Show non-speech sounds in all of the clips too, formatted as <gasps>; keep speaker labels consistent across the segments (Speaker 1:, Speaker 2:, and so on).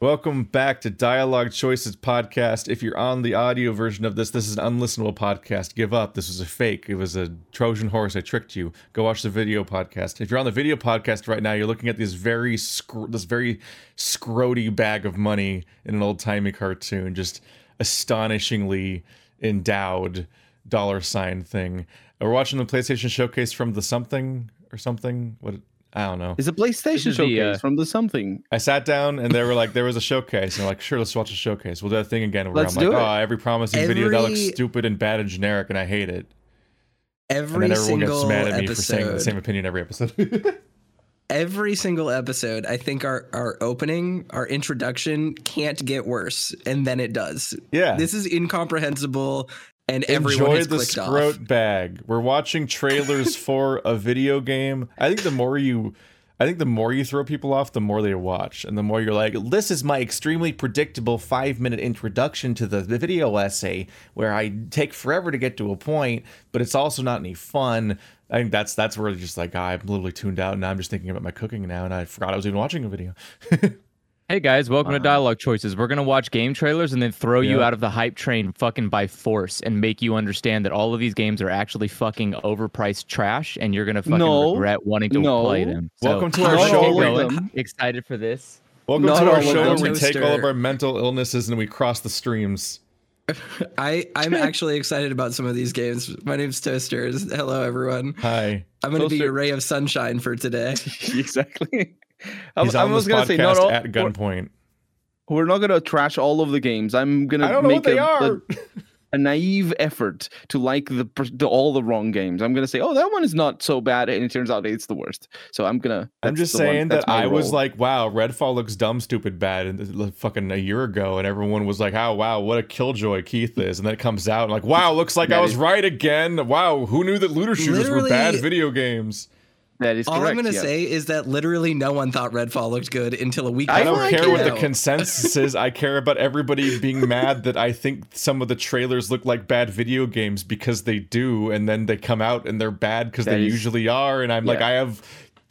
Speaker 1: Welcome back to Dialogue Choices podcast. If you're on the audio version of this, this is an unlistenable podcast. Give up. This was a fake. It was a Trojan horse. I tricked you. Go watch the video podcast. If you're on the video podcast right now, you're looking at this very scr- this very scroty bag of money in an old-timey cartoon, just astonishingly endowed dollar sign thing. We're watching the PlayStation showcase from the something or something. What I don't know.
Speaker 2: It's a PlayStation
Speaker 3: This is the,
Speaker 2: showcase
Speaker 3: uh,
Speaker 2: from the something. <laughs>
Speaker 1: I sat down and they were like, there was a showcase. And I'm like, sure, let's watch a showcase. We'll do that thing again. Where
Speaker 2: Let's
Speaker 1: I'm
Speaker 2: do
Speaker 1: like,
Speaker 2: it.
Speaker 1: oh, every promising video that looks
Speaker 4: Every-
Speaker 1: stupid and bad and generic, and I hate it. And
Speaker 4: Every
Speaker 1: then everyone
Speaker 4: single
Speaker 1: gets mad at me
Speaker 4: episode,
Speaker 1: for saying the same opinion every episode. <laughs>
Speaker 4: every single episode, I think our our opening, our introduction can't get worse, and then it does.
Speaker 1: yeah.
Speaker 4: This is incomprehensible, and everyone
Speaker 1: Enjoy
Speaker 4: has
Speaker 1: the
Speaker 4: clicked
Speaker 1: scrot
Speaker 4: off.
Speaker 1: bag. We're watching
Speaker 4: <laughs>
Speaker 1: trailers for a video game. I think the more you, I think the more you throw people off, the more they watch, and the more you're like, "This is my extremely predictable five minute introduction to the, the video essay, where I take forever to get to a point, but it's also not any fun." I think that's that's where it's just like ah, I'm literally tuned out, and I'm just thinking about my cooking now, and I forgot I was even watching a video.
Speaker 3: Hey guys, welcome to Dialogue Choices. We're gonna watch game trailers and then throw you
Speaker 1: Yeah.
Speaker 3: out of the hype train fucking by force and make you understand that all of these games are actually fucking overpriced trash and you're gonna fucking
Speaker 2: No.
Speaker 3: regret wanting to
Speaker 2: No.
Speaker 3: play them.
Speaker 1: Welcome to our
Speaker 3: let's
Speaker 1: show
Speaker 3: get
Speaker 1: where-
Speaker 3: going. Excited for this?
Speaker 1: Welcome
Speaker 2: Not
Speaker 1: to
Speaker 2: all
Speaker 1: our
Speaker 2: of
Speaker 1: show where
Speaker 2: them.
Speaker 1: we take all of
Speaker 4: Toaster.
Speaker 1: our mental illnesses and we cross the streams.
Speaker 4: I
Speaker 1: <laughs>
Speaker 4: I'm actually excited about some of these games. My name's Toasters. Hello, everyone.
Speaker 1: Hi.
Speaker 4: I'm going to be
Speaker 2: Toaster-
Speaker 4: your ray of sunshine
Speaker 1: <laughs>
Speaker 4: for today.
Speaker 2: exactly. I,
Speaker 1: He's
Speaker 2: I
Speaker 1: on
Speaker 2: was
Speaker 1: this
Speaker 2: gonna
Speaker 1: podcast
Speaker 2: say not all.
Speaker 1: at gunpoint.
Speaker 2: We're, we're not gonna trash all of the games. I'm gonna
Speaker 1: I don't know
Speaker 2: make
Speaker 1: what they
Speaker 2: a, a-
Speaker 1: are.
Speaker 2: <laughs> a naive effort to like the, pr- the all the wrong games. I'm gonna say, oh, that one is not so bad, and it turns out it's the worst. So I'm gonna.
Speaker 1: I'm
Speaker 2: that's
Speaker 1: just
Speaker 2: the one-
Speaker 1: saying
Speaker 2: that's
Speaker 1: that
Speaker 2: my
Speaker 1: I was
Speaker 2: role.
Speaker 1: like, wow, Redfall looks dumb, stupid, bad, and this is fucking a year ago, and everyone was like, oh wow, what a killjoy Keith is, and then it comes out, and like, wow, looks like I
Speaker 2: That
Speaker 1: was
Speaker 2: is-
Speaker 1: right again. Wow, who knew that looter shooters were bad
Speaker 4: Literally-
Speaker 1: video games?
Speaker 2: that is
Speaker 4: All I'm
Speaker 2: correct,
Speaker 4: going to
Speaker 2: yes.
Speaker 4: say is that literally no one thought Redfall looked good until a week.
Speaker 2: I
Speaker 1: I
Speaker 4: before
Speaker 1: don't
Speaker 2: like
Speaker 4: it
Speaker 1: care
Speaker 4: came
Speaker 1: what the
Speaker 4: out.
Speaker 1: consensus is. I care about everybody being mad that I think some of the trailers look like bad video games because they do, and then they come out and they're bad because
Speaker 2: That
Speaker 1: they
Speaker 2: is-
Speaker 1: usually are. And I'm like,
Speaker 2: Yeah.
Speaker 1: I have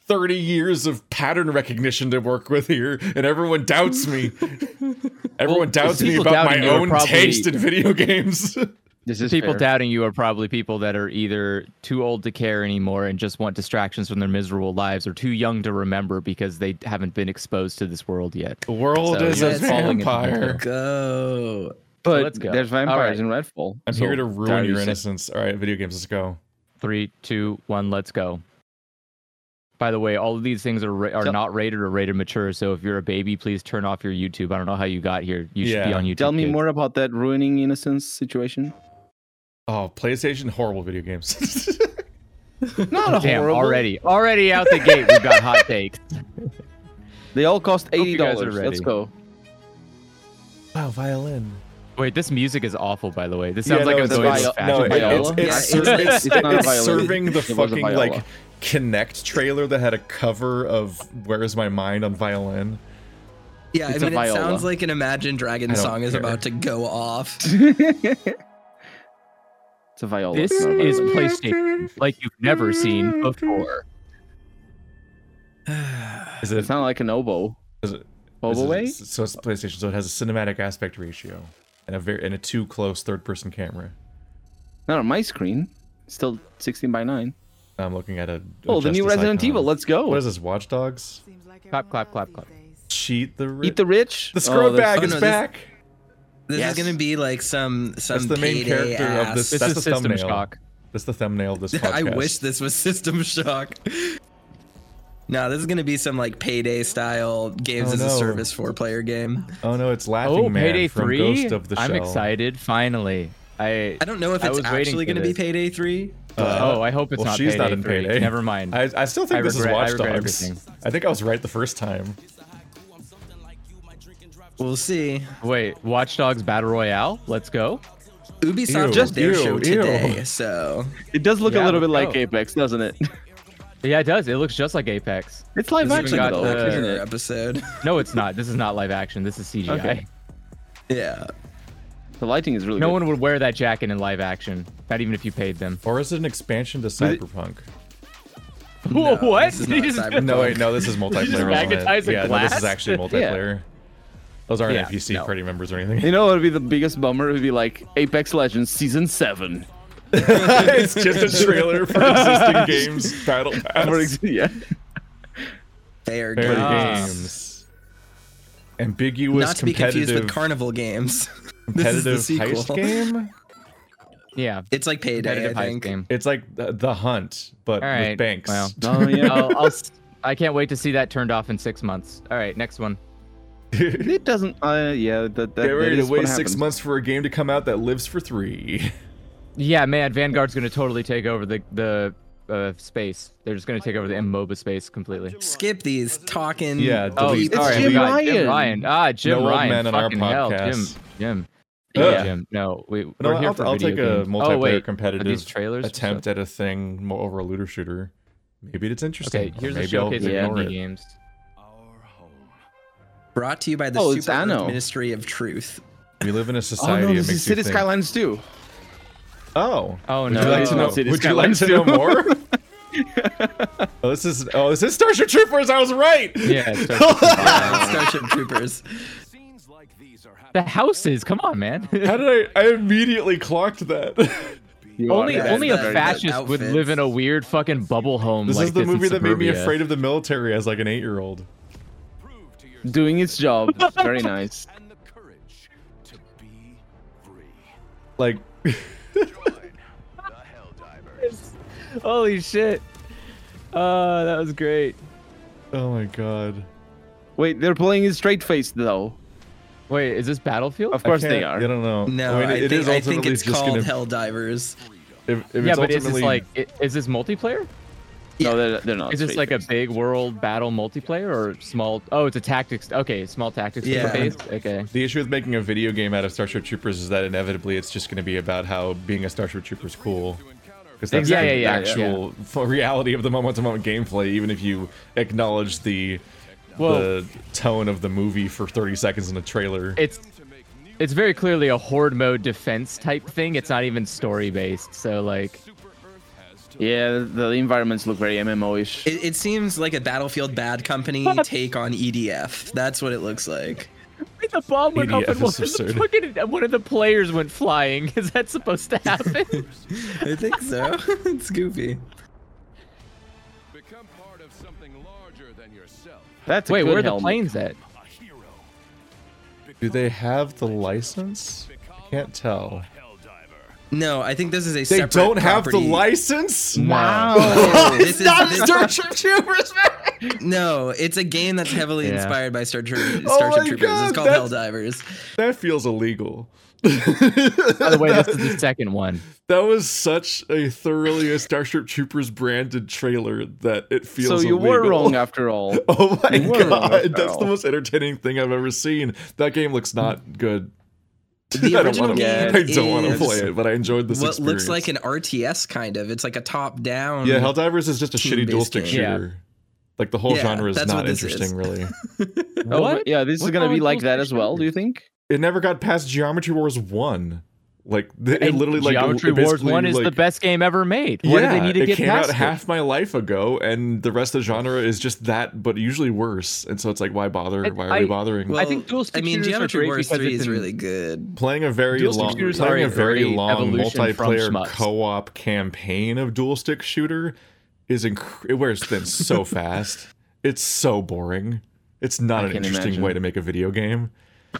Speaker 1: 30 years of pattern recognition to work with here, and everyone doubts
Speaker 3: <laughs>
Speaker 1: me. everyone
Speaker 3: if
Speaker 1: doubts me
Speaker 3: people
Speaker 1: about
Speaker 3: doubting
Speaker 1: my
Speaker 3: you are
Speaker 1: own
Speaker 3: probably-
Speaker 1: taste in video games. <laughs>
Speaker 2: This is
Speaker 3: people
Speaker 2: fair.
Speaker 3: doubting you are probably people that are either too old to care anymore and just want distractions from their miserable lives or too young to remember because they haven't been exposed to this world yet.
Speaker 1: the world
Speaker 3: So
Speaker 1: is a
Speaker 3: you're falling into
Speaker 1: vampire.
Speaker 4: Go.
Speaker 2: But
Speaker 3: let's go.
Speaker 2: there's
Speaker 3: All
Speaker 2: vampires
Speaker 3: right.
Speaker 2: in Redfall.
Speaker 1: I'm
Speaker 2: so
Speaker 1: here to
Speaker 2: dare
Speaker 1: ruin
Speaker 2: you
Speaker 1: your
Speaker 2: say-
Speaker 1: innocence. All right, video games, let's go.
Speaker 3: Three, two, one, let's go. By the way, all of these things are ra- are
Speaker 2: Tell-
Speaker 3: not rated or rated mature. So if you're a baby, please turn off your YouTube. I don't know how you got here. You should be
Speaker 1: Yeah.
Speaker 3: on YouTube.
Speaker 2: Tell me
Speaker 3: kids.
Speaker 2: more about that ruining
Speaker 1: <laughs>
Speaker 2: innocence situation.
Speaker 1: Oh, PlayStation, horrible video games. <laughs>
Speaker 2: Not a
Speaker 3: Damn,
Speaker 2: horrible.
Speaker 3: already, already out the gate, we've got hot takes. <laughs>
Speaker 2: They all cost
Speaker 3: Hope
Speaker 2: eighty
Speaker 3: you guys are
Speaker 2: dollars.
Speaker 3: ready.
Speaker 2: Let's go.
Speaker 1: wow, violin.
Speaker 3: Wait, this music is awful. By the way, this
Speaker 1: Yeah,
Speaker 3: sounds like
Speaker 1: no,
Speaker 3: a
Speaker 1: it's
Speaker 3: going
Speaker 1: vi-
Speaker 3: to fashion
Speaker 1: no, it-
Speaker 3: show.
Speaker 1: it's,
Speaker 4: Yeah,
Speaker 1: it's,
Speaker 4: it's-
Speaker 1: ser- it's,
Speaker 4: it's
Speaker 2: not
Speaker 1: it's
Speaker 2: a viola.
Speaker 1: serving the
Speaker 2: It was a
Speaker 1: fucking
Speaker 2: viola.
Speaker 1: like connect trailer that had a cover of "Where Is My Mind" on violin.
Speaker 4: Yeah,
Speaker 2: It's
Speaker 4: I
Speaker 2: a
Speaker 4: mean, it
Speaker 2: viola.
Speaker 4: sounds like an Imagine
Speaker 1: I
Speaker 4: Dragons
Speaker 1: don't
Speaker 4: song is
Speaker 1: care.
Speaker 4: about to go off.
Speaker 2: It's a viola.
Speaker 3: This
Speaker 2: it's not a
Speaker 3: is
Speaker 2: violin.
Speaker 3: PlayStation, like you've never seen before.
Speaker 1: Is it?
Speaker 2: It's not like an oboe.
Speaker 1: Is it- is
Speaker 2: Oboe?
Speaker 1: it-
Speaker 2: way?
Speaker 1: so it's PlayStation. So it has a cinematic aspect ratio and a very and a too close third-person camera.
Speaker 2: Not on my screen. Still 16 by 9.
Speaker 1: I'm looking at a. a
Speaker 2: Oh, the new
Speaker 1: Oh, Justice
Speaker 2: Resident
Speaker 1: icon.
Speaker 2: Evil. Let's go.
Speaker 1: What is this? Watch Dogs?
Speaker 3: Clap, clap, clap, clap.
Speaker 1: Cheat the. Ri-
Speaker 2: Eat the rich.
Speaker 1: The scroll bag
Speaker 4: Oh,
Speaker 1: is
Speaker 4: no, this-
Speaker 1: back.
Speaker 4: This
Speaker 2: Yes.
Speaker 4: is gonna be like some some
Speaker 1: the main
Speaker 4: payday
Speaker 1: character of this-
Speaker 3: This
Speaker 4: ass.
Speaker 1: That's
Speaker 3: is
Speaker 1: the
Speaker 3: System
Speaker 1: thumbnail.
Speaker 3: Shock.
Speaker 1: That's the thumbnail of this podcast.
Speaker 4: <laughs> I wish this was System Shock. no, this is gonna be some like payday style games
Speaker 1: Oh,
Speaker 4: as a
Speaker 1: no.
Speaker 4: service four player game.
Speaker 1: Oh no, it's Laughing
Speaker 3: Oh,
Speaker 1: Man
Speaker 3: Payday
Speaker 1: from
Speaker 3: Three!
Speaker 1: Ghost of the
Speaker 3: I'm
Speaker 1: Shell.
Speaker 3: excited. Finally, I.
Speaker 4: I don't know if
Speaker 3: I
Speaker 4: it's
Speaker 3: was waiting
Speaker 4: actually
Speaker 3: for
Speaker 4: gonna
Speaker 3: this.
Speaker 4: be payday three.
Speaker 3: oh, I hope it's
Speaker 1: well,
Speaker 3: not.
Speaker 1: she's
Speaker 3: payday
Speaker 1: not in
Speaker 3: 3.
Speaker 1: Payday.
Speaker 3: Never
Speaker 1: <laughs>
Speaker 3: mind.
Speaker 1: I, I still think
Speaker 3: I
Speaker 1: this
Speaker 3: regret- I
Speaker 1: is Watch
Speaker 3: regret
Speaker 1: Dogs.
Speaker 3: everything.
Speaker 1: I think I was right the first time.
Speaker 4: We'll see.
Speaker 3: Wait, Watch Dogs Battle Royale. Let's go.
Speaker 4: Ubisoft
Speaker 1: Ew,
Speaker 4: just their
Speaker 1: ew,
Speaker 4: show
Speaker 1: ew.
Speaker 4: today, so
Speaker 2: It does look
Speaker 3: Yeah,
Speaker 2: a little bit
Speaker 3: let's
Speaker 2: like
Speaker 3: go.
Speaker 2: Apex, doesn't it? <laughs>
Speaker 3: Yeah, it does. It looks just like Apex.
Speaker 2: It's live
Speaker 4: this
Speaker 3: even
Speaker 2: action,
Speaker 4: is
Speaker 3: got
Speaker 2: though,
Speaker 3: the-
Speaker 2: isn't it?
Speaker 4: episode. <laughs>
Speaker 3: No, it's not. This is not live action. This is CGI.
Speaker 2: Okay.
Speaker 4: yeah.
Speaker 2: The lighting is really
Speaker 3: No
Speaker 2: good.
Speaker 3: one would wear that jacket in live action. Not even if you paid them.
Speaker 1: Or is it an expansion to
Speaker 2: it-
Speaker 1: Cyberpunk?
Speaker 3: Whoa, <laughs> what?
Speaker 4: this is
Speaker 3: He
Speaker 4: not
Speaker 3: just-
Speaker 4: Cyberpunk. <laughs>
Speaker 1: No, wait, no, this is multiplayer.
Speaker 3: just
Speaker 1: isn't it?
Speaker 3: magnetize a
Speaker 1: yeah, no, this is
Speaker 3: glass?
Speaker 1: actually multiplayer. Those aren't
Speaker 3: Yeah,
Speaker 1: NPC
Speaker 3: no.
Speaker 1: party members or <laughs> anything.
Speaker 2: You know what would be the biggest bummer? It would be like Apex Legends Season 7.
Speaker 1: it's just a
Speaker 4: <laughs>
Speaker 1: trailer for existing games. Battle Pass.
Speaker 2: For ex- <laughs> yeah.
Speaker 4: Fair
Speaker 1: Fair
Speaker 4: game.
Speaker 1: games. Ambiguous
Speaker 4: Not to be
Speaker 1: competitive,
Speaker 4: confused with Carnival Games. <laughs> this is
Speaker 1: competitive
Speaker 4: the sequel.
Speaker 1: heist
Speaker 4: <laughs>
Speaker 1: game.
Speaker 3: Yeah.
Speaker 4: It's like Payday, I
Speaker 3: Competitive heist
Speaker 4: think.
Speaker 3: game.
Speaker 1: It's like the, the hunt, but
Speaker 3: All
Speaker 1: with
Speaker 3: right.
Speaker 1: banks.
Speaker 3: Wow.
Speaker 1: <laughs>
Speaker 2: Oh, yeah.
Speaker 3: I'll, I'll, s- I can not wait to see that turned off in six months. All right, next one.
Speaker 2: <laughs> It doesn't. Uh, yeah, that, that,
Speaker 1: Get
Speaker 2: that
Speaker 1: ready to
Speaker 2: is what
Speaker 1: wait six
Speaker 2: happens.
Speaker 1: months for a game to come out that lives for three. <laughs>
Speaker 3: Yeah, man, Vanguard's gonna totally take over the the uh, space. They're just gonna take over the MOBA space completely.
Speaker 4: Skip these talking.
Speaker 1: Yeah,
Speaker 3: Oh,
Speaker 1: delete
Speaker 2: it's
Speaker 3: sorry,
Speaker 1: that.
Speaker 2: Jim
Speaker 3: Jim, Ryan.
Speaker 2: Ryan.
Speaker 3: Jim Ryan. Ah, Jim
Speaker 1: No old
Speaker 3: Ryan.
Speaker 1: man on our
Speaker 3: Fucking hell, Jim.
Speaker 1: podcast.
Speaker 3: Jim.
Speaker 1: Ugh.
Speaker 3: Yeah, Jim. No, we, we're
Speaker 1: No,
Speaker 3: here
Speaker 1: I'll,
Speaker 3: for
Speaker 1: I'll
Speaker 3: video
Speaker 1: take a
Speaker 3: games.
Speaker 1: multiplayer
Speaker 3: oh, wait. Are
Speaker 1: competitive
Speaker 3: these trailers or
Speaker 1: attempt at a thing mo- over a looter shooter. Maybe it's
Speaker 3: stuff?
Speaker 1: interesting.
Speaker 3: Okay,
Speaker 1: or
Speaker 3: here's a
Speaker 1: maybe
Speaker 3: showcase
Speaker 1: I'll
Speaker 3: of
Speaker 1: ignore
Speaker 3: indie
Speaker 1: it.
Speaker 3: games.
Speaker 4: Brought to you by the
Speaker 2: Oh, it's
Speaker 4: Super Earth
Speaker 2: Anno.
Speaker 4: Ministry of Truth.
Speaker 1: We live in a
Speaker 2: Oh,
Speaker 1: society.
Speaker 2: no,
Speaker 1: that
Speaker 2: this is
Speaker 1: makes you
Speaker 2: City
Speaker 1: think-
Speaker 2: Skylines 2.
Speaker 1: Oh.
Speaker 3: Oh,
Speaker 1: Would
Speaker 3: no.
Speaker 1: you like to
Speaker 2: Oh.
Speaker 1: know?
Speaker 2: City
Speaker 1: Would you like
Speaker 2: Skylines
Speaker 1: to know
Speaker 2: too.
Speaker 1: more? oh, this is. Oh, is this Starship Troopers? I was right.
Speaker 3: <laughs> Yeah, <laughs> Starship
Speaker 4: uh, Starship Troopers.
Speaker 5: Scenes like these are
Speaker 3: The
Speaker 5: happening.
Speaker 3: houses. Come on, man.
Speaker 1: <laughs> How did I? I immediately clocked that. <laughs>
Speaker 2: You
Speaker 3: only
Speaker 2: are
Speaker 4: Yeah,
Speaker 3: only
Speaker 4: it's
Speaker 3: a
Speaker 4: the-
Speaker 3: fascist
Speaker 4: the
Speaker 3: would
Speaker 4: outfits.
Speaker 3: live in a weird fucking bubble home.
Speaker 1: this
Speaker 3: like
Speaker 1: is the
Speaker 3: this in
Speaker 1: movie that made me
Speaker 3: suburbia.
Speaker 1: afraid of the military as like an eight-year-old.
Speaker 5: Prove to your
Speaker 2: doing its job. Very <laughs> nice.
Speaker 5: and the courage to be free.
Speaker 1: Like,
Speaker 5: Join
Speaker 1: <laughs>
Speaker 5: the Helldivers.
Speaker 3: Holy shit. Oh, that was great.
Speaker 1: oh my god.
Speaker 2: Wait, they're playing it straight faced though.
Speaker 3: Wait, is this Battlefield?
Speaker 2: Of
Speaker 1: I
Speaker 2: course they
Speaker 1: can't- I
Speaker 2: are.
Speaker 1: don't know.
Speaker 4: No, I,
Speaker 1: mean, it
Speaker 4: think,
Speaker 1: is
Speaker 4: I think
Speaker 1: ultimately
Speaker 4: it's
Speaker 1: just
Speaker 4: called
Speaker 1: gonna-
Speaker 4: Hell Divers.
Speaker 1: If, if
Speaker 3: yeah,
Speaker 1: it's
Speaker 3: but is this
Speaker 1: ultimately-
Speaker 3: like i- is this multiplayer?
Speaker 2: No, they're, they're not.
Speaker 3: Is this like a
Speaker 2: straight-faced.
Speaker 3: big world battle multiplayer or small? Oh, it's a tactics. Okay, small tactics
Speaker 4: Yeah.
Speaker 3: base. Okay.
Speaker 1: The issue with making a video game out of Starship Troopers is that inevitably it's just going to be about how being a Starship Trooper is cool. Because that's
Speaker 3: Yeah,
Speaker 1: the
Speaker 3: yeah, yeah,
Speaker 1: actual <laughs> f- reality of the moment-to-moment gameplay, even if you acknowledge the,
Speaker 3: Well-
Speaker 1: the tone of the movie for 30 seconds in a trailer.
Speaker 3: It's it's very clearly a horde mode defense type thing. It's not even story based. So like,
Speaker 2: Yeah, the- the environments look very MMO-ish.
Speaker 4: It, it seems like a Battlefield Bad
Speaker 3: <laughs>
Speaker 4: Company take on EDF. That's what it looks like.
Speaker 3: the bomb
Speaker 1: went off EDF and is one of the absurd.
Speaker 3: one of the players went flying. <laughs> Is that supposed
Speaker 1: <laughs>
Speaker 3: to happen?
Speaker 4: I think so. <laughs> it's goofy.
Speaker 5: Become part of something larger than yourself.
Speaker 2: That's a
Speaker 3: Wait,
Speaker 2: good
Speaker 3: where are the
Speaker 2: helmet.
Speaker 3: planes at?
Speaker 5: A hero.
Speaker 1: Do they have the license? I can't tell.
Speaker 5: Helldiver.
Speaker 4: No, I think this is a
Speaker 1: They
Speaker 4: separate
Speaker 1: don't have the
Speaker 4: property.
Speaker 1: license? <laughs>
Speaker 3: Wow.
Speaker 4: This is- this-
Speaker 1: Starship Troopers!
Speaker 4: no, it's a game that's heavily
Speaker 3: Yeah.
Speaker 4: inspired by Star Trooper,
Speaker 1: Oh
Speaker 4: Starship
Speaker 1: my
Speaker 4: Troopers.
Speaker 1: God,
Speaker 4: It's called Hell
Speaker 1: that's-
Speaker 4: Divers.
Speaker 1: that feels illegal.
Speaker 3: By the way, this is the second
Speaker 1: <laughs>
Speaker 3: one.
Speaker 1: That was such a thoroughly a Starship Troopers branded trailer that it feels.
Speaker 2: So you
Speaker 1: illegal.
Speaker 2: were wrong after all.
Speaker 1: <laughs> Oh my
Speaker 2: You were wrong
Speaker 1: god, that's
Speaker 2: after
Speaker 1: the
Speaker 2: all.
Speaker 1: most entertaining thing I've ever seen. That game looks not good.
Speaker 4: The
Speaker 1: <laughs> I don't
Speaker 4: original
Speaker 1: want to.
Speaker 4: game
Speaker 1: I don't want to
Speaker 4: is
Speaker 1: play it, but I enjoyed this.
Speaker 4: What
Speaker 1: experience.
Speaker 4: looks like an RTS kind of. It's like a top-down.
Speaker 1: yeah, Helldivers is just a shitty
Speaker 4: team-based
Speaker 1: dual stick
Speaker 4: game.
Speaker 1: shooter.
Speaker 3: Yeah.
Speaker 1: Like the whole
Speaker 4: Yeah,
Speaker 1: genre is
Speaker 4: that's what
Speaker 1: not
Speaker 4: this is.
Speaker 1: interesting, really.
Speaker 2: Oh,
Speaker 3: What?
Speaker 2: Yeah, this is
Speaker 3: What's
Speaker 2: gonna
Speaker 3: wrong
Speaker 2: be
Speaker 3: with
Speaker 2: like
Speaker 3: those
Speaker 2: that
Speaker 3: two
Speaker 2: as well. Do you think?
Speaker 1: It never got past Geometry Wars One. Like th- it
Speaker 3: And
Speaker 1: literally like
Speaker 3: Geometry
Speaker 1: it
Speaker 3: Wars
Speaker 1: basically,
Speaker 3: One is the
Speaker 1: like-
Speaker 3: best game ever made. What do they need to
Speaker 1: it
Speaker 3: get
Speaker 1: came
Speaker 3: past
Speaker 1: out
Speaker 3: it?
Speaker 1: half my life ago, and the rest of the genre is just that, but usually worse. And so it's like, why bother?
Speaker 3: And
Speaker 1: why are we
Speaker 3: I-
Speaker 1: bothering?
Speaker 3: I think dual stick
Speaker 4: I mean,
Speaker 3: shooters are
Speaker 4: Geometry
Speaker 3: great
Speaker 4: Wars
Speaker 3: because
Speaker 4: Three
Speaker 3: it's
Speaker 4: is
Speaker 3: in-
Speaker 4: really good.
Speaker 1: playing a very
Speaker 3: dual stick
Speaker 1: long,
Speaker 3: shooters
Speaker 1: playing
Speaker 3: are
Speaker 1: a
Speaker 3: a
Speaker 1: very
Speaker 3: early
Speaker 1: long
Speaker 3: evolution from
Speaker 1: multiplayer
Speaker 3: shmups.
Speaker 1: co-op campaign of dual stick shooter is inc- it wears thin
Speaker 3: <laughs>
Speaker 1: so fast. It's so boring. It's not an
Speaker 2: can
Speaker 1: interesting
Speaker 2: imagine.
Speaker 1: way to make a video game.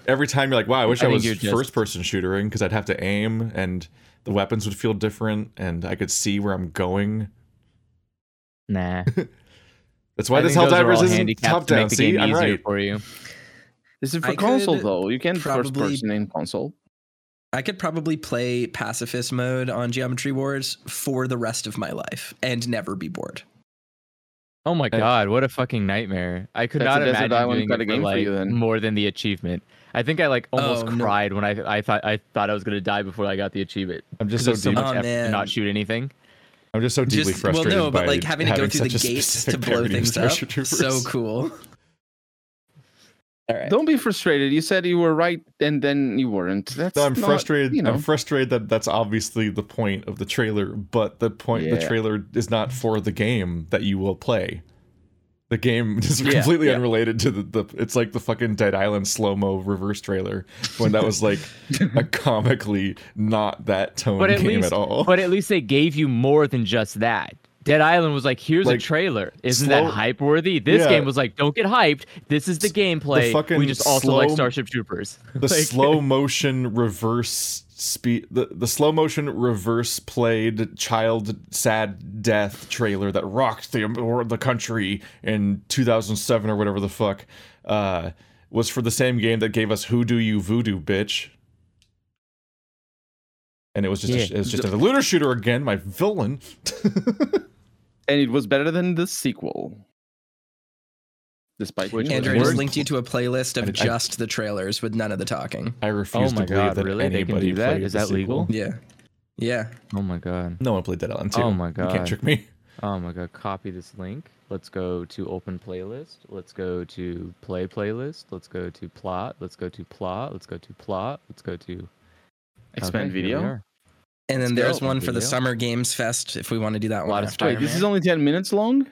Speaker 1: Every time you're like, wow, I wish
Speaker 3: I
Speaker 1: I,
Speaker 3: think
Speaker 1: was
Speaker 3: you're just-
Speaker 1: first person shootering because I'd have to aim and the weapons would feel different and I could see where I'm going.
Speaker 3: Nah.
Speaker 1: That's why
Speaker 3: I
Speaker 1: this
Speaker 3: think those are
Speaker 1: Helldivers
Speaker 3: all
Speaker 1: isn't
Speaker 3: handicaps
Speaker 1: top
Speaker 3: to make
Speaker 1: down.
Speaker 3: the
Speaker 1: See,
Speaker 3: game
Speaker 1: I'm
Speaker 3: easier
Speaker 1: right.
Speaker 3: for you.
Speaker 2: This is for
Speaker 4: I
Speaker 2: console
Speaker 4: could
Speaker 2: though. You can't first
Speaker 4: probably-
Speaker 2: person in console.
Speaker 4: I could probably play pacifist mode on Geometry Wars for the rest of my life and never be bored.
Speaker 3: Oh my god, what a fucking nightmare! I could
Speaker 2: That's
Speaker 3: not
Speaker 2: a Desert
Speaker 3: imagine
Speaker 2: Island
Speaker 3: doing
Speaker 2: kind
Speaker 3: it
Speaker 2: of
Speaker 3: for,
Speaker 2: game for
Speaker 3: like,
Speaker 2: you, then.
Speaker 3: more than the achievement. I think I like almost
Speaker 4: Oh, no.
Speaker 3: cried when I I thought I thought I was gonna die before I got the achievement.
Speaker 1: I'm just
Speaker 3: 'Cause
Speaker 1: so
Speaker 3: there's so
Speaker 1: deep-
Speaker 3: much
Speaker 4: Oh,
Speaker 3: effort to
Speaker 4: man.
Speaker 3: not shoot anything.
Speaker 1: I'm just so deeply
Speaker 4: Just well,
Speaker 1: frustrated.
Speaker 4: no, but
Speaker 1: by
Speaker 4: like having to go through the
Speaker 1: such a
Speaker 4: gates to
Speaker 1: specific
Speaker 4: blow
Speaker 1: parody of
Speaker 4: things up.
Speaker 1: Starship Troopers.
Speaker 4: So cool. All right.
Speaker 2: Don't be frustrated. You said you were right and then you weren't. That's
Speaker 1: No, I'm
Speaker 2: not,
Speaker 1: frustrated.
Speaker 2: You know,
Speaker 1: I'm frustrated that that's obviously the point of the trailer, but the point the
Speaker 2: Yeah.
Speaker 1: trailer is not for the game that you will play. The game <laughs> is
Speaker 2: Yeah,
Speaker 1: completely
Speaker 2: yeah.
Speaker 1: unrelated to the, the. It's like the fucking Dead Island slow mo reverse trailer when that was like a comically not that tone
Speaker 3: But at
Speaker 1: game at
Speaker 3: least,
Speaker 1: all.
Speaker 3: but at least they gave you more than just that. Dead Island was like, here's
Speaker 1: Like,
Speaker 3: a trailer. Isn't
Speaker 1: slow-
Speaker 3: that hype worthy? This
Speaker 1: Yeah.
Speaker 3: game was like, don't get hyped. This is the gameplay.
Speaker 1: fucking
Speaker 3: we just also like
Speaker 1: slow-
Speaker 3: Starship Troopers. <laughs>
Speaker 1: the slow motion reverse speed the, the slow motion reverse played child sad death trailer that rocked the or the country in 2007 or whatever the fuck uh was for the same game that gave us who do you voodoo bitch and it was just a,
Speaker 3: Yeah.
Speaker 1: it was just a looter shooter again my villain
Speaker 2: and it was better than the sequel. Despite
Speaker 3: Which
Speaker 2: being
Speaker 4: Andrew I
Speaker 2: worse.
Speaker 4: just
Speaker 1: Word-
Speaker 4: linked you to a playlist of
Speaker 1: I- I-
Speaker 4: just the trailers with none of the talking.
Speaker 1: i
Speaker 3: Oh
Speaker 1: refuse
Speaker 3: my
Speaker 1: to believe
Speaker 3: god,
Speaker 1: that
Speaker 3: really? They can
Speaker 1: anybody
Speaker 3: do that?
Speaker 1: played
Speaker 3: Is
Speaker 1: the
Speaker 3: that
Speaker 1: sequel.
Speaker 3: legal?
Speaker 4: Yeah. Yeah.
Speaker 3: Oh my god.
Speaker 1: no one played dead island 2
Speaker 3: Oh my
Speaker 1: you
Speaker 3: God.
Speaker 1: can't trick me
Speaker 3: Oh my god. Copy this link. Let's go to open playlist. Let's go to play playlist. Let's go to plot. Let's go to plot. Let's go to plot. Let's go to
Speaker 2: Expand
Speaker 3: Okay, here we
Speaker 2: video.
Speaker 3: are.
Speaker 4: And then
Speaker 2: Let's
Speaker 4: there's
Speaker 2: go.
Speaker 4: one for the
Speaker 3: Video.
Speaker 4: Summer Games Fest if we want to do that
Speaker 3: A
Speaker 4: one.
Speaker 3: lot of
Speaker 4: after.
Speaker 3: stuff.
Speaker 2: Wait, this is only ten minutes long.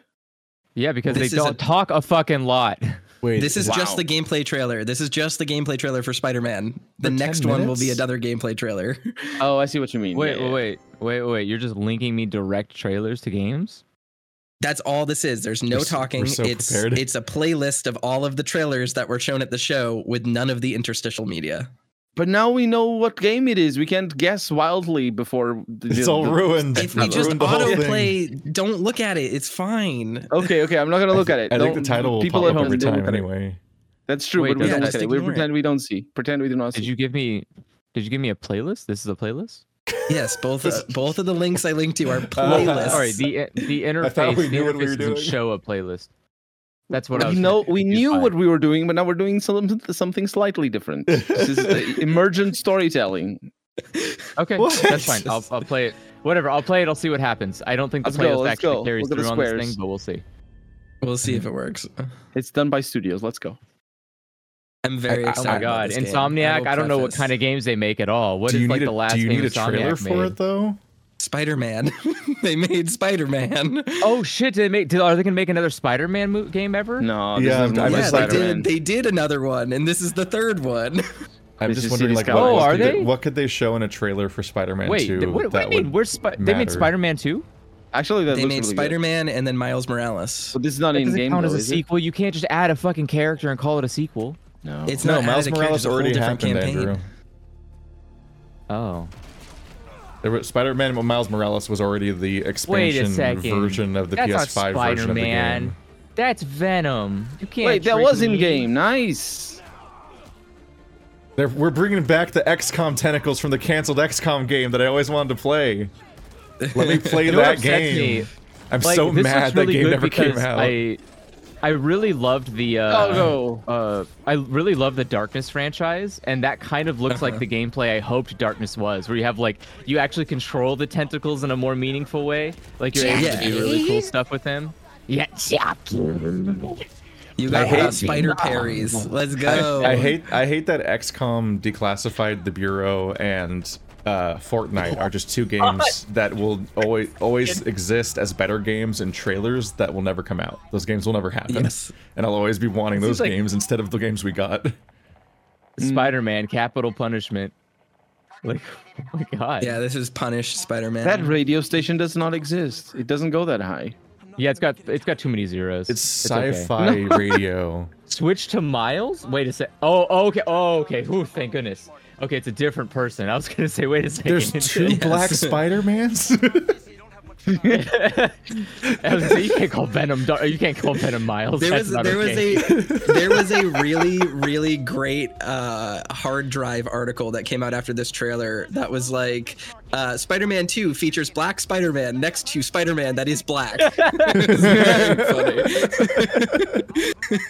Speaker 3: Yeah, because
Speaker 4: This
Speaker 3: they
Speaker 4: is a-
Speaker 3: don't talk a fucking lot.
Speaker 1: wait
Speaker 4: This is just
Speaker 2: Wow.
Speaker 4: the gameplay trailer. This is just the gameplay trailer for Spider-Man.
Speaker 1: For
Speaker 4: The
Speaker 1: 10
Speaker 4: next one will be
Speaker 1: minutes?
Speaker 4: another gameplay trailer.
Speaker 2: Oh, I see what you mean.
Speaker 3: Wait,
Speaker 2: Yeah,
Speaker 3: wait,
Speaker 2: yeah.
Speaker 3: wait, wait, wait. You're just linking me direct trailers to games?
Speaker 4: That's all this is. There's no
Speaker 1: We're so- we're
Speaker 4: talking.
Speaker 1: so
Speaker 4: it's
Speaker 1: prepared.
Speaker 4: it's a playlist of all of the trailers that were shown at the show with none of the interstitial media.
Speaker 2: But now we know what game it is. We can't guess wildly before. The,
Speaker 1: it's
Speaker 2: the-
Speaker 1: all
Speaker 2: the-
Speaker 1: ruined.
Speaker 4: If we
Speaker 1: It
Speaker 4: just
Speaker 1: ruined the whole thing.
Speaker 4: autoplay, don't look at it. It's fine.
Speaker 2: Okay, okay. I'm not gonna look
Speaker 1: I
Speaker 2: at
Speaker 1: th- <laughs>
Speaker 2: it.
Speaker 1: I think the
Speaker 2: Don't-
Speaker 1: title will
Speaker 2: people
Speaker 1: pop
Speaker 2: at
Speaker 1: up
Speaker 2: home
Speaker 1: over
Speaker 2: they won't
Speaker 1: time
Speaker 2: look at it.
Speaker 1: anyway.
Speaker 2: That's true.
Speaker 3: Wait,
Speaker 2: but we
Speaker 3: yeah,
Speaker 2: don't
Speaker 4: just
Speaker 2: look at it. We
Speaker 4: ignore it.
Speaker 2: pretend we don't see. Pretend we do not see.
Speaker 3: Did you give me did you give me a playlist? This is a playlist?
Speaker 4: Yes,
Speaker 1: <laughs>
Speaker 4: both uh, both of the links I linked to are
Speaker 1: Well,
Speaker 4: playlists.
Speaker 3: All right, the the
Speaker 1: I thought
Speaker 3: interface,
Speaker 1: we
Speaker 3: the
Speaker 1: knew what we were
Speaker 3: interface doesn't
Speaker 1: doing.
Speaker 3: show a playlist. That's what
Speaker 2: we
Speaker 3: I was
Speaker 2: know we
Speaker 3: confused
Speaker 2: knew
Speaker 3: by.
Speaker 2: what we were doing, but now we're doing something something slightly different. this is
Speaker 1: <laughs>
Speaker 2: uh, emergent storytelling.
Speaker 3: Okay,
Speaker 1: What?
Speaker 3: that's fine.
Speaker 1: <laughs>
Speaker 3: I'll, I'll play it. Whatever, I'll play it. I'll see what happens. I don't think the
Speaker 2: Let's go,
Speaker 3: playlist
Speaker 2: let's
Speaker 3: actually
Speaker 2: go.
Speaker 3: carries
Speaker 2: Look at the
Speaker 3: through on this thing,
Speaker 2: squares.
Speaker 3: but we'll see.
Speaker 4: We'll see if it works.
Speaker 2: It's done by studios. Let's go.
Speaker 4: I'm
Speaker 1: I- oh
Speaker 4: very
Speaker 1: my
Speaker 3: Oh
Speaker 4: excited.
Speaker 3: my
Speaker 4: about
Speaker 3: god,
Speaker 4: this game.
Speaker 3: Insomniac!
Speaker 4: will
Speaker 3: I, don't know what
Speaker 4: preface.
Speaker 3: kind of games they make at all. What
Speaker 1: do
Speaker 3: is
Speaker 1: you
Speaker 3: like
Speaker 1: need a,
Speaker 3: the last
Speaker 1: do you
Speaker 3: game
Speaker 1: need a
Speaker 3: Insomniac
Speaker 1: trailer for
Speaker 3: made?
Speaker 1: it though?
Speaker 4: Spider-Man. <laughs> they made Spider-Man.
Speaker 3: Oh shit! Did they make? Did, are they gonna make another Spider-Man mo- game ever?
Speaker 2: No,
Speaker 1: Yeah,
Speaker 2: this is
Speaker 1: I'm
Speaker 2: not
Speaker 4: yeah,
Speaker 1: just
Speaker 4: they
Speaker 1: like-
Speaker 2: Spider-Man.
Speaker 4: did. They did another one, and this is the third one.
Speaker 1: I'm
Speaker 2: This
Speaker 1: just
Speaker 2: is
Speaker 1: wondering,
Speaker 2: Cities
Speaker 1: like, what,
Speaker 2: Skylines.
Speaker 3: Oh,
Speaker 1: what
Speaker 3: are
Speaker 1: could
Speaker 3: they?
Speaker 1: what could they show in a trailer for Spider-Man
Speaker 3: Wait,
Speaker 1: 2?
Speaker 3: th- what, what do
Speaker 1: that
Speaker 3: you mean?
Speaker 1: would
Speaker 3: We're Spi- they
Speaker 1: matter?
Speaker 3: made Spider-Man 2?
Speaker 2: Actually, that
Speaker 4: they
Speaker 2: looks
Speaker 4: made
Speaker 2: really good.
Speaker 4: Spider-Man and then Miles Morales.
Speaker 2: But this is not
Speaker 3: That
Speaker 2: in
Speaker 3: doesn't
Speaker 2: game.
Speaker 3: count
Speaker 2: Though,
Speaker 3: as a
Speaker 2: is it?
Speaker 3: sequel. You can't just add a fucking character and call it a sequel.
Speaker 2: No.
Speaker 4: It's
Speaker 1: No,
Speaker 4: not
Speaker 1: Miles
Speaker 4: added a character,
Speaker 1: Morales
Speaker 4: it's a whole
Speaker 1: already
Speaker 4: different
Speaker 1: happened,
Speaker 4: campaign.
Speaker 1: Andrew.
Speaker 3: Oh.
Speaker 1: There was, Spider-Man with Miles Morales was already the
Speaker 3: Wait a
Speaker 1: expansion
Speaker 3: second.
Speaker 1: version of the
Speaker 3: That's not
Speaker 1: PS5
Speaker 3: Spider-Man.
Speaker 1: version of the game.
Speaker 3: That's Venom. You can't.
Speaker 2: Wait, that
Speaker 3: trick
Speaker 2: was in
Speaker 3: me.
Speaker 2: game. Nice.
Speaker 1: They're, we're bringing back the XCOM tentacles from the canceled XCOM game that I always wanted to play. Let me play
Speaker 3: You know what
Speaker 1: that
Speaker 3: upsets
Speaker 1: game.
Speaker 3: me?
Speaker 1: I'm
Speaker 3: Like,
Speaker 1: so
Speaker 3: this
Speaker 1: mad
Speaker 3: looks really
Speaker 1: that game
Speaker 3: good
Speaker 1: never came
Speaker 3: because
Speaker 1: out.
Speaker 3: I, I really loved the. Uh,
Speaker 2: Oh, no.
Speaker 3: Uh, I really love the Darkness franchise, and that kind of looks
Speaker 1: Uh-huh.
Speaker 3: like the gameplay I hoped Darkness was, where you have like you actually control the tentacles in a more meaningful way. Like you're able to do really cool stuff with them. Yeah,
Speaker 4: You got
Speaker 1: hate
Speaker 4: uh, spider parries. Let's go.
Speaker 1: I hate I hate that XCOM declassified the Bureau and uh, Fortnite are just two
Speaker 3: <laughs>
Speaker 1: games that will always always exist as better games and trailers that will never come out. Those games will never happen.
Speaker 4: Yes.
Speaker 1: And I'll always be wanting those
Speaker 3: is like-
Speaker 1: games instead of the games we <laughs> got. Mm.
Speaker 3: Spider-Man, capital punishment. Like, <laughs> oh my god.
Speaker 4: Yeah, this is Punish Spider-Man.
Speaker 2: That radio station does not exist. It doesn't go that high.
Speaker 3: Yeah, it's got it's got too many zeros.
Speaker 1: It's
Speaker 3: okay.
Speaker 1: sci-fi <laughs> radio.
Speaker 3: Switch to Miles. Wait a sec. Oh, oh, okay. Oh, okay. Ooh, thank goodness. Okay, it's a different person. I was gonna say, wait a second.
Speaker 1: There's
Speaker 3: <laughs>
Speaker 1: two black Spider-Mans?
Speaker 3: I was gonna say, you can't call Venom. Dar- you can't call Venom Miles.
Speaker 4: there
Speaker 3: That's
Speaker 4: was
Speaker 3: not
Speaker 4: there was
Speaker 3: okay.
Speaker 4: a <laughs> there was a really really great uh, hard drive article that came out after this trailer that was like uh, Spider-Man 2 features Black Spider-Man next to Spider-Man that is black. <laughs> It's very funny.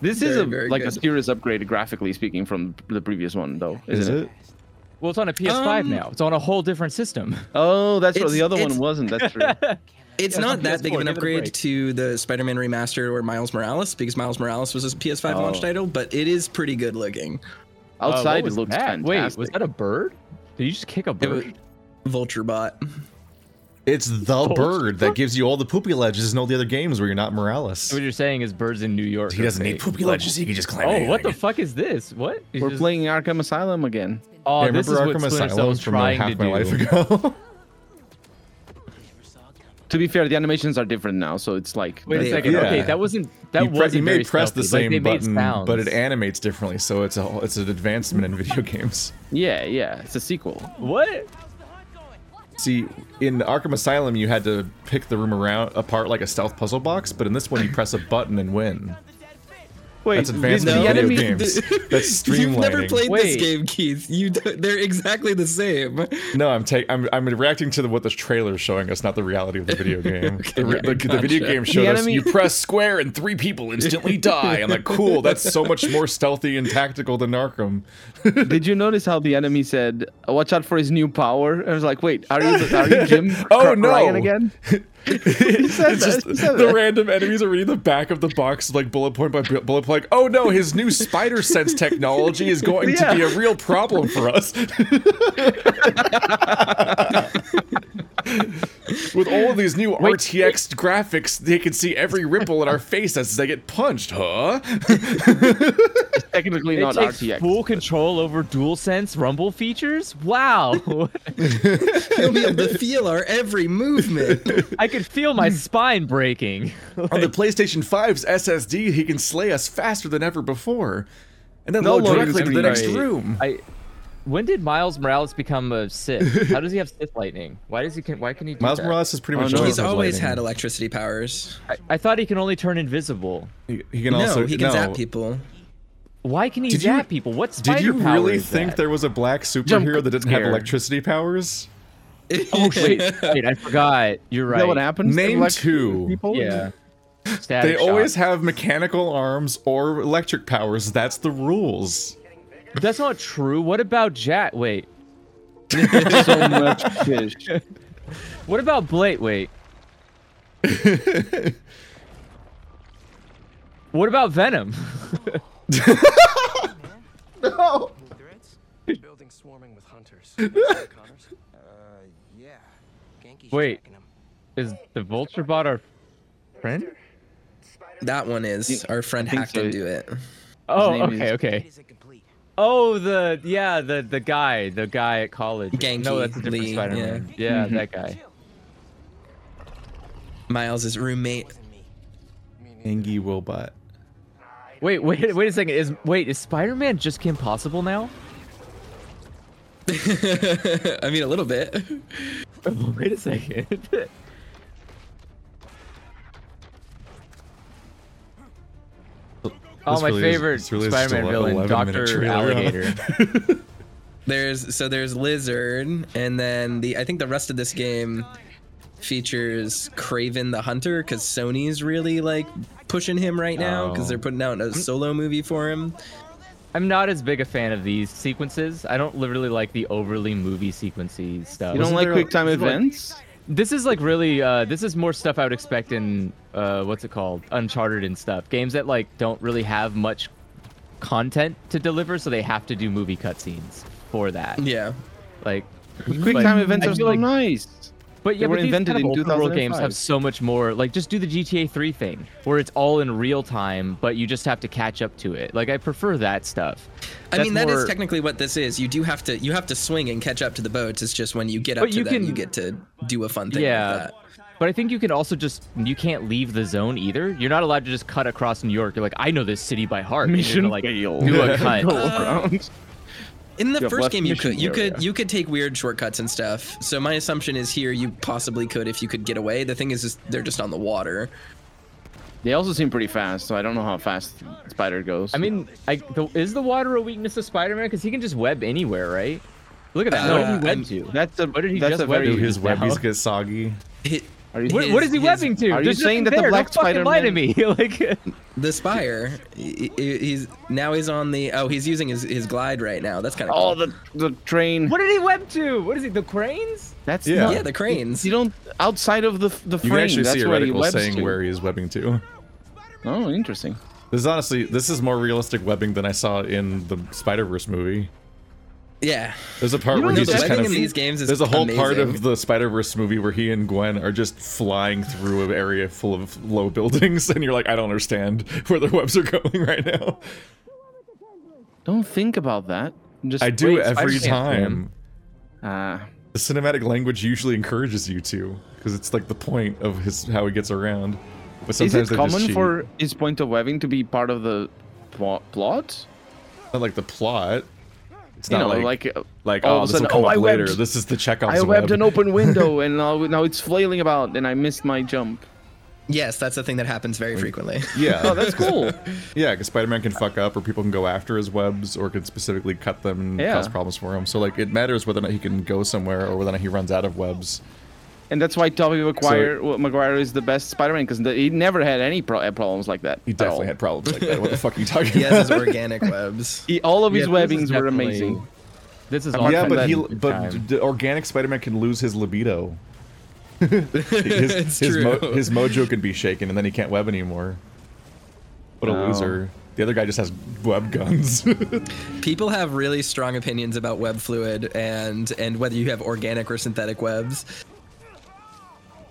Speaker 2: This is
Speaker 4: Very,
Speaker 2: a
Speaker 4: very
Speaker 2: like a
Speaker 4: good.
Speaker 2: serious upgrade graphically speaking from the previous one, though, isn't
Speaker 1: Is it?
Speaker 3: Well, it's on a PS5
Speaker 4: Um,
Speaker 3: now. It's on a whole different system.
Speaker 1: <laughs>
Speaker 2: Oh, that's what
Speaker 4: It's-
Speaker 2: the other
Speaker 4: it's-
Speaker 2: one wasn't. That's <laughs> true.
Speaker 4: It's
Speaker 3: Yeah, it's
Speaker 4: not
Speaker 3: on
Speaker 4: that big
Speaker 3: PS4,
Speaker 4: of
Speaker 3: give it
Speaker 4: an
Speaker 3: a
Speaker 4: upgrade
Speaker 3: break.
Speaker 4: to the Spider-Man remaster or Miles Morales because Miles Morales was a PS5 launch
Speaker 2: Oh.
Speaker 4: title, but it is pretty good looking.
Speaker 3: Uh, what
Speaker 2: Outside, it
Speaker 3: was
Speaker 2: looks
Speaker 3: that?
Speaker 2: fantastic.
Speaker 3: Wait, was that a bird? Did you just kick a
Speaker 4: It was
Speaker 3: bird?
Speaker 4: Vulture bot.
Speaker 1: <laughs> It's the bird that gives you all the poopy ledges in all the other games where you're not Morales.
Speaker 3: What you're saying is birds in New York.
Speaker 1: He
Speaker 3: are
Speaker 1: doesn't need
Speaker 3: fake.
Speaker 1: poopy ledges. He can just climb.
Speaker 3: Oh,
Speaker 1: anything.
Speaker 3: what the fuck is this? What? He's
Speaker 2: We're
Speaker 3: just-
Speaker 2: playing Arkham Asylum again.
Speaker 3: Oh,
Speaker 1: Yeah,
Speaker 3: this is
Speaker 1: remember
Speaker 3: what
Speaker 1: Arkham
Speaker 3: Splinter
Speaker 1: Asylum
Speaker 3: Cell's
Speaker 1: from uh,
Speaker 3: trying to
Speaker 1: half my
Speaker 3: do.
Speaker 1: life ago? <laughs>
Speaker 2: To be fair, the animations are different now, so it's like
Speaker 3: Wait a
Speaker 4: Yeah.
Speaker 3: second.
Speaker 1: Yeah.
Speaker 3: Okay, that wasn't that
Speaker 1: you, pre-
Speaker 3: wasn't
Speaker 1: you
Speaker 3: very
Speaker 1: may press the
Speaker 3: stealthy.
Speaker 1: same
Speaker 3: like, they
Speaker 1: button,
Speaker 3: made sounds.
Speaker 1: but it animates differently, so it's a whole- it's an advancement in video <laughs> games.
Speaker 2: yeah, yeah, it's a sequel.
Speaker 3: what?
Speaker 1: See, in Arkham Asylum, you had to pick the room around apart like a stealth puzzle box, but in this one, you press a button and win.
Speaker 2: Wait,
Speaker 1: That's advancement
Speaker 2: the
Speaker 1: in video
Speaker 2: enemy-
Speaker 1: games. That's streamlining.
Speaker 4: <laughs> You've never played this
Speaker 3: Wait.
Speaker 4: game, Keith. You d- they're exactly the same.
Speaker 1: No, I'm taking. I'm, I'm reacting to the, what the trailer's showing us, not the reality of the video game. the, re- the, the video game showed
Speaker 2: The
Speaker 1: us
Speaker 2: enemy-
Speaker 1: you press square and three people instantly die. I'm like, cool. That's so much more stealthy and tactical than Arkham.
Speaker 2: <laughs> Did you notice how the enemy said, "Watch out for his new power"? I was like, "Wait, are you are you <laughs> Jim?
Speaker 1: Oh,
Speaker 2: Cr-
Speaker 1: no.
Speaker 2: Ryan again?"
Speaker 1: it's
Speaker 2: that,
Speaker 1: just
Speaker 2: he said
Speaker 1: the
Speaker 2: that.
Speaker 1: random enemies are reading the back of the box like bullet point by bu- bullet point. Like, oh no, his new spider sense technology is going to be
Speaker 2: Yeah.
Speaker 1: a real problem for us. <laughs> With all of these new RTX graphics, they can see every ripple in our face as they get punched, huh?
Speaker 2: Technically
Speaker 3: They
Speaker 2: not
Speaker 3: take
Speaker 2: RTX.
Speaker 3: full control over DualSense rumble features? Wow. <laughs>
Speaker 4: You'll
Speaker 2: <laughs>
Speaker 4: be able to feel our every movement.
Speaker 3: I could feel my
Speaker 1: Hmm.
Speaker 3: spine
Speaker 1: <laughs>
Speaker 3: breaking.
Speaker 1: On the PlayStation 5's SSD, he can slay us faster than ever before. And then
Speaker 2: No
Speaker 1: load
Speaker 2: loading
Speaker 1: directly to the
Speaker 2: screen.
Speaker 1: next
Speaker 2: Right.
Speaker 1: room.
Speaker 3: I when did Miles Morales become a Sith? How does he have Sith lightning? Why does he can why can he do
Speaker 1: Miles
Speaker 3: that?
Speaker 1: Morales is pretty
Speaker 2: Oh,
Speaker 1: much
Speaker 2: <laughs> no.
Speaker 1: all
Speaker 4: He's
Speaker 1: of his
Speaker 4: always
Speaker 1: lighting.
Speaker 4: had electricity powers.
Speaker 3: I, I thought he can only turn invisible.
Speaker 1: He, he can
Speaker 4: No,
Speaker 1: also
Speaker 4: he can
Speaker 1: no,
Speaker 4: zap people.
Speaker 3: Why can he
Speaker 1: Did you-
Speaker 3: zap people? What spider
Speaker 1: Did you
Speaker 3: power
Speaker 1: really
Speaker 3: is
Speaker 1: think
Speaker 3: that?
Speaker 1: there was a black superhero that didn't have
Speaker 2: scare.
Speaker 1: electricity powers?
Speaker 3: Oh wait, wait, I forgot. You're
Speaker 2: Is
Speaker 3: right.
Speaker 2: that what happens? to
Speaker 1: Name
Speaker 2: elect-
Speaker 1: two.
Speaker 2: People?
Speaker 3: Yeah.
Speaker 1: They
Speaker 3: Static
Speaker 1: always
Speaker 3: shock.
Speaker 1: have mechanical arms or electric powers. That's the rules.
Speaker 3: That's not true. What about Jack? Wait.
Speaker 2: so much
Speaker 3: <laughs>
Speaker 2: fish.
Speaker 3: What about Blade? Wait. what about Venom? <laughs>
Speaker 6: Threats? Building swarming with hunters. Connors?
Speaker 7: Yeah.
Speaker 6: Genki's
Speaker 3: Wait.
Speaker 6: tracking 'em.
Speaker 3: Is the Vulture bot our friend?
Speaker 4: That one is. Our friend
Speaker 2: think
Speaker 4: hacked
Speaker 2: so.
Speaker 4: into it.
Speaker 3: Oh,
Speaker 2: name is-
Speaker 3: okay, okay.
Speaker 6: It isn't complete.
Speaker 3: Oh, the yeah, the the guy, the guy at college. no,
Speaker 4: Genki
Speaker 3: that's a different
Speaker 4: Lee,
Speaker 3: Spider-Man. Yeah, that guy.
Speaker 6: Chill.
Speaker 4: Miles' roommate. <laughs>
Speaker 6: Wasn't me.
Speaker 1: Angie Wilbot.
Speaker 3: Wait, wait, wait a second. Is wait, is Spider-Man just Kim Possible now?
Speaker 4: I mean, a little bit.
Speaker 3: <laughs> wait a second. oh,
Speaker 1: This
Speaker 3: my
Speaker 1: really is-
Speaker 3: favorite
Speaker 1: this really is just
Speaker 3: Spider-Man
Speaker 1: a le-
Speaker 3: villain,
Speaker 1: 11 minute
Speaker 3: Doctor
Speaker 1: trailer, huh?
Speaker 3: Alligator.
Speaker 1: <laughs>
Speaker 4: There's so there's lizard, and then the I think the rest of this game features Craven the Hunter because Sony's really like pushing him right now because
Speaker 3: Oh.
Speaker 4: they're putting out a
Speaker 2: Hmm.
Speaker 4: solo movie for him.
Speaker 3: I'm not as big a fan of these sequences. I don't li- really like the overly movie sequency stuff.
Speaker 2: You don't like
Speaker 1: there-
Speaker 2: quick time
Speaker 1: isn't there, like-
Speaker 2: events?
Speaker 3: This is like really. Uh, this is more stuff I would expect in uh, what's it called, Uncharted and stuff. Games that like don't really have much content to deliver, so they have to do movie cutscenes for that.
Speaker 4: Yeah,
Speaker 3: Like,
Speaker 2: quick
Speaker 3: but
Speaker 2: time events
Speaker 3: I
Speaker 2: are
Speaker 3: feel
Speaker 2: so
Speaker 3: like-
Speaker 2: nice.
Speaker 3: But yeah,
Speaker 2: were
Speaker 3: but these
Speaker 2: invented
Speaker 3: kind of
Speaker 2: in
Speaker 3: open world games
Speaker 2: 2005.
Speaker 3: have so much more. Like, just do the GTA 3 thing, where it's all in real time, but you just have to catch up to it. Like, I prefer that stuff.
Speaker 4: I mean
Speaker 3: That's
Speaker 4: that is
Speaker 3: more-
Speaker 4: technically what this is. You do have to you have to swing and catch up to the boats. It's just when you get up
Speaker 3: But
Speaker 4: to
Speaker 3: you
Speaker 4: them,
Speaker 3: can-
Speaker 4: you get to do a fun thing.
Speaker 3: Yeah.
Speaker 4: like that.
Speaker 3: But I think you can also just you can't leave the zone either. You're not allowed to just cut across New York. You're like, I know this city by heart. and you're
Speaker 2: Mission
Speaker 3: gonna, like,
Speaker 2: failed. <laughs>
Speaker 3: Do <laughs>
Speaker 1: <laughs>
Speaker 3: a cut.
Speaker 2: around.
Speaker 4: In the
Speaker 2: You have
Speaker 4: first
Speaker 2: left
Speaker 4: game, you
Speaker 2: mission
Speaker 4: could you
Speaker 2: area.
Speaker 4: could you could take weird shortcuts and stuff. So my assumption is here you possibly could if you could get away. The thing is, is they're just on the water.
Speaker 2: They also seem pretty fast, so I don't know how fast Spider goes.
Speaker 3: I mean, I, the, is the water a weakness of Spider-Man? Because he can just web anywhere, right? Look at that.
Speaker 4: Uh,
Speaker 3: what did he web
Speaker 4: I'm-
Speaker 3: to?
Speaker 2: that's a
Speaker 3: What did he
Speaker 2: that's
Speaker 3: just
Speaker 2: a very
Speaker 1: Do
Speaker 3: web
Speaker 1: his
Speaker 3: now.
Speaker 1: webbies get soggy?
Speaker 4: Hit
Speaker 2: Are you-
Speaker 3: What,
Speaker 4: his-
Speaker 3: what is he
Speaker 4: his-
Speaker 3: webbing to?
Speaker 2: Are you
Speaker 3: There's
Speaker 2: saying
Speaker 3: nothing
Speaker 2: that the
Speaker 3: there.
Speaker 2: Black
Speaker 3: Don't fucking lie to
Speaker 2: Spider-Man-
Speaker 3: me? <laughs> like,
Speaker 4: the spire. He- he- he's now he's on the oh he's using his, his glide right now. That's kind of
Speaker 2: Oh, the the train.
Speaker 3: what did he web to? What is he? The cranes?
Speaker 2: That's
Speaker 1: Yeah.
Speaker 2: yeah.
Speaker 4: yeah the cranes.
Speaker 2: Oh, You don't outside of the
Speaker 1: You
Speaker 2: the frame.
Speaker 1: can actually
Speaker 2: that's
Speaker 1: see a
Speaker 2: where he
Speaker 1: reticle
Speaker 2: webs
Speaker 1: saying
Speaker 2: to.
Speaker 1: where he is webbing to.
Speaker 2: Oh, interesting.
Speaker 1: This is honestly, this is more realistic webbing than I saw in the Spider Verse movie.
Speaker 4: Yeah.
Speaker 1: There's a part
Speaker 4: You
Speaker 1: where
Speaker 4: know,
Speaker 1: he's
Speaker 4: the
Speaker 1: just
Speaker 4: lighting
Speaker 1: kind of.
Speaker 4: in these games is
Speaker 1: there's a whole part
Speaker 4: amazing.
Speaker 1: of the Spider Verse movie where he and Gwen are just flying through an area full of low buildings, <laughs> and you're like, I don't understand where their webs are going right now.
Speaker 2: Don't think about that. Just
Speaker 1: I do
Speaker 2: wait,
Speaker 1: every
Speaker 2: Spider-Man.
Speaker 1: time.
Speaker 2: Ah,
Speaker 1: The cinematic language usually encourages you to, because it's like the point of his how he gets around. But
Speaker 2: is
Speaker 1: sometimes
Speaker 2: it
Speaker 1: they just
Speaker 2: common
Speaker 1: cheat.
Speaker 2: for his point of having to be part of the pl- plot?
Speaker 1: not like the plot. It's
Speaker 2: You
Speaker 1: not
Speaker 2: know,
Speaker 1: like
Speaker 2: like, uh,
Speaker 1: like,
Speaker 2: all
Speaker 1: oh,
Speaker 2: of
Speaker 1: this
Speaker 2: a
Speaker 1: will
Speaker 2: sudden,
Speaker 1: come
Speaker 2: oh,
Speaker 1: up
Speaker 2: I
Speaker 1: later.
Speaker 2: webbed-
Speaker 1: This is the Chekhov's
Speaker 2: I webbed
Speaker 1: web.
Speaker 2: an open window and now, now it's flailing about and I missed my jump.
Speaker 4: Yes, that's the thing that happens very frequently.
Speaker 1: yeah, <laughs>
Speaker 2: Oh, that's cool.
Speaker 1: yeah, because Spider-Man can fuck up, or people can go after his webs, or can specifically cut them and
Speaker 2: Yeah.
Speaker 1: cause problems for him. So like, it matters whether or not he can go somewhere, or whether or not he runs out of webs.
Speaker 2: and that's why Tobey Maguire, well, Maguire is the best Spider-Man because he never had any pro- uh, problems like that.
Speaker 1: He
Speaker 2: at all.
Speaker 1: definitely had problems like that. What the
Speaker 2: <laughs>
Speaker 1: fuck are you talking
Speaker 4: He has his
Speaker 1: about?
Speaker 4: organic webs.
Speaker 2: He- all of his
Speaker 3: Yeah, this is
Speaker 2: webbings were
Speaker 3: definitely-
Speaker 2: amazing.
Speaker 3: This is all
Speaker 2: Apart
Speaker 1: yeah,
Speaker 2: from
Speaker 1: but
Speaker 2: that
Speaker 1: he,
Speaker 2: good time.
Speaker 1: but the organic Spider-Man can lose his
Speaker 2: <laughs>
Speaker 1: libido. his,
Speaker 4: It's
Speaker 1: his,
Speaker 4: true.
Speaker 1: his mojo can be shaken, and then he can't web anymore. What a
Speaker 2: No.
Speaker 1: loser! The other guy just has web guns. <laughs>
Speaker 4: People have really strong opinions about web fluid and and whether you have organic or synthetic webs.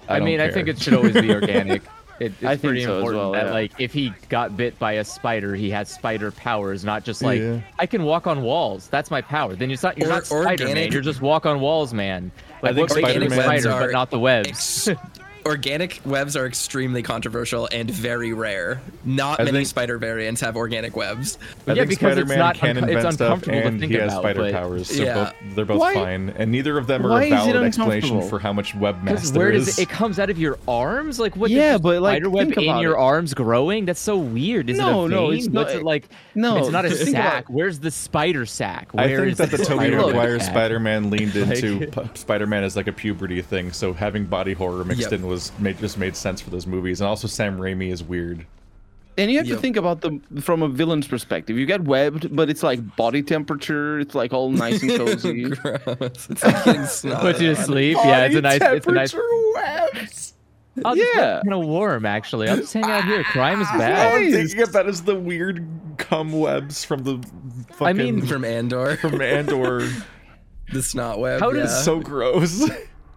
Speaker 3: I,
Speaker 1: don't
Speaker 3: mean, I
Speaker 1: care.
Speaker 3: think it should always be organic. It, it's
Speaker 2: I think
Speaker 3: pretty
Speaker 2: so as
Speaker 3: important
Speaker 2: well,
Speaker 3: that,
Speaker 2: yeah.
Speaker 3: like, if he got bit by a spider, he has spider powers, not just like
Speaker 1: Yeah.
Speaker 3: I can walk on walls. That's my power. Then you're not you're
Speaker 4: Or-
Speaker 3: not Spider Man.
Speaker 4: organic-
Speaker 3: You're just walk on walls, man. Like,
Speaker 1: think
Speaker 3: what makes you a
Speaker 1: Spider-Man-
Speaker 3: spider,
Speaker 4: Webs
Speaker 3: but
Speaker 4: are
Speaker 3: not the webs?
Speaker 4: Ex- organic webs are extremely controversial and very rare. Not
Speaker 1: I
Speaker 4: many
Speaker 1: think-
Speaker 4: spider variants have
Speaker 3: <laughs>
Speaker 4: organic webs.
Speaker 1: I
Speaker 3: Yeah,
Speaker 1: think
Speaker 3: because it's
Speaker 1: Spider-Man
Speaker 3: not
Speaker 1: can
Speaker 3: unco- it's
Speaker 1: invent stuff,
Speaker 3: uncomfortable to
Speaker 1: and
Speaker 3: think
Speaker 1: he has
Speaker 3: about,
Speaker 1: spider
Speaker 3: but-
Speaker 1: powers. So
Speaker 4: Yeah.
Speaker 1: both, they're both
Speaker 2: Why-
Speaker 1: fine, and neither of them are
Speaker 2: why
Speaker 1: a
Speaker 2: is it
Speaker 1: valid explanation
Speaker 2: uncomfortable?
Speaker 1: for how much web mass
Speaker 3: Because
Speaker 1: there
Speaker 3: where
Speaker 1: is.
Speaker 3: does it, it comes out of your arms? Like what?
Speaker 2: Yeah,
Speaker 3: there's
Speaker 2: but, like,
Speaker 3: spider web
Speaker 2: think
Speaker 3: in
Speaker 2: about
Speaker 3: your
Speaker 2: it.
Speaker 3: arms growing. That's so weird. Is
Speaker 2: No,
Speaker 3: it a vein?
Speaker 2: no, it's not-
Speaker 3: What's it like?
Speaker 2: no,
Speaker 3: it's not a
Speaker 2: think about
Speaker 3: sack. Where's the spider sack?
Speaker 1: I
Speaker 3: Where
Speaker 1: think
Speaker 3: is
Speaker 1: that the Tobey
Speaker 3: spider web
Speaker 1: Maguire
Speaker 3: sack?
Speaker 1: Spider-Man
Speaker 3: <laughs>
Speaker 1: leaned into p- Spider-Man as like a puberty thing, so having body horror mixed
Speaker 4: Yep.
Speaker 1: in was made, just made sense for those movies, and also Sam Raimi is weird.
Speaker 2: And you have
Speaker 4: Yep.
Speaker 2: to think about them from a villain's perspective. You get webbed, but it's like body temperature. It's like all nice and
Speaker 3: <laughs>
Speaker 2: cozy.
Speaker 4: Gross. It's like getting
Speaker 3: Put you
Speaker 4: snotty.
Speaker 3: to sleep. Yeah, it's a nice. It's a nice. I'll just
Speaker 2: Yeah.
Speaker 3: kind of warm actually. I'm just hanging out here. Crime is
Speaker 1: All
Speaker 3: bad.
Speaker 1: I'm thinking of that is the weird cum webs from the fucking
Speaker 3: I mean-
Speaker 1: from,
Speaker 4: From Andor, <laughs>
Speaker 1: from Andor.
Speaker 3: <laughs>
Speaker 4: the snot web.
Speaker 3: How does
Speaker 4: yeah.
Speaker 1: so gross.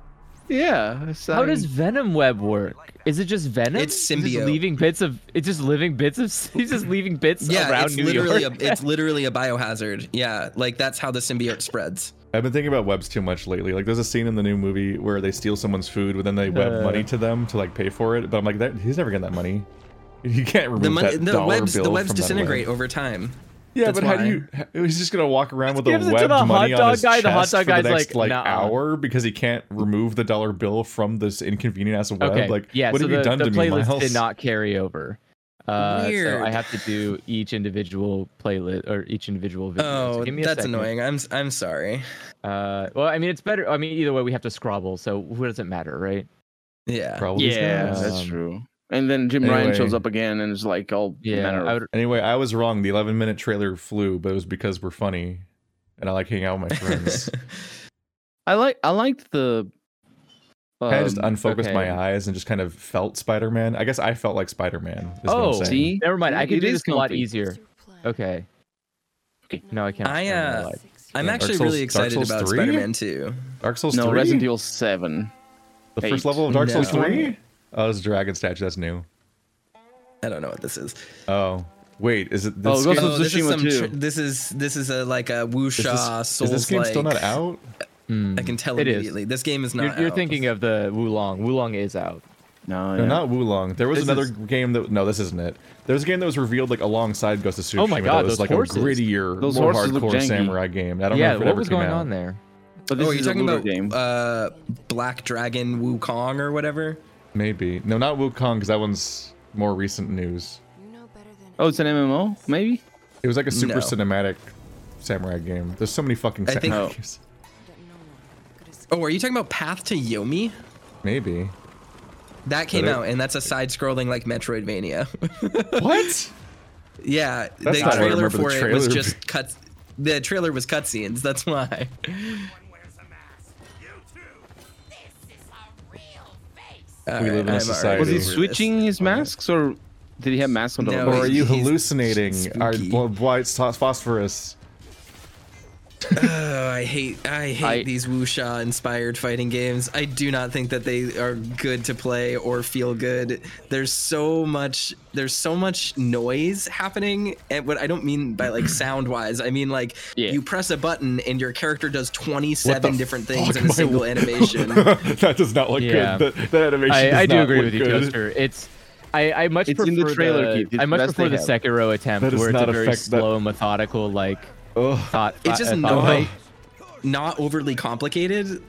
Speaker 1: <laughs>
Speaker 2: yeah. so,
Speaker 3: How
Speaker 2: I
Speaker 3: does
Speaker 2: mean,
Speaker 3: Venom web work? Is it just Venom?
Speaker 4: It's
Speaker 3: He's just
Speaker 4: symbiote.
Speaker 3: leaving bits of. It's just living bits of. <laughs> He's just leaving bits
Speaker 4: yeah,
Speaker 3: around
Speaker 4: it's
Speaker 3: New
Speaker 4: literally
Speaker 3: York. <laughs>
Speaker 4: a, it's literally a biohazard. Yeah, like that's how the symbiote spreads.
Speaker 1: I've been thinking about webs too much lately. Like, there's a scene in the new movie where they steal someone's food, but then they web
Speaker 3: Uh.
Speaker 1: money to them to like pay for it. But I'm like, that, he's never getting that money. <laughs> You can't remove
Speaker 4: The, mon-
Speaker 1: that
Speaker 4: the
Speaker 1: dollar
Speaker 4: webs
Speaker 1: bill
Speaker 4: the webs
Speaker 1: from that web.
Speaker 4: disintegrate over time.
Speaker 1: Yeah,
Speaker 4: That's
Speaker 1: but how do
Speaker 4: why.
Speaker 1: you? h- He's just gonna walk around with
Speaker 3: gives
Speaker 1: a
Speaker 3: it to
Speaker 1: webbed
Speaker 3: the hot
Speaker 1: money on
Speaker 3: dog
Speaker 1: his
Speaker 3: guy,
Speaker 1: chest
Speaker 3: the hot dog
Speaker 1: for the
Speaker 3: guy's
Speaker 1: next
Speaker 3: like,
Speaker 1: like,
Speaker 3: "Nuh-uh."
Speaker 1: hour because he can't remove the dollar bill from this inconvenient ass web.
Speaker 3: Okay.
Speaker 1: Like,
Speaker 3: yeah.
Speaker 1: what
Speaker 3: so
Speaker 1: have
Speaker 3: the,
Speaker 1: you done
Speaker 3: the
Speaker 1: to me,
Speaker 3: playlist
Speaker 1: Miles?
Speaker 3: did not carry over. Uh, So I
Speaker 4: Weird.
Speaker 3: have to do each individual playlist or each individual video. so
Speaker 4: Oh,
Speaker 3: give me a
Speaker 4: that's
Speaker 3: second.
Speaker 4: annoying. I'm s- I'm sorry.
Speaker 3: Uh, well, I mean, it's better. I mean, either way, we have to scrabble, so who does it matter, right?
Speaker 4: Yeah.
Speaker 1: <laughs> Probably
Speaker 2: Yeah,
Speaker 1: not.
Speaker 2: that's
Speaker 3: Um,
Speaker 2: true. And then Jim Ryan
Speaker 1: anyway.
Speaker 2: shows up again and is like all manner
Speaker 3: Yeah.
Speaker 2: of
Speaker 3: I would,
Speaker 1: Anyway, I was wrong. The 11 minute trailer flew, but it was because we're funny, and I like hanging out with my
Speaker 3: <laughs>
Speaker 1: friends.
Speaker 2: I like I liked the. Um,
Speaker 1: I just unfocused
Speaker 3: okay.
Speaker 1: my eyes and just kind of felt Spider Man. I guess I felt like Spider Man.
Speaker 3: oh,
Speaker 2: See?
Speaker 3: never mind. I
Speaker 2: It
Speaker 3: can do
Speaker 2: is
Speaker 3: this a lot
Speaker 2: comfy.
Speaker 3: easier. Okay. Okay. No, I can't.
Speaker 4: I,
Speaker 3: I'm not
Speaker 4: uh,
Speaker 3: alive.
Speaker 4: I'm
Speaker 1: Dark
Speaker 4: actually
Speaker 1: Souls-
Speaker 4: really
Speaker 1: Dark
Speaker 4: excited
Speaker 1: Souls
Speaker 4: about
Speaker 1: 3?
Speaker 4: Spider-Man 2.
Speaker 1: Dark Souls
Speaker 2: no,
Speaker 1: 3?
Speaker 2: Resident Evil Seven.
Speaker 1: the first
Speaker 2: 8.
Speaker 1: level of Dark Souls
Speaker 4: No.
Speaker 1: 3? Oh, it's Dragon Statue. That's new.
Speaker 4: I don't know what this is.
Speaker 1: Oh. Wait, is it this
Speaker 2: Oh, Ghost
Speaker 1: game?
Speaker 2: of
Speaker 4: this is
Speaker 2: Tsushima
Speaker 4: some.
Speaker 2: 2.
Speaker 4: this is this is a like a
Speaker 1: Is this,
Speaker 4: Wuxia
Speaker 1: is
Speaker 4: Souls
Speaker 1: this game still not
Speaker 4: like-
Speaker 1: out? Mm.
Speaker 4: I can tell
Speaker 3: It is.
Speaker 4: immediately. This game is not.
Speaker 3: You're, you're
Speaker 4: out.
Speaker 3: thinking of the Wulong. Wulong is out.
Speaker 2: No,
Speaker 1: No,
Speaker 2: yeah.
Speaker 1: not Wulong. There was
Speaker 3: This
Speaker 1: another
Speaker 3: is-
Speaker 1: game that no, this isn't it. There was a game that was revealed like alongside Ghost of Tsushima.
Speaker 3: Oh my God,
Speaker 1: that was
Speaker 3: those
Speaker 1: like
Speaker 3: horses.
Speaker 1: a grittier,
Speaker 2: Those
Speaker 1: more
Speaker 2: horses look
Speaker 1: hardcore
Speaker 2: janky.
Speaker 1: samurai game. I don't
Speaker 3: Yeah.
Speaker 1: know if it
Speaker 3: What
Speaker 1: ever
Speaker 3: was
Speaker 1: came
Speaker 3: going
Speaker 1: out.
Speaker 3: on there?
Speaker 2: But this
Speaker 4: Oh,
Speaker 2: is
Speaker 4: you're
Speaker 2: a
Speaker 4: talking
Speaker 2: looter
Speaker 4: about
Speaker 2: game.
Speaker 4: uh, Black Dragon Wukong or whatever.
Speaker 1: Maybe no, not Wukong because that one's more recent news.
Speaker 2: oh, it's an MMO, maybe.
Speaker 1: It was like a super
Speaker 4: No.
Speaker 1: cinematic samurai game. There's so many fucking
Speaker 4: I think-
Speaker 1: samurai
Speaker 2: Oh.
Speaker 1: games.
Speaker 4: Oh, are you talking about Path to Yomi?
Speaker 1: Maybe.
Speaker 4: That came
Speaker 1: it-
Speaker 4: out, and that's a side-scrolling like Metroidvania.
Speaker 1: <laughs>
Speaker 4: <laughs>
Speaker 1: What?
Speaker 4: yeah,
Speaker 1: That's not what I
Speaker 4: the trailer
Speaker 1: remember the
Speaker 4: for it was
Speaker 1: trailer
Speaker 4: just cuts. The trailer was cutscenes. That's why. All
Speaker 1: We live in a
Speaker 4: I'm already
Speaker 1: society.
Speaker 2: Was he
Speaker 1: over this.
Speaker 2: switching his masks, or did he have masks on the
Speaker 4: No,
Speaker 1: Or
Speaker 2: whole
Speaker 1: are
Speaker 4: he's-
Speaker 1: you
Speaker 4: he's
Speaker 1: hallucinating? Are
Speaker 4: spooky.
Speaker 1: why it's phosphorus?
Speaker 4: Oh, I hate I hate
Speaker 2: I-
Speaker 4: these wuxia inspired fighting games. I do not think that they are good to play or feel good. There's so much there's so much noise happening and what I don't mean by like sound wise. I mean like
Speaker 2: Yeah.
Speaker 4: you press a button and your character does 27 different things
Speaker 1: fuck
Speaker 4: in a
Speaker 1: my
Speaker 4: single
Speaker 1: li- <laughs> <laughs>
Speaker 4: animation.
Speaker 1: that does not look
Speaker 3: Yeah.
Speaker 1: good. That, that animation. does
Speaker 3: I, I do
Speaker 1: not
Speaker 3: agree
Speaker 1: look
Speaker 3: with you,
Speaker 1: good.
Speaker 3: Toaster. It's I, I much
Speaker 2: It's
Speaker 3: prefer
Speaker 2: in the trailer, Keith. It's
Speaker 3: I
Speaker 2: the
Speaker 3: much
Speaker 2: best
Speaker 3: prefer
Speaker 2: they
Speaker 3: the
Speaker 2: have.
Speaker 3: Sekiro attempt,
Speaker 1: That does
Speaker 3: where it's
Speaker 1: not
Speaker 3: a very
Speaker 1: affect that-
Speaker 3: slow, methodical, like
Speaker 1: Ugh.
Speaker 3: thought. uh,
Speaker 4: It's just
Speaker 3: thought-
Speaker 4: not
Speaker 3: thought-
Speaker 4: not overly complicated.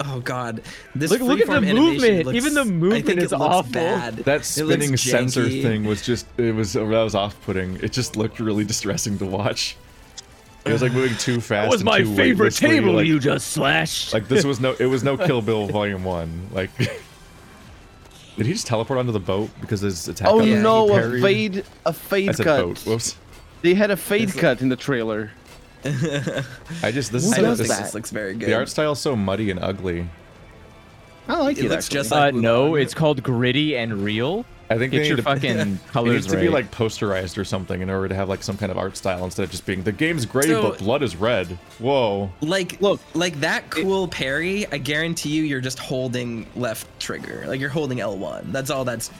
Speaker 4: Oh god, this
Speaker 3: Look- look at the
Speaker 4: freeform animation
Speaker 3: movement.
Speaker 4: looks-
Speaker 3: Even the
Speaker 4: I think
Speaker 3: movement
Speaker 4: it
Speaker 3: is
Speaker 4: looks
Speaker 3: awful.
Speaker 4: Bad.
Speaker 1: That
Speaker 4: It looks
Speaker 1: spinning sensor
Speaker 4: janky.
Speaker 1: thing was just it was that was off-putting. It just looked really distressing to watch. It was like moving <sighs> too fast. and too weightlessly, like-
Speaker 3: just
Speaker 1: <laughs>
Speaker 3: slashed.
Speaker 1: Like this was no, it was no Kill <laughs> Bill Volume One. Like, <laughs> did he just teleport onto the boat because his attack?
Speaker 2: Oh
Speaker 1: got
Speaker 4: Yeah,
Speaker 2: no, a
Speaker 1: parried?
Speaker 2: fade, a fade
Speaker 1: I said
Speaker 2: cut.
Speaker 1: boat. Whoops.
Speaker 2: They had a fade cut in the trailer.
Speaker 1: I just this is
Speaker 4: I don't
Speaker 1: like,
Speaker 4: think
Speaker 1: this,
Speaker 4: this looks very good.
Speaker 1: the art style is so muddy and ugly.
Speaker 2: I like
Speaker 4: It
Speaker 2: it.
Speaker 4: looks
Speaker 2: actually.
Speaker 4: just like-
Speaker 3: uh, no,
Speaker 4: Mulan.
Speaker 3: it's called gritty and real.
Speaker 1: I think
Speaker 3: Get
Speaker 1: they
Speaker 3: your
Speaker 1: need to,
Speaker 3: fucking
Speaker 1: Oh, it <laughs>
Speaker 3: colors
Speaker 1: needs to
Speaker 3: right.
Speaker 1: be like posterized or something in order to have like some kind of art style instead of just being the game's gray
Speaker 4: So-
Speaker 1: but blood is red. Whoa.
Speaker 4: like look, like that cool parry. I guarantee you, you're just holding left trigger. Like you're holding L1. That's all. That's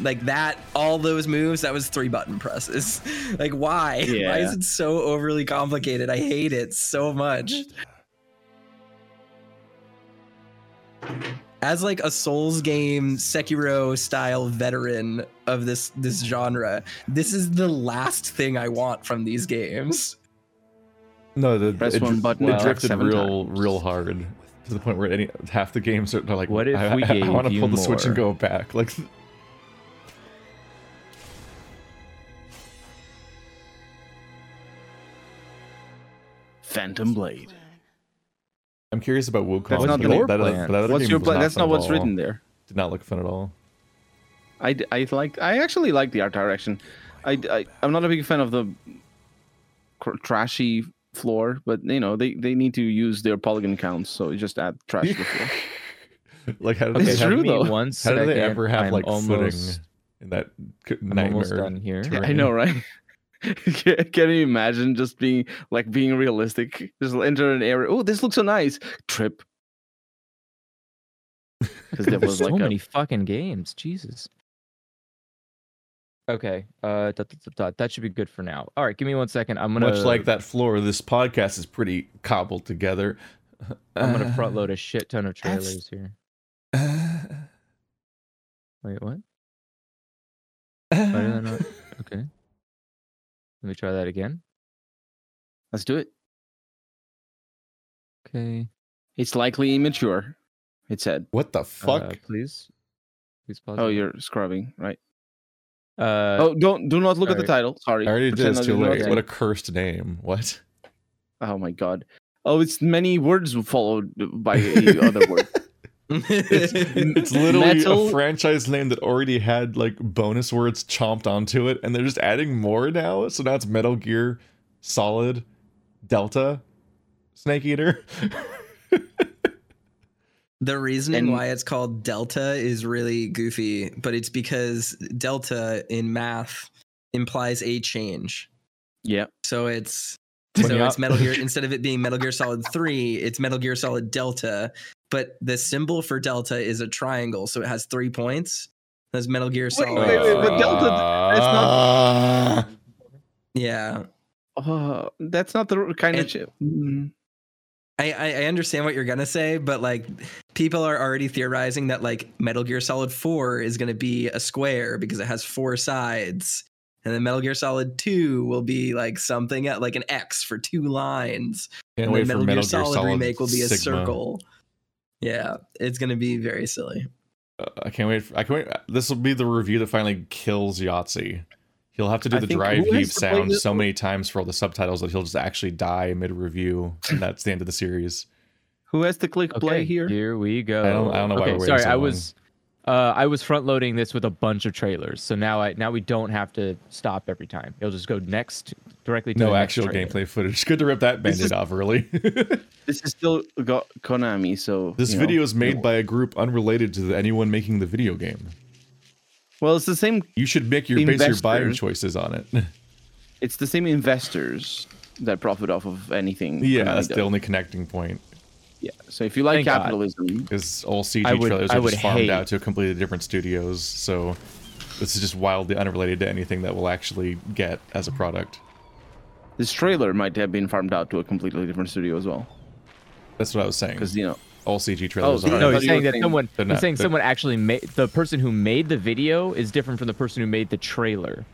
Speaker 4: like that. All those moves. That was three button presses. <laughs> Like why? Why is
Speaker 2: Yeah.
Speaker 4: it so overly complicated? I hate it so much. As like a Souls game Sekiro style veteran of this this genre, this is the last thing I want from these games.
Speaker 1: No, the
Speaker 2: Press
Speaker 1: it,
Speaker 2: one
Speaker 1: dr-
Speaker 2: button,
Speaker 1: It
Speaker 2: wow.
Speaker 1: drifted
Speaker 2: seven
Speaker 1: real, real hard to the point where any half the games are they're like,
Speaker 3: What if
Speaker 1: I,
Speaker 3: we
Speaker 1: I- I,
Speaker 3: gave
Speaker 1: want to
Speaker 3: you
Speaker 1: pull the switch and
Speaker 3: more?
Speaker 1: go back. Like, <laughs>
Speaker 2: Phantom Blade.
Speaker 1: I'm curious about Wukong.
Speaker 2: That's not
Speaker 1: but
Speaker 2: your
Speaker 1: that, that,
Speaker 2: plan.
Speaker 1: that other
Speaker 2: What's
Speaker 1: game
Speaker 2: your
Speaker 1: was
Speaker 2: plan?
Speaker 1: not
Speaker 2: That's
Speaker 1: fun
Speaker 2: not
Speaker 1: at
Speaker 2: what's
Speaker 1: all.
Speaker 2: written there.
Speaker 1: Did not look fun at all.
Speaker 2: I, d- I like I actually like the art direction. I, d- I am not a big fan of the cr- trashy floor, but you know they they need to use their polygon counts, so you just add trash to the floor.
Speaker 1: Like, how did
Speaker 2: It's
Speaker 1: they,
Speaker 2: It's
Speaker 1: have,
Speaker 2: true,
Speaker 3: Give me
Speaker 2: though.
Speaker 3: one
Speaker 1: how did they
Speaker 3: second.
Speaker 1: ever have
Speaker 3: I'm
Speaker 1: like
Speaker 3: almost,
Speaker 1: footing in that c-
Speaker 3: I'm almost
Speaker 1: nightmare?
Speaker 3: done here.
Speaker 1: terrain?
Speaker 2: I know, right? <laughs> Can can you imagine just being like being realistic? Just enter an area. Oh, this looks so nice.
Speaker 1: <laughs>
Speaker 2: Trip. Because there
Speaker 3: There's
Speaker 2: was
Speaker 3: so
Speaker 2: like a
Speaker 3: many fucking games. Jesus. Okay. Uh, dot, dot, dot, dot. that should be good for now. All right, give me one second. I'm gonna
Speaker 1: Much like that floor, this podcast is pretty cobbled together. <sighs>
Speaker 3: I'm gonna
Speaker 1: <laughs>
Speaker 3: front load a shit ton of trailers here. Wait,
Speaker 1: <sighs>
Speaker 3: what? Why did I not?
Speaker 1: <laughs>
Speaker 3: Okay. Let me try that again.
Speaker 2: Let's do it.
Speaker 3: Okay.
Speaker 2: It's likely immature. It said.
Speaker 1: What the fuck?
Speaker 3: Uh, please. Please pause.
Speaker 2: Oh,
Speaker 3: it.
Speaker 2: you're scrubbing, right?
Speaker 3: Uh,
Speaker 2: oh, don't do not look at the
Speaker 3: sorry.
Speaker 2: title. Sorry.
Speaker 1: I already did.
Speaker 2: Pretend
Speaker 1: It's
Speaker 2: I
Speaker 1: too
Speaker 2: did not
Speaker 1: late.
Speaker 2: say
Speaker 1: What
Speaker 2: it.
Speaker 1: a cursed name. What?
Speaker 2: Oh my god. Oh, it's many words followed by the other word.
Speaker 1: <laughs>
Speaker 2: <laughs>
Speaker 1: It's literally
Speaker 2: Metal-
Speaker 1: a franchise name that already had like bonus words chomped onto it, and they're just adding more now. So now it's Metal Gear Solid Delta Snake Eater.
Speaker 4: The reasoning
Speaker 2: And-
Speaker 4: why it's called delta is really goofy, but it's because delta in math implies a change.
Speaker 2: Yeah.
Speaker 4: So it's
Speaker 1: When
Speaker 4: so
Speaker 1: you-
Speaker 4: it's Metal
Speaker 1: <laughs>
Speaker 4: Gear instead of it being Metal Gear Solid 3, it's Metal Gear Solid Delta, but the symbol for delta is a triangle, so it has 3 points. That's Metal Gear Solid.
Speaker 2: wait, wait, but Delta- that's
Speaker 1: not.
Speaker 4: yeah.
Speaker 2: Oh, that's not the kind of
Speaker 4: And-
Speaker 2: chip. Mm.
Speaker 4: I, I I understand what you're gonna say, but like people are already theorizing that like Metal Gear Solid 4 is gonna be a square because it has four sides. And then Metal Gear Solid 2 will be like something el- like an X for two lines.
Speaker 1: Can't
Speaker 4: and
Speaker 1: wait
Speaker 4: then
Speaker 1: for
Speaker 4: Metal, Gear Solid, remake will be a
Speaker 1: Sigma.
Speaker 4: circle. Yeah, it's gonna be very silly.
Speaker 1: Uh, I can't wait. For, I can't wait. This will be the review that finally kills Yahtzee. He'll have to do
Speaker 2: I
Speaker 1: the
Speaker 2: think-
Speaker 1: drive
Speaker 2: who has
Speaker 1: heave
Speaker 2: to play
Speaker 1: sound
Speaker 2: this
Speaker 1: so
Speaker 2: one?
Speaker 1: many times for all the subtitles that he'll just actually die mid review, and that's the end of the
Speaker 2: <laughs>
Speaker 1: series.
Speaker 2: Who has to click play
Speaker 3: okay,
Speaker 2: here?
Speaker 3: Here we go.
Speaker 1: I don't- I don't know why
Speaker 3: okay,
Speaker 1: we're waiting
Speaker 3: sorry.
Speaker 1: so
Speaker 3: I
Speaker 1: long.
Speaker 3: was, uh, I was front loading this with a bunch of trailers, so now I now we don't have to stop every time. It'll just go next directly to
Speaker 1: No
Speaker 3: the next
Speaker 1: actual
Speaker 3: trailer.
Speaker 1: gameplay footage. Good to rip that
Speaker 2: This
Speaker 1: bandit
Speaker 2: is-
Speaker 1: off
Speaker 2: <laughs>
Speaker 1: early.
Speaker 2: This is still got Konami, so
Speaker 1: This
Speaker 2: you know.
Speaker 1: video is made by a group unrelated to the, anyone making the video game.
Speaker 2: Well, it's the same.
Speaker 1: You should make your base your buying
Speaker 2: Investors.
Speaker 1: choices on it.
Speaker 2: It's the same investors. that profit off of
Speaker 1: <laughs>
Speaker 2: anything.
Speaker 1: Yeah,
Speaker 2: Konami
Speaker 1: that's the
Speaker 2: does.
Speaker 1: only connecting point.
Speaker 2: Yeah. So if you like
Speaker 3: Thank God.
Speaker 2: capitalism,
Speaker 1: Is all CG
Speaker 3: I would-
Speaker 1: trailers
Speaker 3: I
Speaker 1: are
Speaker 3: would
Speaker 1: just farmed
Speaker 3: hate-
Speaker 1: out to completely different studios. So this is just wildly unrelated to anything that we'll actually get as a product.
Speaker 2: this trailer might have been farmed out to a completely different studio as well.
Speaker 1: That's what I was saying.
Speaker 2: Because you know,
Speaker 1: All CG trailers
Speaker 2: the-
Speaker 1: are.
Speaker 3: No,
Speaker 2: I thought
Speaker 3: he's
Speaker 2: Oh, you
Speaker 3: saying
Speaker 2: were
Speaker 3: that
Speaker 2: saying
Speaker 3: someone.
Speaker 1: they're
Speaker 3: He's
Speaker 1: not-
Speaker 3: saying
Speaker 1: they're-
Speaker 3: someone actually made the person who made the video is different from the person who made the trailer.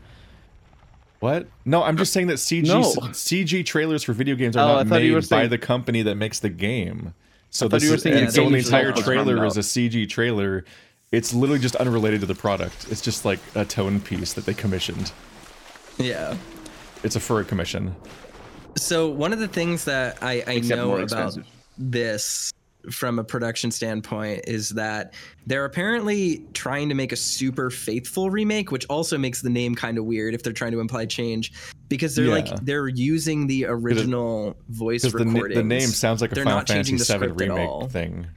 Speaker 1: What? No, I'm just saying that CG
Speaker 2: No.
Speaker 1: CG trailers for video games are
Speaker 2: Oh, I
Speaker 1: not
Speaker 2: thought you
Speaker 1: made
Speaker 2: were
Speaker 1: by
Speaker 2: saying-
Speaker 1: the company that makes the game. So
Speaker 2: I thought
Speaker 1: this
Speaker 2: you were
Speaker 1: is,
Speaker 2: saying
Speaker 1: and
Speaker 4: that
Speaker 1: so when the
Speaker 4: CG
Speaker 1: entire
Speaker 4: was
Speaker 1: trailer
Speaker 2: farmed
Speaker 1: is a
Speaker 2: out.
Speaker 1: CG trailer, it's literally just unrelated to the product. It's just like a tone piece that they commissioned.
Speaker 4: Yeah.
Speaker 1: It's a furry commission.
Speaker 4: So one of the things that I, I
Speaker 2: Except
Speaker 4: know
Speaker 2: more
Speaker 4: about
Speaker 2: expensive.
Speaker 4: this from a production standpoint is that they're apparently trying to make a super faithful remake, which also makes the name kind of weird if they're trying to imply change, because they're
Speaker 1: Yeah.
Speaker 4: like they're using the original voice
Speaker 1: Because the,
Speaker 4: recordings.
Speaker 1: na- the name sounds like a
Speaker 4: They're
Speaker 1: Final
Speaker 4: not changing
Speaker 1: Fantasy
Speaker 4: the
Speaker 1: VII
Speaker 4: script at all.
Speaker 1: remake thing.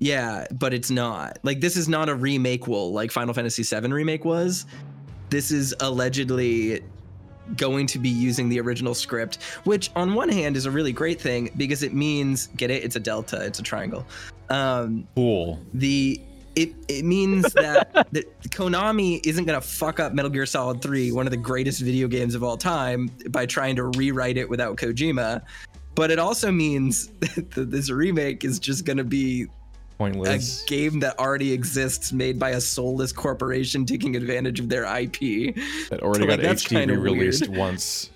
Speaker 4: Yeah, but it's not. Like this is not a remake will like Final Fantasy VII remake was. This is allegedly going to be using the original script, which on one hand is a really great thing because it means get it, it's a delta, it's a triangle. Um
Speaker 1: Cool.
Speaker 4: the it it means that, that Konami isn't gonna fuck up Metal Gear Solid 3, one of the greatest video games of all time, by trying to rewrite it without Kojima. But it also means <laughs> that this remake is just gonna be a
Speaker 1: Pointless.
Speaker 4: game that already exists made by a soulless corporation taking advantage of their IP.
Speaker 1: That already got
Speaker 4: like, that's
Speaker 1: HD
Speaker 4: kinda
Speaker 1: re-released
Speaker 4: weird.
Speaker 1: once.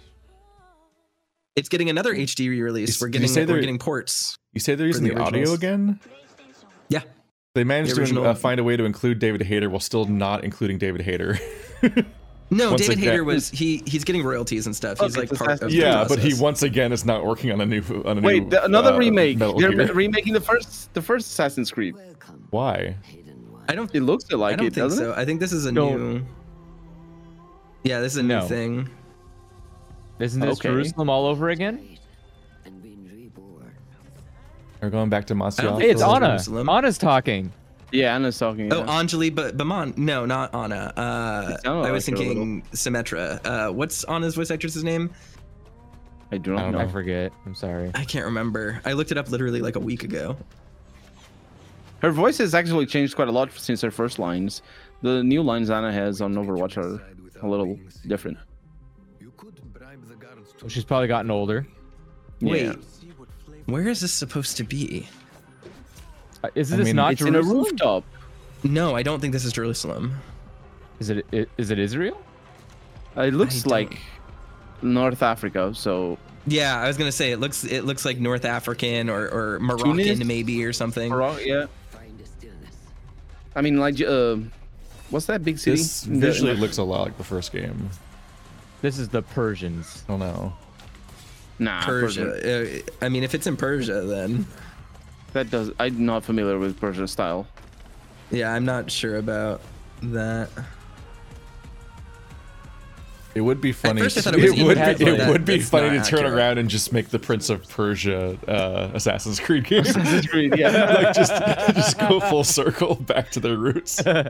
Speaker 4: It's getting another HD re-release.
Speaker 1: Is-
Speaker 4: We're
Speaker 1: did you
Speaker 4: getting
Speaker 1: say
Speaker 4: we're
Speaker 1: they're-
Speaker 4: getting ports.
Speaker 1: You say they're using
Speaker 4: the
Speaker 1: the, audio
Speaker 4: originals.
Speaker 1: again?
Speaker 4: Yeah.
Speaker 1: They managed
Speaker 4: The
Speaker 1: to
Speaker 4: original-
Speaker 1: uh, find a way to include David Hayter while still not including David Hayter. <laughs>
Speaker 4: No,
Speaker 1: Once
Speaker 4: David
Speaker 1: again-
Speaker 4: Hayter was he he's getting royalties and stuff. He's
Speaker 2: Okay,
Speaker 4: like
Speaker 2: so
Speaker 4: part
Speaker 2: that's-
Speaker 4: of the
Speaker 1: Yeah, but he
Speaker 4: process.
Speaker 1: once again is not working on a new on a new.
Speaker 2: wait, the, another
Speaker 1: uh,
Speaker 2: remake.
Speaker 1: Metal
Speaker 2: They're
Speaker 1: Gear.
Speaker 2: remaking the first, the first Assassin's Creed.
Speaker 7: Welcome,
Speaker 1: Why?
Speaker 7: hidden one.
Speaker 4: I don't
Speaker 2: It looks like
Speaker 4: I don't
Speaker 2: it,
Speaker 4: think
Speaker 2: doesn't
Speaker 4: so.
Speaker 2: it?
Speaker 4: I think this is a
Speaker 3: Don't-
Speaker 4: new Yeah, this is a
Speaker 3: No.
Speaker 4: new thing.
Speaker 3: Isn't this
Speaker 2: Okay.
Speaker 3: Jerusalem all over again?
Speaker 7: And been reborn.
Speaker 1: We're going back to Masyako.
Speaker 3: Hey, it's
Speaker 4: Jerusalem.
Speaker 3: Anna. Anna's talking.
Speaker 2: Yeah, Anna's talking.
Speaker 4: Oh,
Speaker 2: yeah.
Speaker 4: Anjali but Baman. No, not Anna. Uh,
Speaker 2: sounded
Speaker 4: I was
Speaker 2: like her a
Speaker 4: thinking Symmetra. Uh, what's Anna's voice actress's name?
Speaker 2: I
Speaker 1: I
Speaker 2: do
Speaker 4: oh,
Speaker 2: not
Speaker 1: don't
Speaker 2: know.
Speaker 3: I forget. I'm sorry.
Speaker 4: I can't remember. I looked it up literally like a week ago.
Speaker 2: Her voice has actually changed quite a lot since her first lines. The new lines Anna has on Overwatch are a little different.
Speaker 5: You could bribe the guards to
Speaker 3: Well, She's probably gotten older.
Speaker 2: Yeah.
Speaker 4: Wait, where is this supposed to be?
Speaker 3: Uh, Is
Speaker 1: I
Speaker 3: this
Speaker 1: mean,
Speaker 3: not
Speaker 2: it's in a
Speaker 3: Jerusalem?
Speaker 2: rooftop.
Speaker 4: No, I don't think this is Jerusalem.
Speaker 3: Is it i- is it Israel?
Speaker 2: Uh, It looks
Speaker 4: don't-
Speaker 2: like North Africa, so
Speaker 4: Yeah, I was gonna say it looks it looks like North African or, or Moroccan
Speaker 2: Tunis?
Speaker 4: maybe or something.
Speaker 2: Morocco, yeah.
Speaker 7: Find a stillness.
Speaker 2: I mean, like, uh, what's that big city?
Speaker 1: This
Speaker 2: The-
Speaker 1: visually looks a lot like the first game.
Speaker 3: This is the Persians.
Speaker 1: I don't know.
Speaker 2: nah, Persia.
Speaker 4: Persia. Uh, I mean, if it's in Persia, then
Speaker 2: That does. I'm not familiar with Persian
Speaker 3: <laughs>
Speaker 2: style.
Speaker 4: yeah, I'm not sure about that.
Speaker 1: It would be funny.
Speaker 4: first I
Speaker 1: to-
Speaker 4: thought it was
Speaker 1: would
Speaker 4: Egypt,
Speaker 1: be,
Speaker 4: but
Speaker 1: it
Speaker 4: that-
Speaker 1: would be
Speaker 4: that's
Speaker 1: funny to
Speaker 4: not
Speaker 1: turn
Speaker 4: accurate.
Speaker 1: around and just make the Prince of Persia uh, Assassin's Creed <laughs> game.
Speaker 2: yeah.
Speaker 1: <laughs> like just just go full circle back to their roots.
Speaker 7: We may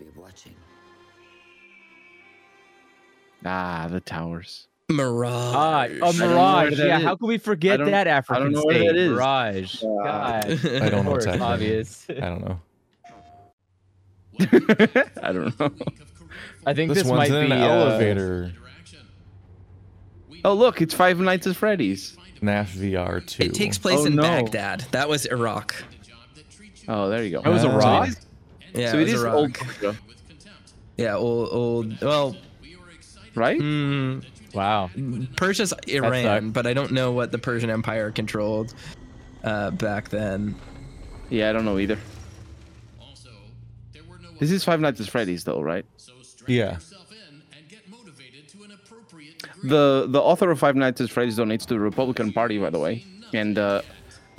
Speaker 7: be watching.
Speaker 2: <laughs> Ah, the towers.
Speaker 4: Mirage.
Speaker 3: Ah, a
Speaker 2: know where
Speaker 3: mirage.
Speaker 2: that
Speaker 3: Yeah,
Speaker 2: is.
Speaker 3: how could we
Speaker 2: I
Speaker 3: forget
Speaker 2: don't-
Speaker 3: that
Speaker 2: I don't
Speaker 3: African
Speaker 2: know where
Speaker 3: state?
Speaker 2: that is. <laughs>
Speaker 3: Mirage. God.
Speaker 1: I don't
Speaker 3: Of
Speaker 1: know
Speaker 3: course,
Speaker 1: what's happening.
Speaker 3: obvious.
Speaker 1: I don't know.
Speaker 2: I don't know. <laughs>
Speaker 3: I think
Speaker 1: This,
Speaker 3: this,
Speaker 1: one's
Speaker 3: might
Speaker 1: in an
Speaker 3: be uh,
Speaker 1: elevator.
Speaker 2: Oh, look, it's Five Nights at Freddy's.
Speaker 1: NAF VR two.
Speaker 4: It takes place
Speaker 2: Oh,
Speaker 4: in
Speaker 2: no.
Speaker 4: Baghdad. That was Iraq.
Speaker 2: Oh, there you go.
Speaker 3: That was
Speaker 1: Uh,
Speaker 3: a rock.
Speaker 4: Yeah,
Speaker 2: so
Speaker 4: it
Speaker 2: it
Speaker 4: was
Speaker 2: is
Speaker 4: Iraq.
Speaker 2: old, Persia,
Speaker 4: Yeah, old, old. Well,
Speaker 2: right?
Speaker 3: Hmm.
Speaker 4: mm,
Speaker 3: Wow.
Speaker 4: Persia's
Speaker 3: sucked.
Speaker 4: Iran, but I don't know what the Persian Empire controlled uh, back then.
Speaker 2: Yeah, I don't know either. This is Five Nights at Freddy's, though, right?
Speaker 1: Yeah.
Speaker 2: The the author of Five Nights at Freddy's donates to the Republican Party, by the way,
Speaker 1: <laughs>
Speaker 2: and uh,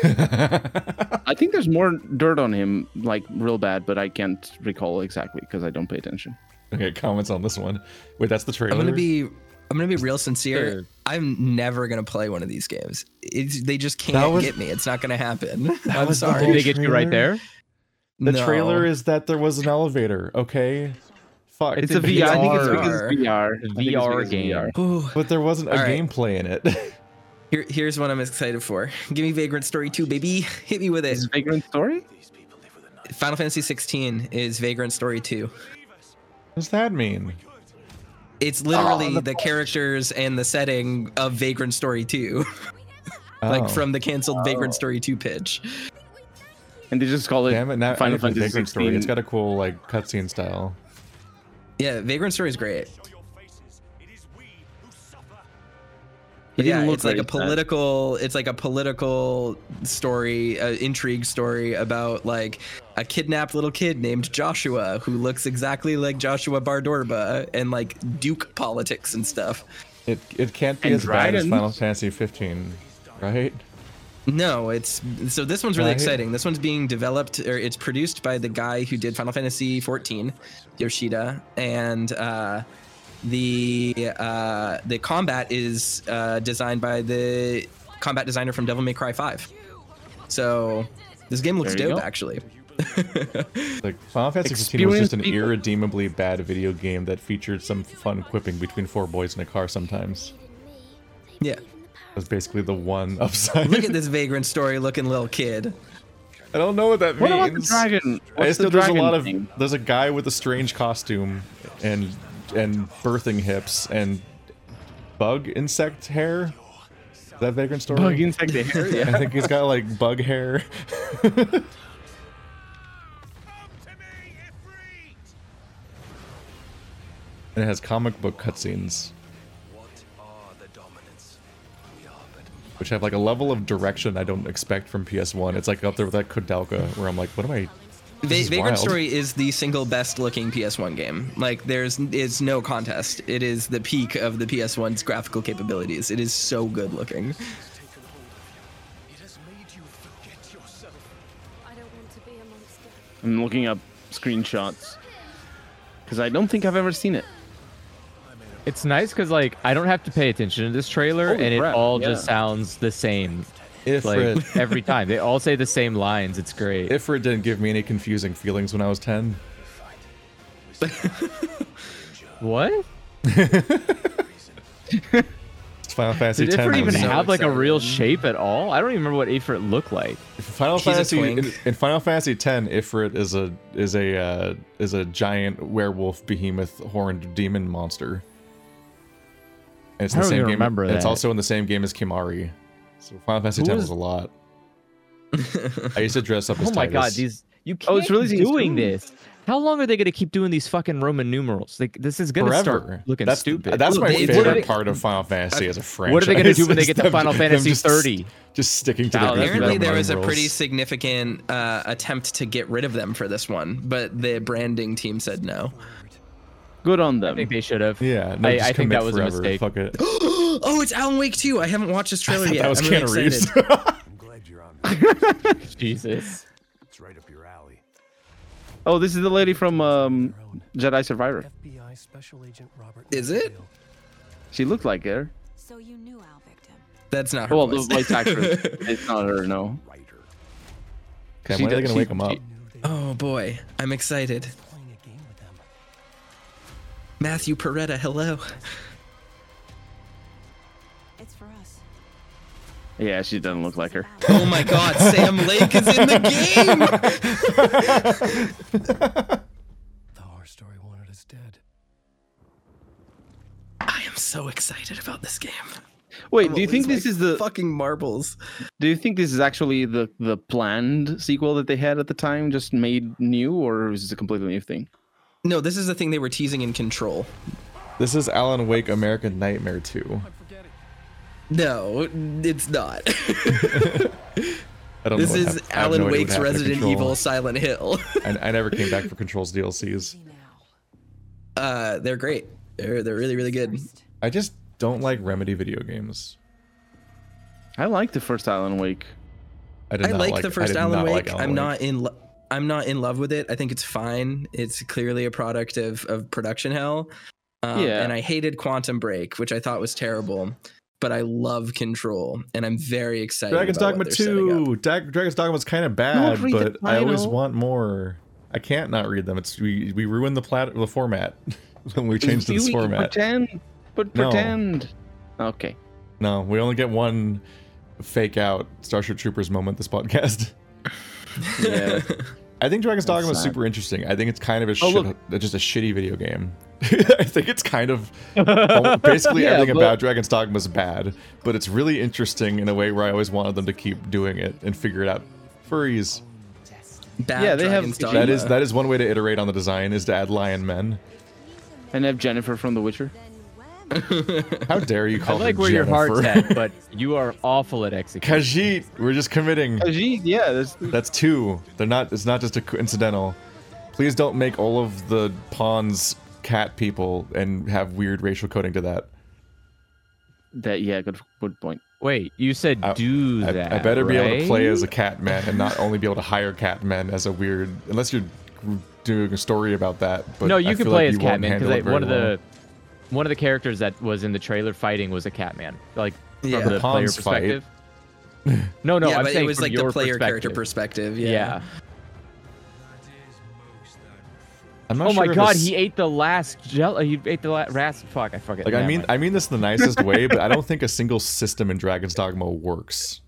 Speaker 2: I think there's more dirt on him, like real bad, but I can't recall exactly because I don't pay attention.
Speaker 1: <laughs> Okay, comments on this one. Wait, that's the trailer.
Speaker 4: I'm gonna be, I'm gonna be real sincere.
Speaker 3: Sure.
Speaker 4: I'm never gonna play one of these games. It's, they just
Speaker 1: That
Speaker 4: can't
Speaker 1: was-
Speaker 4: get me. It's not gonna happen.
Speaker 1: That
Speaker 4: <laughs> I'm
Speaker 1: was the
Speaker 4: sorry.
Speaker 3: Did they get you right
Speaker 1: trailer?
Speaker 3: there?
Speaker 1: The
Speaker 4: No.
Speaker 1: trailer is that there was an elevator, okay? fuck?
Speaker 2: It's a VR. I think it's
Speaker 4: VR.
Speaker 2: because it's VR. I think it's
Speaker 3: VR
Speaker 2: because it's
Speaker 3: game.
Speaker 2: VR.
Speaker 4: Ooh,
Speaker 1: But there wasn't a
Speaker 4: All right.
Speaker 1: gameplay in it. <laughs>
Speaker 4: here, here's what I'm excited for. Give me Vagrant Story 2, baby. <laughs> Hit me with it.
Speaker 2: Is it Vagrant
Speaker 3: <laughs>
Speaker 2: Story?
Speaker 4: Final Fantasy 16 is Vagrant Story 2.
Speaker 1: what does that mean?
Speaker 4: It's literally the, characters and the setting of Vagrant Story 2,
Speaker 1: Oh.
Speaker 4: <laughs> like from the canceled Vagrant Story 2 pitch.
Speaker 2: And they just call it
Speaker 1: Damn it! Now
Speaker 2: Final
Speaker 1: I need to play
Speaker 2: Fantasy
Speaker 1: Vagrant Story.
Speaker 2: 16.
Speaker 1: It's got a cool like cutscene style.
Speaker 4: Yeah, Vagrant Story is great.
Speaker 2: It didn't
Speaker 4: yeah,
Speaker 2: look
Speaker 4: it's like a
Speaker 2: very sad.
Speaker 4: political. It's like a political story, uh, intrigue story about like a kidnapped little kid named Joshua who looks exactly like Joshua Bardorba and like Duke politics and stuff.
Speaker 1: It it can't be
Speaker 2: And
Speaker 1: as bad as
Speaker 2: dragons.
Speaker 1: Final Fantasy 15, right?
Speaker 4: No, it's so this one's really
Speaker 1: Right.
Speaker 4: exciting. This one's being developed or it's produced by the guy who did Final Fantasy 14, Yoshida, and uh, the uh, the combat is uh, designed by the combat designer from Devil May Cry 5. So this game looks
Speaker 2: There you
Speaker 4: dope,
Speaker 2: go.
Speaker 4: actually.
Speaker 1: Like Final Fantasy 15 was just an
Speaker 2: Experienced people.
Speaker 1: irredeemably bad video game that featured some fun quipping between four boys in a car sometimes.
Speaker 4: Yeah,
Speaker 1: That's basically the one <laughs> upside.
Speaker 4: look at this vagrant story looking little kid.
Speaker 1: I don't know what that
Speaker 2: What
Speaker 1: means.
Speaker 2: about the dragon?
Speaker 1: I
Speaker 2: What's
Speaker 1: still,
Speaker 2: the
Speaker 1: there's
Speaker 2: dragon
Speaker 1: a lot of
Speaker 2: thing?
Speaker 1: there's a guy with a strange costume and and birthing hips and bug insect hair. Is that Vagrant Story?
Speaker 2: bug insect the hair. Yeah.
Speaker 1: I think he's got like bug hair. <laughs> And it has comic book cutscenes, which have like a level of direction I don't expect from PS1. It's like up there with that Kodalka, where I'm like, what am I?
Speaker 4: Va-
Speaker 1: is
Speaker 4: Vagrant
Speaker 1: wild.
Speaker 4: Story is the single best looking PS1 game. Like there's is no contest. It is the peak of the PS1's graphical capabilities. It is so good looking.
Speaker 8: I don't want to be a monster.
Speaker 2: I'm looking up screenshots because I don't think I've ever seen it.
Speaker 3: <laughs> It's nice because like I don't have to pay attention to this trailer,
Speaker 2: Holy
Speaker 3: and it
Speaker 2: crap,
Speaker 3: all
Speaker 2: yeah.
Speaker 3: just sounds the same.
Speaker 1: If it,
Speaker 3: Like every time, they all say the same lines. It's great.
Speaker 1: Ifrit didn't give me any confusing feelings when I was 10.
Speaker 3: what?
Speaker 1: It's Final Fantasy
Speaker 3: Did
Speaker 1: 10.
Speaker 3: Ifrit
Speaker 1: was-
Speaker 3: even
Speaker 4: so
Speaker 3: have like a
Speaker 4: excited.
Speaker 3: real shape at all? I don't even remember what Ifrit looked like.
Speaker 1: Final
Speaker 4: She's a
Speaker 1: Fantasy
Speaker 4: twink.
Speaker 1: in, in Final Fantasy 10, Ifrit is a is a uh, is a giant werewolf behemoth horned demon monster. And it's
Speaker 3: I
Speaker 1: the
Speaker 3: don't
Speaker 1: same
Speaker 3: even
Speaker 1: game.
Speaker 3: remember
Speaker 1: and It's
Speaker 3: that.
Speaker 1: also in the same game as Kimari. So Final Fantasy
Speaker 3: Who
Speaker 1: 10
Speaker 3: is-
Speaker 1: was a
Speaker 4: <laughs>
Speaker 1: lot. I used to dress up as
Speaker 3: Oh my god,
Speaker 1: Titus.
Speaker 3: these you can't
Speaker 2: Oh, it's
Speaker 3: really
Speaker 2: releasing in
Speaker 3: doing
Speaker 2: June.
Speaker 3: this. How long are they gonna keep doing these fucking Roman numerals? Like this is gonna
Speaker 1: forever
Speaker 3: start looking
Speaker 1: that's,
Speaker 3: stupid.
Speaker 1: That's
Speaker 4: Look,
Speaker 1: my
Speaker 4: they-
Speaker 1: favorite
Speaker 4: what are they-
Speaker 1: part of Final Fantasy as a franchise. <laughs>
Speaker 3: <laughs> what are they gonna do when they
Speaker 1: is
Speaker 3: get to
Speaker 1: them-
Speaker 3: Final
Speaker 1: them
Speaker 3: Fantasy
Speaker 1: just-
Speaker 3: 30?
Speaker 1: Just sticking to
Speaker 3: Wow,
Speaker 1: the
Speaker 3: that's
Speaker 4: Apparently,
Speaker 3: Roman
Speaker 4: there was a pretty
Speaker 1: significant.
Speaker 4: significant uh, attempt to get rid of them for this one, but the branding team said no.
Speaker 2: Good on
Speaker 3: I
Speaker 2: them.
Speaker 3: think they should have.
Speaker 1: Yeah, no,
Speaker 3: I,
Speaker 1: just
Speaker 3: I think
Speaker 1: commit
Speaker 3: that was
Speaker 1: forever.
Speaker 3: a mistake.
Speaker 1: Fuck
Speaker 4: <gasps>
Speaker 1: it.
Speaker 4: Oh, it's Alan Wake 2. I haven't watched this <laughs> trailer yet.
Speaker 1: that was
Speaker 4: I'm
Speaker 1: Keanu
Speaker 4: really
Speaker 1: Reeves.
Speaker 4: <laughs>
Speaker 1: <laughs>
Speaker 4: excited.
Speaker 3: Jesus.
Speaker 5: It's right up your alley.
Speaker 2: Oh, this is the lady from um, Jedi Survivor.
Speaker 6: FBI Special Agent Robert.
Speaker 4: Is it?
Speaker 2: She looked like her.
Speaker 8: So you knew our victim.
Speaker 4: That's not her
Speaker 2: Well, the
Speaker 4: voice.
Speaker 1: <laughs>
Speaker 2: voice actress. It's not her, no.
Speaker 1: Okay,
Speaker 2: She
Speaker 1: when are they gonna
Speaker 2: does- she-
Speaker 1: wake him up?
Speaker 2: she-
Speaker 4: <laughs> oh boy, I'm excited.
Speaker 6: Playing a game with them.
Speaker 4: Matthew Peretta, hello.
Speaker 8: It's for us.
Speaker 2: Yeah, she doesn't look like her.
Speaker 4: Oh my God, Sam Lake is in the game.
Speaker 6: The horror story wanted us dead.
Speaker 4: I am so excited about this game.
Speaker 2: Wait, do you think this is the?
Speaker 4: fucking marbles?
Speaker 2: Do you think this is actually the the planned sequel that they had at the time, just made new, or is this a completely new thing?
Speaker 4: No, this is the thing they were teasing in Control.
Speaker 1: This is Alan Wake American Nightmare 2.
Speaker 4: No, it's
Speaker 1: <laughs>
Speaker 4: not.
Speaker 1: I don't
Speaker 4: this
Speaker 1: know what
Speaker 4: is
Speaker 1: hap- I have
Speaker 4: Alan
Speaker 1: no idea what
Speaker 4: Wake's
Speaker 1: happened to
Speaker 4: Resident
Speaker 1: Control.
Speaker 4: Evil Silent Hill. <laughs>
Speaker 1: I, I never came back for Control's DLCs.
Speaker 3: <laughs>
Speaker 8: See now.
Speaker 4: uh, they're great. They're they're really really good.
Speaker 8: First,
Speaker 1: I just don't like Remedy video games.
Speaker 2: I like the first Alan Wake.
Speaker 1: I did
Speaker 4: I
Speaker 1: not
Speaker 4: like,
Speaker 1: like
Speaker 4: the first
Speaker 1: I did
Speaker 4: Alan
Speaker 1: not
Speaker 4: Wake.
Speaker 1: like Alan
Speaker 4: I'm
Speaker 1: Wake.
Speaker 4: not in. Lo- I'm not in love with it. I think it's fine. It's clearly a product of of production hell. Um,
Speaker 2: Yeah.
Speaker 4: And I hated Quantum Break, which I thought was terrible. But I love Control, and I'm very excited.
Speaker 1: Dragon's
Speaker 4: about
Speaker 1: Dogma
Speaker 4: what they're setting up.
Speaker 1: 2. Dag- Dragon's Dogma was kind of bad,
Speaker 2: read the
Speaker 1: but I always
Speaker 2: title.
Speaker 1: want more. I can't not read them. It's we we ruin the plat the format <laughs> when we change to this
Speaker 2: We can
Speaker 1: format.
Speaker 2: Pretend, but
Speaker 1: No.
Speaker 2: pretend. Okay.
Speaker 1: No, we only get one fake out Starship Troopers moment this podcast.
Speaker 2: <laughs> Yeah.
Speaker 1: I think Dragon's Dogma is
Speaker 2: sad.
Speaker 1: super interesting. I think it's kind of a
Speaker 2: Oh,
Speaker 1: shit,
Speaker 2: look.
Speaker 1: just a shitty video game. <laughs> I think it's kind of
Speaker 3: <laughs>
Speaker 1: basically
Speaker 2: Yeah,
Speaker 1: everything
Speaker 2: but-
Speaker 1: about Dragon's Dogma is bad, but it's really interesting in a way where I always wanted them to keep doing it and figure it out. Furries.
Speaker 4: Bad
Speaker 2: Yeah, they have-
Speaker 4: Dragon's
Speaker 2: that
Speaker 4: Dogma.
Speaker 1: That is that is one way to iterate on the design is to add lion men.
Speaker 2: and have Jennifer from The Witcher.
Speaker 8: Then
Speaker 3: <laughs>
Speaker 8: where?
Speaker 1: How dare you
Speaker 3: I
Speaker 1: call
Speaker 3: like
Speaker 1: her
Speaker 3: where your heart's
Speaker 1: Jennifer?
Speaker 3: at, but you are awful at
Speaker 1: <laughs>
Speaker 3: executing.
Speaker 1: Khajiit, we're just committing.
Speaker 2: Khajiit, yeah, that's,
Speaker 1: That's two. They're not. It's not just a coincidental. Please don't make all of the pawns cat people and have weird racial coding to that.
Speaker 2: that yeah, good good point.
Speaker 3: Wait, you said
Speaker 1: I-
Speaker 3: do
Speaker 1: I,
Speaker 3: that.
Speaker 1: I better be able to play as a
Speaker 3: right?
Speaker 1: cat man and not only be able to hire cat men as a weird. Unless you're doing a story about that. But
Speaker 3: no,
Speaker 1: I
Speaker 3: you can
Speaker 1: feel
Speaker 3: play
Speaker 1: like
Speaker 3: as
Speaker 1: you won't
Speaker 3: Catman
Speaker 1: handle it
Speaker 3: because
Speaker 1: very
Speaker 3: one of
Speaker 1: well.
Speaker 3: the one of the characters that was in the trailer fighting was a Catman, like from
Speaker 4: Yeah.
Speaker 3: the, player
Speaker 4: The
Speaker 1: Pawns fight. <laughs>
Speaker 3: perspective. No, no,
Speaker 4: yeah,
Speaker 3: I'm
Speaker 4: but
Speaker 3: saying
Speaker 4: it was
Speaker 3: from
Speaker 4: like
Speaker 3: your
Speaker 4: the player character
Speaker 3: perspective.
Speaker 4: perspective. Yeah.
Speaker 3: Yeah.
Speaker 1: I'm not
Speaker 3: Oh my
Speaker 1: sure if
Speaker 3: God,
Speaker 1: it's-
Speaker 3: he ate the last gel. He ate the last ras. Fuck, I forget.
Speaker 1: Like I
Speaker 3: Never
Speaker 1: mean,
Speaker 3: mind.
Speaker 1: I mean this in the nicest way, but I
Speaker 3: <laughs>
Speaker 1: don't think a single system in Dragon's Dogma works.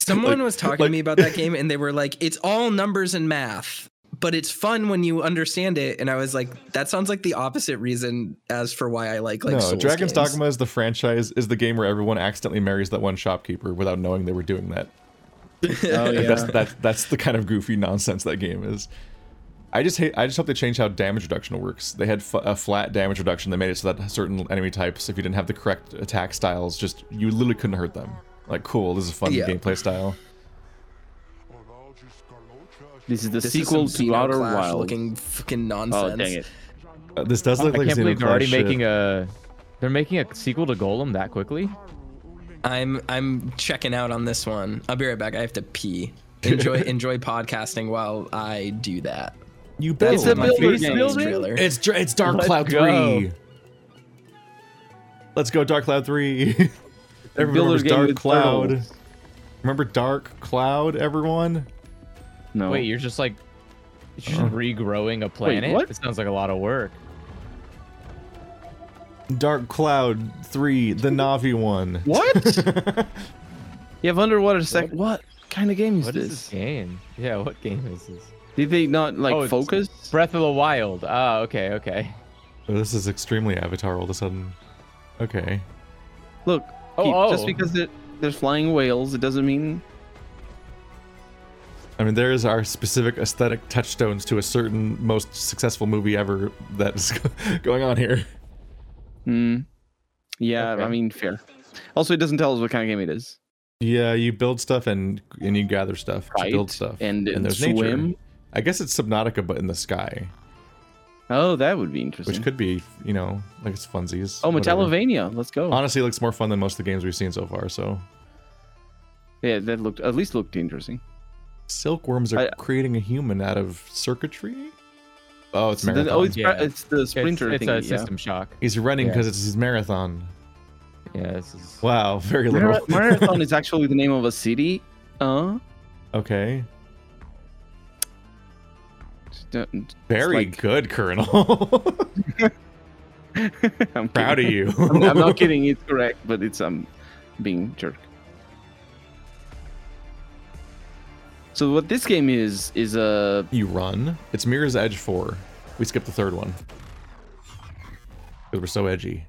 Speaker 4: Someone was talking
Speaker 1: like-
Speaker 4: to me about that game and they were like, it's all numbers and math, but it's fun when you understand it. And I was like, that sounds like the opposite reason as for why I like like
Speaker 1: no,
Speaker 4: Souls
Speaker 1: Dragon's
Speaker 4: games.
Speaker 1: Dogma is the franchise is the game where everyone accidentally marries that one shopkeeper without knowing they were doing that.
Speaker 2: Oh
Speaker 1: Like, That's that's that's the kind of goofy nonsense that game is. I just hate. I just hope they change how damage reduction works. They had f- a flat damage reduction. They made it so that certain enemy types, if you didn't have the correct attack styles, just you literally couldn't hurt them. Like, cool, this is a fun
Speaker 4: Yeah.
Speaker 1: gameplay style.
Speaker 2: This is the
Speaker 4: This is
Speaker 2: sequel
Speaker 4: some
Speaker 2: to Outer
Speaker 4: Xenoclash
Speaker 2: Wilds.
Speaker 4: looking fucking
Speaker 2: oh
Speaker 4: nonsense.
Speaker 2: dang it!
Speaker 1: Uh, this does look
Speaker 3: I
Speaker 1: like
Speaker 3: can't believe they're already
Speaker 1: Xenoclash shit.
Speaker 3: making a. They're making a sequel to Golem that quickly.
Speaker 4: I'm I'm checking out on this one. I'll be right back. I have to pee.
Speaker 2: <laughs>
Speaker 4: Enjoy enjoy podcasting while I do that.
Speaker 1: you
Speaker 4: That's
Speaker 1: build.
Speaker 4: my
Speaker 2: builder
Speaker 4: favorite
Speaker 2: game.
Speaker 4: games trailer.
Speaker 1: It's dr- it's Dark
Speaker 3: Let's
Speaker 1: Cloud
Speaker 3: go.
Speaker 1: three. Let's go, Dark Cloud three. <laughs> everyone remembers
Speaker 2: Builder game
Speaker 1: Dark
Speaker 2: with
Speaker 1: Cloud.
Speaker 2: turtles.
Speaker 1: Remember Dark Cloud, everyone?
Speaker 2: No,
Speaker 3: Wait, you're just like, you're
Speaker 1: Uh-huh.
Speaker 3: just regrowing a planet.
Speaker 2: what?
Speaker 3: It sounds like a lot of work.
Speaker 1: Dark Cloud three, the Navi one.
Speaker 2: what?
Speaker 1: <laughs>
Speaker 2: you have underwater sec. What kind of game is
Speaker 3: What
Speaker 2: this?
Speaker 3: is this game? Yeah, what game is this?
Speaker 2: Did they not like
Speaker 3: Oh, it's-
Speaker 2: focus?
Speaker 3: Breath of the Wild. Ah, okay, okay.
Speaker 1: Oh, this is extremely Avatar all of a sudden. Okay.
Speaker 2: Look,
Speaker 3: Oh,
Speaker 2: Keith,
Speaker 3: oh.
Speaker 2: just because it, there's flying whales, it doesn't mean
Speaker 1: I mean, there is our specific aesthetic touchstones to a certain most successful movie ever that's <laughs> going on here.
Speaker 2: Yeah,
Speaker 3: Okay.
Speaker 2: I mean, fair. Also, it doesn't tell us what kind of game it is.
Speaker 1: Yeah, you build stuff and and you gather stuff. You
Speaker 2: Right,
Speaker 1: build stuff
Speaker 2: and
Speaker 1: there's
Speaker 2: swim.
Speaker 1: nature. I guess it's Subnautica, but in the sky,
Speaker 2: Oh, that would be interesting.
Speaker 1: which could be you know like it's funsies.
Speaker 2: oh,
Speaker 1: whatever.
Speaker 2: Metallovania. Let's go.
Speaker 1: Honestly, it looks more fun than most of the games we've seen so far. So
Speaker 2: yeah, that looked at least looked interesting.
Speaker 1: silkworms are
Speaker 2: I-
Speaker 1: creating a human out of circuitry. Oh, it's
Speaker 2: So then-
Speaker 1: marathon.
Speaker 2: oh, it's,
Speaker 3: Yeah.
Speaker 2: it's the
Speaker 3: It's,
Speaker 2: sprinter
Speaker 3: it's
Speaker 2: thing.
Speaker 3: a system shock.
Speaker 1: He's running
Speaker 3: yeah.
Speaker 1: because it's his marathon.
Speaker 3: Yeah, this is.
Speaker 1: Wow, very
Speaker 2: Yeah.
Speaker 1: <laughs> little.
Speaker 2: Mara- Marathon is actually the name of a city. Uh,
Speaker 1: okay,
Speaker 2: it's don't- <laughs>
Speaker 1: very
Speaker 2: like-
Speaker 1: good, Colonel.
Speaker 2: <laughs> I'm
Speaker 1: Proud of
Speaker 2: kidding.
Speaker 1: you.
Speaker 2: I'm, I'm not kidding. It's correct, but it's um being jerk. So what this game is is a
Speaker 1: <laughs> You run. It's Mirror's Edge 4. We skipped the third one. Because we're so edgy.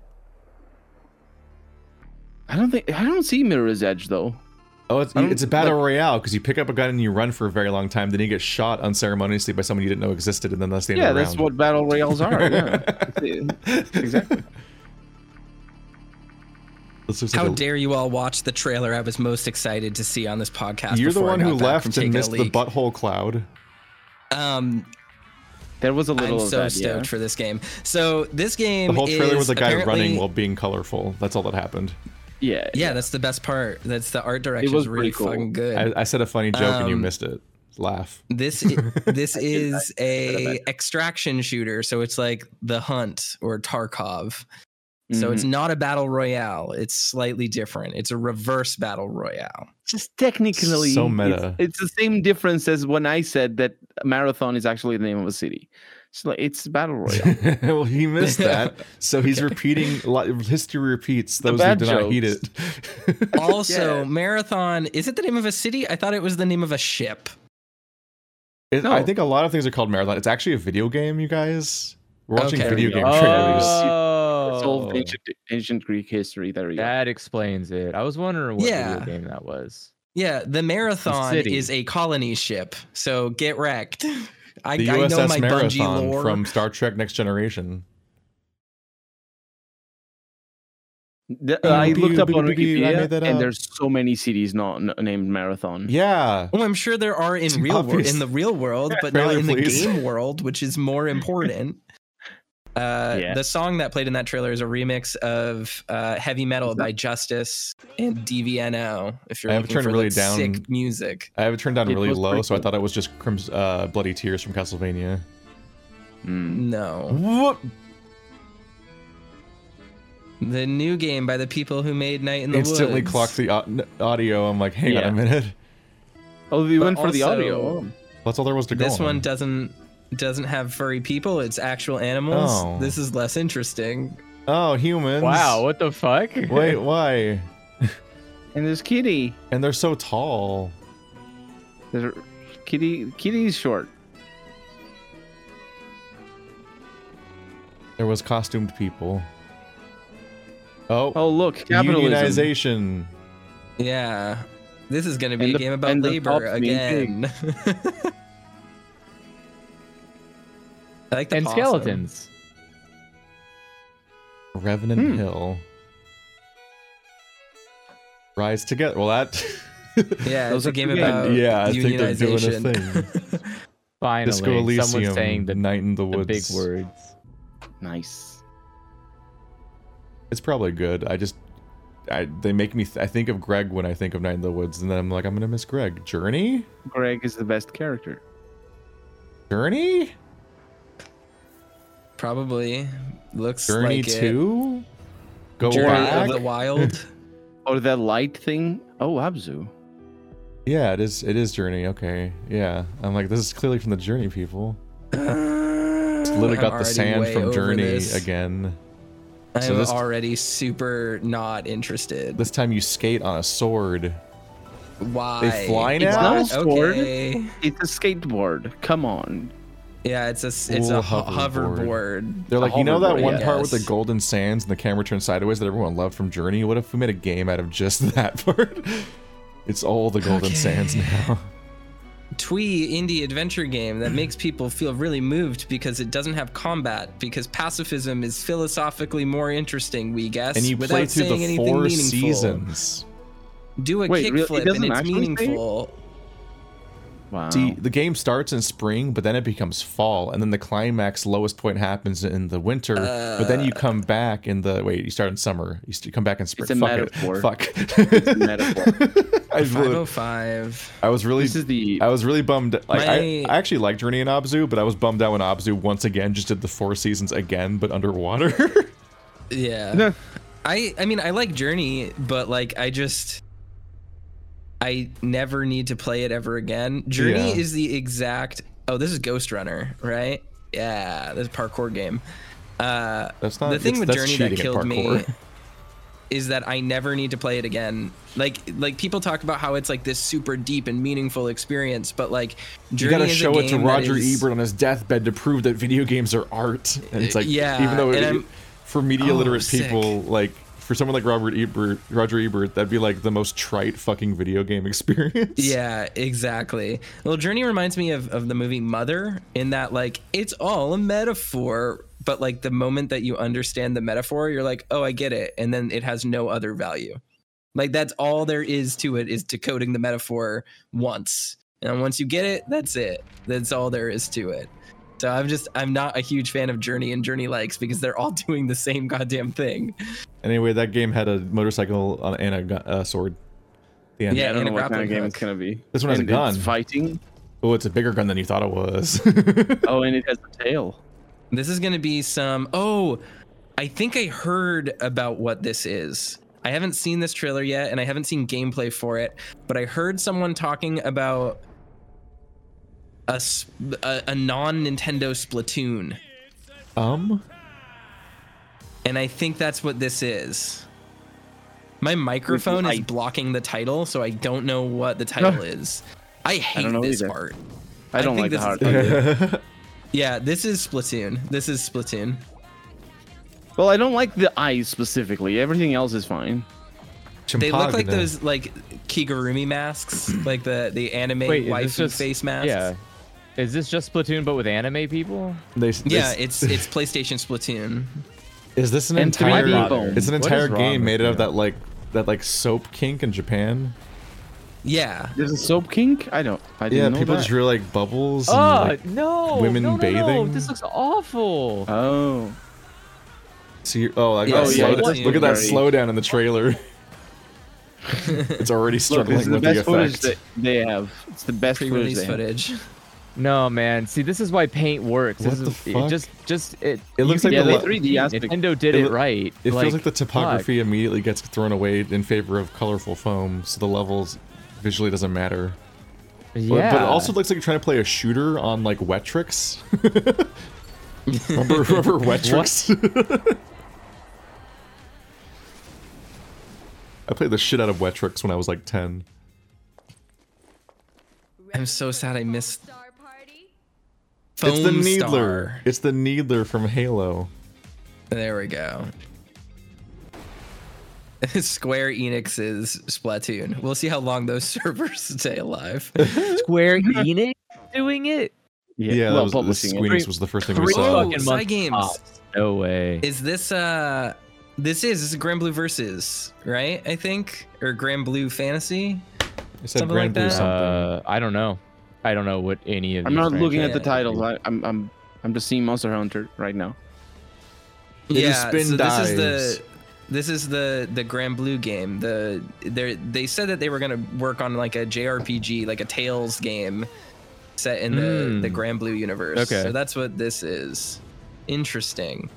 Speaker 2: I don't think I don't see Mirror's Edge though.
Speaker 1: Oh, it's, it's a battle royale because you pick up a gun and you run for a very long time, then you get shot unceremoniously by someone you didn't know existed, and then that's the end
Speaker 2: Yeah,
Speaker 1: of the
Speaker 2: that's
Speaker 1: round.
Speaker 2: what battle royals are.
Speaker 1: <laughs>
Speaker 2: Yeah. exactly.
Speaker 1: This looks like
Speaker 4: How
Speaker 1: a-
Speaker 4: dare you all watch the trailer I was most excited to see on this podcast?
Speaker 1: You're the
Speaker 4: before I
Speaker 1: one
Speaker 4: got
Speaker 1: who
Speaker 4: back from
Speaker 1: left
Speaker 4: taking
Speaker 1: and
Speaker 4: a
Speaker 1: missed the
Speaker 4: leak.
Speaker 1: butthole cloud.
Speaker 4: Um,
Speaker 2: There was a
Speaker 4: I'm
Speaker 2: little of
Speaker 4: so
Speaker 2: that,
Speaker 4: stoked
Speaker 2: yeah.
Speaker 4: for this game. So this game
Speaker 1: The whole trailer
Speaker 4: is
Speaker 1: was a guy
Speaker 4: apparently-
Speaker 1: running while being colorful. That's all that happened.
Speaker 2: yeah.
Speaker 4: Yeah, that's the best part. That's the art direction
Speaker 2: was
Speaker 4: is really
Speaker 2: pretty cool.
Speaker 4: fucking good.
Speaker 1: I, I said a funny joke and you
Speaker 4: Um,
Speaker 1: missed it.
Speaker 4: <laughs>
Speaker 1: Laugh.
Speaker 4: this i- this is a extraction shooter, so it's like the hunt or Tarkov. So
Speaker 1: Mm-hmm.
Speaker 4: it's not a battle royale. It's slightly different. It's a reverse battle royale.
Speaker 2: just technically
Speaker 1: So
Speaker 2: it's-
Speaker 1: meta.
Speaker 2: It's, the same difference as when I said that marathon is actually the name of a city. It's like it's battle royale.
Speaker 1: <laughs> well, he
Speaker 4: <laughs>
Speaker 1: missed that, so he's repeating. li- History repeats those who
Speaker 2: bad
Speaker 1: do not heed it.
Speaker 4: <laughs>
Speaker 2: jokes.
Speaker 4: Also, Marathon, is it the name of a city? I thought it was the name of a ship.
Speaker 1: It- I
Speaker 2: No.
Speaker 1: think a lot of things are called marathon. It's actually a video game, you guys. We're watching
Speaker 4: Okay. Oh.
Speaker 1: video
Speaker 4: There
Speaker 1: game
Speaker 4: we go.
Speaker 1: trailers.
Speaker 2: It's all
Speaker 3: Oh,
Speaker 2: ancient, ancient Greek history. There you go.
Speaker 3: that explains it. I was wondering what
Speaker 4: Yeah.
Speaker 3: video game that was.
Speaker 4: Yeah, the Marathon
Speaker 3: city.
Speaker 4: is a colony ship. So get wrecked. I,
Speaker 1: The
Speaker 4: I know
Speaker 1: USS
Speaker 4: my Bungie
Speaker 1: Marathon
Speaker 4: lore.
Speaker 1: from Star Trek: Next Generation.
Speaker 2: The- I
Speaker 1: Boo,
Speaker 2: looked
Speaker 1: boo,
Speaker 2: up
Speaker 1: boo,
Speaker 2: on
Speaker 1: boo, boo, I made
Speaker 2: Wikipedia,
Speaker 1: that up.
Speaker 2: and there's so many cities not n- named Marathon.
Speaker 1: Yeah,
Speaker 4: Oh, I'm sure there are in real wor-
Speaker 1: Obvious.
Speaker 4: in the real world, but
Speaker 1: Trailer,
Speaker 4: not in
Speaker 1: please.
Speaker 4: the game world, which is more important. Uh,
Speaker 2: Yeah.
Speaker 4: The song that played in that trailer is a remix of uh, "Heavy Metal" by Justice and DVNO. If you're
Speaker 1: I have
Speaker 4: looking
Speaker 1: turned
Speaker 4: for
Speaker 1: really
Speaker 4: like,
Speaker 1: down-
Speaker 4: sick music,
Speaker 1: I have it turned down
Speaker 2: It
Speaker 1: really
Speaker 2: was
Speaker 1: low,
Speaker 2: pretty
Speaker 1: so I
Speaker 2: cool.
Speaker 1: thought it was just Crims- uh, "Bloody Tears" from Castlevania.
Speaker 2: Mm.
Speaker 4: no.
Speaker 1: What?
Speaker 4: The new game by the people who made Night in the
Speaker 1: Instantly
Speaker 4: Woods.
Speaker 1: clocked the au- n- audio. I'm like, hang on
Speaker 2: Yeah.
Speaker 1: a minute.
Speaker 2: Oh, they
Speaker 4: But
Speaker 2: went for the
Speaker 4: also,
Speaker 2: <laughs> audio. Oh.
Speaker 1: That's all there was to go.
Speaker 4: This
Speaker 1: on.
Speaker 4: one doesn't doesn't have furry people; it's actual animals.
Speaker 1: Oh.
Speaker 4: This is less interesting.
Speaker 1: Oh, humans!
Speaker 3: Wow, what the fuck?
Speaker 1: <laughs> Wait, why?
Speaker 2: And there's Kitty.
Speaker 1: And they're so tall.
Speaker 2: There's Kitty. Kitty's short.
Speaker 1: There was costumed people. Oh,
Speaker 2: Oh, look, capitalism.
Speaker 1: unionization.
Speaker 4: Yeah. This is going to be
Speaker 2: And
Speaker 4: a
Speaker 2: the-
Speaker 4: game about
Speaker 2: and the
Speaker 4: labor
Speaker 2: pops mean
Speaker 4: again. <laughs> I like the
Speaker 3: and
Speaker 4: possum.
Speaker 3: skeletons.
Speaker 1: Revenant
Speaker 3: Hmm.
Speaker 1: Hill. Rise together. Well, that.
Speaker 4: Yeah,
Speaker 2: Those
Speaker 4: it's a
Speaker 2: are
Speaker 4: game
Speaker 2: two games.
Speaker 3: Oh,
Speaker 4: about
Speaker 1: <laughs> yeah, I think they're doing
Speaker 4: unionization.
Speaker 1: a
Speaker 3: <laughs>
Speaker 1: thing.
Speaker 3: Finally,
Speaker 1: Disco Elysium.
Speaker 3: someone's saying the,
Speaker 1: Night in the
Speaker 3: the
Speaker 1: Woods.
Speaker 3: big words.
Speaker 2: Nice.
Speaker 1: It's probably good. I just. I, they make me. Th- I think of Greg when I think of Night in the Woods, and then I'm like, I'm gonna miss Greg. Journey?
Speaker 2: Greg is the best character.
Speaker 1: Journey?
Speaker 4: Probably. Looks
Speaker 1: Journey
Speaker 4: like it.
Speaker 1: Two? Go
Speaker 4: Journey
Speaker 1: back.
Speaker 4: of
Speaker 1: <laughs>
Speaker 4: the Wild.
Speaker 2: Or that light thing. Oh, Abzu.
Speaker 1: Yeah, it is. It is Journey. Okay. Yeah. I'm like, this is clearly from the Journey
Speaker 4: <sighs>
Speaker 1: people. It's literally
Speaker 4: I'm
Speaker 1: got the
Speaker 4: already
Speaker 1: sand
Speaker 4: way
Speaker 1: from
Speaker 4: over
Speaker 1: Journey
Speaker 4: this.
Speaker 1: again.
Speaker 4: I'm
Speaker 1: So this-
Speaker 4: already super not interested.
Speaker 1: This time you skate on a sword.
Speaker 4: Why?
Speaker 1: They fly
Speaker 2: It's not
Speaker 1: now.
Speaker 2: a sword.
Speaker 4: Okay.
Speaker 2: It's a skateboard. Come on.
Speaker 4: Yeah, it's a s- it's
Speaker 1: Ooh,
Speaker 4: a ho-
Speaker 1: hoverboard.
Speaker 4: hoverboard.
Speaker 1: They're like, you know that
Speaker 2: hoverboard,
Speaker 1: one part with
Speaker 4: yes.
Speaker 1: the golden sands and the camera turned sideways that everyone loved from Journey? What if we made a game out of just <laughs> that part? It's all the golden sands now.
Speaker 4: twee indie adventure game that makes people feel really moved because it doesn't have combat because pacifism is philosophically more interesting we guess
Speaker 1: And you
Speaker 4: without
Speaker 1: play through
Speaker 4: saying
Speaker 1: the
Speaker 4: anything
Speaker 1: four
Speaker 4: meaningful.
Speaker 1: seasons.
Speaker 4: do a
Speaker 2: Wait, really? It
Speaker 4: kickflip
Speaker 2: doesn't
Speaker 4: and it's
Speaker 2: actually say?
Speaker 4: meaningful
Speaker 2: Wow.
Speaker 1: See,
Speaker 4: Oh.
Speaker 1: the game starts in spring, but then it becomes fall, and then the climax lowest point happens in the winter. but then you
Speaker 4: Uh.
Speaker 1: come back in the wait. You start in summer. You st- come back in spring.
Speaker 2: It's a
Speaker 1: Fuck
Speaker 2: metaphor.
Speaker 1: It. Fuck. <laughs>
Speaker 2: metaphor.
Speaker 1: I, was really-
Speaker 4: 505
Speaker 1: I was really.
Speaker 2: <laughs> This is the-
Speaker 1: I was really bummed. Like, I,
Speaker 4: My-
Speaker 1: I actually like Journey and Abzu, but I was bummed out when Abzu once again just did the four seasons again, but underwater. <laughs>
Speaker 4: yeah
Speaker 2: No.
Speaker 4: i i mean i like journey but like i just i never need to play it ever again journey
Speaker 1: Yeah.
Speaker 4: is the exact oh this is ghost runner right yeah this is a parkour game uh
Speaker 1: that's not
Speaker 4: the thing
Speaker 1: it's-
Speaker 4: with
Speaker 1: that's
Speaker 4: Journey
Speaker 1: cheating
Speaker 4: that
Speaker 1: at
Speaker 4: killed me
Speaker 1: parkour.
Speaker 4: is that I never need to play it again. Like like people talk about how it's like this super deep and meaningful experience, but like
Speaker 1: You
Speaker 4: Journey
Speaker 1: gotta
Speaker 4: is a
Speaker 1: show it to
Speaker 4: game that
Speaker 1: Roger
Speaker 4: is-
Speaker 1: Ebert on his deathbed to prove that video games are art. And it's like,
Speaker 4: yeah,
Speaker 1: even though
Speaker 4: and
Speaker 1: it-
Speaker 4: I'm- Oh,
Speaker 1: for media literate
Speaker 4: sick.
Speaker 1: people, like for someone like Robert Ebert, Roger Ebert, that'd be like the most trite fucking video game <laughs> experience.
Speaker 4: Yeah, exactly. Well, Journey reminds me of of the movie Mother in that like it's all a metaphor, but like the moment that you understand the metaphor, you're like, "Oh, I get it." And then it has no other value. Like that's all there is to it is decoding the metaphor once. And once you get it, that's it. That's all there is to it. So I'm just I'm not a huge fan of Journey and Journey likes because they're all <laughs> doing the same goddamn thing.
Speaker 1: Anyway, that game had a motorcycle on, and a gu- uh, sword. The end.
Speaker 4: Yeah.
Speaker 2: I don't
Speaker 4: and
Speaker 2: know
Speaker 4: a
Speaker 2: what kind
Speaker 4: grappling
Speaker 2: of game
Speaker 4: hook.
Speaker 2: it's gonna be.
Speaker 1: This one has a
Speaker 2: And it's
Speaker 1: gun.
Speaker 2: fighting.
Speaker 1: Oh, it's a bigger gun than you
Speaker 4: <laughs>
Speaker 1: thought it was.
Speaker 2: Oh, and it has a tail.
Speaker 4: This is gonna be some oh I think I heard about what this is. I haven't seen this trailer yet, and I haven't seen gameplay for it, but I heard someone talking about a s- a, a non Nintendo Splatoon,
Speaker 1: Um,
Speaker 4: and I think that's what this is. My microphone is
Speaker 2: I-
Speaker 4: blocking the title, so I don't know what
Speaker 2: <laughs>
Speaker 4: the title is. I hate
Speaker 2: know
Speaker 4: this
Speaker 2: either.
Speaker 4: part.
Speaker 2: I don't
Speaker 4: think
Speaker 2: like the
Speaker 4: this
Speaker 2: hard.
Speaker 4: is-
Speaker 2: target.
Speaker 4: Yeah, this is Splatoon. This is Splatoon.
Speaker 2: Well, I don't like the eyes specifically. Everything else is fine.
Speaker 4: They look like
Speaker 1: Chimpagna.
Speaker 4: those like
Speaker 3: <clears throat>
Speaker 4: Kigurumi masks, like the the anime
Speaker 3: Wait, is
Speaker 4: waifu
Speaker 3: this just
Speaker 4: face masks.
Speaker 3: Yeah. Is this just Splatoon but with anime people?
Speaker 1: They, s-
Speaker 4: Yeah,
Speaker 1: it's-
Speaker 3: <laughs>
Speaker 4: it's it's PlayStation Splatoon.
Speaker 1: Is this an
Speaker 3: And
Speaker 1: entire?
Speaker 2: 3D bone.
Speaker 1: It's an
Speaker 3: What is
Speaker 1: entire
Speaker 3: wrong
Speaker 1: game
Speaker 3: with
Speaker 1: made out of
Speaker 3: you?
Speaker 1: that like that like soap kink in Japan.
Speaker 4: Yeah.
Speaker 2: There's a soap kink. I don't. I didn't
Speaker 1: Yeah,
Speaker 2: know
Speaker 1: people
Speaker 2: that.
Speaker 1: just really like bubbles. and,
Speaker 3: Oh
Speaker 1: like,
Speaker 3: no!
Speaker 1: women
Speaker 3: no, no, no,
Speaker 1: bathing?
Speaker 3: This looks awful.
Speaker 2: oh,
Speaker 1: so you- oh, like
Speaker 4: Yeah,
Speaker 1: that
Speaker 4: oh, yeah,
Speaker 1: slow-
Speaker 4: it doesn't
Speaker 1: look at that
Speaker 2: vary.
Speaker 1: slowdown in the
Speaker 2: <laughs>
Speaker 1: trailer. it's already
Speaker 2: look,
Speaker 1: struggling
Speaker 2: this is the
Speaker 1: with the,
Speaker 2: best footage
Speaker 1: effect.
Speaker 2: that they have. It's the best footage
Speaker 4: Pre-release
Speaker 2: they have.
Speaker 4: footage.
Speaker 3: no man. See, this is why paint works.
Speaker 1: What
Speaker 3: This is-
Speaker 1: the
Speaker 3: it
Speaker 1: fuck?
Speaker 3: Just, just it.
Speaker 1: It looks like
Speaker 3: yeah,
Speaker 1: the
Speaker 3: they-
Speaker 1: lo-
Speaker 2: 3D aspect.
Speaker 3: Nintendo
Speaker 1: It
Speaker 3: did it,
Speaker 1: loo-
Speaker 3: right.
Speaker 1: It feels like the
Speaker 3: fuck.
Speaker 1: topography immediately gets thrown away in favor of colorful foam, so the levels visually doesn't matter. But-
Speaker 3: Yeah.
Speaker 1: But it also looks like you're trying to play a shooter on like Wetrix. <laughs> remember,
Speaker 2: <laughs>
Speaker 1: remember Wetrix? <laughs> I played the shit out of Wetrix when I was like 10.
Speaker 4: I'm so sad I missed
Speaker 8: Star party?
Speaker 4: Foam
Speaker 1: it's the Needler.
Speaker 4: Star.
Speaker 1: It's the Needler from Halo.
Speaker 4: There we go. <laughs> Square Enix's Splatoon. We'll see how long those <laughs> servers stay alive.
Speaker 3: Square
Speaker 2: Mm-hmm.
Speaker 3: Enix doing it.
Speaker 1: Yeah, that
Speaker 2: well,
Speaker 1: was,
Speaker 2: publishing it.
Speaker 1: Squeenix was the first thing we
Speaker 3: Three
Speaker 1: saw.
Speaker 3: fucking
Speaker 4: Psy
Speaker 3: months
Speaker 4: Games.
Speaker 3: tops. No way.
Speaker 4: Is this uh this is this is Grand Blue Versus, right? I think or Grand Blue Fantasy.
Speaker 1: It said
Speaker 4: something
Speaker 1: Grand
Speaker 4: like
Speaker 1: Blue
Speaker 4: that.
Speaker 1: something.
Speaker 3: Uh, I don't know. I don't know what any of.
Speaker 2: I'm
Speaker 3: these
Speaker 2: not looking at the titles.
Speaker 3: franchises do.
Speaker 2: I, I'm I'm I'm just seeing Monster Hunter right now.
Speaker 1: Little
Speaker 4: yeah,
Speaker 1: spin
Speaker 4: so this is
Speaker 1: dives.
Speaker 4: the this is the the Grand Blue game. The they they said that they were gonna work on like a JRPG, like a Tales game, set in the
Speaker 2: Hmm.
Speaker 3: Mm.
Speaker 4: the Grand Blue universe.
Speaker 3: Okay.
Speaker 4: so that's what this is. Interesting.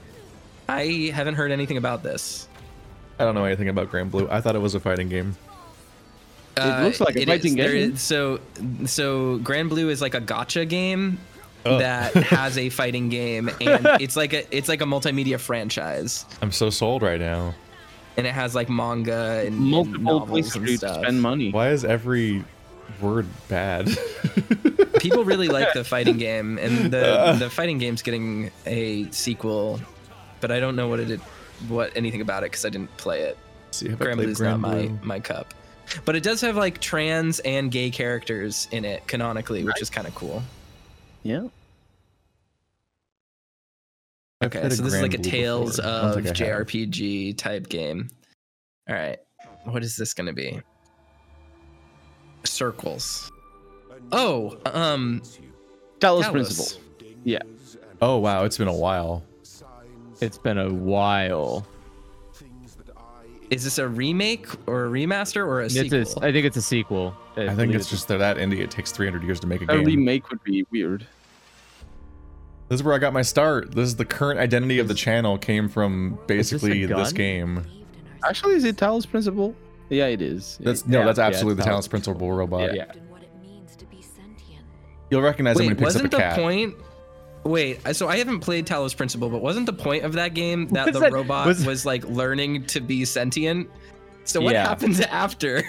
Speaker 4: I haven't heard anything about this.
Speaker 1: I don't know anything about Grand Blue. I thought it was a fighting game.
Speaker 4: Uh, It
Speaker 2: looks like a fighting
Speaker 4: there
Speaker 2: game.
Speaker 4: is- so, so Grand Blue is like a gotcha game that has a fighting game,
Speaker 2: <laughs>
Speaker 4: and it's like a it's like a multimedia franchise,
Speaker 1: I'm so sold right now.
Speaker 4: and it has like manga and and
Speaker 2: Multiple
Speaker 4: novels
Speaker 2: places
Speaker 4: and
Speaker 2: to
Speaker 4: stuff.
Speaker 2: spend money.
Speaker 1: Why is every word bad?
Speaker 4: <laughs>
Speaker 1: <laughs>
Speaker 4: People really like the fighting game, and the
Speaker 1: Uh.
Speaker 4: the fighting game's getting a sequel, but I don't know what it what anything about it because I didn't play it.
Speaker 1: See, have I
Speaker 4: Grand
Speaker 1: played
Speaker 4: Blue's
Speaker 1: Grand
Speaker 4: not
Speaker 1: Blue?
Speaker 4: my my cup, but it does have like trans and gay characters in it canonically, which is kind of cool.
Speaker 2: Yeah.
Speaker 4: Okay,
Speaker 1: played a
Speaker 4: so this is
Speaker 1: Grand
Speaker 4: like a
Speaker 1: Blue
Speaker 4: Tales
Speaker 1: before. I don't
Speaker 4: of
Speaker 1: think I have.
Speaker 4: JRPG type game. All right, what is this gonna be? Circles. Oh, um,
Speaker 2: Talos,
Speaker 4: Talos.
Speaker 2: Principle. Yeah.
Speaker 1: Oh wow, it's been a while.
Speaker 3: It's been a while.
Speaker 4: is this a remake or a remaster or a
Speaker 3: It's
Speaker 4: sequel?
Speaker 3: a, I think it's a sequel.
Speaker 1: I think it's just that that indie. It takes 300 years to make a
Speaker 2: A
Speaker 1: game.
Speaker 2: remake would be weird.
Speaker 1: This is where I got my start. This is the current identity of the channel came from
Speaker 3: this a
Speaker 1: basically this,
Speaker 3: gun?
Speaker 1: game.
Speaker 8: Believed in ourselves
Speaker 2: Actually, is it Talos Principle? Yeah, it is.
Speaker 1: That's
Speaker 2: It-
Speaker 1: no,
Speaker 3: Yeah,
Speaker 1: that's
Speaker 3: yeah,
Speaker 1: absolutely the
Speaker 3: it's
Speaker 1: Talents
Speaker 3: how-
Speaker 1: Principle robot.
Speaker 3: yeah.
Speaker 8: and what it means to be sentient.
Speaker 1: You'll recognize him when
Speaker 4: Wait,
Speaker 1: he picks up a
Speaker 4: wasn't the
Speaker 1: cat.
Speaker 4: point? Wait, I- so I haven't played Talos Principle, but wasn't the point of
Speaker 3: <laughs>
Speaker 4: that game that
Speaker 3: Was
Speaker 4: the
Speaker 3: that-
Speaker 4: robot was,
Speaker 3: was-
Speaker 4: like learning to be sentient? So what
Speaker 3: Yeah.
Speaker 4: happens <laughs> after?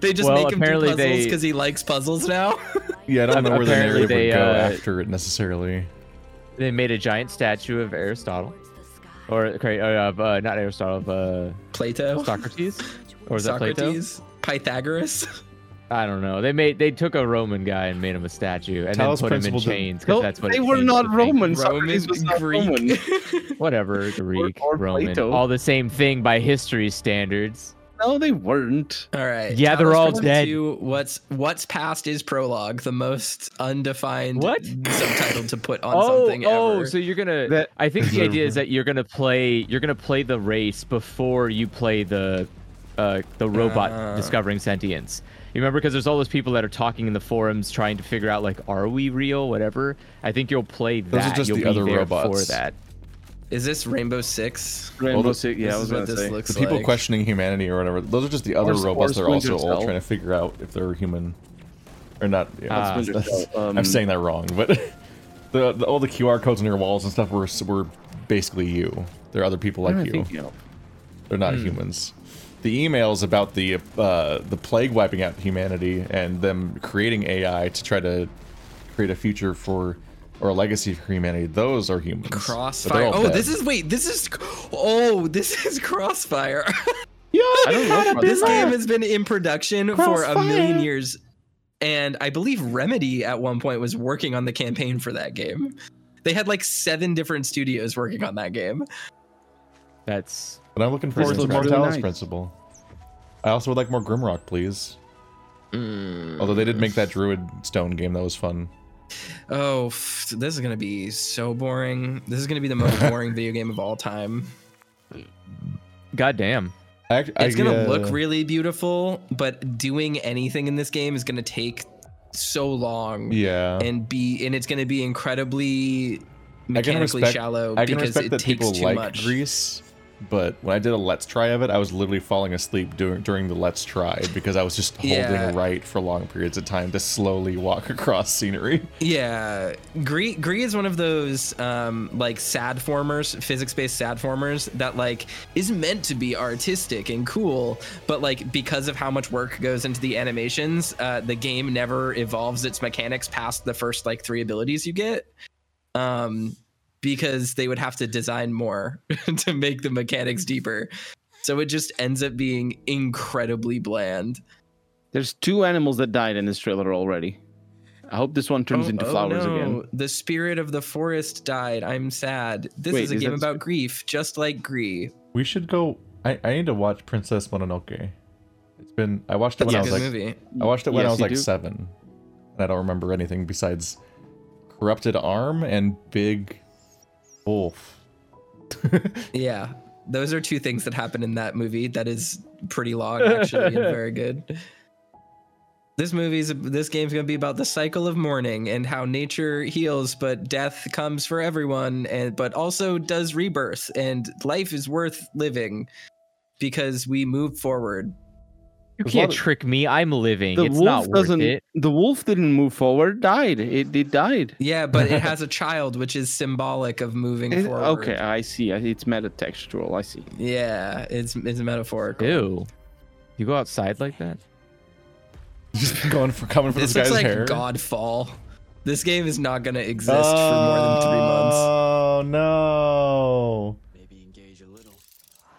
Speaker 4: they just
Speaker 3: Well,
Speaker 4: make him do
Speaker 3: apparently
Speaker 4: puzzles
Speaker 3: they-
Speaker 4: because he likes puzzles now. <laughs>
Speaker 1: Yeah, I don't know where the
Speaker 3: Apparently
Speaker 1: narrative would
Speaker 3: they,
Speaker 1: go
Speaker 3: uh,
Speaker 1: after it necessarily.
Speaker 3: They made a giant statue of Aristotle,
Speaker 8: Towards the sky.
Speaker 3: or uh, of uh, not Aristotle, of
Speaker 2: <laughs>
Speaker 4: Plato,
Speaker 3: uh, Socrates, or is that Plato?
Speaker 4: Socrates, Pythagoras. <laughs>
Speaker 3: I don't know. They made they took a Roman guy and made him a statue and
Speaker 1: Talos
Speaker 3: then put him
Speaker 1: Principle
Speaker 3: in
Speaker 1: did-
Speaker 3: chains because
Speaker 2: No,
Speaker 3: that's what
Speaker 2: they
Speaker 3: it
Speaker 2: were
Speaker 3: means
Speaker 2: not
Speaker 3: to think.
Speaker 2: Roman.
Speaker 4: Roman,
Speaker 2: Socrates was not
Speaker 4: Greek.
Speaker 2: <laughs> Roman.
Speaker 3: Whatever, Greek,
Speaker 2: or
Speaker 3: Roman,
Speaker 2: Plato.
Speaker 3: all the same thing by history standards.
Speaker 2: No, they weren't.
Speaker 4: All right.
Speaker 3: Yeah, they're
Speaker 4: Talos
Speaker 3: all
Speaker 4: Principle
Speaker 3: dead.
Speaker 4: 2, what's what's past is prologue, the most undefined
Speaker 3: What?
Speaker 4: subtitle to put on
Speaker 3: oh,
Speaker 4: something
Speaker 3: oh,
Speaker 4: ever.
Speaker 3: so you're gonna.
Speaker 2: That-
Speaker 3: I think the idea
Speaker 4: <laughs>
Speaker 3: is that you're gonna play. You're gonna play the race before you play the, uh, the robot
Speaker 4: Ah.
Speaker 3: discovering sentience. You remember because there's all those people that are talking in the forums trying to figure out like, are we real? Whatever. I think you'll play that.
Speaker 1: Those are just
Speaker 3: you'll
Speaker 1: the
Speaker 3: be
Speaker 1: other
Speaker 3: there
Speaker 1: robots.
Speaker 3: for that.
Speaker 4: Is this Rainbow Six?
Speaker 2: Rainbow
Speaker 1: the-
Speaker 2: Six.
Speaker 4: this
Speaker 2: Yeah, I
Speaker 4: is
Speaker 2: was gonna
Speaker 4: what this
Speaker 2: say.
Speaker 4: looks
Speaker 1: The people
Speaker 4: like.
Speaker 1: questioning humanity or whatever. Those are just the other
Speaker 2: Or- or
Speaker 1: robots. They're also
Speaker 2: Splinter
Speaker 1: all
Speaker 2: Cell.
Speaker 1: trying to figure out if they're human or not. Yeah,
Speaker 3: Ah.
Speaker 1: that's-
Speaker 2: Splinter
Speaker 1: that's- <laughs>
Speaker 2: Cell,
Speaker 1: I'm
Speaker 2: um,
Speaker 1: saying that wrong, but the, the all the QR codes on your walls and stuff were were basically you. There are other people
Speaker 2: What am
Speaker 1: like
Speaker 2: I
Speaker 1: you.
Speaker 2: thinking of?
Speaker 1: They're not humans. The emails about the uh, the plague wiping out humanity and them creating AI to try to create a future for or a legacy for humanity. Those are humans. but they're
Speaker 4: <laughs> Crossfire.
Speaker 1: all
Speaker 4: Oh,
Speaker 1: dead.
Speaker 4: this is wait. This is. Oh, <laughs> this is Crossfire.
Speaker 2: I don't know. about
Speaker 4: <laughs> this
Speaker 2: that.
Speaker 4: game has been in production for a million years, and I believe Remedy at one point was working on the campaign for that game. They had like seven different studios working on that game.
Speaker 3: That's
Speaker 1: But I'm looking forward
Speaker 2: This
Speaker 1: to
Speaker 2: looks
Speaker 1: Mortalis
Speaker 2: really nice.
Speaker 1: Principle. I also would like more Grimrock, please.
Speaker 4: Mm.
Speaker 1: Although they did make that Druid Stone game that was fun.
Speaker 4: Oh, f- this is gonna be so boring. This is gonna be the most boring video game of all time.
Speaker 3: goddamn.
Speaker 1: I, act- I,
Speaker 4: It's gonna
Speaker 1: uh,
Speaker 4: look really beautiful, but doing anything in this game is gonna take so long.
Speaker 1: Yeah.
Speaker 4: and be and it's going to be incredibly
Speaker 1: I can
Speaker 4: mechanically
Speaker 1: respect-
Speaker 4: shallow
Speaker 1: I can
Speaker 4: because
Speaker 1: respect
Speaker 4: it
Speaker 1: that
Speaker 4: takes
Speaker 1: people
Speaker 4: too
Speaker 1: like
Speaker 4: much.
Speaker 1: Grease, but when I did a Let's Try of it, I was literally falling asleep during during the Let's Try because I was just holding
Speaker 4: Yeah.
Speaker 1: right for long periods of time to slowly walk <laughs> across scenery.
Speaker 4: Yeah, Gree Gree is one of those um, like sad formers, physics-based sad formers that like is meant to be artistic and cool, but like because of how much work goes into the animations, uh, the game never evolves its mechanics past the first like three abilities you get. Um, because they would have to design more <laughs> to make the mechanics deeper. So it just ends up being incredibly bland.
Speaker 2: There's two animals that died in this trailer already. I hope this one turns
Speaker 4: Oh,
Speaker 2: into
Speaker 4: oh
Speaker 2: flowers
Speaker 4: no.
Speaker 2: again.
Speaker 4: The spirit of the forest died. I'm sad. This
Speaker 2: Wait,
Speaker 4: is a
Speaker 2: is
Speaker 4: game
Speaker 2: that-
Speaker 4: about grief, just like Gree.
Speaker 1: We should go. I, I need to watch Princess Mononoke. It's been I watched it
Speaker 4: That's
Speaker 1: when
Speaker 4: a
Speaker 1: I
Speaker 4: good
Speaker 1: was like
Speaker 4: movie.
Speaker 1: I watched it when I
Speaker 2: Yes,
Speaker 1: was
Speaker 2: you
Speaker 1: like
Speaker 2: do.
Speaker 1: seven, and I don't remember anything besides corrupted arm and big wolf. <laughs>
Speaker 4: Yeah. Those are two things that happen in that movie that is pretty long
Speaker 2: <laughs>
Speaker 4: actually and very good. This movie's this game's going to be about the cycle of mourning and how nature heals but death comes for everyone and but also does rebirth and life is worth living because we move forward.
Speaker 3: You
Speaker 1: There's a lot
Speaker 3: can't
Speaker 1: of-
Speaker 3: trick me. I'm living.
Speaker 2: The
Speaker 3: it's not
Speaker 2: wolf
Speaker 3: worth
Speaker 2: doesn't.
Speaker 3: it.
Speaker 2: The wolf didn't move forward. Died. It, it died.
Speaker 4: Yeah,
Speaker 2: <laughs>
Speaker 4: but it has a child, which is symbolic of moving
Speaker 2: It-
Speaker 4: forward.
Speaker 2: okay, I see. I- It's metatextual. I see.
Speaker 4: Yeah, it's it's metaphorical.
Speaker 3: Ew. You go outside like that?
Speaker 1: Just going for coming for this,
Speaker 4: This looks
Speaker 1: guy's
Speaker 4: like
Speaker 1: hair.
Speaker 4: Godfall. This game is not gonna exist for more than three months.
Speaker 1: Oh no!
Speaker 7: Maybe engage a little.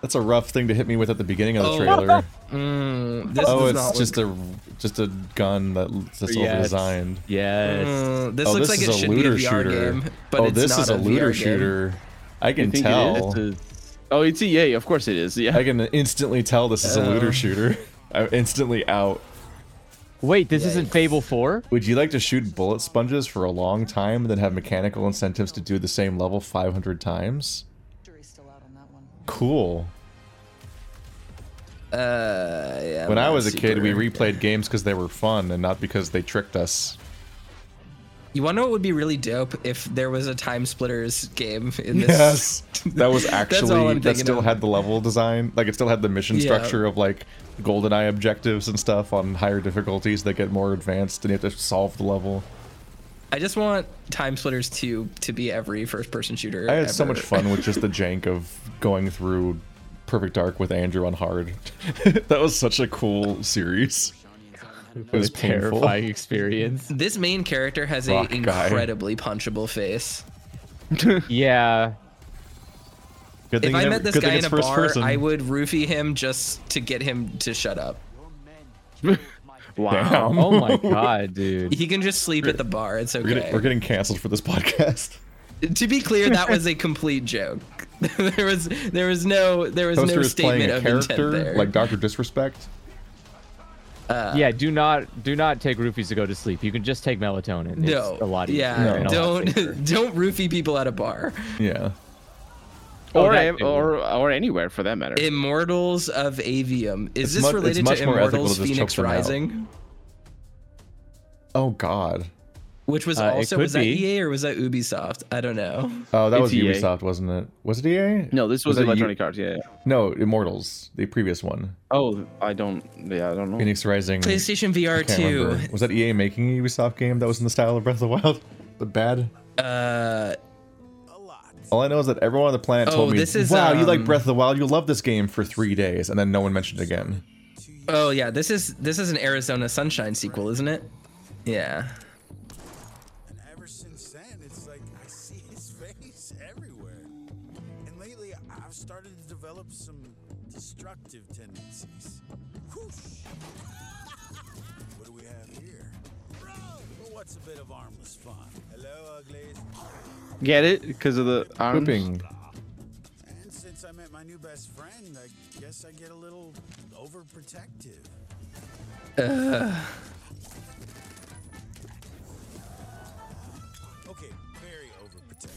Speaker 1: That's a rough thing to hit me with at the beginning of the
Speaker 4: Oh. <laughs>
Speaker 1: trailer.
Speaker 4: Mm, this
Speaker 1: oh,
Speaker 4: does
Speaker 1: it's
Speaker 4: not
Speaker 1: just
Speaker 4: look,
Speaker 1: a just a gun that l- that's
Speaker 3: Yeah,
Speaker 1: over
Speaker 3: it's-
Speaker 1: designed.
Speaker 3: Yes.
Speaker 4: Mm, this
Speaker 1: oh,
Speaker 4: looks
Speaker 1: this is
Speaker 4: like it
Speaker 1: a
Speaker 4: should be a
Speaker 1: looter
Speaker 4: VR
Speaker 1: shooter.
Speaker 4: game, but
Speaker 1: oh,
Speaker 4: it's
Speaker 1: this
Speaker 4: not
Speaker 1: is a looter
Speaker 4: VR game.
Speaker 1: shooter. I can
Speaker 2: think it
Speaker 1: tell.
Speaker 2: is? Oh, it's
Speaker 3: E
Speaker 2: EA. Of course it is.
Speaker 4: <laughs>
Speaker 2: Yeah.
Speaker 1: I can instantly tell this is a looter shooter. <laughs> I'm instantly out.
Speaker 3: Wait, this isn't Fable 4?
Speaker 1: Would you like to shoot bullet sponges for a long time and then have mechanical incentives to do the same level 500 times?
Speaker 9: Jury's still out on that one.
Speaker 1: Cool.
Speaker 4: Uh, yeah,
Speaker 1: When I was a
Speaker 4: super-
Speaker 1: kid, we replayed games because they were fun and not because they tricked
Speaker 4: <laughs>
Speaker 1: us.
Speaker 4: You want to know what would be really dope if there was a Time Splitters game in this?
Speaker 1: Yes. That
Speaker 4: <laughs>
Speaker 1: was
Speaker 4: all
Speaker 1: actually
Speaker 4: I'm
Speaker 1: that
Speaker 4: thinking
Speaker 1: still
Speaker 4: of.
Speaker 1: had the level design, like it still had the mission
Speaker 4: Yeah.
Speaker 1: structure of like GoldenEye objectives and stuff on higher difficulties that get more advanced and you have to solve the level.
Speaker 4: I just want Time Splitters 2 to be every first-person shooter.
Speaker 1: I had so
Speaker 4: ever.
Speaker 1: much fun with just the jank of going through Perfect Dark with Andrew on hard. <laughs> that was such a cool series. It was painful.
Speaker 3: Terrifying experience.
Speaker 4: <laughs> This main character has
Speaker 1: Rock
Speaker 4: a
Speaker 1: guy.
Speaker 4: incredibly punchable face.
Speaker 3: <laughs> yeah.
Speaker 1: Good
Speaker 4: If
Speaker 1: thing
Speaker 4: I
Speaker 1: it-
Speaker 4: met this
Speaker 1: good thing
Speaker 4: guy in
Speaker 1: it's
Speaker 4: a
Speaker 1: first
Speaker 4: bar,
Speaker 1: person.
Speaker 4: I would roofie him just to get him to shut up.
Speaker 2: wow.
Speaker 1: Damn.
Speaker 3: Oh my
Speaker 1: <laughs>
Speaker 3: god, dude.
Speaker 4: He can just sleep at the bar. It's okay.
Speaker 1: We're, getting, we're getting canceled for this <laughs> podcast.
Speaker 4: to be clear, that
Speaker 1: <laughs>
Speaker 4: was a complete joke. <laughs> there was there was no there was
Speaker 1: Toaster
Speaker 4: no
Speaker 1: is playing
Speaker 4: statement
Speaker 1: a
Speaker 4: of intent
Speaker 1: character
Speaker 4: there.
Speaker 1: like Doctor Disrespect.
Speaker 3: yeah, do not do not take roofies to go to sleep. You can just take melatonin.
Speaker 4: no,
Speaker 3: it's a lot easier.
Speaker 4: yeah,
Speaker 3: and a lot
Speaker 4: don't <laughs>
Speaker 3: safer.
Speaker 4: don't roofie people at a bar.
Speaker 1: Yeah.
Speaker 3: Oh,
Speaker 2: Or,
Speaker 3: that
Speaker 2: am-
Speaker 3: too.
Speaker 2: or or anywhere for that matter.
Speaker 4: Immortals of Avium.
Speaker 1: It's
Speaker 4: Is this
Speaker 1: mu- it's
Speaker 4: related
Speaker 1: much
Speaker 4: to
Speaker 1: more ethical
Speaker 4: Immortals
Speaker 1: to just
Speaker 4: Phoenix
Speaker 1: choke them out.
Speaker 4: Rising?
Speaker 1: Oh God.
Speaker 4: Which was
Speaker 3: Uh, it
Speaker 4: also
Speaker 3: could
Speaker 4: was that
Speaker 3: be.
Speaker 4: EA or was that Ubisoft? I don't know.
Speaker 1: Oh, that
Speaker 2: It's
Speaker 1: was
Speaker 2: EA.
Speaker 1: Ubisoft, wasn't it? Was it EA?
Speaker 2: No, this was,
Speaker 1: it
Speaker 2: Electronic Arts. Yeah. yeah.
Speaker 1: U- no, Immortals, the previous one.
Speaker 2: Oh, I don't. Yeah, I don't know.
Speaker 1: Phoenix Rising.
Speaker 4: PlayStation
Speaker 1: I
Speaker 4: VR
Speaker 1: can't
Speaker 4: two.
Speaker 1: remember. Was that EA making a Ubisoft game that was in the style of Breath of the Wild, <laughs> but bad?
Speaker 4: Uh,
Speaker 1: All I know is that everyone on the planet
Speaker 4: Oh,
Speaker 1: told me,
Speaker 4: this is,
Speaker 1: "Wow, you like
Speaker 4: um,
Speaker 1: Breath of the Wild? You'll love this game for three days," and then no one mentioned it again.
Speaker 4: oh yeah, this is this is an Arizona Sunshine sequel, isn't it? Yeah.
Speaker 9: And ever since then, it's like I see his face everywhere. And lately, I've started to develop some destructive tendencies. Whoosh! what do we have here? Well, what's a bit of armless fun? Hello, uglies.
Speaker 2: Get it? Because of the
Speaker 1: <laughs>
Speaker 2: arms.
Speaker 1: Pooping.
Speaker 9: And since I met my new best friend, I guess I get a little overprotective. Okay, very overprotective.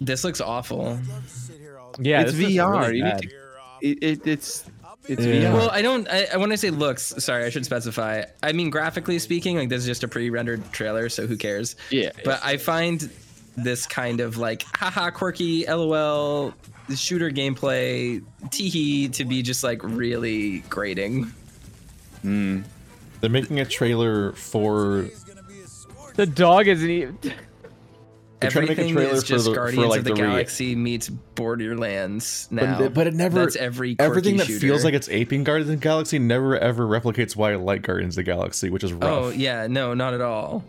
Speaker 4: This looks awful.
Speaker 9: Love to sit here all
Speaker 3: Yeah,
Speaker 2: It's
Speaker 3: this looks
Speaker 2: VR,
Speaker 3: Really
Speaker 2: you need
Speaker 3: bad.
Speaker 2: to-
Speaker 9: Beer off.
Speaker 2: It, it, it's
Speaker 9: I'll be
Speaker 2: it's
Speaker 1: Yeah.
Speaker 2: VR.
Speaker 4: Well, I don't. I, I- when I say looks, sorry, I should specify. I mean, graphically speaking, like this is just a pre-rendered trailer, so who cares?
Speaker 2: Yeah.
Speaker 4: But I find this kind of like, haha, quirky, lol, shooter gameplay, teehee, to be just like really grating.
Speaker 1: They're making a trailer for.
Speaker 9: It's gonna be a scorch.
Speaker 3: The dog isn't even. <laughs>
Speaker 1: They're trying to make a
Speaker 4: Everything
Speaker 1: trailer
Speaker 4: is
Speaker 1: for
Speaker 4: just
Speaker 1: the- for,
Speaker 4: Guardians
Speaker 1: like,
Speaker 4: of the,
Speaker 1: the re-
Speaker 4: Galaxy meets Borderlands now.
Speaker 1: But, but it never.
Speaker 4: That's every quirky
Speaker 1: everything that
Speaker 4: shooter.
Speaker 1: feels like it's aping Guardians of the Galaxy never ever replicates why I like Guardians of the Galaxy, which is rough.
Speaker 4: Oh yeah, no, not at all.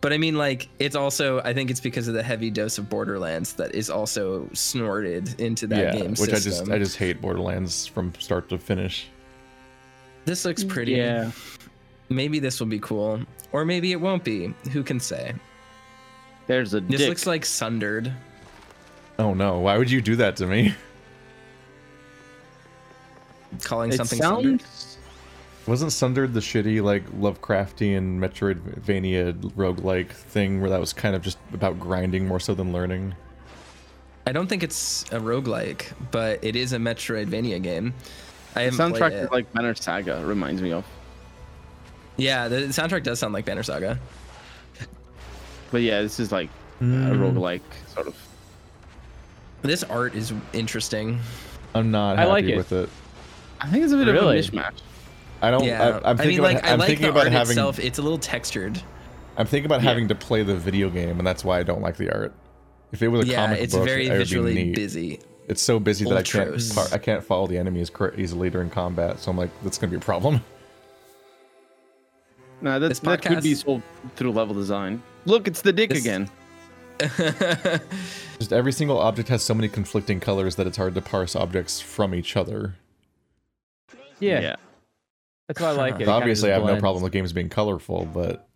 Speaker 4: But I mean, like, it's also I think it's because of the heavy dose of Borderlands that is also snorted into that
Speaker 1: yeah,
Speaker 4: game
Speaker 1: which
Speaker 4: system.
Speaker 1: I just I just hate Borderlands from start to finish.
Speaker 4: this looks pretty.
Speaker 2: yeah.
Speaker 4: Maybe this will be cool, or maybe it won't be. Who can say?
Speaker 2: There's a
Speaker 4: This
Speaker 2: dick.
Speaker 4: looks like Sundered.
Speaker 1: Oh no, why would you do that to me? <laughs>
Speaker 4: Calling
Speaker 2: it
Speaker 4: something Sundered.
Speaker 2: sounds.
Speaker 1: Wasn't Sundered the shitty like Lovecraftian Metroidvania roguelike thing where that was kind of just about grinding more so than learning?
Speaker 4: I don't think it's a roguelike, but it is a Metroidvania game. I
Speaker 2: The
Speaker 4: haven't
Speaker 2: soundtrack
Speaker 4: played
Speaker 2: is
Speaker 4: it.
Speaker 2: like Banner Saga reminds me of.
Speaker 4: yeah, the soundtrack does sound like Banner Saga.
Speaker 2: But yeah, this is like a roguelike sort of.
Speaker 4: This art is interesting.
Speaker 1: I'm not
Speaker 3: I
Speaker 1: happy
Speaker 3: like it.
Speaker 1: with it.
Speaker 2: I think it's a bit
Speaker 3: Really?
Speaker 2: of a mishmash.
Speaker 1: I don't.
Speaker 4: Yeah,
Speaker 1: Oh, I, I'm
Speaker 4: mean,
Speaker 1: thinking
Speaker 4: like,
Speaker 1: about,
Speaker 4: I
Speaker 1: I'm
Speaker 4: like
Speaker 1: thinking
Speaker 4: the
Speaker 1: about
Speaker 4: art
Speaker 1: having.
Speaker 4: itself. It's a little textured.
Speaker 1: I'm thinking about
Speaker 2: Yeah.
Speaker 1: having to play the video game, and that's why I don't like the art. If it was a
Speaker 4: yeah,
Speaker 1: comic
Speaker 4: it's
Speaker 1: book,
Speaker 4: very
Speaker 1: it would be
Speaker 4: visually
Speaker 1: neat.
Speaker 4: busy.
Speaker 1: It's so busy that I
Speaker 4: Ultros.
Speaker 1: can't. Par- I can't follow the enemies cr- easily during combat, so I'm like, that's gonna be a problem. <laughs>
Speaker 2: Nah,
Speaker 4: This
Speaker 2: that, that could be
Speaker 4: podcast-
Speaker 2: solved through level design. Look, it's the dick
Speaker 4: This-
Speaker 2: again.
Speaker 1: Just every single object has so many conflicting colors that it's hard to parse objects from each other.
Speaker 3: Yeah, that's why I like it. it. kinda
Speaker 1: Obviously, I
Speaker 3: just
Speaker 1: have no
Speaker 3: blends.
Speaker 1: problem with games being colorful, but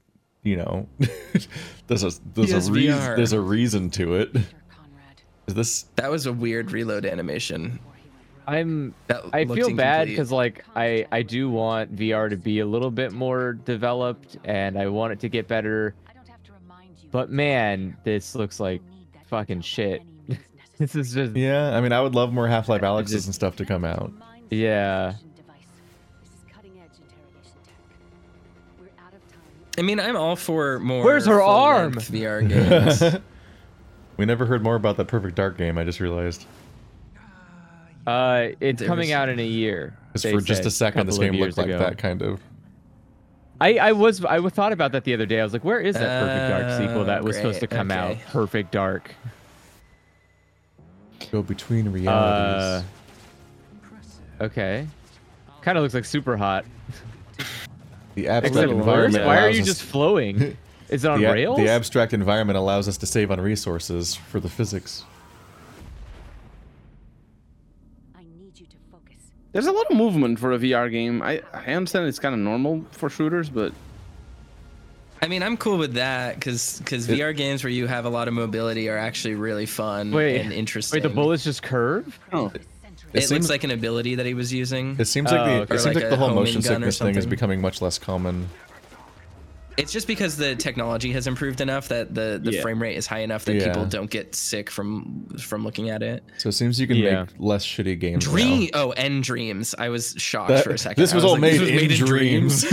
Speaker 1: you know, <laughs> there's a there's a
Speaker 4: PSVR.
Speaker 1: reason there's a reason to it.
Speaker 8: Sir Conrad,
Speaker 1: Is this
Speaker 4: That was a weird reload animation.
Speaker 8: before he went rogue.
Speaker 3: I'm.
Speaker 4: That
Speaker 3: I
Speaker 4: looked
Speaker 3: feel bad
Speaker 4: incomplete.
Speaker 3: because like I I do want VR to be a little bit more developed and I want it to get better.
Speaker 8: I don't have to remind you.
Speaker 3: But man, this looks like fucking shit. <laughs> This is just
Speaker 1: Yeah, I mean, I would love more Half Life Alyxes
Speaker 3: just-
Speaker 1: and stuff to come out.
Speaker 3: Yeah.
Speaker 4: I mean, I'm all for more.
Speaker 3: Where's her arm?
Speaker 4: full-length VR
Speaker 1: <laughs>
Speaker 4: games.
Speaker 1: we never heard more about that Perfect Dark game. I just realized.
Speaker 3: uh, it's
Speaker 4: There
Speaker 3: coming
Speaker 4: was-
Speaker 3: out in a year.
Speaker 1: Because
Speaker 3: they
Speaker 1: for just
Speaker 3: said,
Speaker 1: a second, this
Speaker 3: couple of
Speaker 1: game
Speaker 3: years
Speaker 1: looked like
Speaker 3: ago.
Speaker 1: that kind of.
Speaker 3: I, I was I w- thought about that the other day. I was like, where is that Perfect Dark sequel
Speaker 4: Oh,
Speaker 3: that was supposed to
Speaker 4: great.
Speaker 3: come out?
Speaker 4: Okay.
Speaker 3: Perfect Dark.
Speaker 1: Go between
Speaker 3: Uh,
Speaker 1: realities.
Speaker 3: okay. Kind of looks like super hot.
Speaker 1: the
Speaker 3: Except
Speaker 1: abstract
Speaker 3: worse.
Speaker 1: environment.
Speaker 3: Why are
Speaker 1: allows
Speaker 3: you
Speaker 1: us-
Speaker 3: just
Speaker 1: <laughs>
Speaker 3: floating? Is it on
Speaker 1: the, ab-
Speaker 3: rails?
Speaker 1: the abstract environment allows us to save on resources for the physics.
Speaker 8: I need you to focus.
Speaker 2: There's a lot of movement for a VR game. I, I understand it's kind of normal for shooters, but
Speaker 4: I mean, I'm cool with that because VR games where you have a lot of mobility are actually really fun
Speaker 3: Wait,
Speaker 4: and
Speaker 3: Wait,
Speaker 4: interesting.
Speaker 3: the bullets just curve?
Speaker 2: oh,
Speaker 4: It,
Speaker 1: It
Speaker 4: looks
Speaker 1: seems-
Speaker 4: like an ability that he was using.
Speaker 1: It seems like
Speaker 3: Oh,
Speaker 1: the
Speaker 3: okay.
Speaker 1: it
Speaker 4: Or
Speaker 1: seems
Speaker 4: like
Speaker 1: like,
Speaker 4: a
Speaker 1: the whole
Speaker 4: homing
Speaker 1: motion
Speaker 4: gun or
Speaker 1: sickness thing is
Speaker 4: something.
Speaker 1: becoming much less common.
Speaker 4: It's just because the technology has improved enough that the, the
Speaker 2: Yeah.
Speaker 4: frame rate is high enough that
Speaker 1: Yeah.
Speaker 4: people don't get sick from from looking at it.
Speaker 1: So it seems you can
Speaker 3: Yeah.
Speaker 1: make less shitty games. now.
Speaker 4: Dream. Oh, and dreams. I was shocked
Speaker 1: That-
Speaker 4: for a second.
Speaker 1: this
Speaker 4: I
Speaker 1: was all
Speaker 4: like,
Speaker 1: made, in
Speaker 4: in
Speaker 1: dreams.
Speaker 4: <laughs>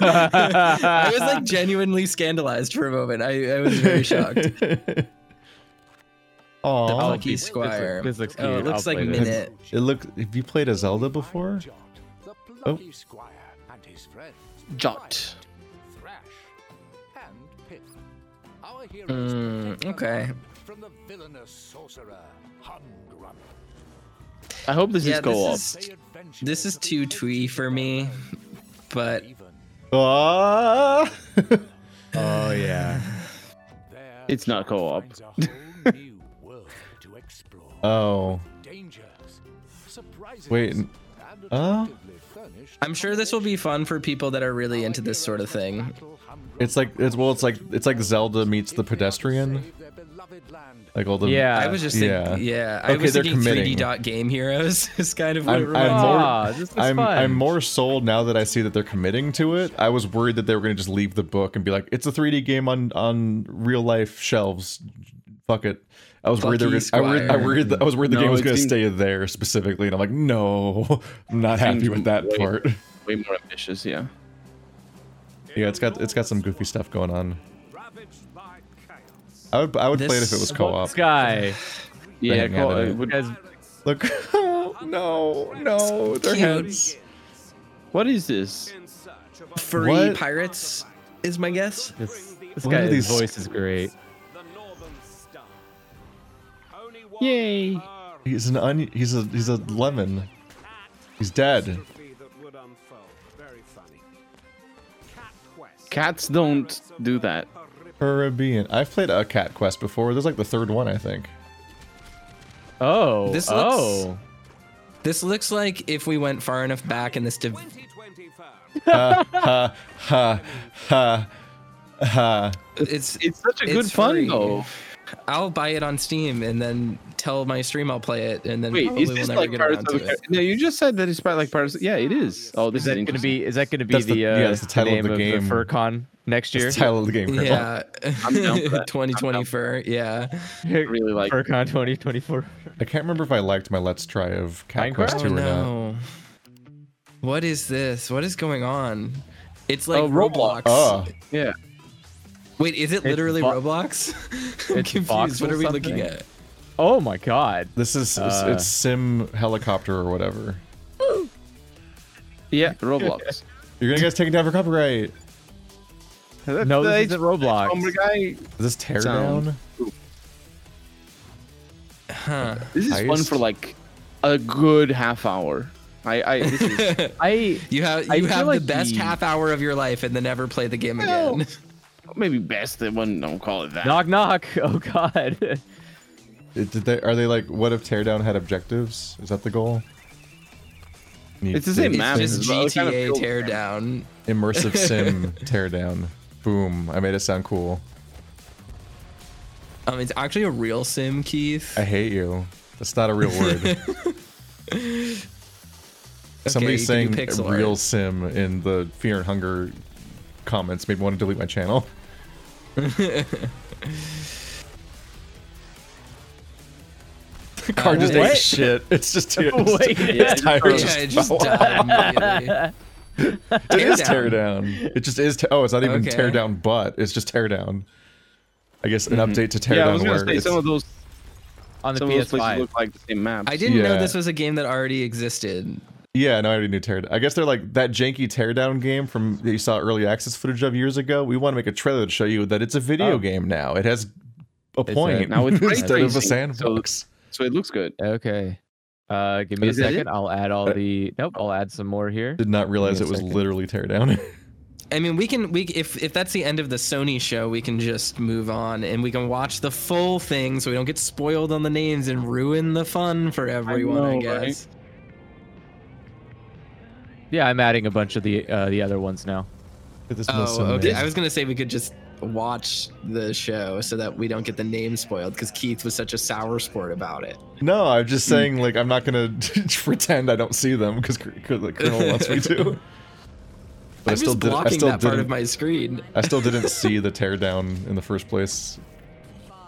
Speaker 4: I was like genuinely scandalized for a moment. I, I was
Speaker 3: <laughs>
Speaker 4: very shocked.
Speaker 1: Aw.
Speaker 4: Funky
Speaker 3: this- this
Speaker 4: Squire.
Speaker 3: looks- this looks
Speaker 4: Oh, it
Speaker 3: cute.
Speaker 4: looks
Speaker 3: I'll
Speaker 4: like
Speaker 3: play this.
Speaker 4: Minute.
Speaker 1: It look. Have you played a Zelda before?
Speaker 10: The
Speaker 1: Oh.
Speaker 10: bloody squire and his friends.
Speaker 2: Jot.
Speaker 10: Riot, Thrash and Pip. Our heroes
Speaker 4: Mm,
Speaker 10: protect the
Speaker 4: okay.
Speaker 10: land From the villainous sorcerer Hungrun.
Speaker 2: I hope this
Speaker 4: Yeah,
Speaker 2: is co-op.
Speaker 4: this is, this is too twee for me, but
Speaker 1: Ah. oh yeah.
Speaker 2: It's not co-op.
Speaker 1: <laughs> Oh. Wait, n- uh?
Speaker 4: I'm sure this will be fun for people that are really into this sort of thing.
Speaker 1: It's like it's well. It's like it's like Zelda meets the pedestrian. Like all the
Speaker 3: Uh, Yeah.
Speaker 4: I was just thinking, yeah. I
Speaker 1: Okay,
Speaker 4: was
Speaker 1: they're
Speaker 4: thinking
Speaker 1: committing.
Speaker 4: 3D dot game heroes <laughs> is kind of what it
Speaker 1: I'm, I'm
Speaker 4: reminds me.
Speaker 1: more,
Speaker 3: Ah, this looks
Speaker 1: I'm,
Speaker 3: fun.
Speaker 1: I'm more sold now that I see that they're committing to it. I was worried that they were going to just leave the book and be like, "It's a 3D game on on real life shelves. Fuck it." I was worried they were. Gonna,
Speaker 4: Bucky
Speaker 1: I worried. I
Speaker 4: Squire.
Speaker 1: worried. that- I was worried the
Speaker 2: No,
Speaker 1: game was
Speaker 2: it
Speaker 1: going to
Speaker 2: seemed-
Speaker 1: stay there specifically, and I'm like, "No, <laughs> I'm not
Speaker 2: seemed
Speaker 1: happy with that
Speaker 2: way-
Speaker 1: part."
Speaker 2: Way more ambitious, yeah.
Speaker 1: Yeah, it's got it's got some goofy stuff going on. I would I would play it if it was
Speaker 4: This-
Speaker 1: co-op.
Speaker 3: Sky.
Speaker 2: Yeah, uh,
Speaker 1: hang out
Speaker 2: co-
Speaker 1: at it.
Speaker 2: would-
Speaker 3: Guys,
Speaker 1: Look, <laughs> oh, no, no, their
Speaker 4: Cute.
Speaker 1: heads.
Speaker 2: what is this?
Speaker 4: Furry
Speaker 1: What?
Speaker 4: pirates is my guess.
Speaker 3: this, this
Speaker 1: What are
Speaker 3: guy's
Speaker 1: these-
Speaker 3: voice is great.
Speaker 2: Yay!
Speaker 1: He's an onion. He's a he's a lemon. He's dead.
Speaker 2: Cats don't do that.
Speaker 1: Caribbean. I've played a Cat Quest before. There's like the third one, I think.
Speaker 3: Oh.
Speaker 4: This looks-
Speaker 3: oh.
Speaker 4: This looks like if we went far enough back in this div-
Speaker 1: Ha ha ha.
Speaker 4: it's
Speaker 2: It's such a good
Speaker 4: It's
Speaker 2: fun
Speaker 4: free.
Speaker 2: though.
Speaker 4: I'll buy it on Steam and then tell my stream I'll play it and then
Speaker 2: Wait,
Speaker 4: probably
Speaker 2: is
Speaker 4: will
Speaker 2: this
Speaker 4: never
Speaker 2: like
Speaker 4: get
Speaker 2: Pirates of
Speaker 4: around to
Speaker 2: the
Speaker 4: it.
Speaker 2: Caribbean? No, you just said that it's part- like Pirates. Yeah, it is. Oh, this
Speaker 3: Is that gonna
Speaker 2: interesting.
Speaker 3: be? Is that gonna be
Speaker 1: That's
Speaker 3: the,
Speaker 1: the-
Speaker 3: uh,
Speaker 1: yeah, that's the title of
Speaker 3: name
Speaker 1: the game.
Speaker 3: FurCon next year?
Speaker 1: It's the
Speaker 3: <laughs>
Speaker 1: title of the game. Cripple.
Speaker 4: Yeah,
Speaker 2: down
Speaker 4: <laughs>
Speaker 2: for that. I'm down
Speaker 4: 2020 for yeah.
Speaker 2: really like-
Speaker 3: FurCon 2024.
Speaker 1: I can't remember if I liked my Let's Try of Cat
Speaker 3: Minecraft?
Speaker 1: Quest
Speaker 4: Oh
Speaker 1: two or not.
Speaker 4: no! What is this? What is going on? It's like
Speaker 2: Oh, Roblox.
Speaker 4: Roblox.
Speaker 1: Oh,
Speaker 2: Yeah.
Speaker 4: Wait, is it literally
Speaker 3: Vo-
Speaker 4: Roblox? <laughs> I'm
Speaker 3: it's
Speaker 4: confused.
Speaker 3: voxel
Speaker 4: what are we looking
Speaker 3: something?
Speaker 4: at?
Speaker 3: Oh my God.
Speaker 1: this is it's,
Speaker 3: Uh.
Speaker 1: it's Sim Helicopter or whatever.
Speaker 2: Yeah,
Speaker 3: <laughs>
Speaker 2: Roblox.
Speaker 1: You're gonna guys take it down for copyright.
Speaker 2: That's
Speaker 3: No,
Speaker 2: the-
Speaker 3: this isn't Roblox.
Speaker 2: Oh my guy.
Speaker 1: Is this teardown?
Speaker 2: Sound.
Speaker 4: Huh.
Speaker 2: This is fun
Speaker 1: Heist?
Speaker 2: for like a good half hour. I, I this
Speaker 3: <laughs>
Speaker 2: is,
Speaker 3: I
Speaker 4: You have
Speaker 3: I
Speaker 4: you
Speaker 3: feel
Speaker 4: have
Speaker 3: like
Speaker 4: the best
Speaker 3: the-
Speaker 4: half hour of your life and then never play the game again.
Speaker 2: maybe best. They wouldn't don't call it that.
Speaker 3: knock knock. <laughs> Oh God.
Speaker 1: Did they, are they like what if teardown had objectives? Is that the goal? Need-
Speaker 2: It's the same
Speaker 1: need
Speaker 2: map.
Speaker 1: sim-
Speaker 4: Just
Speaker 2: Well, it kind of
Speaker 4: GTA
Speaker 2: feels-
Speaker 4: teardown.
Speaker 1: Immersive sim teardown. Boom! I made it sound cool.
Speaker 4: Um, it's actually a real sim, Keith.
Speaker 1: I hate you. That's not a real word. Somebody's
Speaker 4: Okay, you
Speaker 1: saying
Speaker 4: can do pixel
Speaker 1: real
Speaker 4: art.
Speaker 1: sim in the fear and hunger comments made me want to delete my channel. Car just
Speaker 3: What?
Speaker 1: ate shit. <laughs> It's just
Speaker 3: Wait.
Speaker 1: It's tires
Speaker 4: yeah, it
Speaker 1: just
Speaker 4: just
Speaker 1: fell off.
Speaker 4: died immediately.
Speaker 1: It is
Speaker 4: Teardown.
Speaker 1: tear down. It just is. Te- oh, it's not even
Speaker 4: Okay.
Speaker 1: tear down, but it's just tear down. I guess an update to tear
Speaker 2: Yeah, I was
Speaker 1: down
Speaker 2: gonna
Speaker 1: where
Speaker 2: say
Speaker 1: it's,
Speaker 2: some of those
Speaker 3: On the
Speaker 2: some of those places
Speaker 3: PS5.
Speaker 2: look like the same map.
Speaker 4: I didn't know
Speaker 1: Yeah.
Speaker 4: this was a game that already existed.
Speaker 1: Yeah, no, I already knew teardown. I guess they're like that janky teardown game from that you saw early access footage of years ago. We want to make a trailer to show you that it's a video
Speaker 3: Oh.
Speaker 1: game now. It has a point
Speaker 2: now it's
Speaker 1: <laughs>
Speaker 2: ray
Speaker 1: instead of a
Speaker 2: tracing, so-
Speaker 1: sandbox.
Speaker 2: so it looks good.
Speaker 3: Okay. Uh, give me a
Speaker 2: Is that it?
Speaker 3: second. I'll add all
Speaker 1: Uh,
Speaker 3: the. Nope. I'll add some more here.
Speaker 1: Did not realize
Speaker 3: Give
Speaker 1: it
Speaker 3: me a
Speaker 1: was
Speaker 3: second.
Speaker 1: literally teardown.
Speaker 4: I mean, we can we if if that's the end of the Sony show, we can just move on and we can watch the full thing, so we don't get spoiled on the names and ruin the fun for everyone. I,
Speaker 2: know,
Speaker 4: guess.
Speaker 3: Yeah, I'm adding a bunch of the uh, the other ones now.
Speaker 1: Look at this
Speaker 4: Oh,
Speaker 1: Muslim
Speaker 4: okay.
Speaker 1: man.
Speaker 4: I was gonna say we could just watch the show so that we don't get the name spoiled because Keith was such a sour sport about it.
Speaker 1: No, I'm just saying like I'm not gonna <laughs> pretend I don't see them because like, Colonel wants me to. But I,
Speaker 4: I'm
Speaker 1: still
Speaker 4: just
Speaker 1: did. I
Speaker 4: blocking
Speaker 1: still
Speaker 4: that
Speaker 1: didn't.
Speaker 4: part of my screen.
Speaker 1: <laughs> I still didn't see the teardown in the first place.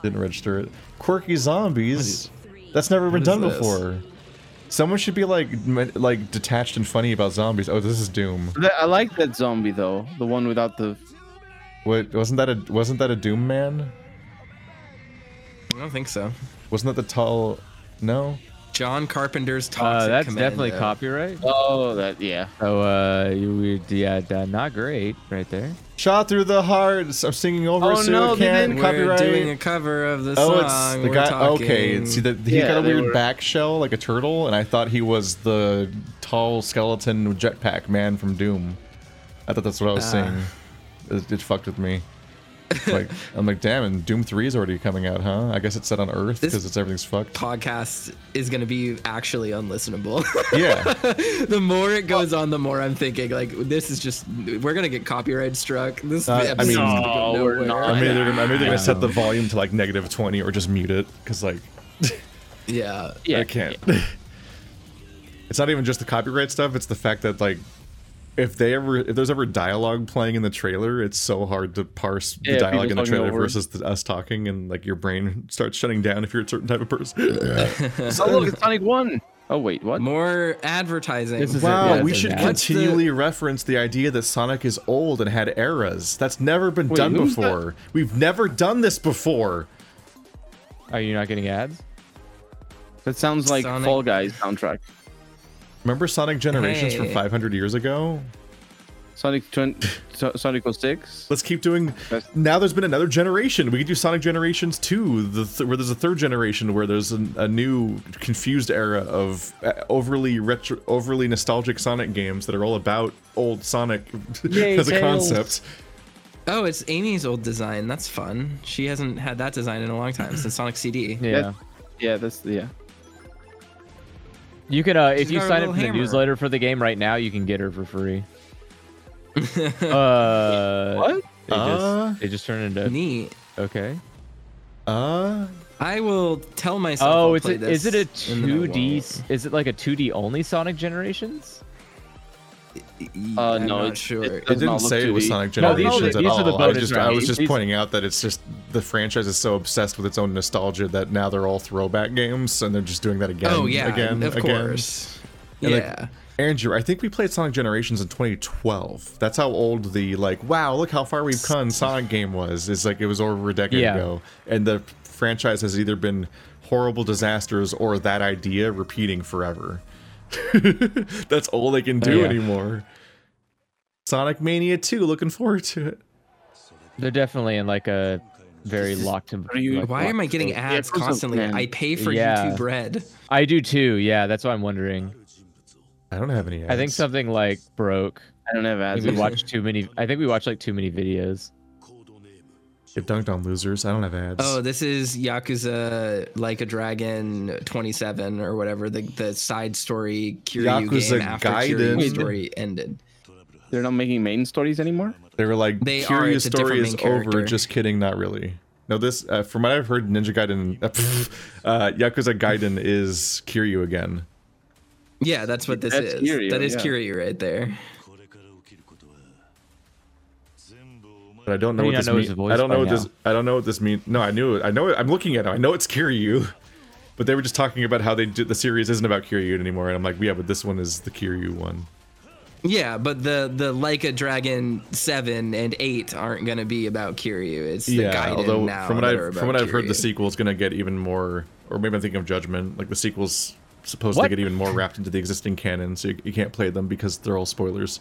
Speaker 1: Didn't register it. Quirky zombies. That's never been
Speaker 4: is
Speaker 1: done
Speaker 4: this?
Speaker 1: before. Someone should be like me- like detached and funny about zombies. Oh, this is Doom.
Speaker 2: Th- I like that zombie though, the one without the.
Speaker 1: What wasn't that a wasn't that a Doom man?
Speaker 4: I don't think so.
Speaker 1: Wasn't that the tall? No.
Speaker 4: John Carpenter's
Speaker 3: Uh,
Speaker 4: Toxic
Speaker 3: that's
Speaker 4: Commando.
Speaker 3: definitely copyright.
Speaker 2: Oh, that yeah.
Speaker 3: So uh, you would yeah, d- not great right there.
Speaker 1: Shot through the heart. I'm singing over.
Speaker 2: Oh,
Speaker 1: so
Speaker 2: no,
Speaker 1: it
Speaker 2: they
Speaker 1: can
Speaker 2: didn't-
Speaker 4: We're
Speaker 1: copyright.
Speaker 4: doing a cover of the
Speaker 1: Oh,
Speaker 4: song.
Speaker 1: it's the
Speaker 4: we're
Speaker 1: guy.
Speaker 4: Talking.
Speaker 1: Okay, see that he
Speaker 2: Yeah,
Speaker 1: got a
Speaker 2: they
Speaker 1: weird
Speaker 2: were-
Speaker 1: back shell like a turtle, and I thought he was the tall skeleton jetpack man from Doom. I thought that's what I
Speaker 4: Ah.
Speaker 1: was seeing. It, it fucked with me.
Speaker 4: <laughs>
Speaker 1: Like I'm like, damn, and Doom Three is already coming out, huh? I guess it's set on Earth
Speaker 4: This-
Speaker 1: because it's everything's <laughs> fucked.
Speaker 4: podcast is going to be actually unlistenable. <laughs>
Speaker 1: Yeah,
Speaker 4: the more it goes on, the more I'm thinking like this is just we're going to get copyright struck. This
Speaker 1: Uh, I
Speaker 4: episode's
Speaker 1: mean-
Speaker 4: going to go
Speaker 2: No, we're
Speaker 4: nowhere.
Speaker 2: not.
Speaker 1: I mean, they're, gonna- I mean, they're gonna set
Speaker 3: Wow.
Speaker 1: the volume to like negative twenty or just mute it because like
Speaker 4: Yeah.
Speaker 2: Yeah.
Speaker 1: I can't. <laughs> it's not even just the copyright stuff; it's the fact that like if they ever if there's ever dialogue playing in the trailer, it's so hard to parse the
Speaker 2: Yeah,
Speaker 1: dialogue
Speaker 2: people
Speaker 1: in the
Speaker 2: talking
Speaker 1: trailer
Speaker 2: over-
Speaker 1: versus the, us talking, and like your brain <laughs> starts shutting down if you're a certain type of person.
Speaker 2: Oh look, it's Sonic One. Oh wait, what?
Speaker 4: More advertising.
Speaker 3: This is it.
Speaker 1: Wow,
Speaker 3: Yeah,
Speaker 1: we
Speaker 3: it's
Speaker 1: should
Speaker 3: an ad.
Speaker 4: What's the-
Speaker 1: continually reference the idea that Sonic is old and had eras. That's never been
Speaker 2: Wait,
Speaker 1: done
Speaker 2: who's that?
Speaker 1: before. We've never done this before.
Speaker 3: Are you not getting ads?
Speaker 2: That sounds like
Speaker 4: Sonic-
Speaker 2: Fall Guys soundtrack.
Speaker 1: Remember Sonic Generations from
Speaker 4: Hey.
Speaker 1: 500 years ago?
Speaker 2: Sonic 20, So- Sonic 06.
Speaker 1: Let's keep doing.
Speaker 2: That's-
Speaker 1: Now there's been another generation. We could do Sonic Generations 2, the th- where there's a third generation where there's an, a new confused era of uh, overly retro, overly nostalgic Sonic games that are all about old Sonic <laughs>
Speaker 3: Yay,
Speaker 1: as a
Speaker 3: Tails.
Speaker 1: concept.
Speaker 4: Oh, it's Amy's old design. That's fun. She hasn't had that design in a long time since Sonic CD.
Speaker 3: <laughs> Yeah.
Speaker 2: That's- Yeah, that's yeah.
Speaker 3: You can uh, if
Speaker 4: She's
Speaker 3: you
Speaker 4: got a
Speaker 3: sign up
Speaker 4: little
Speaker 3: for the
Speaker 4: hammer.
Speaker 3: newsletter for the game right now, you can get her
Speaker 2: <laughs>
Speaker 3: for free. uh,
Speaker 2: What?
Speaker 3: They just,
Speaker 1: Uh?
Speaker 3: they just turned into
Speaker 4: Neat.
Speaker 3: okay.
Speaker 1: Uh,
Speaker 4: I will tell myself.
Speaker 3: Oh,
Speaker 4: I'll
Speaker 3: it's
Speaker 4: play
Speaker 3: a,
Speaker 4: this
Speaker 3: is it a
Speaker 4: and then I
Speaker 3: two D? Is it like a two D only Sonic Generations?
Speaker 4: won't.
Speaker 2: Uh,
Speaker 4: I'm
Speaker 2: no,
Speaker 4: not
Speaker 2: it's-
Speaker 4: sure.
Speaker 2: it-
Speaker 1: It
Speaker 2: does
Speaker 1: didn't
Speaker 2: not look
Speaker 1: say it was
Speaker 2: 2D.
Speaker 1: Sonic
Speaker 3: No, these-
Speaker 1: Generations at
Speaker 3: these are the
Speaker 1: all. I was
Speaker 3: bonus
Speaker 1: just, I was
Speaker 3: rounds.
Speaker 1: just
Speaker 3: These-
Speaker 1: pointing out that it's just the franchise is so obsessed with its own nostalgia that now they're all throwback games and they're just doing that again.
Speaker 4: oh yeah,
Speaker 1: again,
Speaker 4: of
Speaker 1: again.
Speaker 4: course.
Speaker 1: And, like,
Speaker 4: yeah.
Speaker 1: Andrew, I think we played Sonic Generations in 2012. That's how old the like, wow, look how far we've come Sonic game was. It's like it was over a decade
Speaker 3: Yeah.
Speaker 1: ago, and the franchise has either been horrible disasters or that idea repeating forever. <laughs> That's all they can do
Speaker 3: Oh, Yeah.
Speaker 1: anymore. Sonic Mania 2, looking forward to it.
Speaker 3: They're definitely in like a very locked.
Speaker 2: you-
Speaker 3: like,
Speaker 4: Why am I
Speaker 3: locked-
Speaker 4: getting ads
Speaker 2: from some-
Speaker 4: constantly?
Speaker 2: man.
Speaker 4: I pay for
Speaker 3: Yeah.
Speaker 4: YouTube Red.
Speaker 3: I do too. Yeah, that's why I'm wondering.
Speaker 1: I don't have any. Ads.
Speaker 3: I think something like broke.
Speaker 2: I don't have
Speaker 3: I
Speaker 2: ads.
Speaker 3: think we watched too many. I think we watched like too many videos.
Speaker 1: Get dunked on losers. I don't have ads.
Speaker 4: Oh, this is Yakuza Like a Dragon 27 or whatever the the side story Kiryu
Speaker 1: Yakuza
Speaker 4: game after
Speaker 1: Gaiden.
Speaker 4: Kiryu story ended.
Speaker 2: They're not making main stories anymore.
Speaker 1: they were like,
Speaker 4: They are,
Speaker 1: "Curious
Speaker 4: it's a different
Speaker 1: story is
Speaker 4: main
Speaker 1: over."
Speaker 4: character.
Speaker 1: Just kidding, not really. No, this uh, from what I've heard, Ninja Gaiden, uh, pff, uh, <laughs> Yakuza Gaiden is Kiryu again.
Speaker 4: Yeah, that's what this
Speaker 2: That's
Speaker 4: is.
Speaker 2: Kiryu,
Speaker 4: that is
Speaker 2: yeah.
Speaker 4: Kiryu right there.
Speaker 1: But I don't know
Speaker 3: How
Speaker 1: what
Speaker 3: do you not
Speaker 1: this
Speaker 3: know his
Speaker 1: means.
Speaker 3: voice
Speaker 1: I don't know
Speaker 3: by
Speaker 1: what this.
Speaker 3: now?
Speaker 1: I don't know what this means. No, I knew it. I know it. I'm looking at him. I know it's Kiryu. But they were just talking about how they did, the series isn't about Kiryu anymore, and I'm like, yeah, but this one is the Kiryu one.
Speaker 4: Yeah, but the the Like a Dragon 7 and 8 aren't going to be about Kiryu. It's the
Speaker 1: yeah,
Speaker 4: Gaiden
Speaker 1: although
Speaker 4: now.
Speaker 1: from what
Speaker 4: that
Speaker 1: I've
Speaker 4: are
Speaker 1: from
Speaker 4: about
Speaker 1: what I've heard, the
Speaker 4: Kiryu.
Speaker 1: sequel is going to get even more, or maybe I'm thinking of Judgment. Like the sequels supposed
Speaker 3: What?
Speaker 1: to get even more wrapped into the existing canon, so you, you can't play them because they're all spoilers.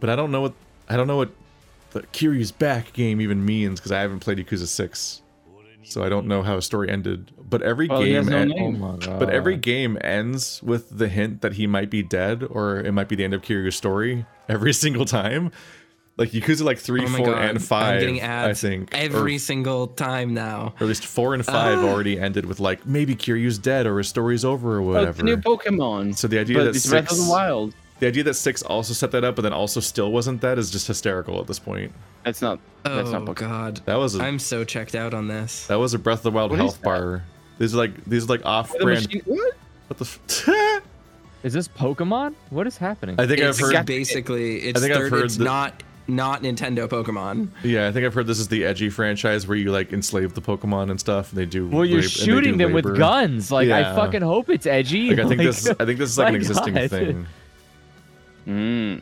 Speaker 1: But I don't know what I don't know what the Kiryu's back game even means because I haven't played Yakuza Six, so I don't know how a story ended. But every
Speaker 2: Well, he
Speaker 1: game,
Speaker 2: has no
Speaker 1: en-
Speaker 2: name.
Speaker 3: Oh my god.
Speaker 1: but every game ends with the hint that he might be dead or it might be the end of Kiryu's story every <laughs> single time. Like Yakuza like three,
Speaker 4: Oh
Speaker 1: four,
Speaker 4: my God,
Speaker 1: and 5
Speaker 4: I'm getting ads
Speaker 1: I think. or-
Speaker 4: every Ah.
Speaker 1: or,
Speaker 4: single time now.
Speaker 1: at least 4 and 5 already ended with like maybe Kiryu's dead or his story's over or
Speaker 2: Oh, it's
Speaker 1: whatever.
Speaker 2: a new Pokemon.
Speaker 1: So the idea
Speaker 2: but
Speaker 1: that
Speaker 2: it's Breath of
Speaker 1: six-
Speaker 2: the Wild.
Speaker 1: the idea that 6 also set that up but then also still wasn't that is just hysterical at this point.
Speaker 2: That's not. that's
Speaker 4: Oh
Speaker 2: not Pokemon.
Speaker 4: god.
Speaker 1: That was a
Speaker 4: I'm so checked out on this.
Speaker 1: that was a Breath of the Wild
Speaker 2: What is
Speaker 1: health
Speaker 2: that?
Speaker 1: bar. These are like these are like
Speaker 2: The
Speaker 1: off-brand
Speaker 2: machine, what?
Speaker 1: what the f- <laughs>
Speaker 3: is this Pokemon? What is happening?
Speaker 1: I think
Speaker 4: It's
Speaker 1: I've heard
Speaker 4: basically it's
Speaker 1: think I've
Speaker 4: third
Speaker 1: heard
Speaker 4: it's
Speaker 1: that-
Speaker 4: not not Nintendo Pokemon.
Speaker 1: Yeah, I think I've heard this is the edgy franchise where you like enslave the Pokemon and stuff. And they do
Speaker 3: Well, you're
Speaker 1: rape- and they do
Speaker 3: shooting them with
Speaker 1: labor.
Speaker 3: guns. Like I
Speaker 1: Yeah.
Speaker 3: fucking hope it's edgy.
Speaker 1: Like, I think
Speaker 3: Like,
Speaker 1: this. I think this is like an
Speaker 3: <laughs> my
Speaker 1: existing
Speaker 3: God.
Speaker 1: thing.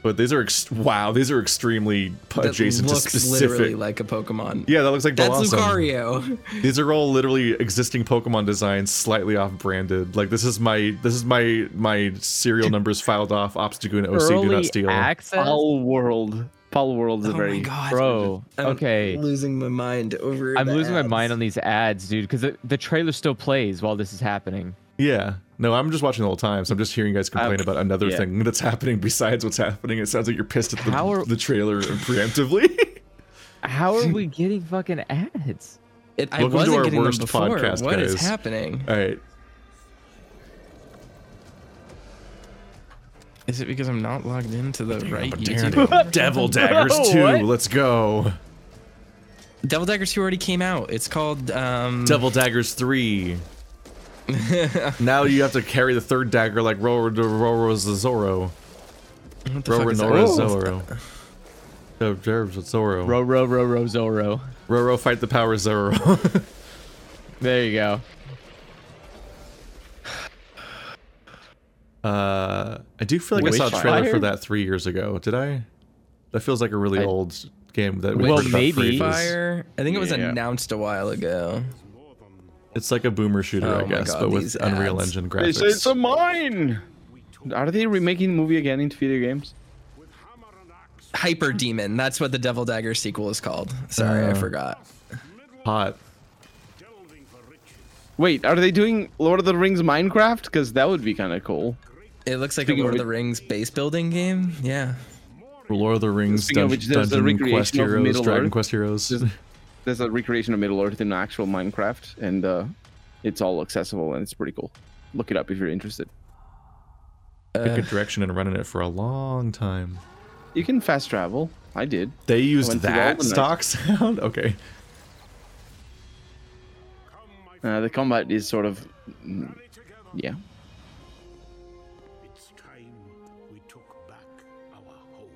Speaker 1: But these are ex- wow. These are extremely p-
Speaker 4: Mm. That
Speaker 1: adjacent
Speaker 4: looks
Speaker 1: to specific.
Speaker 4: literally like a Pokemon.
Speaker 1: yeah, that looks like
Speaker 4: That's
Speaker 1: Blossom.
Speaker 4: Lucario. Oh
Speaker 1: These are all literally existing Pokemon designs, slightly off-branded. Like this is my this is my my serial numbers filed off. Obstagoon OC, do
Speaker 3: Early
Speaker 1: not steal.
Speaker 3: access,
Speaker 2: Pal World. Pal World is
Speaker 4: Oh my
Speaker 2: very.
Speaker 4: God.
Speaker 3: bro.
Speaker 4: I'm
Speaker 3: okay,
Speaker 4: losing my mind over.
Speaker 3: I'm
Speaker 4: the
Speaker 3: losing my
Speaker 4: ads.
Speaker 3: mind on these ads, dude. Because the, the trailer still plays while this is happening.
Speaker 1: Yeah. No, I'm just watching the whole time, so I'm just hearing you guys
Speaker 4: Oh,
Speaker 1: complain
Speaker 2: Um,
Speaker 1: about another
Speaker 2: yeah.
Speaker 1: thing that's happening besides what's happening. It sounds like you're pissed at the,
Speaker 3: How are-
Speaker 1: the trailer preemptively. <laughs>
Speaker 3: How are we getting fucking ads?
Speaker 4: It, I
Speaker 1: Welcome to
Speaker 4: wasn't
Speaker 1: our
Speaker 4: getting them
Speaker 1: worst
Speaker 4: before. What is
Speaker 1: podcast, guys.
Speaker 4: happening?
Speaker 1: all right.
Speaker 11: Is it because I'm not logged into the right YouTube?
Speaker 1: Devil Daggers 2,
Speaker 3: What?
Speaker 1: let's go.
Speaker 4: Devil Daggers 2 already came out. It's called um
Speaker 1: Devil Daggers 3. <laughs> now you have to carry the third dagger like Roro Roro Zoro.
Speaker 11: What the fuck
Speaker 1: Roro
Speaker 11: is
Speaker 1: Nora
Speaker 11: that? Oh.
Speaker 1: Zoro. Zoro.
Speaker 3: Row, row, row, row, Zoro.
Speaker 1: Roro fight the power Zoro. <laughs>
Speaker 3: There you go.
Speaker 1: uh, I do feel like I saw a trailer for that three years ago. Did I? That feels like a really
Speaker 3: I-
Speaker 1: old game that we
Speaker 3: Well,
Speaker 1: heard about
Speaker 3: maybe.
Speaker 1: for ages.
Speaker 4: Fire. I think it was
Speaker 2: Yeah.
Speaker 4: announced a while ago.
Speaker 1: It's like a boomer shooter,
Speaker 4: Oh
Speaker 1: I
Speaker 4: my
Speaker 1: guess,
Speaker 4: God,
Speaker 1: but with
Speaker 4: these
Speaker 1: Unreal
Speaker 4: ads.
Speaker 1: Engine
Speaker 2: They
Speaker 1: graphics.
Speaker 2: say it's a mine. Are they remaking the movie again into video games?
Speaker 4: Hyper Demon. That's what the Devil Dagger sequel is called. Sorry, I
Speaker 1: Oh.
Speaker 4: forgot.
Speaker 1: Hot.
Speaker 2: Wait, are they doing Lord of the Rings Minecraft? Because that would be kind of cool.
Speaker 4: It looks like a
Speaker 2: Speaking of
Speaker 4: Lord
Speaker 2: which-
Speaker 4: of the Rings base building game. Yeah.
Speaker 1: Lord of the Rings,
Speaker 2: Speaking of
Speaker 1: Dun-
Speaker 2: which, there's a
Speaker 1: Dungeon
Speaker 2: recreation
Speaker 1: Quest
Speaker 2: of
Speaker 1: Heroes,
Speaker 2: Middle
Speaker 1: Dragon
Speaker 2: Earth.
Speaker 1: Quest Heroes. <laughs>
Speaker 2: Just- There's a recreation of Middle Earth in actual Minecraft, and uh, it's all accessible and it's pretty cool. Look it up if you're interested.
Speaker 1: Pick a direction and running it for a long time.
Speaker 2: You can fast travel. I did.
Speaker 1: They used
Speaker 2: went to the
Speaker 1: that
Speaker 2: Golden Knights.
Speaker 1: stock sound? <laughs> Okay.
Speaker 2: Uh, the combat is sort of, mm, yeah.
Speaker 9: It's time we took back our home.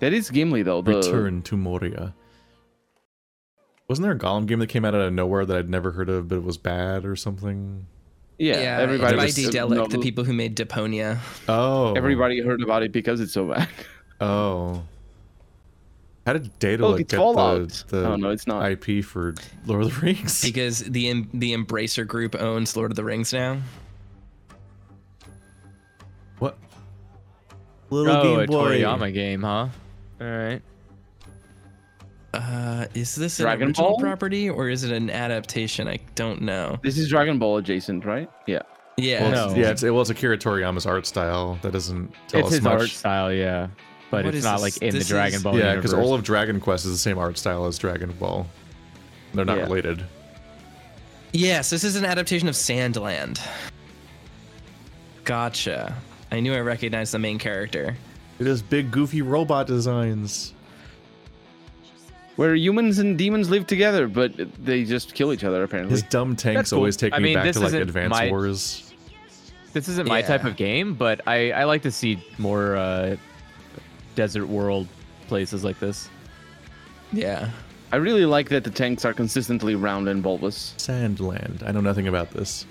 Speaker 2: That is Gimli though. The
Speaker 1: Return to Moria. Wasn't there a Gollum game that came out of nowhere that I'd never heard of, but it was bad or something?
Speaker 2: Yeah,
Speaker 4: Yeah.
Speaker 2: everybody.
Speaker 4: by
Speaker 2: was- uh,
Speaker 4: Daedalic,
Speaker 2: no,
Speaker 4: the people who made Deponia.
Speaker 1: Oh.
Speaker 2: Everybody heard about it because it's so bad. <laughs>
Speaker 1: Oh. How did Data
Speaker 2: Look,
Speaker 1: look
Speaker 2: it's
Speaker 1: get
Speaker 2: Fallout.
Speaker 1: the, the
Speaker 2: Oh, no, it's not.
Speaker 1: IP for Lord of the Rings?
Speaker 4: Because the em- the Embracer Group owns Lord of the Rings now.
Speaker 1: What? Little
Speaker 3: Oh, a Toriyama game, huh? All right.
Speaker 4: Uh, is this an
Speaker 2: Dragon
Speaker 4: original
Speaker 2: Ball?
Speaker 4: property or is it an adaptation? I don't know.
Speaker 2: This is Dragon Ball adjacent, right? Yeah.
Speaker 4: Yeah.
Speaker 1: Well,
Speaker 3: No.
Speaker 1: it's, yeah, it's, well, it's Akira Toriyama's art style. That doesn't tell
Speaker 3: Oh. It's
Speaker 1: us
Speaker 3: his
Speaker 1: much.
Speaker 3: art style, yeah. But
Speaker 4: What
Speaker 3: it's
Speaker 4: is
Speaker 3: not
Speaker 4: this?
Speaker 3: like in the
Speaker 4: This
Speaker 3: Dragon
Speaker 4: is-
Speaker 3: Ball
Speaker 1: yeah,
Speaker 3: universe.
Speaker 1: because all of Dragon Quest is the same art style as Dragon Ball. They're not
Speaker 2: Yeah.
Speaker 1: related.
Speaker 4: Yes, this is an adaptation of Sandland. Gotcha. I knew I recognized the main character.
Speaker 1: It is big, goofy robot designs.
Speaker 2: Where humans and demons live together, but they just kill each other apparently.
Speaker 1: His dumb tanks
Speaker 3: That's cool.
Speaker 1: always take
Speaker 3: I
Speaker 1: me
Speaker 3: mean,
Speaker 1: back
Speaker 3: this
Speaker 1: to like
Speaker 3: isn't
Speaker 1: Advance
Speaker 3: my-
Speaker 1: Wars.
Speaker 3: this isn't my type
Speaker 4: Yeah.
Speaker 3: of game, but I, I like to see more uh, desert world places like this. <laughs>
Speaker 4: Yeah.
Speaker 2: I really like that the tanks are consistently round and bulbous.
Speaker 1: Sandland. I know nothing about this.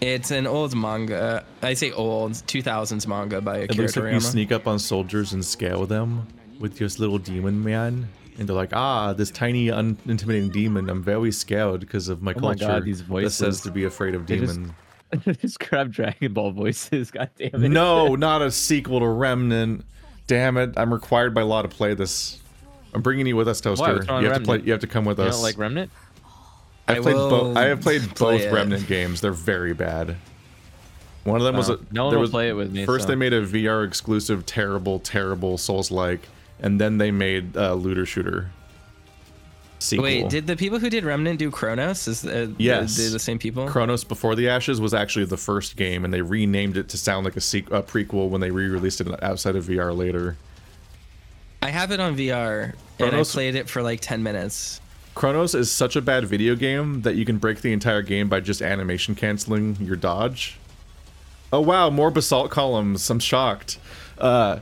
Speaker 4: It's an old manga. uh, I say old, 2000s manga by
Speaker 1: It
Speaker 4: Akira
Speaker 1: looks like you
Speaker 4: Toriyama.
Speaker 1: sneak up on soldiers and scale them with your little demon man. And they're like, ah, this tiny, unintimidating demon. I'm very scared because of my
Speaker 3: Oh my
Speaker 1: culture.
Speaker 3: God, these
Speaker 1: That says
Speaker 3: voices.
Speaker 1: to be afraid of
Speaker 3: They just-
Speaker 1: demon.
Speaker 3: Just grab Dragon Ball voices, <laughs> god
Speaker 1: Mm-hmm.
Speaker 3: damn it.
Speaker 1: No, not a sequel to Remnant. Damn it! I'm required by law to play this. I'm bringing you with us, Toaster.
Speaker 3: Why?
Speaker 1: You
Speaker 3: What's wrong
Speaker 1: have
Speaker 3: with
Speaker 1: to play.
Speaker 3: Remnant?
Speaker 1: You have to come with
Speaker 3: You
Speaker 1: us.
Speaker 3: don't like Remnant?
Speaker 1: I've
Speaker 4: I
Speaker 1: played both.
Speaker 4: will
Speaker 1: I have played
Speaker 4: play
Speaker 1: both
Speaker 4: it.
Speaker 1: Remnant games. They're very bad. One of them was
Speaker 3: Oh,
Speaker 1: a,
Speaker 3: no one
Speaker 1: there
Speaker 3: will
Speaker 1: was-
Speaker 3: play it with me,
Speaker 1: First,
Speaker 3: so-
Speaker 1: they made a VR exclusive, terrible, terrible Souls-like, and then they made uh, looter shooter. Sequel.
Speaker 4: Wait, did the people who did Remnant do Kronos? Is uh,
Speaker 1: Yes.
Speaker 4: They're the same people?
Speaker 1: Chronos Before the Ashes was actually the first game, and they renamed it to sound like a, sequ- a prequel when they re-released it outside of VR later.
Speaker 4: I have it on VR and I
Speaker 1: Kronos-
Speaker 4: played it for like 10 minutes.
Speaker 1: Chronos is such a bad video game that you can break the entire game by just animation canceling your dodge. Oh wow, more basalt columns. I'm shocked. Uh,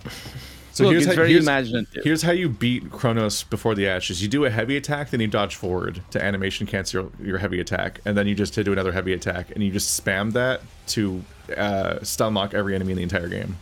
Speaker 1: So
Speaker 2: Look,
Speaker 1: here's
Speaker 2: it's
Speaker 1: how,
Speaker 2: very
Speaker 1: here's,
Speaker 2: imaginative.
Speaker 1: here's how you beat Kronos before the Ashes. You do a heavy attack, then you dodge forward to animation cancel your, your heavy attack, and then you just do another heavy attack, and you just spam that to uh, stun lock every enemy in the entire game.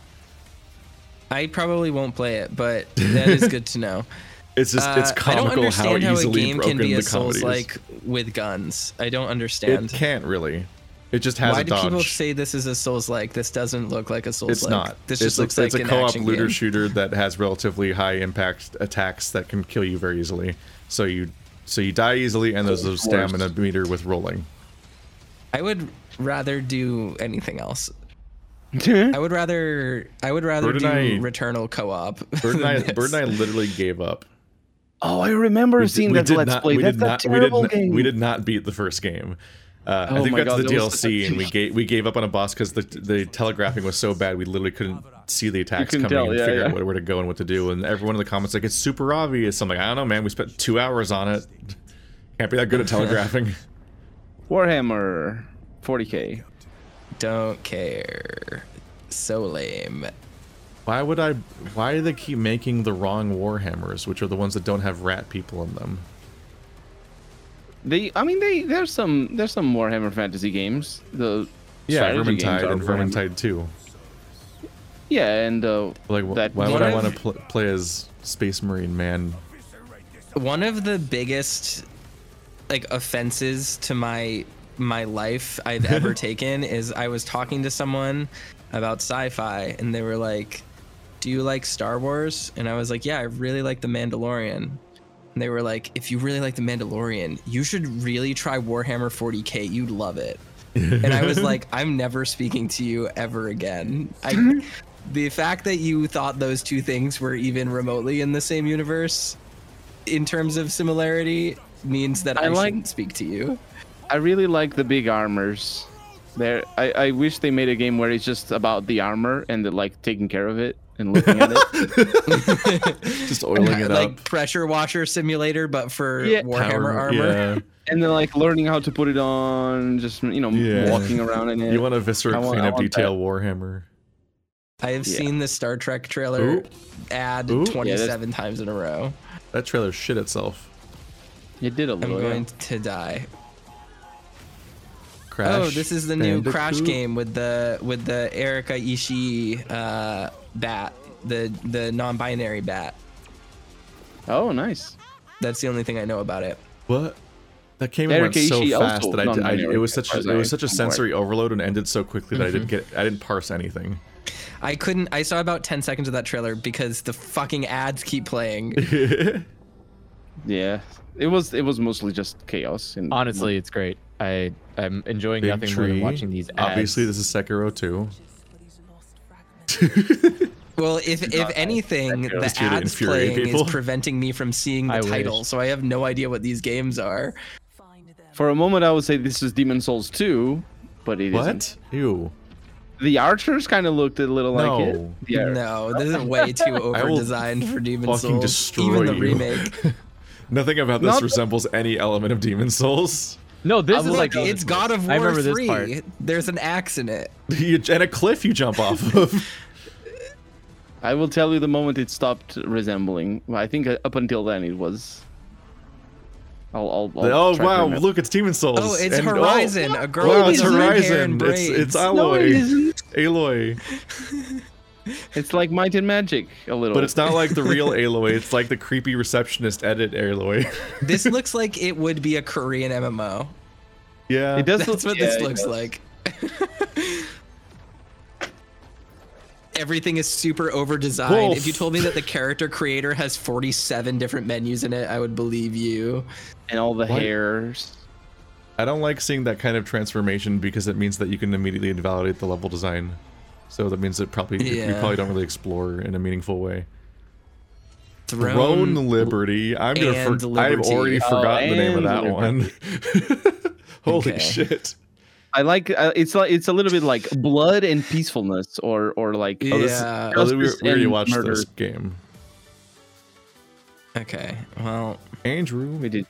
Speaker 4: I probably won't play it, but that is good to know.
Speaker 1: <laughs>
Speaker 4: Uh,
Speaker 1: It's just- it's
Speaker 4: I
Speaker 1: comical
Speaker 4: don't
Speaker 1: how
Speaker 4: understand how,
Speaker 1: easily
Speaker 4: a game
Speaker 1: broken
Speaker 4: can be
Speaker 1: the
Speaker 4: a Souls
Speaker 1: comedy
Speaker 4: like with guns. I don't understand.
Speaker 1: It can't really. It just has
Speaker 4: Why
Speaker 1: a
Speaker 4: do
Speaker 1: dodge.
Speaker 4: people say this is a Souls like? This doesn't look like a Souls like.
Speaker 1: it's not.
Speaker 4: This
Speaker 1: it's
Speaker 4: just
Speaker 1: a,
Speaker 4: looks
Speaker 1: it's
Speaker 4: like
Speaker 1: a
Speaker 4: an
Speaker 1: co-op
Speaker 4: action
Speaker 1: looter
Speaker 4: game.
Speaker 1: shooter that has relatively high impact attacks that can kill you very easily. So you so you die easily, and there's a
Speaker 4: Worst.
Speaker 1: stamina meter with rolling.
Speaker 4: I would rather do anything else.
Speaker 2: <laughs>
Speaker 4: I would rather I would rather
Speaker 1: Bird
Speaker 4: do
Speaker 1: and I-
Speaker 4: Returnal co-op. <laughs>
Speaker 1: Bird and I,
Speaker 4: than
Speaker 1: Bird and I
Speaker 4: this.
Speaker 1: literally gave up.
Speaker 2: Oh, I remember
Speaker 1: We did-
Speaker 2: seeing
Speaker 1: we
Speaker 2: that
Speaker 1: did
Speaker 2: Let's
Speaker 1: not-
Speaker 2: Play.
Speaker 1: we
Speaker 2: That's
Speaker 1: did
Speaker 2: that
Speaker 1: not-
Speaker 2: terrible
Speaker 1: we did,
Speaker 2: game.
Speaker 1: Not, we did not beat the first game. Uh, I
Speaker 2: Oh
Speaker 1: think
Speaker 2: my
Speaker 1: we got
Speaker 2: God,
Speaker 1: to the
Speaker 2: that was such
Speaker 1: DLC
Speaker 2: a-
Speaker 1: and we gave, we gave up on a boss because the, the telegraphing was so bad we literally couldn't see the attacks
Speaker 2: couldn't
Speaker 1: coming
Speaker 2: tell,
Speaker 1: and
Speaker 2: yeah,
Speaker 1: figure out
Speaker 2: yeah.
Speaker 1: where- where to go and what to do. And everyone in the comments like it's super obvious. I'm like I don't know, man. We spent two hours on it. Can't be that good at
Speaker 2: <laughs>
Speaker 1: telegraphing.
Speaker 2: Warhammer 40k.
Speaker 4: Don't care. So lame.
Speaker 1: Why would I? Why do they keep making the wrong warhammers, which are the ones that don't have rat people in them?
Speaker 2: They, I mean, they there's some there's some Warhammer Fantasy games. The
Speaker 1: Yeah,
Speaker 2: strategy games
Speaker 1: Vermintide
Speaker 2: are
Speaker 1: and
Speaker 2: Warhammer.
Speaker 1: Vermintide Two.
Speaker 2: Yeah, and uh,
Speaker 1: Like, wh-
Speaker 2: That-
Speaker 1: why
Speaker 2: One
Speaker 1: would I
Speaker 2: of-
Speaker 1: want to pl- play as Space Marine man?
Speaker 4: One of the biggest like offenses to my my life
Speaker 1: <laughs>
Speaker 4: I've ever taken is I was talking to someone about sci-fi and they were like, "Do you like Star Wars?" And I was like, "Yeah, I really like The Mandalorian." And they were like, "If you really like The Mandalorian, you should really try Warhammer 40K. You'd love it."
Speaker 1: <laughs>
Speaker 4: and I was like, I'm never speaking to you ever again. I, the fact that you thought those two things were even remotely in the same universe, in terms of similarity, means that I,
Speaker 2: I like-
Speaker 4: shouldn't speak to you.
Speaker 2: I really like the big armors. There, I, I wish they made a game where it's just about the armor and the, like taking care of it and looking at
Speaker 1: <laughs>
Speaker 2: it.
Speaker 1: Just oiling it
Speaker 4: like
Speaker 1: up.
Speaker 4: pressure washer simulator, but for
Speaker 2: Yeah.
Speaker 4: Warhammer
Speaker 1: Power-
Speaker 4: armor.
Speaker 1: yeah.
Speaker 2: And then like learning how to put it on, just you know,
Speaker 1: Yeah.
Speaker 2: walking around in it.
Speaker 1: You want a viscera
Speaker 2: I want- I
Speaker 1: cleanup
Speaker 2: want
Speaker 1: detail
Speaker 2: that.
Speaker 1: warhammer.
Speaker 4: I have
Speaker 2: Yeah.
Speaker 4: seen the Star Trek trailer
Speaker 1: Ooh.
Speaker 4: ad
Speaker 1: Ooh. Yeah, that's-
Speaker 4: 27 times in a row.
Speaker 1: That trailer shit itself.
Speaker 2: It did a
Speaker 4: I'm
Speaker 2: little. yeah.
Speaker 4: going to die.
Speaker 1: Crash.
Speaker 4: oh, this is the new Crash
Speaker 1: Bandicoot?
Speaker 4: game with the with the Erika Ishii uh, bat, the the non-binary bat.
Speaker 2: Oh, nice.
Speaker 4: That's the only thing I know about it.
Speaker 1: What? That came and
Speaker 4: Eric
Speaker 1: went so
Speaker 4: Aishi
Speaker 1: fast
Speaker 4: also
Speaker 1: that I, did, I
Speaker 4: non-binary,
Speaker 1: it was
Speaker 4: as
Speaker 1: such
Speaker 4: far
Speaker 1: a,
Speaker 4: as
Speaker 1: it
Speaker 4: I
Speaker 1: was such a
Speaker 4: am aware.
Speaker 1: sensory overload and ended so quickly that I didn't get I didn't parse anything.
Speaker 4: I couldn't. I saw about 10 seconds of that trailer because the fucking ads
Speaker 1: <laughs>
Speaker 4: keep playing.
Speaker 2: Yeah, it was it was mostly just chaos. And
Speaker 3: Honestly, it's great. I I'm enjoying
Speaker 1: Big
Speaker 3: nothing more
Speaker 1: tree.
Speaker 3: than watching these ads.
Speaker 1: Obviously, this is Sekiro too.
Speaker 4: well, if if anything,
Speaker 1: That
Speaker 4: the
Speaker 1: goes to to
Speaker 4: ads
Speaker 1: infuriate
Speaker 4: playing
Speaker 1: people.
Speaker 4: is preventing me from seeing the
Speaker 2: I
Speaker 4: title,
Speaker 2: wish.
Speaker 4: so I have no idea what these games are.
Speaker 2: for a moment, I would say this is Demon Souls 2, but it
Speaker 1: What?
Speaker 2: isn't.
Speaker 1: Ew.
Speaker 2: The archers kind of looked a little like it.
Speaker 1: No.
Speaker 2: Yeah.
Speaker 4: No, this is way too
Speaker 1: <laughs> I will
Speaker 4: over designed for Demon
Speaker 1: Fucking
Speaker 4: Souls.
Speaker 1: destroy
Speaker 4: even the
Speaker 1: you.
Speaker 4: remake.
Speaker 1: Nothing about this
Speaker 4: Not-
Speaker 1: resembles any element of Demon Souls. <laughs>
Speaker 3: No, this
Speaker 4: Look, it's God of War 3. There's an axe in it.
Speaker 1: You, and a cliff you jump off of.
Speaker 2: I will tell you the moment it stopped resembling. Well, I think uh, up until then it was. I'll. I'll, I'll
Speaker 1: oh
Speaker 2: try to
Speaker 1: wow!
Speaker 2: remember.
Speaker 1: Look, it's Demon Souls.
Speaker 4: Oh, it's
Speaker 1: And-
Speaker 4: Horizon,
Speaker 1: Oh,
Speaker 4: a girl
Speaker 1: wow,
Speaker 4: with
Speaker 1: it's
Speaker 4: blue hair
Speaker 1: Horizon.
Speaker 4: and
Speaker 1: It's, it's uh,
Speaker 4: braids.
Speaker 1: Aloy.
Speaker 4: No, it
Speaker 2: isn't.
Speaker 1: Aloy.
Speaker 2: It's like Might and Magic a little.
Speaker 1: But it's not like the real Aloy. It's like the creepy receptionist edit Aloy. <laughs>
Speaker 4: This looks like it would be a Korean MMO.
Speaker 1: yeah.
Speaker 2: It does.
Speaker 4: <laughs> That's
Speaker 2: look-
Speaker 4: what
Speaker 2: yeah,
Speaker 4: this
Speaker 2: it
Speaker 4: looks
Speaker 2: does.
Speaker 4: like. <laughs> Everything is super over designed.
Speaker 2: Wolf.
Speaker 4: If you told me that the character creator has 47 different menus in it, I would believe you.
Speaker 2: And all the
Speaker 1: What?
Speaker 2: hairs.
Speaker 1: I don't like seeing that kind of transformation because it means that you can immediately invalidate the level design. So that means that probably you- you
Speaker 4: Yeah.
Speaker 1: probably don't really explore in a meaningful way.
Speaker 4: Throne,
Speaker 1: Throne Liberty. I'm gonna.
Speaker 4: and
Speaker 1: For- I've
Speaker 4: Liberty.
Speaker 1: already
Speaker 4: Oh,
Speaker 1: forgotten the name of
Speaker 2: and
Speaker 1: that one. <laughs> Holy
Speaker 4: Okay.
Speaker 1: shit!
Speaker 2: I like. Uh, it's like it's a little bit like blood and peacefulness, or or like.
Speaker 4: Yeah.
Speaker 1: Oh, this, oh, we, we already watched this game.
Speaker 4: Okay. Well,
Speaker 1: Andrew,
Speaker 2: We did.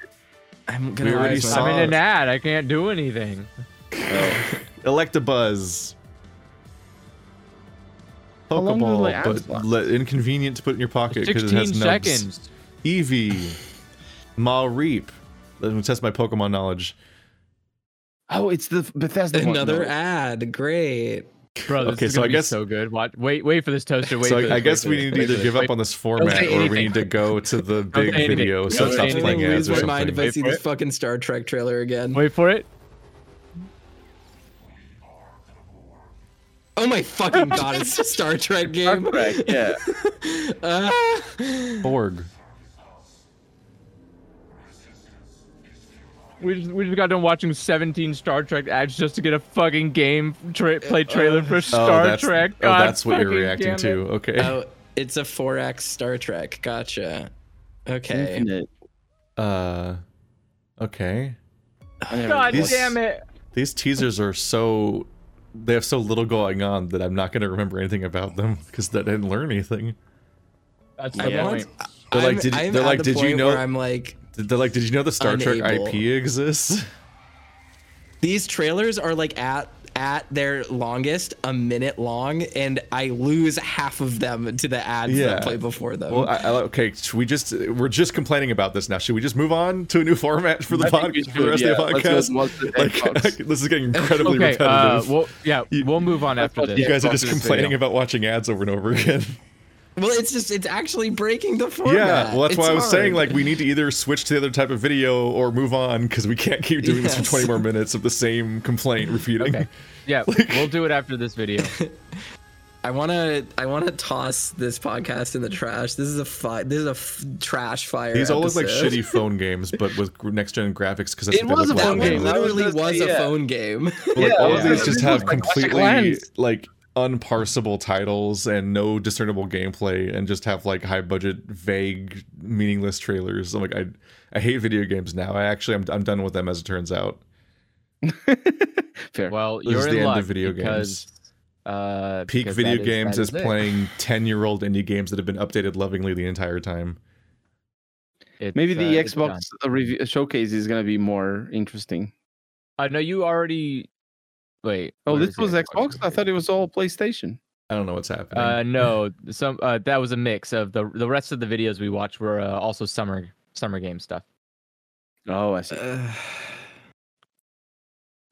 Speaker 4: I'm
Speaker 1: We
Speaker 4: gonna
Speaker 1: already
Speaker 4: rise my-
Speaker 1: saw-
Speaker 3: I'm in an ad. I can't do anything.
Speaker 1: Electabuzz.
Speaker 2: long do they
Speaker 1: Pokeball,
Speaker 2: add
Speaker 1: but
Speaker 2: blocks?
Speaker 1: le- inconvenient to put in your pocket because it
Speaker 3: 16
Speaker 1: has no
Speaker 3: seconds.
Speaker 1: Eevee, Malreep. Let me test my Pokemon knowledge.
Speaker 2: Oh, it's the Bethesda one,
Speaker 4: Another
Speaker 2: no.
Speaker 4: ad. Great.
Speaker 3: Bro, this
Speaker 1: Okay,
Speaker 3: is
Speaker 1: so
Speaker 3: gonna
Speaker 1: I
Speaker 3: be
Speaker 1: guess-
Speaker 3: so good. Watch, wait, wait for this toaster. Wait
Speaker 1: so I,
Speaker 3: for this,
Speaker 1: I
Speaker 3: wait
Speaker 1: guess
Speaker 3: for
Speaker 1: we
Speaker 3: this,
Speaker 1: need
Speaker 3: wait
Speaker 1: to either
Speaker 3: for
Speaker 1: give
Speaker 3: wait-
Speaker 1: up on this format
Speaker 4: say
Speaker 1: or we
Speaker 4: anything.
Speaker 1: need to go to the
Speaker 3: say
Speaker 1: big
Speaker 3: anything.
Speaker 1: video.
Speaker 3: Don't
Speaker 1: So
Speaker 3: say
Speaker 1: it stops
Speaker 3: anything.
Speaker 1: playing ads
Speaker 4: Lose
Speaker 1: or
Speaker 4: my mind
Speaker 1: something.
Speaker 4: if I
Speaker 3: Wait
Speaker 4: see
Speaker 3: for
Speaker 4: this
Speaker 3: it.
Speaker 4: fucking Star Trek trailer again.
Speaker 3: Wait for it.
Speaker 4: Oh
Speaker 1: <laughs>
Speaker 4: my fucking god! It's a Star Trek game.
Speaker 12: <laughs>
Speaker 2: Correct, yeah.
Speaker 4: Uh,
Speaker 1: Borg.
Speaker 3: We just, we just got done watching 17 Star Trek ads just to get a fucking game tra- play trailer for Star
Speaker 1: that's,
Speaker 3: Trek.
Speaker 1: Oh,
Speaker 3: God
Speaker 1: that's what you're
Speaker 3: fucking
Speaker 1: reacting
Speaker 3: damn
Speaker 1: to.
Speaker 3: it.
Speaker 1: Okay.
Speaker 4: oh, it's a 4X Star Trek. Gotcha. <laughs> Okay.
Speaker 2: Infinite.
Speaker 1: Uh, okay.
Speaker 2: I never-
Speaker 3: God
Speaker 1: These-
Speaker 3: damn it.
Speaker 1: These teasers are so. They have so little going on that I'm not going to remember anything about them because I didn't learn anything.
Speaker 3: That's
Speaker 12: I
Speaker 3: the
Speaker 12: want.
Speaker 3: point.
Speaker 1: They're like,
Speaker 12: I'm-
Speaker 1: did you-
Speaker 12: I'm
Speaker 1: they're
Speaker 12: at
Speaker 1: like,
Speaker 12: the
Speaker 1: did you
Speaker 12: point
Speaker 1: know-
Speaker 12: where I'm like,
Speaker 1: They're like, did you know the Star Trek
Speaker 4: Unable.
Speaker 1: IP exists?
Speaker 12: these trailers are like at at their longest a minute long, and I lose half of them to the ads
Speaker 1: Yeah.
Speaker 12: that play before them.
Speaker 1: Well, I, I, okay. Should we just we're just complaining about this now? Should we just move on to a new format for the
Speaker 2: I think we
Speaker 1: podcast for the
Speaker 2: should,
Speaker 1: rest
Speaker 2: yeah.
Speaker 1: of the
Speaker 2: Let's go
Speaker 1: podcast?
Speaker 2: watch the
Speaker 1: <laughs> like,
Speaker 2: Xbox.
Speaker 1: this is getting incredibly
Speaker 3: okay, uh,
Speaker 1: repetitive.
Speaker 3: we'll, yeah, we'll move on after
Speaker 2: thought
Speaker 3: this.
Speaker 1: you guys are
Speaker 2: Xbox
Speaker 1: just
Speaker 2: is
Speaker 1: complaining
Speaker 2: video.
Speaker 1: about watching ads over and over again. <laughs>
Speaker 12: Well, it's just it's actually breaking the format.
Speaker 1: yeah, well, that's
Speaker 12: It's
Speaker 1: why I was
Speaker 12: hard.
Speaker 1: saying like we need to either switch to the other type of video or move on because we can't keep doing this
Speaker 12: Yes.
Speaker 1: for 20 more minutes of the same complaint repeating.
Speaker 3: Okay.
Speaker 1: <laughs>
Speaker 3: Yeah, we'll do it after this video.
Speaker 4: I wanna I wanna toss this podcast in the trash. This is a fi- this is a f- trash fire.
Speaker 1: These all look like
Speaker 4: episode.
Speaker 1: shitty phone games, but with next gen graphics because that's
Speaker 2: It
Speaker 1: what
Speaker 2: was
Speaker 1: they
Speaker 2: a
Speaker 1: look like
Speaker 2: phone
Speaker 4: That one
Speaker 1: now.
Speaker 2: game. That
Speaker 4: literally
Speaker 2: was
Speaker 4: was,
Speaker 2: just-
Speaker 4: a
Speaker 2: yeah.
Speaker 4: phone game. <laughs>
Speaker 1: But, like
Speaker 2: Yeah,
Speaker 1: all of
Speaker 2: yeah.
Speaker 1: these just
Speaker 2: It
Speaker 1: have
Speaker 2: looks like Clash of
Speaker 1: completely
Speaker 2: Clans.
Speaker 1: like unparsable titles and no discernible gameplay and just have like high budget vague meaningless trailers i'm like i i hate video games now i actually i'm, I'm done with them as it turns out
Speaker 2: <laughs> Fair.
Speaker 3: Well,
Speaker 1: This
Speaker 3: you're
Speaker 1: is
Speaker 3: in
Speaker 1: the end of
Speaker 3: luck
Speaker 1: video
Speaker 3: because, Uh,
Speaker 1: peak
Speaker 3: because
Speaker 1: video
Speaker 3: that
Speaker 1: games
Speaker 3: that
Speaker 1: is,
Speaker 3: it.
Speaker 1: playing 10 year old indie games that have been updated lovingly the entire time
Speaker 3: It's,
Speaker 2: Maybe the
Speaker 3: uh, it's done.
Speaker 2: Xbox review, uh, showcase is gonna be more interesting.
Speaker 3: Uh, no, you already. Wait.
Speaker 2: Oh,
Speaker 3: where
Speaker 2: this
Speaker 3: is the
Speaker 2: was Xbox. I thought it was all PlayStation.
Speaker 1: i don't know what's happening
Speaker 3: Uh, no, some uh, that was a mix of the the rest of the videos we watched were uh, also summer summer game stuff.
Speaker 2: Oh, I
Speaker 1: Uh,
Speaker 2: see.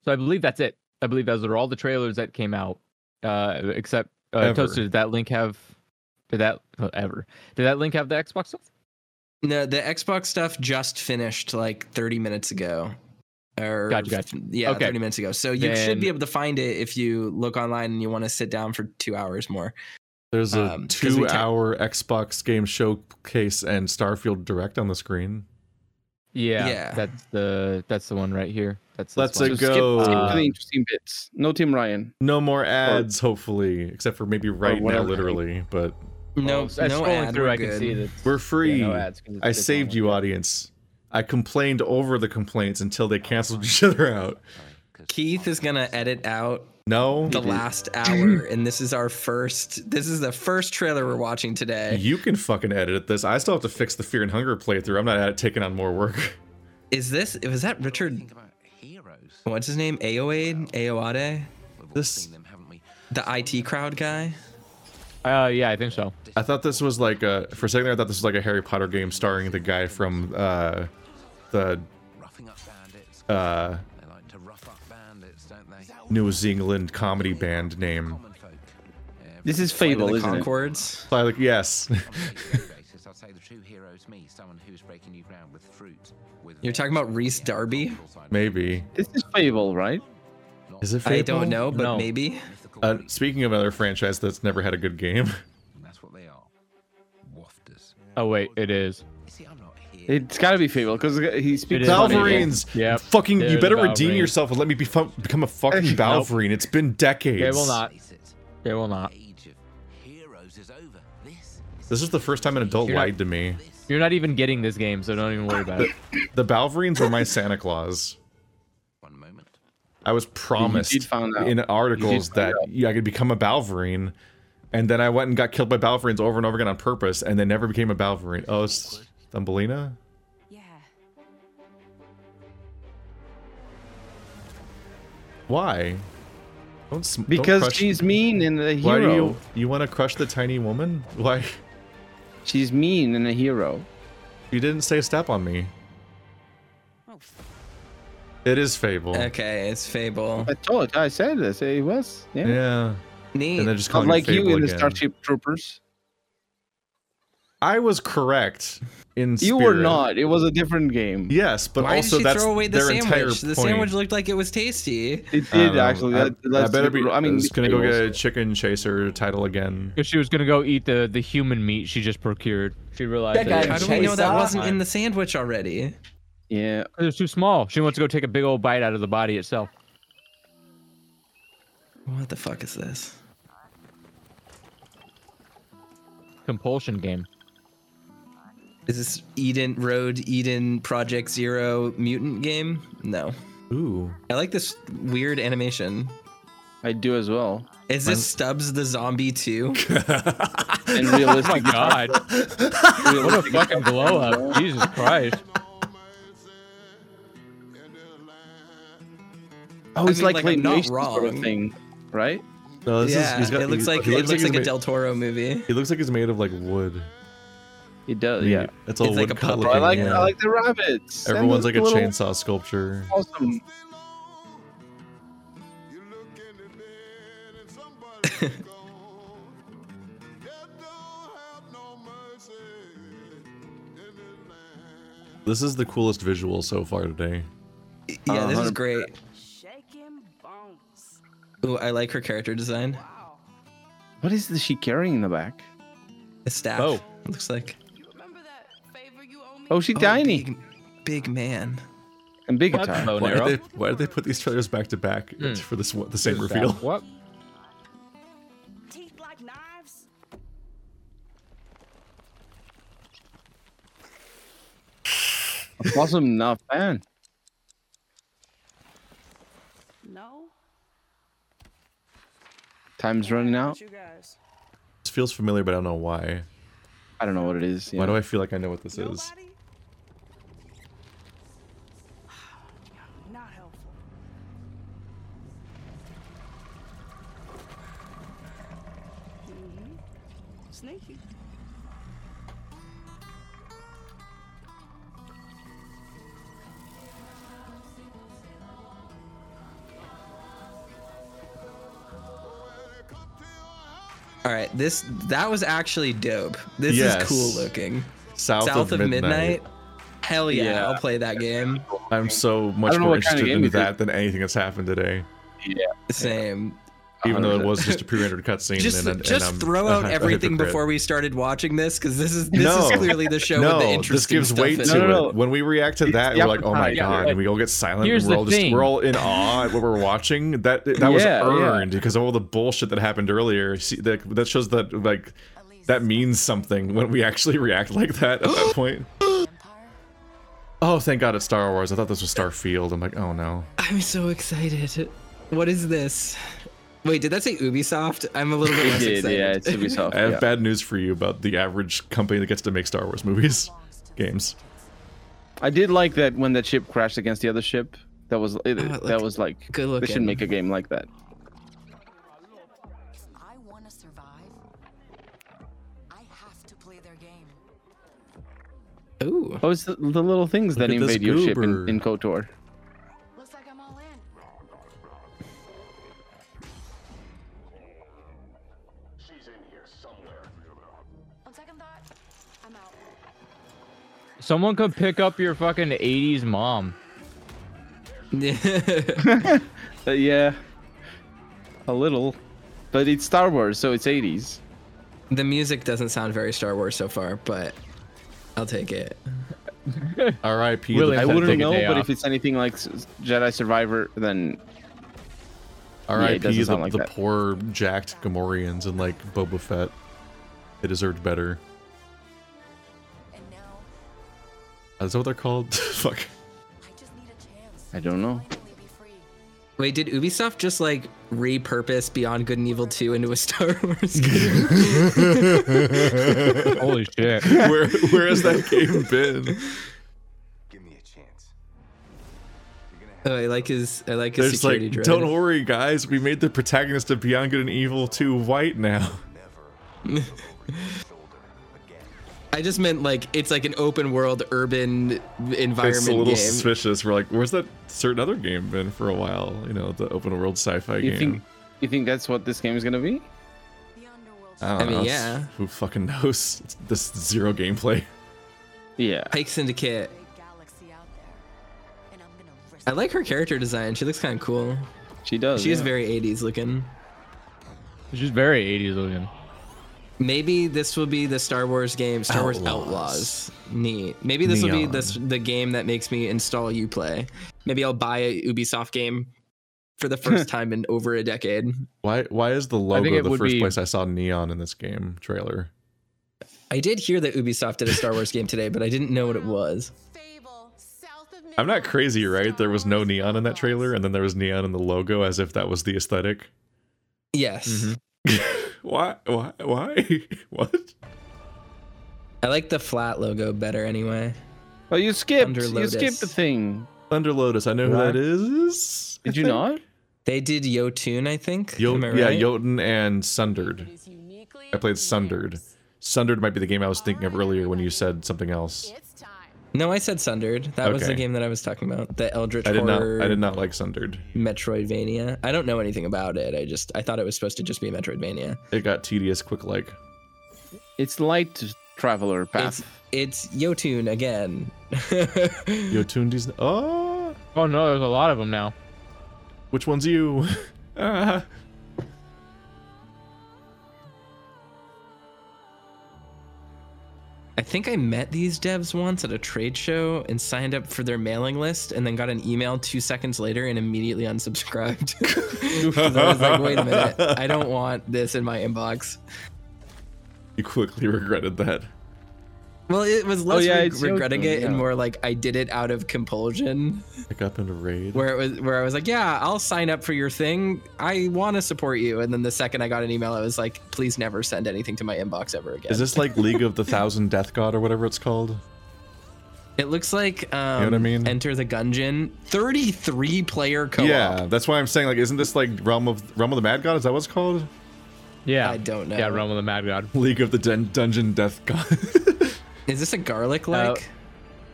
Speaker 3: So I believe that's it. I believe those are all the trailers that came out. Uh, except uh,
Speaker 1: Ever.
Speaker 3: Toaster, did that link have? Did that oh, ever? Did that link have the Xbox stuff?
Speaker 12: <sighs> No, the Xbox stuff just finished like 30 minutes ago. Or
Speaker 3: Gotcha, gotcha.
Speaker 12: yeah,
Speaker 3: Okay.
Speaker 12: 30 minutes ago. So you
Speaker 3: Then-
Speaker 12: should be able to find it if you look online and you want to sit down for two hours more.
Speaker 1: there's a
Speaker 12: um, 'cause we
Speaker 1: two
Speaker 12: can't-
Speaker 1: hour xbox game showcase and starfield direct on the screen
Speaker 3: Yeah,
Speaker 12: Yeah.
Speaker 3: That's the that's the one right here. That's this
Speaker 1: Let's
Speaker 3: one.
Speaker 1: Let's
Speaker 2: skip,
Speaker 1: go.
Speaker 2: skip to
Speaker 3: Um,
Speaker 2: the interesting bits. No Tim Ryan.
Speaker 1: no more ads hopefully except for maybe right now
Speaker 2: whatever.
Speaker 1: literally but
Speaker 12: No,
Speaker 3: I
Speaker 12: no
Speaker 3: scrolling
Speaker 12: ad,
Speaker 3: through,
Speaker 12: we're
Speaker 3: I can
Speaker 12: good.
Speaker 3: see that
Speaker 1: We're free.
Speaker 3: Yeah, no ads, 'cause it's
Speaker 1: I
Speaker 3: just on
Speaker 1: saved
Speaker 3: one
Speaker 1: you,
Speaker 3: page.
Speaker 1: audience. I complained over the complaints until they canceled <laughs> each other out.
Speaker 12: Keith is gonna edit out
Speaker 1: No,
Speaker 12: the last hour, and this is our first. This is the first trailer we're watching today.
Speaker 1: you can fucking edit this. I still have to fix the Fear and Hunger playthrough. I'm not at it taking on more work.
Speaker 12: Is this? Was that Richard? What's his name? Aoade? Aoade?
Speaker 1: This,
Speaker 12: The IT crowd guy?
Speaker 3: Uh, yeah, I think so.
Speaker 1: I thought this was like a for a second there. I thought this was like a Harry Potter game starring the guy from uh, the
Speaker 13: Roughing up bandits.
Speaker 1: uh,
Speaker 13: They like to rough up bandits, don't they?
Speaker 1: New Zealand comedy band name.
Speaker 13: Common folk. Uh, Every
Speaker 2: This is
Speaker 12: Flight of
Speaker 2: Fable,
Speaker 12: the
Speaker 2: isn't it?
Speaker 12: Concords?
Speaker 1: So I like yes, <laughs>
Speaker 2: <laughs>
Speaker 13: radio basis, I'd say the true hero is me, someone who's breaking new ground with fruit. With
Speaker 12: You're talking about Reese Darby?
Speaker 1: maybe.
Speaker 2: This is Fable, right?
Speaker 1: Is it? Fable?
Speaker 12: I don't know, but
Speaker 3: No.
Speaker 12: maybe.
Speaker 13: mythical
Speaker 1: Uh,
Speaker 13: creatures,
Speaker 1: speaking of another franchise that's never had a good game,
Speaker 13: and that's what they are. Wafters.
Speaker 3: Oh wait, it is.
Speaker 13: You see, I'm not here.
Speaker 2: It's gotta be Fable because he speaks.
Speaker 3: is
Speaker 2: funny.
Speaker 1: Balverines.
Speaker 3: Yeah.
Speaker 1: Fucking,
Speaker 3: They're
Speaker 1: you
Speaker 3: the
Speaker 1: better redeem
Speaker 3: Balverines.
Speaker 1: yourself and let me be fu- become a fucking
Speaker 2: <laughs> Nope.
Speaker 1: Balverine. It's been decades.
Speaker 3: They will not.
Speaker 13: Face it,
Speaker 3: They will
Speaker 13: the
Speaker 3: not.
Speaker 13: age of heroes is over. This is
Speaker 1: This is the first time an adult
Speaker 3: You're not-
Speaker 1: lied to me.
Speaker 13: this.
Speaker 3: You're not even getting this game, so don't even worry about <laughs> it.
Speaker 1: The Balverines were my Santa Claus.
Speaker 13: One moment.
Speaker 1: I was promised
Speaker 2: find out.
Speaker 1: in
Speaker 2: You
Speaker 1: articles
Speaker 2: did
Speaker 1: that
Speaker 2: find
Speaker 1: yeah, I could become a Balverine, and then I went and got killed by Balverines over and over again on purpose, and they never became a Balverine. Oh, it's Thumbelina.
Speaker 8: Yeah.
Speaker 1: Why? Don't, sm- don't
Speaker 2: because
Speaker 1: crush-
Speaker 2: she's mean and a hero.
Speaker 1: Why do you you want to crush the tiny woman? Why?
Speaker 2: She's mean and a hero.
Speaker 1: You didn't say step on me. It is Fable.
Speaker 4: Okay, it's Fable.
Speaker 2: I told. I said this. It was. Yeah.
Speaker 1: Yeah.
Speaker 4: Neat.
Speaker 1: And they're just calling it
Speaker 2: Unlike you
Speaker 1: Fable
Speaker 2: in the
Speaker 1: again.
Speaker 2: Starship Troopers.
Speaker 1: I was correct in
Speaker 2: You were
Speaker 1: spirit.
Speaker 2: not. It was a different game.
Speaker 1: Yes, but
Speaker 4: Why
Speaker 1: also
Speaker 4: did she
Speaker 1: that's
Speaker 4: throw away the
Speaker 1: their entire
Speaker 4: sandwich? The
Speaker 1: point.
Speaker 4: sandwich looked like it was tasty.
Speaker 2: It
Speaker 1: I don't
Speaker 2: did
Speaker 1: know.
Speaker 2: actually.
Speaker 1: Um, I,
Speaker 2: That- that's
Speaker 1: I better
Speaker 2: the-
Speaker 1: be.
Speaker 2: I mean,
Speaker 1: I'm just gonna go
Speaker 2: Fables.
Speaker 1: get a chicken chaser title again.
Speaker 3: Because she was gonna go eat the the human meat she just procured. She realized.
Speaker 4: That guy How do we know that wasn't in the sandwich already?
Speaker 2: Yeah,
Speaker 3: it was too small. She wants to go take a big old bite out of the body itself.
Speaker 4: What the fuck is this?
Speaker 3: Compulsion game.
Speaker 4: Is this Eden Road Eden Project Zero mutant game? No.
Speaker 1: Ooh.
Speaker 4: I like this weird animation.
Speaker 2: I do as well.
Speaker 4: Is this Stubbs the
Speaker 1: <laughs>
Speaker 4: zombie too?
Speaker 2: and realistic.
Speaker 3: <laughs> Oh my god. what a fucking blow up. Jesus <laughs> Christ.
Speaker 2: Oh, it's
Speaker 4: I mean,
Speaker 2: like,
Speaker 4: like, I'm not
Speaker 2: claymation sort of
Speaker 4: wrong.
Speaker 2: thing, right?
Speaker 1: No, this
Speaker 4: yeah,
Speaker 1: is, he's got,
Speaker 4: it looks
Speaker 1: he-
Speaker 4: like
Speaker 1: he
Speaker 4: it looks like a
Speaker 1: he's
Speaker 4: Del Toro movie.
Speaker 1: ma- He looks like he's made of like wood.
Speaker 2: It does.
Speaker 1: He-
Speaker 2: Yeah.
Speaker 1: It's all
Speaker 4: It's like a
Speaker 1: woodcut
Speaker 4: puppet.
Speaker 1: looking.
Speaker 2: I like
Speaker 1: yeah.
Speaker 2: I like the rabbits. and
Speaker 1: Everyone's
Speaker 2: the
Speaker 1: like a
Speaker 2: little-
Speaker 1: chainsaw sculpture.
Speaker 2: Awesome.
Speaker 1: This is the coolest visual so far today. Um,
Speaker 4: Yeah, this is
Speaker 2: 100%.
Speaker 4: great. Ooh, I like her character design.
Speaker 2: What is this she carrying in the back?
Speaker 4: The staff.
Speaker 1: Oh.
Speaker 4: Looks like
Speaker 2: Oh, she
Speaker 4: Oh,
Speaker 2: tiny
Speaker 4: Big, big man.
Speaker 2: and big
Speaker 3: What?
Speaker 2: attack.
Speaker 3: Oh,
Speaker 1: Why
Speaker 3: Nero.
Speaker 1: did, they, why did they put these trailers back to back
Speaker 3: Hmm.
Speaker 1: for this one- the same reveal?
Speaker 3: What?
Speaker 8: Teeth like knives.
Speaker 2: Awesome, not fan.
Speaker 8: No.
Speaker 2: Time's running out.
Speaker 8: You guys.
Speaker 1: This <laughs> feels familiar, but I don't know why.
Speaker 2: I don't know what it is.
Speaker 1: Why do I feel like I know what this is?
Speaker 8: <sighs> Not helpful. hmm Sneaky.
Speaker 4: All right, this that was actually dope. This
Speaker 1: Yes.
Speaker 4: is cool looking.
Speaker 1: South,
Speaker 4: South
Speaker 1: of, midnight.
Speaker 4: Hell yeah,
Speaker 2: Yeah.
Speaker 4: I'll play that game.
Speaker 1: I'm so much
Speaker 2: don't know
Speaker 1: more
Speaker 2: what kind of
Speaker 1: interested
Speaker 2: game
Speaker 1: in
Speaker 2: it is.
Speaker 1: that than anything that's happened today.
Speaker 2: Yeah.
Speaker 4: Same.
Speaker 1: Even though it
Speaker 2: 100%.
Speaker 1: was just a pre-rendered cutscene.
Speaker 4: Just
Speaker 1: and, and
Speaker 4: just
Speaker 1: <laughs> I'm
Speaker 4: throw
Speaker 1: a
Speaker 4: out
Speaker 1: hy- a
Speaker 4: everything
Speaker 1: hypocrite.
Speaker 4: before we started watching this because this is this
Speaker 1: No.
Speaker 4: is clearly the
Speaker 1: <laughs>
Speaker 4: show
Speaker 1: no,
Speaker 4: with the interesting
Speaker 1: this gives
Speaker 4: stuff
Speaker 1: weight
Speaker 4: in
Speaker 1: to
Speaker 4: it.
Speaker 2: No, no, no.
Speaker 1: it. When we react to that,
Speaker 2: the
Speaker 1: we're like, "Oh my
Speaker 2: appetite, yeah,
Speaker 1: god!"
Speaker 3: right.
Speaker 1: and we all get silent.
Speaker 3: Here's
Speaker 1: and we're
Speaker 3: the
Speaker 1: all
Speaker 3: thing.
Speaker 1: just we're all in awe at what we're watching. That that was
Speaker 2: Yeah, yeah.
Speaker 1: earned because of all the bullshit that happened earlier. See, that that shows that like that means something when we actually react like that at that point. <gasps> Oh, thank God it's Star Wars. I thought this was Starfield. I'm like, oh no.
Speaker 4: I'm so excited. What is this? Wait, did that say Ubisoft? I'm a little bit
Speaker 2: <laughs> It
Speaker 4: less
Speaker 2: did,
Speaker 4: excited.
Speaker 2: yeah, it's
Speaker 4: <laughs>
Speaker 2: Ubisoft.
Speaker 1: I have
Speaker 2: yeah.
Speaker 1: bad news for you about the average company that gets to make Star Wars movies, games.
Speaker 2: I did like that when that ship crashed against the other ship. That was it,
Speaker 4: it
Speaker 2: that
Speaker 4: looked
Speaker 2: was like
Speaker 4: Ah, good
Speaker 2: they should
Speaker 4: looking.
Speaker 2: make a game like that.
Speaker 8: If I want to survive, I have to play their game.
Speaker 4: Ooh. <laughs>
Speaker 2: Oh, it's the, the little things
Speaker 1: Look
Speaker 2: that
Speaker 1: at this
Speaker 2: invade your ship in,
Speaker 1: goober.
Speaker 2: in KOTOR.
Speaker 8: Looks like I'm all in. On second thought, I'm out.
Speaker 3: Someone could pick up your fucking 80s mom.
Speaker 2: Uh, yeah, a little, but it's Star Wars, so it's 80s.
Speaker 4: the music doesn't sound very Star Wars so far, but I'll take it.
Speaker 1: R.I.P.
Speaker 3: Really?
Speaker 1: the
Speaker 2: I
Speaker 3: Take a
Speaker 2: wouldn't know,
Speaker 3: day
Speaker 2: but
Speaker 3: off.
Speaker 2: if it's anything like S- Jedi Survivor, then
Speaker 1: R.I.P.
Speaker 2: doesn't
Speaker 1: the,
Speaker 2: sound like
Speaker 1: the
Speaker 2: that.
Speaker 1: poor jacked Gamorreans and like Boba Fett. They deserved better.
Speaker 8: And now,
Speaker 1: Is that what they're called? <laughs> Fuck.
Speaker 8: I just need a chance.
Speaker 2: I don't know.
Speaker 8: to finally be free.
Speaker 4: Wait, did Ubisoft just like repurpose Beyond Good and Evil 2 into a <laughs> Star Wars game?
Speaker 3: Holy shit.
Speaker 1: Where where has that game been?
Speaker 14: Give me a chance. You're gonna
Speaker 4: Oh, I like his. I like his
Speaker 1: There's
Speaker 4: security
Speaker 1: like,
Speaker 4: dread.
Speaker 1: don't worry, guys. We made the protagonist of Beyond Good and Evil 2 white now.
Speaker 4: I just meant like it's like an open world urban environment
Speaker 1: it's a little
Speaker 4: game.
Speaker 1: suspicious. We're like, where's that certain other game been for a while? You know, the open world sci-fi
Speaker 2: You
Speaker 1: game.
Speaker 2: think you think that's what this game is gonna be?
Speaker 1: I, don't
Speaker 4: I mean,
Speaker 1: know.
Speaker 4: yeah.
Speaker 1: Who fucking <laughs> knows? It's this zero gameplay.
Speaker 2: Yeah.
Speaker 4: Pike Syndicate. I like her character design. She looks kind of cool.
Speaker 2: She
Speaker 1: Oh,
Speaker 2: does.
Speaker 4: She is
Speaker 2: yeah.
Speaker 4: very 80s looking.
Speaker 3: She's very 80s looking.
Speaker 4: Maybe this will be the Star Wars game, Star Wars
Speaker 15: Outlaws.
Speaker 4: Outlaws. Neat. Maybe this will be
Speaker 15: Neon.
Speaker 4: this the game that makes me install Uplay. Maybe I'll buy a Ubisoft game for
Speaker 1: <laughs>
Speaker 4: the first time in over a decade.
Speaker 1: Why? Why is the
Speaker 3: think
Speaker 1: logo
Speaker 3: it
Speaker 1: the
Speaker 3: would
Speaker 1: first
Speaker 3: be-
Speaker 1: place I saw neon in this game trailer?
Speaker 4: I did hear that Ubisoft did a Star Wars game today, but I didn't know what it was.
Speaker 1: I'm not crazy, right? There was no neon in that trailer, and then there was neon in the logo, as if that was the aesthetic.
Speaker 4: Yes.
Speaker 1: Mm-hmm. Why? Why? Why? <laughs> what?
Speaker 4: I like the flat logo better anyway.
Speaker 2: Oh, you skipped.
Speaker 4: Thunder
Speaker 2: You skipped the
Speaker 4: Lotus.
Speaker 2: thing.
Speaker 1: Thunder Lotus. I know who
Speaker 4: What?
Speaker 1: that is.
Speaker 2: Did you not?
Speaker 4: They did Yotun, I think.
Speaker 1: Yo-
Speaker 4: Am I
Speaker 1: Yeah,
Speaker 4: right?
Speaker 1: Jotun and Sundered. I played Sundered. Sundered might be the game I was thinking of earlier when you said something else.
Speaker 4: No, I said Sundered. That was the
Speaker 1: Okay.
Speaker 4: game that I was talking about. The Eldritch
Speaker 1: I did not.
Speaker 4: Horror
Speaker 1: I did not like Sundered.
Speaker 4: Metroidvania. I don't know anything about it. I just I thought it was supposed to just be Metroidvania.
Speaker 1: It got tedious quick, like.
Speaker 2: It's light traveler path.
Speaker 4: It's Yotun again. <laughs>
Speaker 1: Yotun Disney. Oh,
Speaker 3: Oh no, there's a lot of them now.
Speaker 1: which one's you? <laughs> ah.
Speaker 4: I think I met these devs once at a trade show and signed up for their mailing list and then got an email two seconds later and immediately unsubscribed. <laughs> 'Cause I was like, wait a minute, I don't want this in my inbox.
Speaker 1: <laughs> You quickly regretted that.
Speaker 4: Well, it was
Speaker 2: Oh,
Speaker 4: less
Speaker 2: yeah,
Speaker 4: reg-
Speaker 2: it's
Speaker 4: regretting
Speaker 2: Yotun,
Speaker 4: it and
Speaker 2: yeah.
Speaker 4: more like I did it out of compulsion.
Speaker 1: Like up in a raid.
Speaker 4: where it was where I was like, yeah, I'll sign up for your thing. I want to support you. And then the second I got an email, I was like, please never send anything to my inbox ever again.
Speaker 1: Is this like League of the Thousand Death God or whatever it's called?
Speaker 4: It looks like um,
Speaker 1: what I mean?
Speaker 4: Enter the Gungeon, 33 player co-op.
Speaker 1: Yeah, that's why I'm saying like, isn't this like Realm of Realm of the Mad God? Is that what it's called? <laughs>
Speaker 3: Yeah.
Speaker 4: I don't know.
Speaker 3: Yeah, Realm of the Mad God.
Speaker 1: League of the Dun- Dungeon Death God. <laughs>
Speaker 4: Is this a garlic
Speaker 3: Uh,
Speaker 4: like?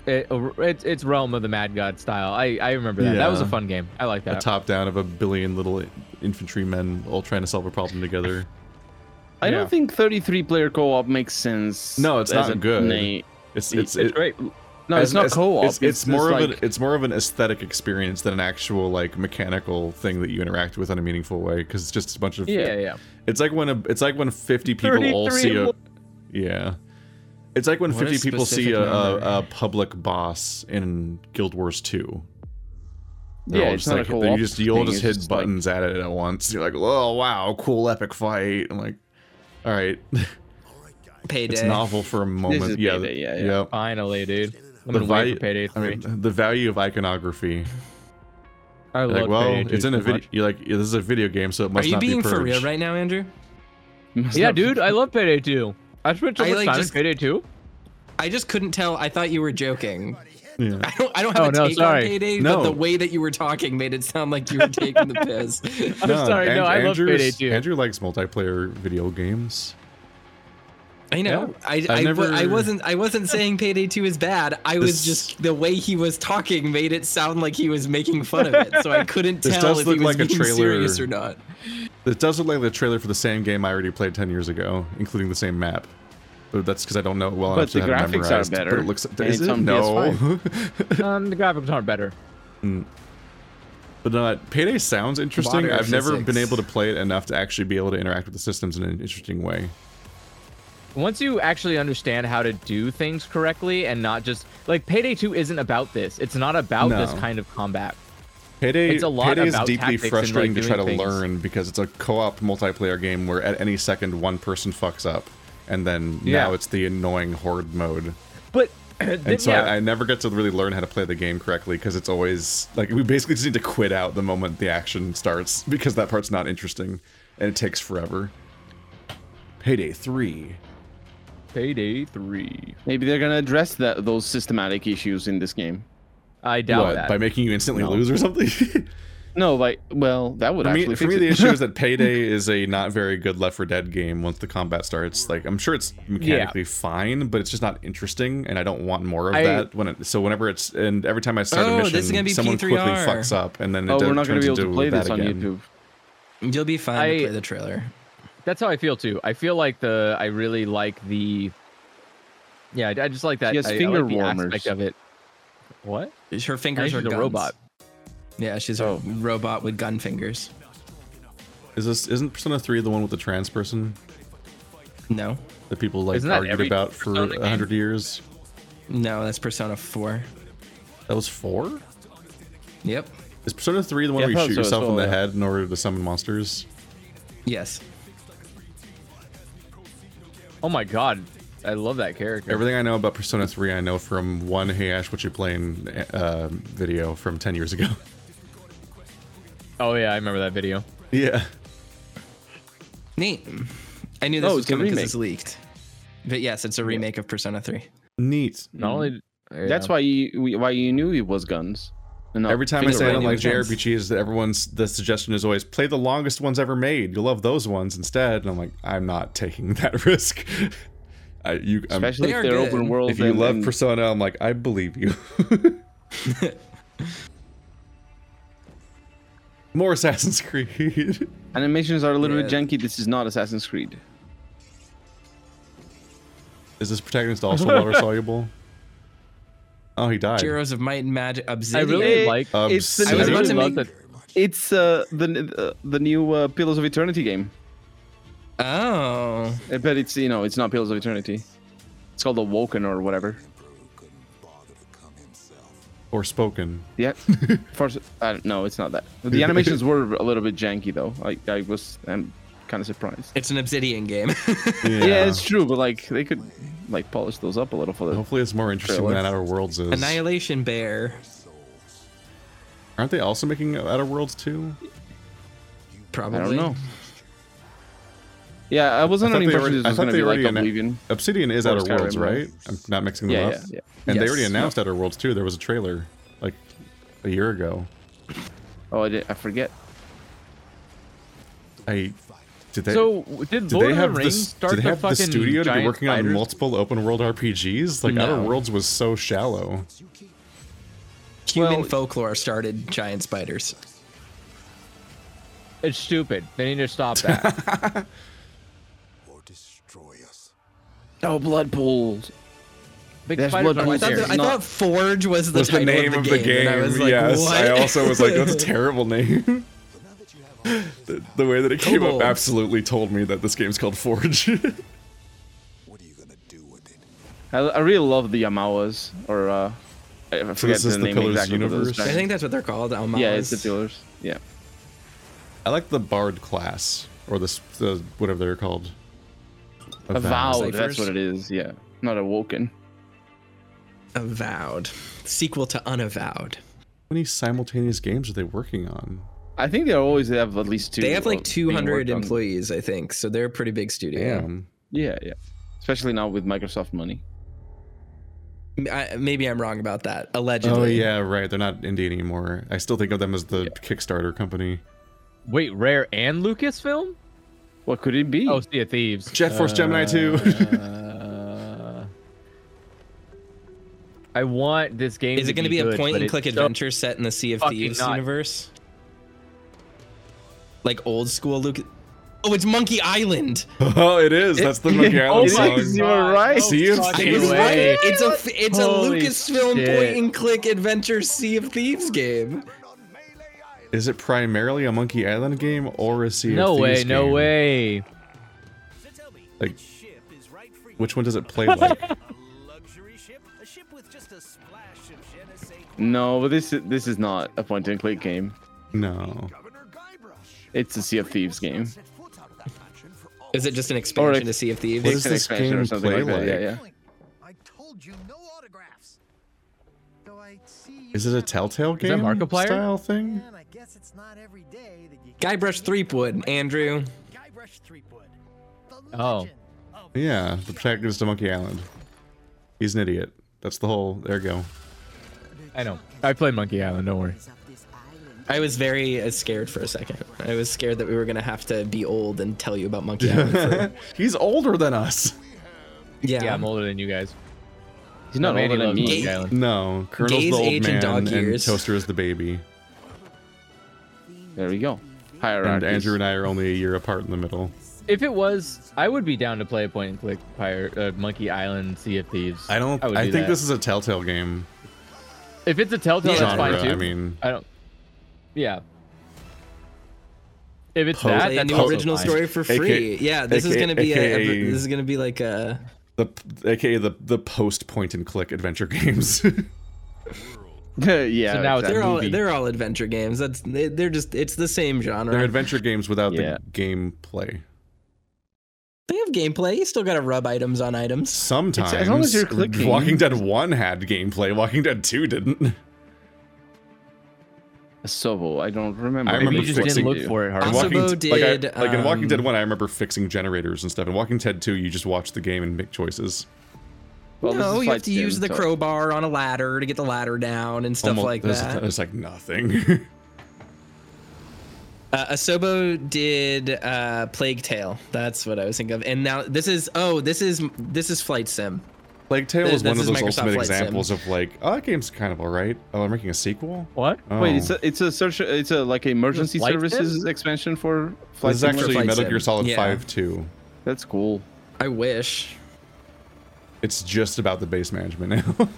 Speaker 3: It, it's it's Realm of the Mad God style. I, I remember that. That was a
Speaker 1: Yeah.
Speaker 3: fun game. I like
Speaker 1: a
Speaker 3: that.
Speaker 1: top down of a billion little infantrymen all trying to solve a problem together.
Speaker 2: I
Speaker 3: Yeah.
Speaker 2: don't think 33 player co-op makes sense.
Speaker 1: No, it's
Speaker 2: as
Speaker 1: not
Speaker 2: a
Speaker 1: good.
Speaker 2: name.
Speaker 1: It's
Speaker 2: It's,
Speaker 1: it's, it-
Speaker 2: great. No,
Speaker 1: as-
Speaker 2: it's not
Speaker 1: as-
Speaker 2: co-op.
Speaker 1: It's, it's more of
Speaker 2: like-
Speaker 1: an it's more of an aesthetic experience than an actual like mechanical thing that you interact with in a meaningful way because it's just a bunch of
Speaker 2: Yeah, yeah.
Speaker 1: It's like when a it's like when 50 people all
Speaker 2: 33
Speaker 1: see a
Speaker 2: lo-
Speaker 1: yeah. It's like when
Speaker 4: What a
Speaker 1: 50 people see
Speaker 4: specific
Speaker 1: a, a,
Speaker 4: number.
Speaker 1: a public boss in Guild Wars 2. They're
Speaker 2: Yeah,
Speaker 1: all
Speaker 2: it's
Speaker 1: just
Speaker 2: not a
Speaker 1: like,
Speaker 2: co-op
Speaker 1: you just you all
Speaker 2: thing,
Speaker 1: just
Speaker 2: it's
Speaker 1: hit
Speaker 2: just like-
Speaker 1: buttons at it at once. You're like, "Oh, wow, cool epic fight." I'm like, "All right." <laughs>
Speaker 4: Payday.
Speaker 1: it's novel for a moment.
Speaker 2: is
Speaker 1: yeah,
Speaker 2: Payday, yeah, yeah.
Speaker 1: yep.
Speaker 3: Finally, dude. I'm
Speaker 1: The
Speaker 3: gonna wait
Speaker 1: vi-
Speaker 3: for Payday
Speaker 1: I
Speaker 3: Three. I,
Speaker 1: mean, the value of iconography. You're
Speaker 3: love
Speaker 1: like, well,
Speaker 3: Payday 2
Speaker 1: it's in a
Speaker 3: so
Speaker 1: video.
Speaker 3: much.
Speaker 1: You're like, yeah, this is a video game, so it
Speaker 4: Are
Speaker 1: must
Speaker 4: you
Speaker 1: not
Speaker 4: being
Speaker 1: be
Speaker 4: for real
Speaker 1: purged.
Speaker 4: right now, Andrew?
Speaker 3: Yeah, dude, I love Payday Two. I spent so
Speaker 4: I,
Speaker 3: much
Speaker 4: like,
Speaker 3: time
Speaker 4: just-
Speaker 3: in Payday Two.
Speaker 4: I just couldn't tell. I thought you were joking.
Speaker 1: Yeah.
Speaker 4: <laughs> I don't. I don't have
Speaker 3: Oh,
Speaker 4: a
Speaker 3: no,
Speaker 4: take
Speaker 3: sorry.
Speaker 4: on Payday,
Speaker 1: No.
Speaker 4: but the way that you were talking made it sound like you were taking the
Speaker 3: <laughs>
Speaker 4: piss.
Speaker 3: I'm sorry, no, I love
Speaker 1: Andrew's-
Speaker 3: Payday Two.
Speaker 1: Andrew likes multiplayer video games.
Speaker 4: I know. I,
Speaker 1: I
Speaker 4: I, wa-
Speaker 1: never-
Speaker 4: I wasn't. I wasn't saying Payday Two is bad. I
Speaker 1: This-
Speaker 4: was just the way he was talking made it sound like he was making fun of it. So I couldn't
Speaker 1: This
Speaker 4: tell
Speaker 1: does
Speaker 4: if
Speaker 1: look
Speaker 4: he was
Speaker 1: like a
Speaker 4: being
Speaker 1: trailer.
Speaker 4: serious or not.
Speaker 1: It does look like the trailer for the same game I already played ten years ago, including the same map. But that's because I don't know it well
Speaker 2: But
Speaker 1: enough to
Speaker 2: the
Speaker 1: have it
Speaker 2: graphics are
Speaker 1: memorized. But
Speaker 2: better,
Speaker 1: it looks.
Speaker 2: and
Speaker 1: Is
Speaker 2: it's
Speaker 1: it?
Speaker 2: on
Speaker 1: No.
Speaker 3: Um, the graphics aren't better.
Speaker 1: <laughs> but not Payday sounds interesting.
Speaker 4: Water
Speaker 1: I've never been
Speaker 4: physics.
Speaker 1: able to play it enough to actually be able to interact with the systems in an interesting way.
Speaker 3: Once you actually understand how to do things correctly and not just like Payday Two isn't about this. It's not about this
Speaker 1: No.
Speaker 3: kind of combat.
Speaker 1: Payday,
Speaker 3: It's a lot
Speaker 1: Payday is
Speaker 3: about
Speaker 1: deeply
Speaker 3: tactics and, like,
Speaker 1: frustrating to try to
Speaker 3: doing things.
Speaker 1: learn because it's a co-op multiplayer game where at any second one person fucks up, and then now
Speaker 3: Yeah.
Speaker 1: it's the annoying horde mode.
Speaker 3: But <clears throat>
Speaker 1: And so
Speaker 3: yeah,
Speaker 1: I, I never get to really learn how to play the game correctly because it's always like we basically just need to quit out the moment the action starts <laughs> because that part's not interesting and it takes forever. Payday three.
Speaker 3: Payday Three.
Speaker 2: Maybe they're gonna address that those systematic issues in this game.
Speaker 3: I doubt
Speaker 1: What,
Speaker 3: that.
Speaker 1: by making you instantly lose or something. <laughs>
Speaker 2: no, like well, that would
Speaker 1: for me,
Speaker 2: actually
Speaker 1: for
Speaker 2: fix
Speaker 1: me the
Speaker 4: <laughs>
Speaker 2: it.
Speaker 1: issue is that Payday is a not very good Left 4 Dead game. Once the combat starts, like I'm sure it's mechanically fine, but it's just not interesting, and I don't want more of
Speaker 2: I-
Speaker 1: that. When it, so whenever it's and every time I start
Speaker 4: Oh,
Speaker 1: a
Speaker 4: this is
Speaker 1: mission,
Speaker 4: gonna be
Speaker 1: someone quickly
Speaker 4: P3R.
Speaker 1: fucks up, and then it
Speaker 2: <laughs> Oh,
Speaker 1: does-
Speaker 2: we're not
Speaker 1: turns
Speaker 2: gonna be able
Speaker 1: into
Speaker 2: to play
Speaker 1: that
Speaker 2: this on
Speaker 1: again.
Speaker 2: YouTube.
Speaker 4: You'll be fine
Speaker 3: I-
Speaker 4: to play the trailer.
Speaker 3: That's how I feel too. I feel like the I really like the yeah, I I just like that.
Speaker 4: She has
Speaker 3: I- I like
Speaker 4: finger
Speaker 3: the
Speaker 4: warmers.
Speaker 3: aspect of it. What? I
Speaker 4: Her fingers are
Speaker 3: think she's a
Speaker 4: guns.
Speaker 3: robot.
Speaker 4: Yeah, she's a robot with gun fingers.
Speaker 1: Is this isn't Persona 3 the one with the trans person?
Speaker 4: No.
Speaker 1: That people like
Speaker 4: Isn't that
Speaker 1: argued
Speaker 4: every
Speaker 1: about for a
Speaker 4: Persona game?
Speaker 1: hundred years.
Speaker 4: No, that's Persona 4.
Speaker 1: That was four?
Speaker 4: Yep.
Speaker 1: Is Persona 3 the one
Speaker 4: Yeah, I
Speaker 1: where you
Speaker 4: thought
Speaker 1: shoot
Speaker 4: so as
Speaker 1: yourself in
Speaker 4: well,
Speaker 1: the
Speaker 4: yeah.
Speaker 1: head in order to summon monsters?
Speaker 4: Yes.
Speaker 3: Oh my god. I love that character.
Speaker 1: Everything I know about Persona 3, I know from one Hey Ash, what you playing uh, video from 10 years ago. <laughs>
Speaker 3: Oh yeah, I remember that video.
Speaker 1: yeah.
Speaker 4: Neat. I knew this
Speaker 3: Oh,
Speaker 4: was
Speaker 3: it's a
Speaker 4: coming because
Speaker 3: remake.
Speaker 4: it's leaked. But yes, it's a remake of Persona 3.
Speaker 1: Neat.
Speaker 4: Mm-hmm.
Speaker 2: Not only-
Speaker 4: Yeah.
Speaker 2: that's why you we, why you knew it was guns. and not
Speaker 1: Every time I
Speaker 2: finger
Speaker 1: say I don't like
Speaker 2: warmers.
Speaker 1: JRPGs, that everyone's the suggestion is always play the longest ones ever made. You'll love those ones instead. And I'm like, I'm not taking <laughs> that risk. I, you, I'm-
Speaker 2: Especially They if are they're open good. world
Speaker 1: um, If you
Speaker 2: and-
Speaker 1: love
Speaker 2: and-
Speaker 1: Persona, I'm like, I believe you. <laughs> More Assassin's Creed. <laughs>
Speaker 2: Animations are a little
Speaker 1: Yeah.
Speaker 2: bit janky. This is not Assassin's Creed.
Speaker 1: Is this protagonist also water soluble? Oh, he died.
Speaker 4: Heroes of Might and Magic Obsidian.
Speaker 2: really like-
Speaker 1: it's the
Speaker 4: I was
Speaker 1: new-
Speaker 4: about to
Speaker 2: Love
Speaker 4: make
Speaker 2: that- It's uh, the uh, the new uh, Pillars of Eternity game.
Speaker 4: Oh.
Speaker 2: I bet it's you know it's not Pillars of Eternity. It's called Awoken or whatever.
Speaker 1: Or spoken. <laughs>
Speaker 2: Yeah. First, I don't know. It's not that. The animations were a little bit janky though. I I was I'm kind of surprised.
Speaker 4: It's an Obsidian <laughs> game.
Speaker 2: <laughs> Yeah. it's true, but like they could like polish those up a little for the.
Speaker 1: Hopefully, it's more interesting
Speaker 2: trailer.
Speaker 1: than Outer Worlds is.
Speaker 4: Annihilation Bear.
Speaker 1: Aren't they also making Outer Worlds too?
Speaker 4: Probably.
Speaker 2: I don't know. Yeah, I wasn't under the impression this was going to be like
Speaker 1: anna-
Speaker 2: Oblivion.
Speaker 1: Obsidian is
Speaker 2: or
Speaker 1: Outer
Speaker 2: Skyrim,
Speaker 1: Worlds,
Speaker 2: no?
Speaker 1: right? I'm not mixing them
Speaker 2: Yeah,
Speaker 1: up.
Speaker 2: yeah, yeah.
Speaker 1: And they already
Speaker 2: Yes.
Speaker 1: announced Outer Worlds too. There was a trailer like a year ago.
Speaker 2: Oh, I, did, I forget.
Speaker 1: I did they.
Speaker 3: So, did Lord of the Rings
Speaker 1: s-
Speaker 3: start
Speaker 1: did they
Speaker 3: the
Speaker 1: have the
Speaker 3: fucking
Speaker 1: studio to be
Speaker 3: giant
Speaker 1: working on
Speaker 3: spiders?
Speaker 1: multiple open world RPGs? Like Outer
Speaker 4: No.
Speaker 1: Worlds was so shallow.
Speaker 4: Human folklore started giant spiders.
Speaker 3: It's stupid. They need to stop
Speaker 4: <laughs>
Speaker 3: that.
Speaker 2: Oh, blood pools.
Speaker 3: Big
Speaker 4: There's
Speaker 3: spiders
Speaker 4: blood
Speaker 3: aren't
Speaker 4: pools
Speaker 3: there.
Speaker 4: there. I thought Forge was the
Speaker 1: was the
Speaker 4: title
Speaker 1: name
Speaker 4: of the game. and I was like,
Speaker 1: yes,
Speaker 4: what?
Speaker 1: I also was like,
Speaker 4: <laughs>
Speaker 1: that's a terrible name. <laughs> the, the way that it came
Speaker 4: Kobold.
Speaker 1: up absolutely told me that this game's called Forge. <laughs>
Speaker 2: I, I really love the Yamawas, or uh, I forget
Speaker 1: this is
Speaker 2: the
Speaker 1: the
Speaker 2: name
Speaker 1: Pillars
Speaker 2: exactly. but those
Speaker 1: universe?
Speaker 4: I
Speaker 2: giant-
Speaker 4: think that's what they're called. Almalas.
Speaker 2: yeah, it's the Pillars. Yeah.
Speaker 1: I like the Bard class or the, s- the whatever they're called.
Speaker 2: Avowed, that's what it is. Yeah, not awoken.
Speaker 4: Avowed. Sequel to Unavowed.
Speaker 1: How many simultaneous games are they working on?
Speaker 2: I think they always have at least two.
Speaker 4: They have
Speaker 2: uh,
Speaker 4: like
Speaker 2: being
Speaker 4: 200
Speaker 2: worked on.
Speaker 4: employees, I think. So they're a pretty big studio.
Speaker 1: Damn.
Speaker 2: Yeah, yeah. Especially now with Microsoft money.
Speaker 4: M- I, maybe I'm wrong about that. Allegedly.
Speaker 1: Oh yeah, right. They're not indie anymore. I still think of them as the Kickstarter company.
Speaker 3: Wait, Rare and Lucasfilm?
Speaker 2: What could it be?
Speaker 3: Oh, Sea of Thieves.
Speaker 1: Jet Force Gemini 2.
Speaker 3: Uh, I want this game.
Speaker 4: Is it
Speaker 3: going to
Speaker 4: be,
Speaker 3: good,
Speaker 4: a point
Speaker 3: but
Speaker 4: and
Speaker 3: it's
Speaker 4: click
Speaker 3: so-
Speaker 4: adventure set in the Sea of
Speaker 3: fucking
Speaker 4: Thieves
Speaker 3: not.
Speaker 4: universe? Like old school Luke. Oh, it's Monkey Island.
Speaker 1: <laughs> Oh, it is. That's the Monkey
Speaker 4: Oh
Speaker 1: Island
Speaker 4: my
Speaker 1: song.
Speaker 4: God. You were right.
Speaker 1: Sea of
Speaker 4: I
Speaker 1: Thieves.
Speaker 4: was right. It's a f- it's
Speaker 1: Holy
Speaker 4: a Lucasfilm
Speaker 1: shit.
Speaker 4: point and click adventure Sea of Thieves game.
Speaker 1: Is it primarily a Monkey Island game or a Sea
Speaker 3: No
Speaker 1: of
Speaker 3: way,
Speaker 1: Thieves game?
Speaker 3: no way.
Speaker 1: Like, which one does it
Speaker 4: <laughs>
Speaker 1: play like?
Speaker 2: No, but this this is not a point and click game.
Speaker 1: No.
Speaker 2: It's a Sea of Thieves game.
Speaker 4: Is it just an expansion to Sea of Thieves?
Speaker 2: It's an expansion or something like that. Yeah, yeah.
Speaker 1: Is it a Telltale
Speaker 4: that
Speaker 1: game?
Speaker 4: Markiplier?
Speaker 1: style thing?
Speaker 4: Guybrush Threepwood, Andrew.
Speaker 3: Oh.
Speaker 1: Yeah, the protagonist of Monkey Island. He's an idiot. That's the whole. There you go.
Speaker 3: I know. I played Monkey Island. Don't worry.
Speaker 4: I was very uh, scared for a second. I was scared that we were gonna have to be old and tell you about Monkey Island.
Speaker 1: <laughs>
Speaker 4: for-
Speaker 1: He's older than us.
Speaker 4: yeah.
Speaker 3: I'm older than you guys.
Speaker 2: He's not
Speaker 3: No,
Speaker 2: older
Speaker 3: Manny
Speaker 2: than
Speaker 3: loves
Speaker 2: me.
Speaker 3: Monkey Island.
Speaker 1: No, Colonel's
Speaker 4: Gays,
Speaker 1: the old
Speaker 4: age,
Speaker 1: man,
Speaker 4: and dog years.
Speaker 1: Toaster is the baby,
Speaker 2: There we go.
Speaker 1: and
Speaker 2: Hierarchy. <laughs>
Speaker 1: Andrew and I are only a year apart in the middle.
Speaker 3: If it was, I would be down to play a point and click Pirate uh, Monkey Island Sea of Thieves.
Speaker 1: I don't. I,
Speaker 3: would do
Speaker 1: think
Speaker 3: that.
Speaker 1: this is a Telltale game.
Speaker 3: If it's a Telltale, that's
Speaker 1: genre,
Speaker 3: fine too.
Speaker 1: I mean,
Speaker 3: I don't. Yeah. If it's
Speaker 1: Poe-
Speaker 3: that,
Speaker 1: Play
Speaker 3: that's
Speaker 4: the
Speaker 3: also
Speaker 4: original
Speaker 3: fine.
Speaker 4: story for
Speaker 1: AK
Speaker 4: free. yeah, this is
Speaker 1: AKA
Speaker 4: gonna be a,
Speaker 1: AKA
Speaker 4: this is gonna be like a
Speaker 1: the aka the the post point and click adventure <laughs> games.
Speaker 2: yeah.
Speaker 3: So now it's
Speaker 4: they're
Speaker 3: a
Speaker 4: all
Speaker 3: movie.
Speaker 4: they're all adventure games. That's they- they're just it's the same genre.
Speaker 1: They're adventure games without
Speaker 2: Yeah.
Speaker 1: the gameplay.
Speaker 4: They have gameplay. You still gotta rub items on items.
Speaker 1: Sometimes,
Speaker 2: as long as you're clicking.
Speaker 1: Walking Dead One had gameplay. Walking Dead Two didn't.
Speaker 2: Sobo. I don't remember.
Speaker 1: I
Speaker 3: Maybe
Speaker 1: remember
Speaker 3: you just didn't
Speaker 1: fixing
Speaker 3: look
Speaker 2: it.
Speaker 3: for it hard.
Speaker 1: In
Speaker 4: Osobo
Speaker 1: Walking, like,
Speaker 4: did,
Speaker 1: I, like in Walking Dead
Speaker 4: um,
Speaker 1: One, I remember fixing generators and stuff. In Walking Dead Two, you just watch the game and make choices.
Speaker 2: Well, this
Speaker 4: no,
Speaker 2: is
Speaker 4: you have
Speaker 2: fight
Speaker 4: to
Speaker 2: sim,
Speaker 4: use the
Speaker 2: so-
Speaker 4: crowbar on a ladder to get the ladder down and stuff
Speaker 1: Almost-
Speaker 4: like
Speaker 1: there's,
Speaker 4: that.
Speaker 1: There's like nothing. <laughs>
Speaker 4: Uh, Asobo did uh, Plague Tale. That's what I was thinking of. And now this is oh this is this is Flight Sim.
Speaker 1: Plague Tale
Speaker 4: Th-
Speaker 1: is one of
Speaker 4: this is
Speaker 1: those
Speaker 4: Microsoft
Speaker 1: ultimate
Speaker 4: Flight Sim.
Speaker 1: examples of like, oh, that game's kind of alright. Oh, I'm making a sequel.
Speaker 3: What?
Speaker 1: Oh.
Speaker 2: Wait, it's a it's a search. It's a like emergency
Speaker 3: Flight
Speaker 2: services
Speaker 3: Sim?
Speaker 2: expansion for
Speaker 1: this
Speaker 2: flight.
Speaker 1: is
Speaker 2: sim?
Speaker 1: actually
Speaker 4: Flight
Speaker 1: Metal
Speaker 4: Sim.
Speaker 1: Gear Solid
Speaker 4: Yeah.
Speaker 1: Five Two.
Speaker 2: That's cool.
Speaker 4: I wish.
Speaker 1: It's just about the base management now. <laughs>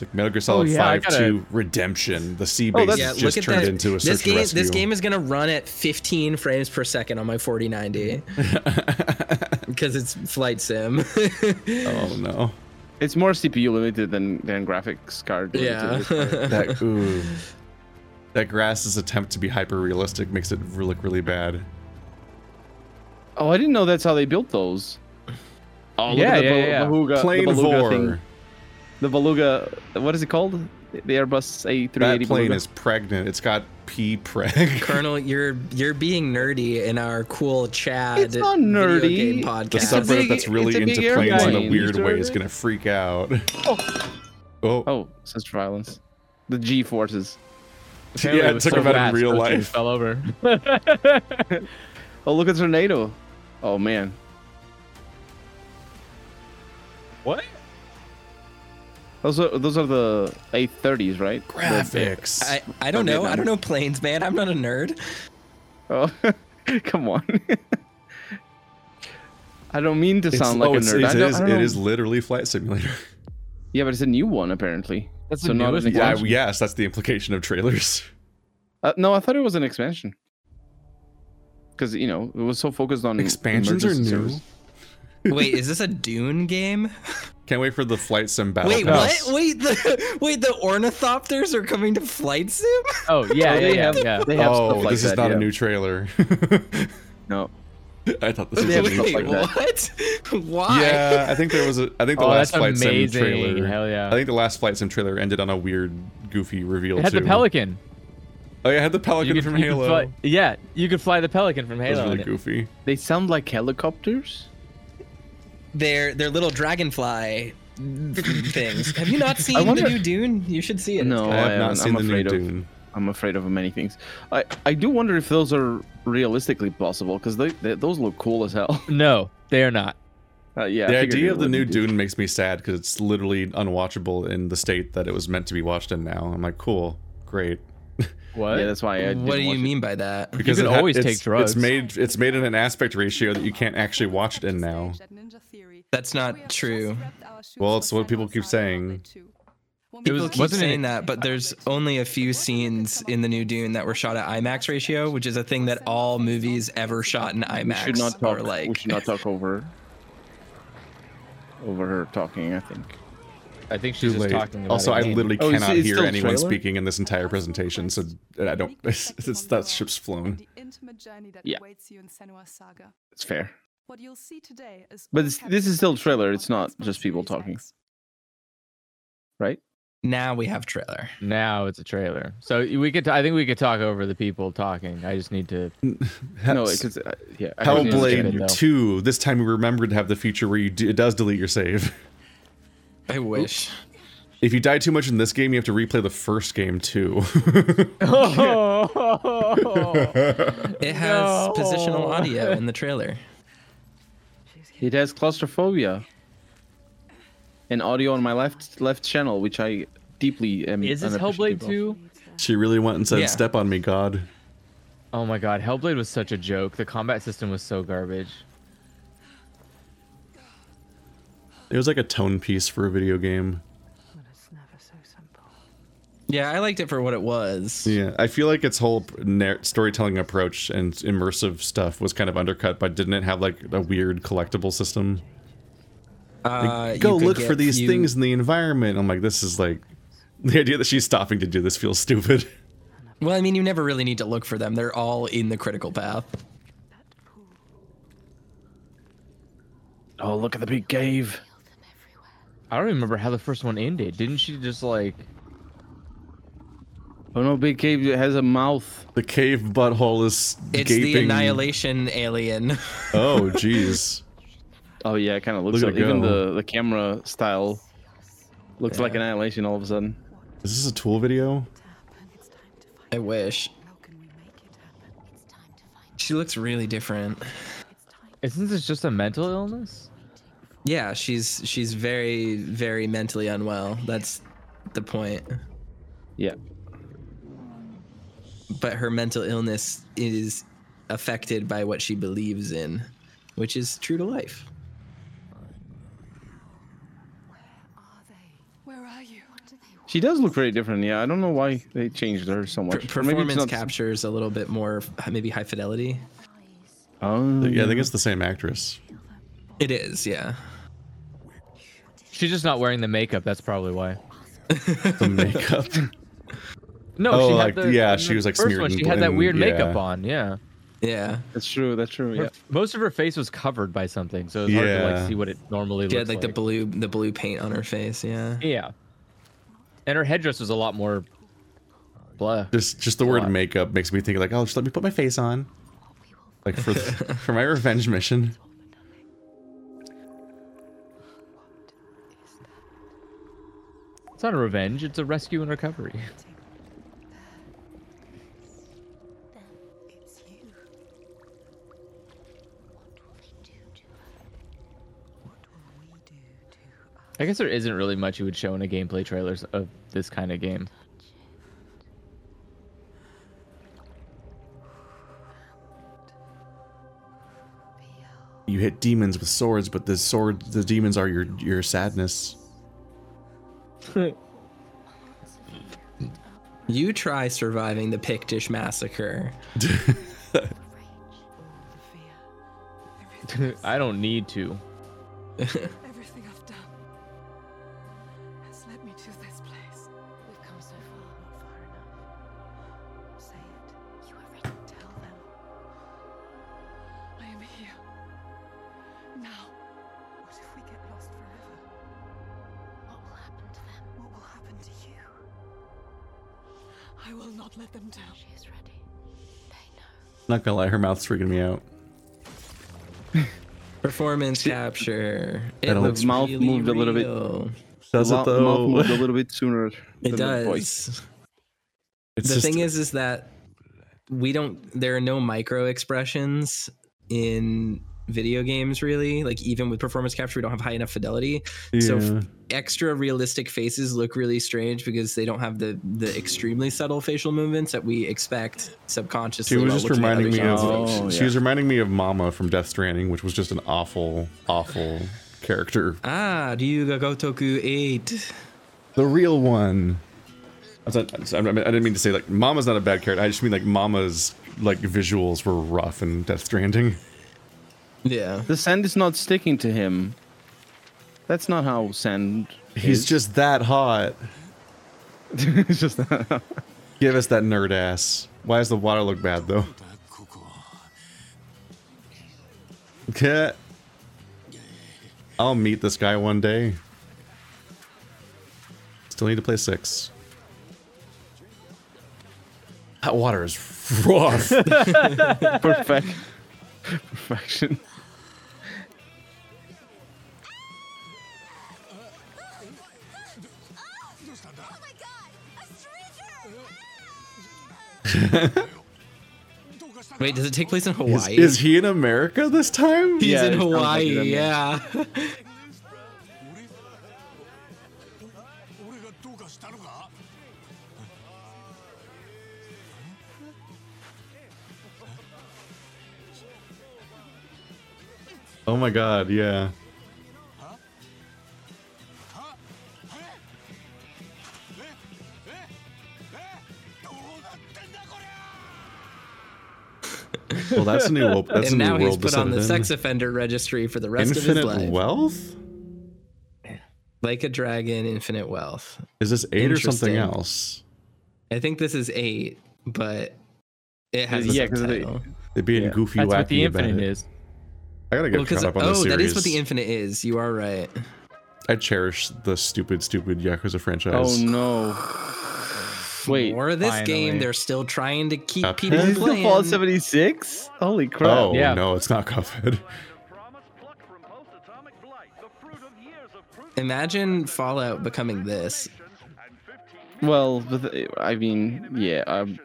Speaker 1: It's like Metal Gear Solid
Speaker 3: yeah, I
Speaker 1: 5
Speaker 3: gotta-
Speaker 1: 2 Redemption. The sea
Speaker 2: Oh,
Speaker 1: base is
Speaker 2: that's-
Speaker 4: Yeah,
Speaker 1: just
Speaker 4: look at
Speaker 1: turned
Speaker 4: that.
Speaker 1: into a search
Speaker 4: this
Speaker 1: and
Speaker 4: game
Speaker 1: rescue.
Speaker 4: this game is gonna run at 15 frames per second on my
Speaker 1: <laughs>
Speaker 4: <laughs> 4090 because it's Flight Sim.
Speaker 1: Oh no.
Speaker 2: It's more CPU limited than than graphics card.
Speaker 4: <laughs> yeah.
Speaker 2: limited. <laughs>
Speaker 1: That ooh. That Grass's attempt to be hyper realistic makes it look really bad.
Speaker 2: Oh, I didn't know that's how they built those. Oh, look at
Speaker 3: Yeah,
Speaker 2: the
Speaker 3: yeah,
Speaker 2: bal-
Speaker 3: yeah.
Speaker 2: Beluga,
Speaker 1: Plane
Speaker 2: the Beluga
Speaker 1: Vor.
Speaker 2: thing. The Beluga. What is it called? The Airbus A380.
Speaker 1: That plane
Speaker 2: Beluga.
Speaker 1: is pregnant. It's got P preg. <laughs>
Speaker 4: Colonel, you're you're being nerdy in our cool Chad
Speaker 2: It's not
Speaker 4: video
Speaker 2: nerdy.
Speaker 4: game
Speaker 2: The
Speaker 1: The
Speaker 4: podcast.
Speaker 2: sub-
Speaker 1: subreddit
Speaker 2: big-
Speaker 1: that's really
Speaker 2: it's a
Speaker 1: into
Speaker 2: big
Speaker 1: planes in a
Speaker 2: airplane.
Speaker 1: weird way is
Speaker 2: Disturbing.
Speaker 1: gonna freak out. <laughs> Oh,
Speaker 2: Oh, such violence. The G forces.
Speaker 3: Apparently
Speaker 1: yeah, it
Speaker 3: was
Speaker 1: took
Speaker 3: so
Speaker 1: him out
Speaker 3: fast,
Speaker 1: in real
Speaker 3: those things
Speaker 1: life. <laughs>
Speaker 3: Fell over.
Speaker 2: Oh, look at tornado. Oh man.
Speaker 3: what?
Speaker 2: Those are those are the A30s, right? The-
Speaker 1: Graphics.
Speaker 4: I, I don't know. I don't know planes, man. I'm not a nerd.
Speaker 2: Oh, <laughs> come on. <laughs> I don't mean to
Speaker 1: It's-
Speaker 2: sound like
Speaker 1: oh,
Speaker 2: a
Speaker 1: it's-
Speaker 2: nerd. I
Speaker 1: It
Speaker 2: don't-
Speaker 1: is,
Speaker 2: I don't
Speaker 1: it
Speaker 2: know.
Speaker 1: is literally Flight Simulator.
Speaker 2: Yeah, but it's a new one apparently.
Speaker 3: That's
Speaker 2: so
Speaker 3: the
Speaker 2: not an
Speaker 3: newest one?
Speaker 1: yeah,
Speaker 2: expansion.
Speaker 1: yes, that's the implication of trailers.
Speaker 2: Uh, no, I thought it was an expansion. Because you know it was so focused on
Speaker 1: Expansions are
Speaker 2: emergency
Speaker 1: new.
Speaker 2: service.
Speaker 4: Wait, is this a
Speaker 1: <laughs>
Speaker 4: Dune game?
Speaker 1: Can't wait for the Flight Sim Battle
Speaker 4: Wait,
Speaker 1: Pass.
Speaker 4: what? Wait, the <laughs> wait the ornithopters are coming to flight sim.
Speaker 3: Oh yeah, yeah,
Speaker 2: they
Speaker 3: yeah.
Speaker 2: have-
Speaker 3: yeah.
Speaker 2: They have
Speaker 1: oh,
Speaker 2: stuff like
Speaker 1: this is
Speaker 2: that,
Speaker 1: not
Speaker 2: yeah.
Speaker 1: a new trailer. <laughs>
Speaker 2: No,
Speaker 1: I thought this was
Speaker 4: Yeah,
Speaker 1: a new
Speaker 4: wait,
Speaker 2: like
Speaker 1: trailer.
Speaker 2: that.
Speaker 4: what? <laughs> Why?
Speaker 1: Yeah, I think there was a. I think the
Speaker 3: Oh,
Speaker 1: last
Speaker 3: that's
Speaker 1: Flight
Speaker 3: amazing.
Speaker 1: Sim trailer.
Speaker 3: Hell yeah.
Speaker 1: I think the last Flight Sim trailer ended on a weird, goofy reveal
Speaker 3: It had
Speaker 1: too.
Speaker 3: the pelican.
Speaker 1: Oh, yeah, it had the pelican
Speaker 3: could-
Speaker 1: from
Speaker 3: could
Speaker 1: Halo.
Speaker 3: fly- yeah, you could fly the pelican from
Speaker 1: That was
Speaker 3: Halo.
Speaker 1: really
Speaker 3: in it.
Speaker 1: goofy.
Speaker 2: they sound like helicopters.
Speaker 4: They're they're little dragonfly things. Have you not seen
Speaker 2: wonder-
Speaker 4: the new Dune? You should see it. It's
Speaker 3: Oh,
Speaker 2: No,
Speaker 1: I
Speaker 2: I
Speaker 1: have
Speaker 2: haven't.
Speaker 1: not seen
Speaker 2: I'm
Speaker 1: the new
Speaker 2: afraid of.
Speaker 1: Dune.
Speaker 2: I'm afraid of many things. I I do wonder if those are realistically possible because they, they those look cool as hell. <laughs>
Speaker 3: No, they are not.
Speaker 2: Uh, yeah. I
Speaker 1: the
Speaker 2: figured it
Speaker 1: idea of the
Speaker 2: would
Speaker 1: new
Speaker 2: be.
Speaker 1: Dune makes me sad because it's literally unwatchable in the state that it was meant to be watched in. Now I'm like, cool, great.
Speaker 3: What?
Speaker 2: Yeah, that's why I. didn't
Speaker 4: what do you
Speaker 2: watch it.
Speaker 4: mean by that?
Speaker 1: Because
Speaker 3: can
Speaker 1: it ha-
Speaker 3: always
Speaker 1: it's-
Speaker 3: take drugs.
Speaker 1: It's made it's made in an aspect ratio that you can't actually watch it in now.
Speaker 4: That's not true.
Speaker 1: Well, it's what people keep saying.
Speaker 3: It was-
Speaker 4: People keep
Speaker 3: wasn't it-
Speaker 4: saying that, but there's only a few scenes in the new Dune that were shot at IMAX ratio, which is a thing that all movies ever shot in IMAX
Speaker 2: We should not talk.
Speaker 4: are like.
Speaker 2: We should not talk over. Over her talking, I think.
Speaker 3: I think she's
Speaker 1: Too late.
Speaker 3: just talking about
Speaker 1: Also,
Speaker 3: it
Speaker 1: I
Speaker 3: again.
Speaker 1: literally
Speaker 2: Oh, it's-
Speaker 1: cannot
Speaker 2: it's
Speaker 1: hear
Speaker 2: still a
Speaker 1: anyone
Speaker 2: trailer?
Speaker 1: speaking in this entire presentation, so I don't.
Speaker 2: <laughs>
Speaker 1: <laughs> It's, that ship's flown.
Speaker 2: Yeah.
Speaker 16: But
Speaker 2: It's fair. But it's- this is still trailer, it's not just people talking. right?
Speaker 4: Now we have trailer.
Speaker 3: now it's a trailer. So we could. I think we could talk over the people talking. I just need to.
Speaker 2: No, because uh, yeah, I couldn't understand it,
Speaker 1: Hellblade
Speaker 2: though.
Speaker 1: Two. This time we remembered to have the feature where you do, it does delete your save.
Speaker 4: I wish.
Speaker 1: <laughs> If you die too much in this game, you have to replay the first game too. <laughs>
Speaker 2: <laughs>
Speaker 4: It has positional audio in the trailer.
Speaker 2: It has claustrophobia. And audio on my left left channel, which I deeply am.
Speaker 3: Is this
Speaker 2: unappreciative
Speaker 3: Hellblade
Speaker 2: of.
Speaker 3: 2?
Speaker 1: she really went and said,
Speaker 2: Yeah.
Speaker 1: "Step on me, God."
Speaker 3: Oh my god, Hellblade was such a joke. The combat system was so garbage.
Speaker 1: It was like a tone piece for a video game.
Speaker 4: Yeah, I liked it for what it was.
Speaker 1: Yeah, I feel like its whole narr- storytelling approach and immersive stuff was kind of undercut by didn't it have like a weird collectible system? Like,
Speaker 4: Uh, you
Speaker 1: Go
Speaker 4: could
Speaker 1: look for
Speaker 4: get-
Speaker 1: these
Speaker 4: you-
Speaker 1: things in the environment. I'm like, this is like the idea that she's stopping to do this feels stupid. <laughs>
Speaker 4: Well, I mean, you never really need to look for them. They're all in the critical path.
Speaker 2: Oh, look at the big cave.
Speaker 3: I don't remember how the first one ended. Didn't she just like.
Speaker 2: Oh no, big cave has a mouth.
Speaker 1: The cave butthole is
Speaker 4: It's the annihilation alien. <laughs>
Speaker 1: Oh jeez.
Speaker 2: oh yeah, it kind of looks
Speaker 1: Look at
Speaker 2: like
Speaker 1: it
Speaker 2: even
Speaker 1: go.
Speaker 2: the the camera style looks like annihilation all of a sudden.
Speaker 1: Is this a tool video?
Speaker 4: I wish. She looks really different.
Speaker 3: Isn't this just a mental illness?
Speaker 4: Yeah, she's she's very very mentally unwell. That's the point.
Speaker 2: Yeah.
Speaker 4: But her mental illness is affected by what she believes in, which is true to life.
Speaker 16: Where are you? What do they
Speaker 2: She does look very different. Yeah, I don't know why they changed her so much. Or maybe it's
Speaker 4: Performance
Speaker 2: not-
Speaker 4: captures a little bit more uh, maybe high fidelity.
Speaker 2: Oh,
Speaker 1: yeah, I
Speaker 4: Mm-hmm.
Speaker 1: think it's the same actress.
Speaker 4: It is, yeah.
Speaker 3: She's just not wearing the makeup. That's probably why.
Speaker 1: The
Speaker 4: <laughs>
Speaker 1: makeup.
Speaker 3: No,
Speaker 1: Oh,
Speaker 3: she had
Speaker 1: like,
Speaker 3: the,
Speaker 1: yeah,
Speaker 3: in
Speaker 1: she
Speaker 3: the
Speaker 1: was, like,
Speaker 3: first
Speaker 1: smeared
Speaker 3: one,
Speaker 1: in
Speaker 3: She had that
Speaker 1: blend,
Speaker 3: weird
Speaker 1: yeah.
Speaker 3: makeup on. Yeah.
Speaker 4: Yeah.
Speaker 2: That's true. That's true.
Speaker 3: Her-
Speaker 2: Yeah.
Speaker 3: Most of her face was covered by something, so it was hard to
Speaker 4: Yeah.
Speaker 3: like see what it normally
Speaker 4: She had
Speaker 3: looks
Speaker 4: like,
Speaker 3: like.
Speaker 4: the blue the blue paint on her face, yeah.
Speaker 3: Yeah. And her headdress was a lot more blah.
Speaker 1: Just just the word makeup makes me think like, oh, just let me put my face on. Like
Speaker 4: <laughs>
Speaker 1: for for my revenge mission.
Speaker 3: It's not a revenge, it's a rescue and recovery. <laughs> I guess there isn't really much you would show in a gameplay trailers of this kind of game. <laughs>
Speaker 1: You hit demons with swords, but the sword the demons are your your sadness.
Speaker 4: You try surviving the Pictish massacre.
Speaker 3: I don't need to.
Speaker 16: Everything I've done has led me to this place. We've come so far, not far enough. Say it. You are ready. Tell them. I am here. Now. What if we get lost forever? What will happen to them? What will happen to you? I will not let them down. She is ready.
Speaker 1: Not gonna lie, her mouth's freaking me out.
Speaker 4: Performance capture. It
Speaker 1: That old
Speaker 4: looks
Speaker 1: mouth
Speaker 4: really
Speaker 1: moved a little bit.
Speaker 4: real.
Speaker 1: Does it
Speaker 2: Mouth-
Speaker 1: though?
Speaker 2: Mouth moved a little bit sooner. than
Speaker 4: It
Speaker 2: the voice.
Speaker 4: does.
Speaker 1: <laughs> It's
Speaker 4: the
Speaker 1: just-
Speaker 4: thing is, is that we don't. There are no micro expressions in video games, really. Like even with performance capture, we don't have high enough fidelity. So
Speaker 1: Yeah.
Speaker 4: f- extra realistic faces look really strange because they don't have the the extremely subtle facial movements that we expect subconsciously.
Speaker 1: She was
Speaker 4: while
Speaker 1: just
Speaker 4: looking at
Speaker 1: reminding me
Speaker 4: other
Speaker 1: of uh,
Speaker 4: people's faces.
Speaker 1: she was reminding me of Mama from Death Stranding, which was just an awful, awful character.
Speaker 4: Ah, Ryuga Gotoku 8.
Speaker 1: The real one. I, was- I mean, I didn't mean to say like Mama's not a bad character. I just mean like Mama's like visuals were rough in Death Stranding.
Speaker 4: Yeah.
Speaker 2: The sand is not sticking to him. That's not how sand.
Speaker 1: He's
Speaker 2: is. <laughs>
Speaker 1: just that <laughs> hot. Give us that nerd ass. Why does the water look bad though? Okay. I'll meet this guy one day. Still need to play six. That water <laughs> is rough.
Speaker 2: Perfect.
Speaker 1: <laughs>
Speaker 2: Perfection.
Speaker 8: Oh
Speaker 16: Uh-huh.
Speaker 4: Wait, does it take place in Hawaii?
Speaker 1: Is, is he in America this time?
Speaker 4: He's in Hawaii, yeah.
Speaker 1: Oh my god, yeah. Well, that's a new world. That's
Speaker 4: and
Speaker 1: a new
Speaker 4: now he's
Speaker 1: world to
Speaker 4: put
Speaker 1: set
Speaker 4: on
Speaker 1: it
Speaker 4: the
Speaker 1: in.
Speaker 4: sex offender registry for the rest
Speaker 1: Infinite
Speaker 4: of his life.
Speaker 1: wealth?
Speaker 4: Like a dragon, infinite wealth.
Speaker 1: Is this eight or something
Speaker 4: Interesting.
Speaker 1: else?
Speaker 4: I think this is eight, but it has a
Speaker 1: Yeah, 'cause of the-
Speaker 4: subtitle.
Speaker 1: They're being goofy
Speaker 3: That's
Speaker 1: wacky
Speaker 3: what the
Speaker 1: about
Speaker 3: infinite
Speaker 1: it.
Speaker 3: is.
Speaker 1: I gotta get
Speaker 4: Well, 'cause-
Speaker 1: caught up on
Speaker 4: oh,
Speaker 1: this
Speaker 4: that is what
Speaker 1: series.
Speaker 4: the infinite is. You are right.
Speaker 1: I cherish the stupid, stupid Yakuza franchise.
Speaker 2: Oh no! Wait,
Speaker 4: More of this game,
Speaker 2: finally.
Speaker 4: they're still trying to keep
Speaker 1: Uh,
Speaker 4: people
Speaker 1: Is this the
Speaker 4: playing.
Speaker 2: Fallout 76? Holy crap!
Speaker 1: Oh,
Speaker 2: yeah.
Speaker 1: no, it's not Cuphead.
Speaker 4: Imagine Fallout becoming this.
Speaker 2: Well, but the- I mean, yeah. Um,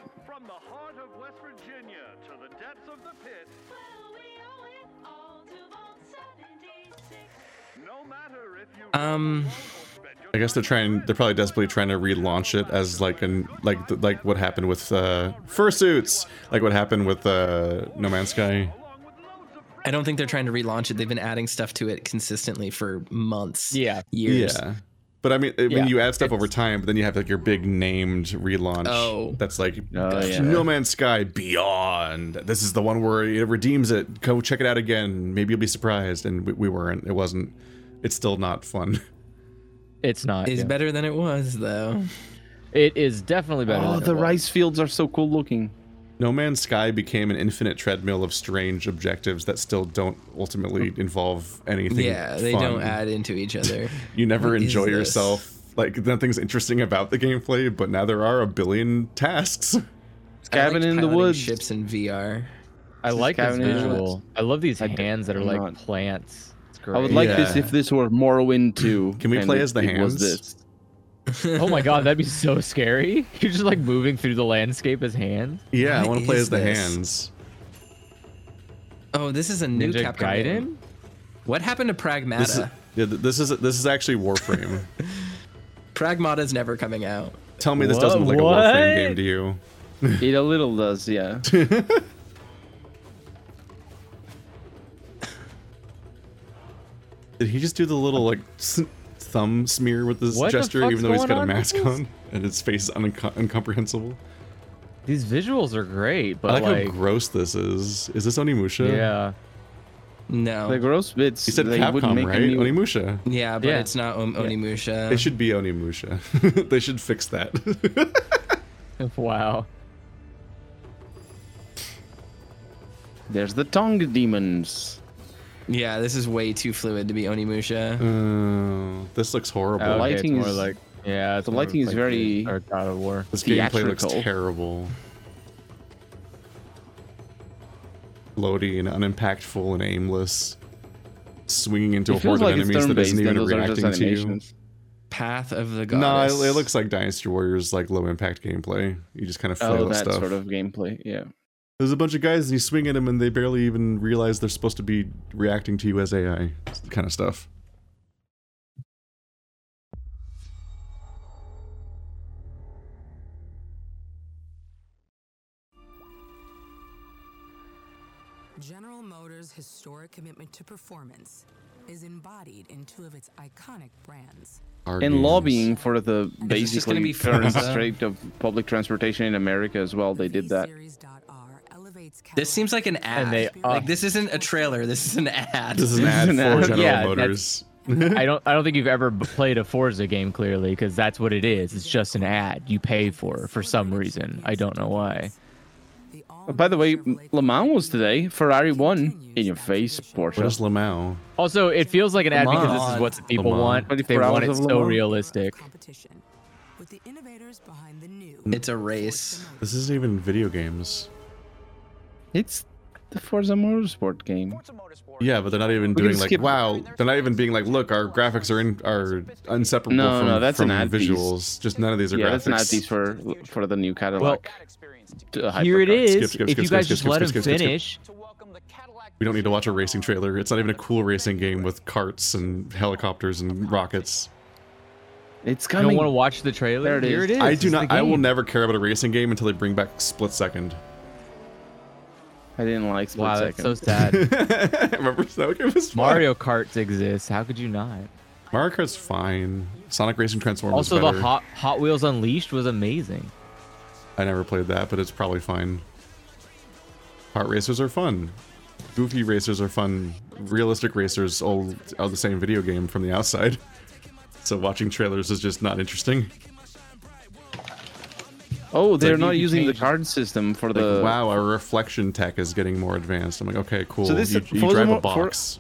Speaker 4: Um,
Speaker 1: <laughs> I guess they're trying. They're probably desperately trying to relaunch it as like an like th- like what happened with uh, fursuits, like what happened with uh, No Man's Sky.
Speaker 4: I don't think they're trying to relaunch it. They've been adding stuff to it consistently for months.
Speaker 3: Yeah.
Speaker 4: Years.
Speaker 1: Yeah, but I mean, I mean,
Speaker 4: Yeah,
Speaker 1: you add stuff over time, but then you have like your big named relaunch.
Speaker 4: Oh.
Speaker 1: that's like
Speaker 2: yeah.
Speaker 1: No Man's Sky Beyond. This is the one where it redeems it. Go check it out again. Maybe you'll be surprised. And we, we weren't. It wasn't. It's still not fun. <laughs>
Speaker 3: It's not.
Speaker 4: It's
Speaker 3: yeah.
Speaker 4: better than it was though.
Speaker 3: It is definitely better.
Speaker 2: oh,
Speaker 3: than it
Speaker 2: the
Speaker 3: was.
Speaker 2: rice fields are so cool looking.
Speaker 1: No Man's Sky became an infinite treadmill of strange objectives that still don't ultimately involve anything.
Speaker 4: Oh. Yeah, they
Speaker 1: fun.
Speaker 4: don't add into each other.
Speaker 1: You never
Speaker 4: What is
Speaker 1: enjoy
Speaker 4: this?
Speaker 1: yourself. Like nothing's interesting about the gameplay, but now there are a billion tasks. <laughs>
Speaker 4: I
Speaker 2: Cabin
Speaker 4: liked
Speaker 2: in the
Speaker 4: piloting
Speaker 2: woods.
Speaker 4: Ships in VR.
Speaker 3: I like this
Speaker 2: Skyrim is
Speaker 3: visual. I love these hands that are
Speaker 2: I'm
Speaker 3: like
Speaker 2: not-
Speaker 3: plants. It's great.
Speaker 2: I would like this
Speaker 1: Yeah.
Speaker 2: if this were Morrowind 2.
Speaker 1: <clears throat> Can we
Speaker 2: and
Speaker 1: play
Speaker 2: it-
Speaker 1: as the
Speaker 2: it
Speaker 1: hands?
Speaker 2: Was this.
Speaker 3: oh
Speaker 2: <laughs>
Speaker 3: my god, that'd be so scary. <laughs> You're just like moving through the landscape as hands.
Speaker 1: Yeah, I
Speaker 4: What
Speaker 1: want to play
Speaker 4: is
Speaker 1: as the
Speaker 4: this?
Speaker 1: hands.
Speaker 4: Oh, this is a new
Speaker 3: Ninja
Speaker 4: Capcom game.
Speaker 3: Gaiden?
Speaker 4: What happened to Pragmata?
Speaker 1: This is, yeah, th- this is this is actually Warframe.
Speaker 3: <laughs>
Speaker 4: Pragmata's never coming out.
Speaker 1: Tell me this
Speaker 3: What?
Speaker 1: doesn't look like
Speaker 3: What?
Speaker 1: a Warframe game to you.
Speaker 2: It a little
Speaker 1: <laughs>
Speaker 2: does, yeah.
Speaker 1: Did he just do the little like s- thumb smear with this
Speaker 3: What the
Speaker 1: gesture,
Speaker 3: fuck's
Speaker 1: even though he's
Speaker 3: going
Speaker 1: got a
Speaker 3: on with
Speaker 1: mask
Speaker 3: this?
Speaker 1: on <laughs> and his face is uncom- incomprehensible?
Speaker 3: These visuals are great, but
Speaker 1: I like,
Speaker 3: like,
Speaker 1: how gross this is. Is this Onimusha?
Speaker 3: yeah.
Speaker 2: the
Speaker 4: No.
Speaker 2: gross bits.
Speaker 1: You said
Speaker 2: they wouldn't
Speaker 1: Capcom,
Speaker 2: make
Speaker 1: right?
Speaker 2: a new-
Speaker 1: Onimusha.
Speaker 4: Yeah, but
Speaker 3: Yeah.
Speaker 4: it's not um, Onimusha.
Speaker 1: It should be Onimusha. <laughs> they should fix that.
Speaker 3: <laughs> Wow.
Speaker 2: There's the tongue demons.
Speaker 4: Yeah, this is way too fluid to be Onimusha.
Speaker 3: Oh.
Speaker 1: Uh, this looks horrible.
Speaker 3: Okay, it's
Speaker 2: lighting
Speaker 3: more
Speaker 2: is-
Speaker 3: like yeah, it's
Speaker 2: the
Speaker 3: more
Speaker 2: lighting is
Speaker 3: like
Speaker 2: very-
Speaker 3: or God of
Speaker 1: <laughs>
Speaker 3: War.
Speaker 1: this gameplay looks
Speaker 2: theatrical.
Speaker 1: terrible. Floaty and unimpactful and aimless. Swinging into a
Speaker 2: It feels
Speaker 1: horde
Speaker 2: like
Speaker 1: of
Speaker 2: it's
Speaker 1: enemies that
Speaker 2: turn-based
Speaker 1: isn't
Speaker 2: and
Speaker 1: even
Speaker 2: those are just
Speaker 1: reacting to you.
Speaker 2: animations.
Speaker 4: Path of the
Speaker 1: No, nah, it,
Speaker 4: Goddess.
Speaker 1: it looks like Dynasty Warriors, like low impact gameplay. You just kind of flail
Speaker 2: Oh,
Speaker 1: at
Speaker 2: that
Speaker 1: stuff.
Speaker 2: sort of gameplay, yeah.
Speaker 1: There's a bunch of guys and you swing at them and they barely even realize they're supposed to be reacting to you as AI. Kind of stuff.
Speaker 12: General Motors' historic commitment to performance is embodied in two of its iconic brands.
Speaker 1: Our
Speaker 2: And
Speaker 1: games.
Speaker 2: lobbying for the
Speaker 4: It's just
Speaker 2: basically
Speaker 4: gonna be Forza.
Speaker 2: current state of public transportation in America as well. They did that.
Speaker 12: V-Series.R elevates
Speaker 4: This seems like an ad.
Speaker 3: they
Speaker 4: like
Speaker 3: are-
Speaker 4: this isn't a trailer. This is an
Speaker 2: <laughs>
Speaker 4: ad.
Speaker 1: This is an ad
Speaker 2: an ad.
Speaker 1: for General
Speaker 3: Yeah,
Speaker 1: Motors.
Speaker 3: I don't I don't think you've ever b- played a Forza game clearly because that's what it is. It's just an ad you pay for for some reason. I don't know why.
Speaker 2: Oh, By the way, Le Mans was today. Ferrari won. In your face,
Speaker 1: What is
Speaker 2: Porsche.
Speaker 1: Lamau?
Speaker 3: Also, it feels like an ad because this is what the people
Speaker 1: Come on.
Speaker 3: want. They
Speaker 2: 24
Speaker 3: want it
Speaker 2: hours of
Speaker 3: so
Speaker 2: Lamar.
Speaker 3: realistic.
Speaker 12: competition with the innovators behind the new
Speaker 4: It's a race.
Speaker 1: This isn't even video games.
Speaker 2: It's the Forza Motorsport game.
Speaker 1: Yeah, but they're not even
Speaker 2: We can
Speaker 1: doing like
Speaker 2: skip-
Speaker 1: wow. They're not even being like, look, our graphics are in are inseparable
Speaker 2: No,
Speaker 1: from,
Speaker 2: no, that's
Speaker 1: from
Speaker 2: an ad piece.
Speaker 1: visuals. Just none of these are
Speaker 2: yeah,
Speaker 1: graphics.
Speaker 2: that's an ad piece for for the new Cadillac. To a
Speaker 3: Here it
Speaker 2: hypercar.
Speaker 3: is.
Speaker 1: Skip, skip,
Speaker 3: if
Speaker 1: skip,
Speaker 3: you guys
Speaker 1: skip,
Speaker 3: just
Speaker 1: skip,
Speaker 3: let
Speaker 1: skip,
Speaker 3: him
Speaker 1: skip, skip, skip.
Speaker 3: finish,
Speaker 1: We don't need to watch a racing trailer. It's not even a cool racing game with carts and helicopters and rockets.
Speaker 2: It's
Speaker 3: you don't want to watch the trailer.
Speaker 2: There it
Speaker 3: Here
Speaker 2: is.
Speaker 3: it is.
Speaker 1: I
Speaker 3: It's
Speaker 1: do
Speaker 3: the
Speaker 1: not. I will
Speaker 3: game.
Speaker 1: never care about a racing game until they bring back split second. <laughs>
Speaker 2: I didn't like Split
Speaker 3: Wow, that's so
Speaker 1: <laughs>
Speaker 2: Second.
Speaker 3: sad.
Speaker 1: Remember, that game was fun.
Speaker 3: Mario Kart exists. How could you not?
Speaker 1: Mario Kart's fine. Sonic Racing Transformers.
Speaker 3: Also,
Speaker 1: better.
Speaker 3: the Hot Hot Wheels Unleashed was amazing.
Speaker 1: I never played that, but it's probably fine. Kart racers are fun. Goofy racers are fun. Realistic racers all are the same video game from the outside. So watching trailers is just not interesting.
Speaker 2: Oh, they're
Speaker 1: Like, you
Speaker 2: not
Speaker 1: can
Speaker 2: using the
Speaker 1: change-
Speaker 2: card system for
Speaker 1: Like,
Speaker 2: the
Speaker 1: wow, our reflection tech is getting more advanced. I'm like, okay, cool.
Speaker 2: So this
Speaker 1: you,
Speaker 2: is-
Speaker 1: you
Speaker 2: Forza
Speaker 1: drive a
Speaker 2: Mo- For-
Speaker 1: box.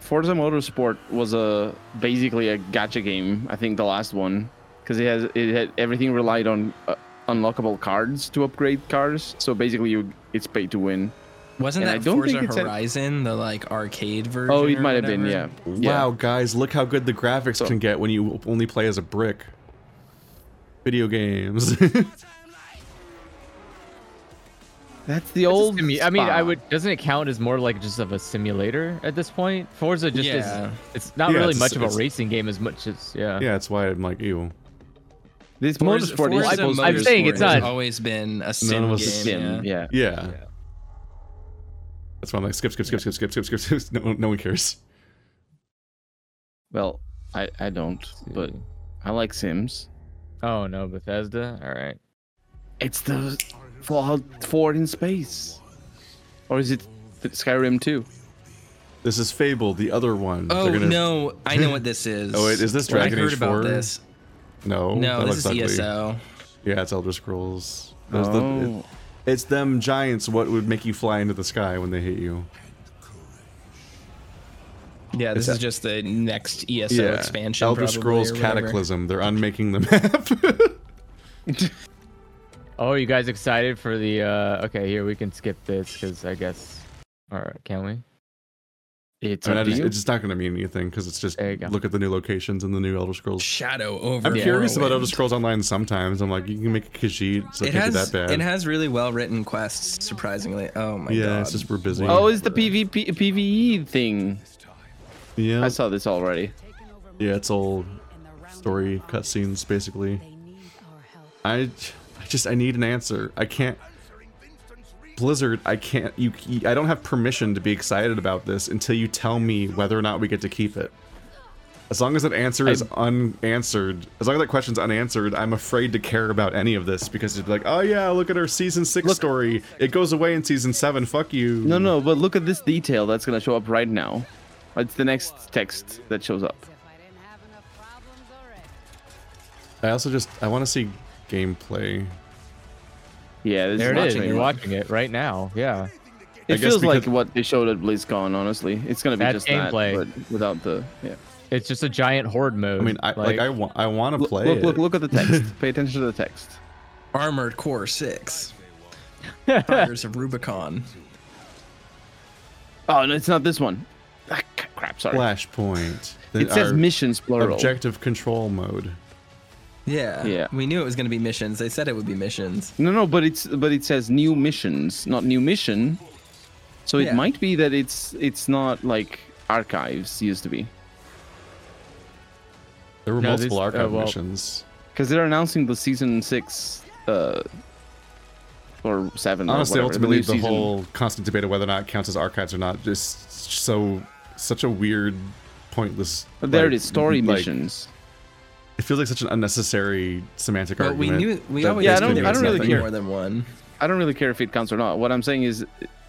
Speaker 2: Forza Motorsport was a basically a gacha game. I think the last one because it has it had everything relied on uh, unlockable cards to upgrade cars. So basically, you it's pay to win.
Speaker 12: Wasn't
Speaker 2: And
Speaker 12: that
Speaker 2: I don't
Speaker 12: Forza
Speaker 2: think it's a-
Speaker 12: Horizon, the like arcade version?
Speaker 2: Oh, it
Speaker 12: or
Speaker 2: might have been yeah.
Speaker 12: whatever?
Speaker 1: Wow, guys, look how good the graphics can get when you only play as a brick. Video games. <laughs>
Speaker 2: That's the old.
Speaker 3: simu- I mean, I
Speaker 2: spa.
Speaker 3: would. Doesn't it count as more like just of a simulator at this point? Forza just
Speaker 12: Yeah.
Speaker 3: is. It's not
Speaker 1: Yeah,
Speaker 3: really
Speaker 1: it's-
Speaker 3: much of a
Speaker 1: it's-
Speaker 3: racing game as much as yeah.
Speaker 1: yeah, that's why I'm like, ew.
Speaker 2: This
Speaker 12: Forza,
Speaker 2: motorsport is
Speaker 12: Forza
Speaker 2: supposed
Speaker 3: I'm
Speaker 2: to
Speaker 3: saying
Speaker 12: Motorsport
Speaker 3: it's
Speaker 12: has
Speaker 3: not-
Speaker 12: always been a
Speaker 1: None
Speaker 12: sim
Speaker 1: of
Speaker 12: game.
Speaker 1: us is
Speaker 2: sim.
Speaker 12: yeah.
Speaker 2: Yeah.
Speaker 1: Yeah. That's why I'm like, skip, skip, skip, skip, skip, skip, skip, skip. <laughs> No, no one cares.
Speaker 2: Well, I I don't, but I like Sims.
Speaker 3: Oh no, Bethesda. All right.
Speaker 2: It's the Fallout 4 in space, or is it the Skyrim 2?
Speaker 1: This is Fable, the other one.
Speaker 12: Oh
Speaker 1: They're gonna-
Speaker 12: no, I know
Speaker 1: <laughs>
Speaker 12: what this is.
Speaker 1: Oh, wait, is this
Speaker 12: When I
Speaker 1: Dragon
Speaker 12: heard
Speaker 1: Age 4?
Speaker 12: about This.
Speaker 1: No.
Speaker 12: No,
Speaker 1: that
Speaker 12: this is E
Speaker 1: looks ugly.
Speaker 12: ESO.
Speaker 1: Yeah, it's Elder Scrolls. Those- the- it-
Speaker 2: Oh.
Speaker 1: it's them giants. What would make you fly into the sky when they hit you?
Speaker 12: Yeah, this
Speaker 1: It's
Speaker 12: is
Speaker 1: a-
Speaker 12: just the next ESO E expansion.
Speaker 1: Elder
Speaker 12: probably,
Speaker 1: Scrolls
Speaker 12: or whatever.
Speaker 1: Cataclysm. They're unmaking the <laughs> map.
Speaker 3: Oh, you guys excited for the? uh Okay, here we can skip this because I guess. All right, can we?
Speaker 2: It's
Speaker 1: I mean, I
Speaker 2: up to
Speaker 1: just,
Speaker 2: you.
Speaker 1: it's just not going to mean anything because it's just
Speaker 3: There you go.
Speaker 1: look at the new locations and the new Elder Scrolls.
Speaker 12: Shadow over.
Speaker 1: I'm curious about
Speaker 12: Morrowind.
Speaker 1: Elder Scrolls Online sometimes. I'm like, you can make a Khajiit, so it,
Speaker 12: It
Speaker 1: can't
Speaker 12: has
Speaker 1: be that bad.
Speaker 12: it has really well written quests. Surprisingly, oh my
Speaker 1: yeah,
Speaker 12: god.
Speaker 1: it's just we're busy.
Speaker 2: oh, it's the PvP PVE E thing.
Speaker 1: yeah.
Speaker 2: I saw this already.
Speaker 1: Yeah, it's all story cutscenes basically. I, I just I need an answer. I can't. Blizzard, I can't. You, I don't have permission to be excited about this until you tell me whether or not we get to keep it. As long as that answer is unanswered, as long as that question's unanswered, I'm afraid to care about any of this because it'd be like, oh yeah, look at our season six story. It goes away in season seven. Fuck you.
Speaker 2: No, no, but look at this detail that's gonna show up right now. It's the next text that shows up.
Speaker 1: I also just I want to see gameplay.
Speaker 2: Yeah, this
Speaker 3: There it
Speaker 2: is
Speaker 3: is.
Speaker 2: watching
Speaker 3: You're
Speaker 2: it.
Speaker 3: watching it right now. Yeah.
Speaker 1: I guess
Speaker 2: It feels like
Speaker 1: because-
Speaker 2: what they showed at BlizzCon. Honestly, it's gonna be
Speaker 3: That's
Speaker 2: just
Speaker 3: gameplay.
Speaker 2: that, but without the yeah.
Speaker 3: It's just a giant horde mode.
Speaker 1: I mean, I like, I want I want to
Speaker 2: Look,
Speaker 1: play.
Speaker 2: look,
Speaker 1: it.
Speaker 2: look, look at the text.
Speaker 1: <laughs>
Speaker 2: Pay attention to the text.
Speaker 12: Armored
Speaker 2: <laughs>
Speaker 12: Core Six. Fires of Rubicon.
Speaker 2: Oh no, it's not this one. Ah, c- crap, sorry.
Speaker 1: Flashpoint.
Speaker 2: It says
Speaker 1: Our
Speaker 2: missions plural.
Speaker 1: Objective control mode.
Speaker 12: Yeah.
Speaker 2: Yeah.
Speaker 12: We knew it was gonna be missions. They said it would be missions.
Speaker 2: No, no, but it's but it says new missions, not new mission. So it
Speaker 12: Yeah.
Speaker 2: might be that it's it's not like archives used to be.
Speaker 1: There were
Speaker 3: No,
Speaker 1: multiple
Speaker 3: this-
Speaker 1: archive
Speaker 3: uh, well-
Speaker 1: missions.
Speaker 2: Because they're announcing the season six, uh, or seven. or
Speaker 1: Honestly,
Speaker 2: whatever,
Speaker 1: ultimately,
Speaker 2: new
Speaker 1: the
Speaker 2: season.
Speaker 1: whole constant debate of whether or not it counts as archives or not is so such a weird, pointless.
Speaker 2: But there
Speaker 1: like-
Speaker 2: it is, story
Speaker 1: like,
Speaker 2: missions.
Speaker 1: It feels like such an unnecessary semantic
Speaker 12: But we
Speaker 1: argument.
Speaker 12: knew we
Speaker 1: that
Speaker 12: always
Speaker 2: Yeah, I
Speaker 1: just
Speaker 2: don't-
Speaker 12: knew
Speaker 1: means
Speaker 12: there
Speaker 2: I don't
Speaker 12: was
Speaker 2: really
Speaker 12: nothing
Speaker 2: care.
Speaker 12: more than one.
Speaker 2: I don't really care if it counts or not. What I'm saying is,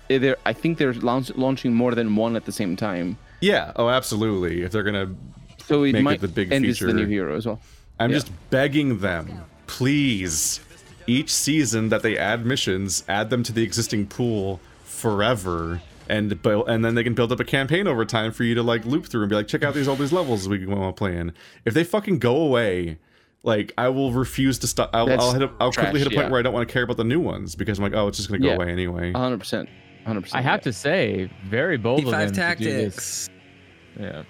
Speaker 2: eh, they're, I think they're launch, launching more than one at the same time.
Speaker 1: Yeah. Oh, absolutely. If they're gonna,
Speaker 2: So it
Speaker 1: Make it
Speaker 2: might
Speaker 1: the big
Speaker 2: and it's the
Speaker 1: feature.
Speaker 2: new hero as well.
Speaker 1: I'm
Speaker 2: Yeah.
Speaker 1: just begging them, please. Each season that they add missions, add them to the existing pool forever, and bu- and then they can build up a campaign over time for you to like loop through and be like, check out these all these levels we want to play in. If they fucking go away, like I will refuse to stop. I'll,
Speaker 2: That's
Speaker 1: I'll hit. A, I'll
Speaker 2: trash,
Speaker 1: quickly hit a point
Speaker 2: yeah.
Speaker 1: where I don't want to care about the new ones because I'm like, oh, it's just gonna go
Speaker 2: Yeah.
Speaker 1: away anyway.
Speaker 2: 100%.
Speaker 3: 100%. I have to say, very bold of him
Speaker 4: P5
Speaker 3: to do this.
Speaker 4: tactics.
Speaker 3: Yeah.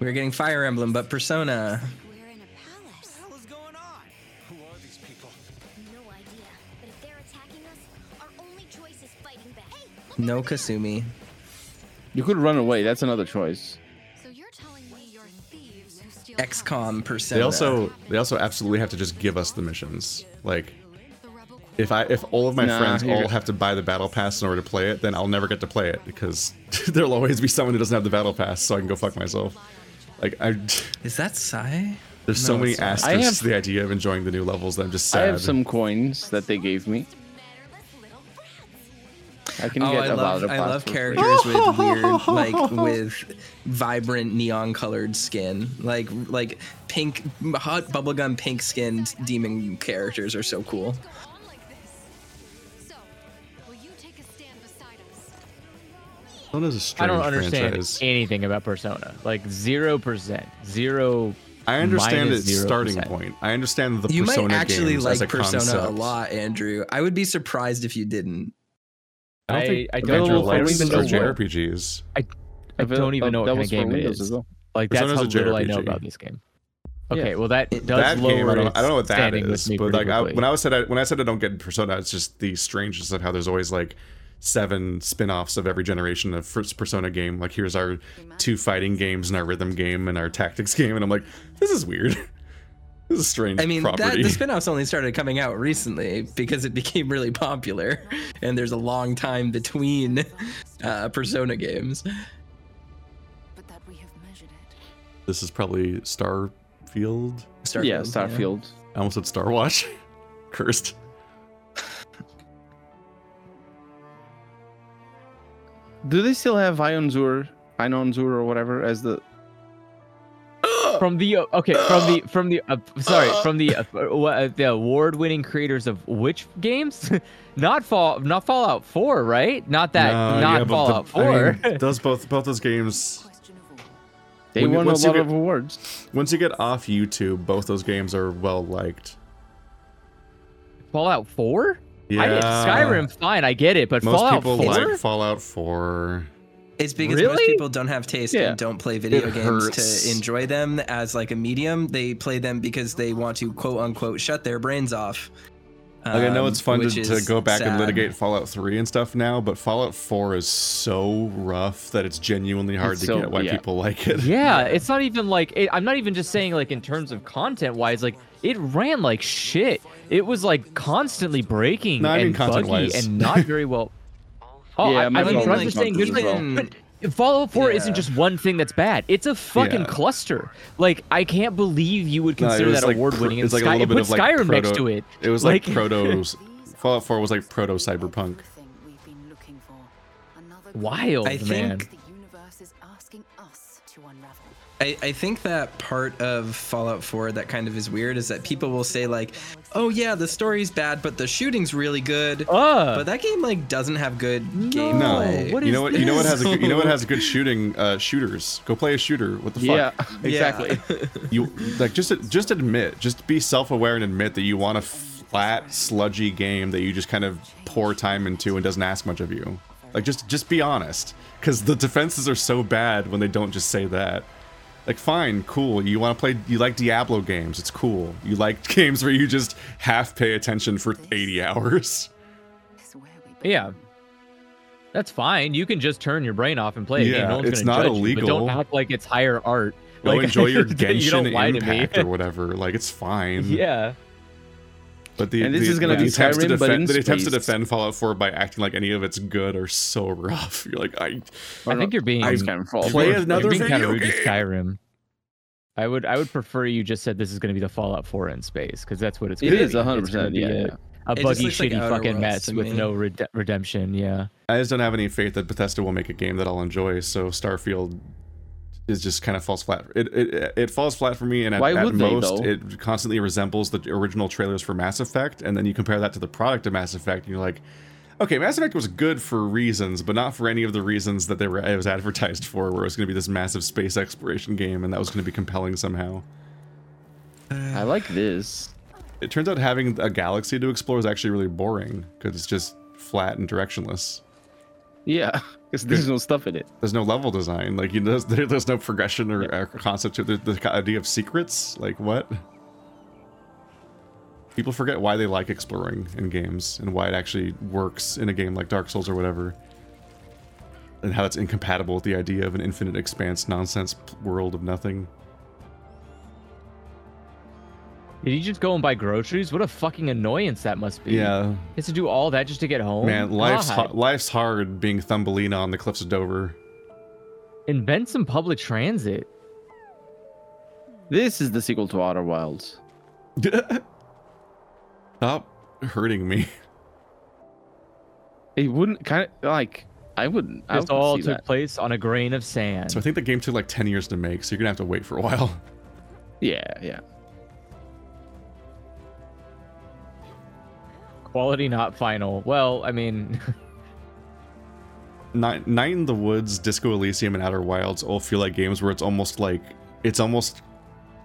Speaker 4: We were getting Fire Emblem, but Persona. No Kasumi.
Speaker 2: You could run away. That's another choice.
Speaker 4: XCOM Persona.
Speaker 1: They also they also absolutely have to just give us the missions. Like if I if all of my
Speaker 2: Nah,
Speaker 1: friends
Speaker 2: you're-
Speaker 1: all have to buy the battle pass in order to play it, then I'll never get to play it because <laughs> there'll always be someone who doesn't have the battle pass, so I can go fuck myself. Like I <laughs>
Speaker 4: Is that Sai?
Speaker 1: there's so
Speaker 2: No,
Speaker 1: many
Speaker 2: it's not.
Speaker 1: asterisks
Speaker 2: I have-
Speaker 1: to the idea of enjoying the new levels that I'm just
Speaker 2: I
Speaker 1: sad.
Speaker 2: have some coins that they gave me. I can
Speaker 4: oh,
Speaker 2: get
Speaker 4: I
Speaker 2: a lot
Speaker 4: love,
Speaker 2: of
Speaker 4: I love
Speaker 2: plots for free.
Speaker 4: characters with weird, like with vibrant neon colored skin, like like pink, hot bubblegum pink skinned demon characters are so cool.
Speaker 1: Persona's a
Speaker 3: I
Speaker 1: strange
Speaker 3: don't understand
Speaker 1: franchise.
Speaker 3: anything about Persona. Like zero percent, zero.
Speaker 1: I understand
Speaker 3: minus
Speaker 1: its starting
Speaker 3: 0%.
Speaker 1: point. I understand the
Speaker 4: you
Speaker 1: Persona
Speaker 4: might actually
Speaker 1: games
Speaker 4: like
Speaker 1: as a
Speaker 4: Persona
Speaker 1: concept.
Speaker 4: a lot, Andrew. I would be surprised if you didn't.
Speaker 3: I don't think I- I don't Adventure know if Life even is know a what-
Speaker 1: RPGs.
Speaker 3: I, I
Speaker 2: Avail-
Speaker 3: don't even
Speaker 2: oh,
Speaker 3: know
Speaker 2: that
Speaker 3: what kind
Speaker 2: was
Speaker 3: of
Speaker 2: for
Speaker 3: game it
Speaker 2: Windows
Speaker 3: is.
Speaker 2: as well.
Speaker 3: Like that's
Speaker 1: Persona's
Speaker 3: how
Speaker 1: a
Speaker 3: little I know
Speaker 1: JRPG.
Speaker 3: about this game. Okay, well that does
Speaker 1: that
Speaker 3: lower
Speaker 1: game, I don't,
Speaker 3: its
Speaker 1: I don't know what that
Speaker 3: standing with
Speaker 1: is,
Speaker 3: me
Speaker 1: but
Speaker 3: pretty
Speaker 1: like I,
Speaker 3: quickly.
Speaker 1: when I was said I, when I said I don't get Persona, it's just the strangeness of how there's always like seven spin-offs of every generation of first Persona game. Like here's our two fighting games and our rhythm game and our tactics game, and I'm like, this is weird. <laughs> this is a strange
Speaker 4: I mean, that,
Speaker 1: property. <laughs>
Speaker 4: the spin-offs only started coming out recently because it <laughs> became really popular, and there's a long time between uh, Persona games.
Speaker 1: this is probably Starfield.
Speaker 4: Starfield, Yeah, Starfield.
Speaker 1: I almost said Star Watch. <laughs> Cursed.
Speaker 2: Do they still have Ionzur, Ionzur or whatever as the?
Speaker 3: from the uh, okay from the from the uh, sorry from the uh, what, uh, the award-winning creators of which games? <laughs> not fall not Fallout 4, right? Not that
Speaker 1: No,
Speaker 3: not
Speaker 1: yeah, but the-
Speaker 3: Fallout
Speaker 1: I
Speaker 3: 4.
Speaker 1: mean, those both both those games.
Speaker 2: They won a
Speaker 1: once you
Speaker 2: lot of awards.
Speaker 1: Once you get off YouTube, both those games are well liked.
Speaker 3: <laughs> Fallout 4? I
Speaker 1: Yeah.
Speaker 3: get Skyrim fine, I get it, but
Speaker 1: most
Speaker 3: Fallout
Speaker 1: people
Speaker 3: 4?
Speaker 1: like Fallout 4.
Speaker 4: It's because most
Speaker 3: Really?
Speaker 4: people don't have taste
Speaker 3: Yeah.
Speaker 4: and don't play video
Speaker 1: It
Speaker 4: games
Speaker 1: hurts.
Speaker 4: to enjoy them as like a medium. They play them because they want to quote unquote shut their brains off.
Speaker 1: Like, I know
Speaker 4: Um,
Speaker 1: it's fun to,
Speaker 4: which
Speaker 1: to
Speaker 4: is
Speaker 1: go back and
Speaker 4: sad.
Speaker 1: litigate Fallout 3 and stuff now, but Fallout 4 is so rough that it's genuinely hard
Speaker 3: It's
Speaker 1: to
Speaker 3: so-
Speaker 1: get why
Speaker 3: yeah.
Speaker 1: people like it.
Speaker 3: Yeah, it's not even like it, I'm not even just saying like in terms of content wise. Like it ran like shit. It was like constantly breaking
Speaker 1: No, I mean
Speaker 3: and buggy
Speaker 1: content-wise.
Speaker 3: and not very
Speaker 4: <laughs>
Speaker 3: well. Oh,
Speaker 4: Yeah,
Speaker 3: I, I
Speaker 4: my
Speaker 3: mean, but
Speaker 4: problem
Speaker 3: I'm just
Speaker 4: is
Speaker 3: saying,
Speaker 4: content
Speaker 3: there's
Speaker 4: as
Speaker 3: like,
Speaker 4: well.
Speaker 3: but Fallout 4 isn't
Speaker 4: Yeah.
Speaker 3: just one thing that's bad. It's a fucking
Speaker 4: Yeah.
Speaker 3: cluster. Like I can't believe you would
Speaker 1: <laughs> No, it
Speaker 3: consider
Speaker 1: was
Speaker 3: that
Speaker 1: like
Speaker 3: award winning.
Speaker 1: pr- it's like a little bit
Speaker 3: put
Speaker 1: of like
Speaker 3: Skyrim
Speaker 1: proto,
Speaker 3: next to it.
Speaker 1: It was like,
Speaker 3: <laughs>
Speaker 1: proto Fallout 4 was like proto cyberpunk.
Speaker 3: Wild,
Speaker 4: I
Speaker 3: man.
Speaker 4: think I, I think that part of Fallout 4 that kind of is weird is that people will say like, "Oh yeah, the story's bad, but the shooting's really good."
Speaker 2: Ah.
Speaker 3: Uh,
Speaker 4: but that game like doesn't have good
Speaker 1: No,
Speaker 4: gameplay.
Speaker 1: you know what? You know what has a good, you know what has good shooting uh, shooters. Go play a shooter. What the fuck?
Speaker 2: Yeah, exactly.
Speaker 1: you like just just admit, just be self-aware and admit that you want a flat, sludgy game that you just kind of pour time into and doesn't ask much of you. Like just just be honest, because the defenses are so bad when they don't just say that. Like fine, cool. You want to play? You like Diablo games? It's cool. You like <laughs> games where you just half pay attention for 80 hours.
Speaker 3: Yeah. That's fine. You can just turn your brain off and play a game.
Speaker 1: Yeah,
Speaker 3: No one's
Speaker 1: it's
Speaker 3: gonna
Speaker 1: not
Speaker 3: judge You, but don't
Speaker 1: illegal.
Speaker 3: act like it's higher art.
Speaker 1: Go
Speaker 3: like, <laughs>
Speaker 1: enjoy your
Speaker 3: you don't
Speaker 1: Genshin
Speaker 3: lie to me.
Speaker 1: Impact or whatever. Like it's fine.
Speaker 3: <laughs> Yeah.
Speaker 1: But the,
Speaker 2: And this
Speaker 1: the-
Speaker 2: is gonna
Speaker 1: the
Speaker 2: be
Speaker 1: attempts to
Speaker 2: Skyrim, but
Speaker 1: defend,
Speaker 2: in
Speaker 1: the attempts to
Speaker 2: space.
Speaker 1: defend Fallout 4 by acting like any of it's good are so <laughs> rough. You're like, I,
Speaker 3: I think you're being
Speaker 1: I Play another
Speaker 3: you're being kind
Speaker 1: video
Speaker 3: of rude to
Speaker 1: game.
Speaker 3: Skyrim. I would I would prefer you just said this is going to be the Fallout 4 in space because that's what it's.
Speaker 2: It
Speaker 3: gonna
Speaker 2: is
Speaker 3: be. It's gonna
Speaker 2: 100%,
Speaker 3: be
Speaker 2: yeah,
Speaker 3: a-
Speaker 2: yeah.
Speaker 3: A
Speaker 2: It just
Speaker 3: buggy,
Speaker 2: looks like
Speaker 3: shitty
Speaker 2: Outer
Speaker 3: fucking
Speaker 2: Worlds
Speaker 3: mess
Speaker 2: to
Speaker 3: with
Speaker 2: me.
Speaker 3: no rede- redemption. Yeah.
Speaker 1: I just don't have any faith that Bethesda will make a game that I'll enjoy. So Starfield is just kind of falls flat. It it, it falls flat for me, and at,
Speaker 2: Why
Speaker 1: at
Speaker 2: would they,
Speaker 1: most,
Speaker 2: though?
Speaker 1: it constantly resembles the original trailers for Mass Effect. And then you compare that to the product of Mass Effect, and you're like, okay, Mass Effect was good for reasons, but not for any of the reasons that they were it was advertised for, where it was going to be this massive space exploration game, and that was going to be compelling somehow.
Speaker 2: I like this.
Speaker 1: It turns out having a galaxy to explore is actually really boring because it's just flat and directionless.
Speaker 2: Yeah, because there's no stuff in it.
Speaker 1: There's no level design. Like you know, there's, <laughs> there- there's no progression or, or concept to the, the idea of secrets. Like what? People forget why they like exploring in games and why it actually works in a game like Dark Souls or whatever, and how it's incompatible with the idea of an infinite expanse nonsense p- world of nothing.
Speaker 3: Did he just go and buy groceries? What a fucking annoyance that must be.
Speaker 1: Yeah.
Speaker 3: He has to do all that just to get home.
Speaker 1: Man, life's
Speaker 3: God.
Speaker 1: ha- life's hard being Thumbelina on the cliffs of Dover.
Speaker 3: Invent some public transit.
Speaker 2: This is the sequel to Outer Wilds.
Speaker 1: <laughs> Stop hurting me.
Speaker 2: It wouldn't kind of like I wouldn't. I
Speaker 3: This
Speaker 2: would
Speaker 3: all
Speaker 2: see
Speaker 3: took
Speaker 2: that.
Speaker 3: place on a grain of sand.
Speaker 1: So I think the game took like ten years to make, so you're gonna have to wait for a while. <laughs>
Speaker 2: Yeah, yeah.
Speaker 3: Quality not final. Well, I mean, <laughs>
Speaker 1: Night, Night in the Woods, Disco Elysium, and Outer Wilds all feel like games where it's almost like it's almost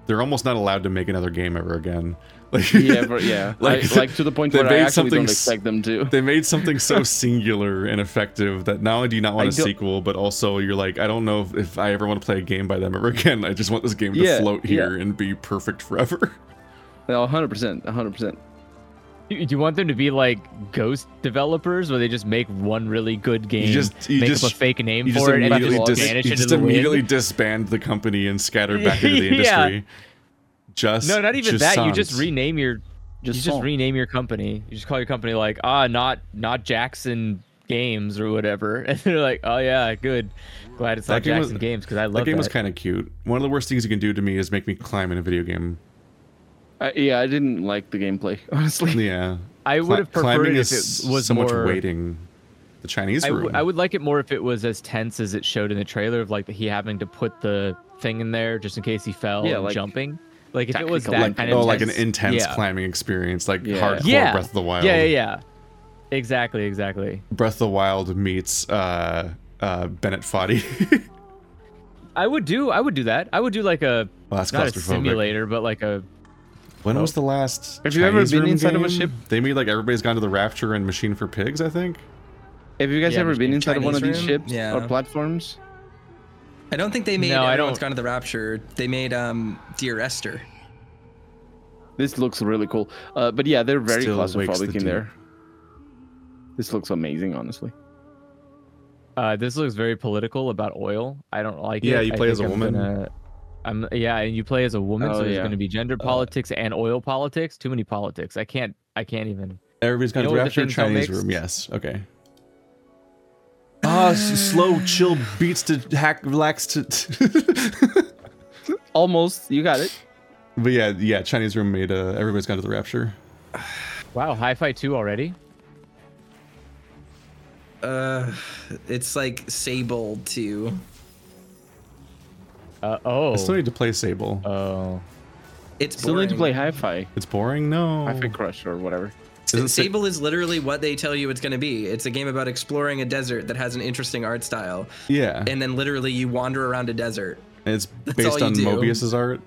Speaker 1: they're almost not allowed to make another game ever again. <laughs> Like
Speaker 2: Yeah, but-
Speaker 1: <laughs>
Speaker 2: yeah. Like- like to the point
Speaker 1: they
Speaker 2: where I
Speaker 1: made
Speaker 2: actually
Speaker 1: something
Speaker 2: don't
Speaker 1: s-
Speaker 2: expect them to.
Speaker 1: They made something
Speaker 2: <laughs>
Speaker 1: so singular and effective that not only do you not want
Speaker 2: I
Speaker 1: a
Speaker 2: don't-
Speaker 1: sequel, but also you're like, I don't know if, if I ever want to play a game by them ever again. <laughs> I just want this game
Speaker 2: Yeah,
Speaker 1: to float here
Speaker 2: yeah.
Speaker 1: and be perfect forever. <laughs>
Speaker 2: No, 100%. 100%.
Speaker 3: you, you want them to be like ghost developers where they just make one really good game, make up a fake name
Speaker 1: you just
Speaker 3: for it, and then
Speaker 1: immediately
Speaker 3: just
Speaker 1: dis-
Speaker 3: vanish
Speaker 1: you
Speaker 3: into
Speaker 1: just
Speaker 3: the wind?
Speaker 1: immediately disband the company and scatter back into the
Speaker 3: <laughs> Yeah.
Speaker 1: industry. Just
Speaker 3: No, not even
Speaker 1: just
Speaker 3: that. You just
Speaker 1: sans.
Speaker 3: rename your you just
Speaker 2: Jusant.
Speaker 3: rename your company. You just call your company like ah not not Jackson Games or whatever, <laughs> and they're like oh yeah good, glad it's not
Speaker 1: game
Speaker 3: Jackson Games because I love
Speaker 1: that game was
Speaker 3: that.
Speaker 1: kind of cute. One of the worst things you can do to me is make me climb in a video game. <laughs>
Speaker 2: I, yeah, I didn't like the gameplay, <laughs> honestly.
Speaker 1: Yeah,
Speaker 3: I would have
Speaker 1: Cli-
Speaker 3: preferred
Speaker 1: climbing
Speaker 3: it
Speaker 1: is
Speaker 3: if it was
Speaker 1: so
Speaker 3: more-
Speaker 1: much waiting. The Chinese
Speaker 3: I,
Speaker 1: room.
Speaker 3: w- I would like it more if it was as tense as it showed in the trailer of like he having to put the thing in there just in case he fell
Speaker 2: Yeah,
Speaker 3: and
Speaker 2: like
Speaker 3: jumping. Like if it was
Speaker 1: Technical
Speaker 3: that
Speaker 1: limp-
Speaker 3: kind
Speaker 1: oh,
Speaker 3: of
Speaker 1: like an
Speaker 3: tense-
Speaker 1: intense
Speaker 3: yeah.
Speaker 1: climbing experience, like hardcore
Speaker 3: yeah.
Speaker 1: Breath of the Wild.
Speaker 3: Yeah, yeah, yeah. Exactly, exactly.
Speaker 1: Breath of the Wild meets uh, uh, Bennett Foddy. <laughs>
Speaker 3: I would do I would do that. I would do like a
Speaker 1: Well, that's
Speaker 3: not a
Speaker 1: claustrophobic.
Speaker 3: simulator, but like a
Speaker 1: when was the last?
Speaker 2: Have you ever
Speaker 1: Chinese
Speaker 2: been
Speaker 1: room
Speaker 2: inside of a
Speaker 1: game?
Speaker 2: ship?
Speaker 1: They made like everybody's gone to the Rapture and Machine for Pigs. I think.
Speaker 2: Have you guys
Speaker 1: Yeah,
Speaker 2: ever
Speaker 1: just
Speaker 2: been
Speaker 1: a
Speaker 2: inside of one of
Speaker 1: Chinese
Speaker 2: these
Speaker 1: room?
Speaker 2: ships
Speaker 1: Yeah.
Speaker 2: or platforms?
Speaker 4: I don't think they made
Speaker 2: No, I
Speaker 4: Everyone's
Speaker 2: don't-
Speaker 4: Gone to the Rapture. They made um Dear Esther.
Speaker 2: This looks really cool. Uh, but yeah, they're very
Speaker 1: Still wakes the
Speaker 2: claustrophobic in
Speaker 1: deep.
Speaker 2: there. This looks amazing, honestly.
Speaker 3: uh this looks very political about oil. I don't like it.
Speaker 1: Yeah, you
Speaker 3: I
Speaker 1: play as
Speaker 3: think
Speaker 1: a
Speaker 3: I'm
Speaker 1: woman.
Speaker 3: gonna- I'm yeah, and you play as a woman,
Speaker 1: Oh,
Speaker 3: so there's
Speaker 1: yeah.
Speaker 3: gonna be gender
Speaker 2: Uh.
Speaker 3: politics and oil politics. Too many politics. I can't I can't even
Speaker 1: Everybody's gone
Speaker 3: You
Speaker 1: to the
Speaker 3: know the
Speaker 1: Rapture.
Speaker 3: things that
Speaker 1: Chinese
Speaker 3: makes-
Speaker 1: room. Yes. Okay. Ah, s- slow, chill beats to hack, relax to.
Speaker 2: Almost, you got it.
Speaker 1: But yeah, yeah, Chinese room made uh, everybody's gone to the Rapture.
Speaker 3: Wow, Hi Fi 2 already?
Speaker 4: Uh, it's like Sable too.
Speaker 3: Uh oh.
Speaker 1: I still need to play Sable.
Speaker 3: Oh.
Speaker 4: It's
Speaker 2: Still need to play
Speaker 4: boring.
Speaker 2: Hi-Fi.
Speaker 1: It's boring. No.
Speaker 2: Hi-Fi Crush or whatever.
Speaker 1: Isn't Sa-
Speaker 4: Sable is literally what they tell you it's going to be. It's a game about exploring a desert that has an interesting art style.
Speaker 1: Yeah.
Speaker 4: And then literally you wander around a desert.
Speaker 1: And it's
Speaker 4: That's all
Speaker 1: based
Speaker 4: you
Speaker 1: on
Speaker 4: do.
Speaker 1: Mobius's art.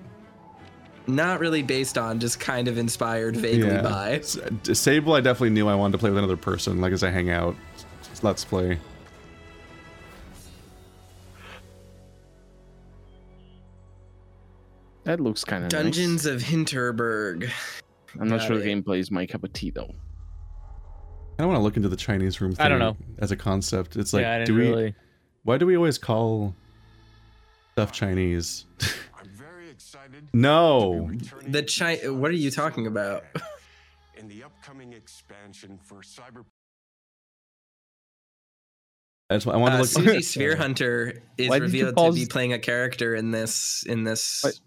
Speaker 4: Not really based on, just kind of inspired vaguely
Speaker 1: Yeah.
Speaker 4: by.
Speaker 1: S- D- Sable, I definitely knew I wanted to play with another person, like as I hang out. Just Let's play.
Speaker 2: That looks kind of
Speaker 4: Dungeons of Hinterberg.
Speaker 2: I'm not
Speaker 4: Got
Speaker 2: sure the
Speaker 4: it.
Speaker 2: gameplay is my cup of tea though.
Speaker 1: I don't want to look into the Chinese room thing
Speaker 2: I don't know.
Speaker 1: as a concept. It's
Speaker 3: Yeah,
Speaker 1: like,
Speaker 3: I didn't
Speaker 1: do we?
Speaker 3: really-
Speaker 1: Why do we always call stuff Chinese? <laughs> I'm very excited. No.
Speaker 4: The Chi. What are you talking about?
Speaker 12: in the upcoming expansion for Cyber.
Speaker 1: I, just, I want to
Speaker 4: Uh,
Speaker 1: look. <laughs>
Speaker 4: Susie Sphearehunter is
Speaker 3: Why did you
Speaker 4: revealed to
Speaker 3: pause-
Speaker 4: be playing a character in this in this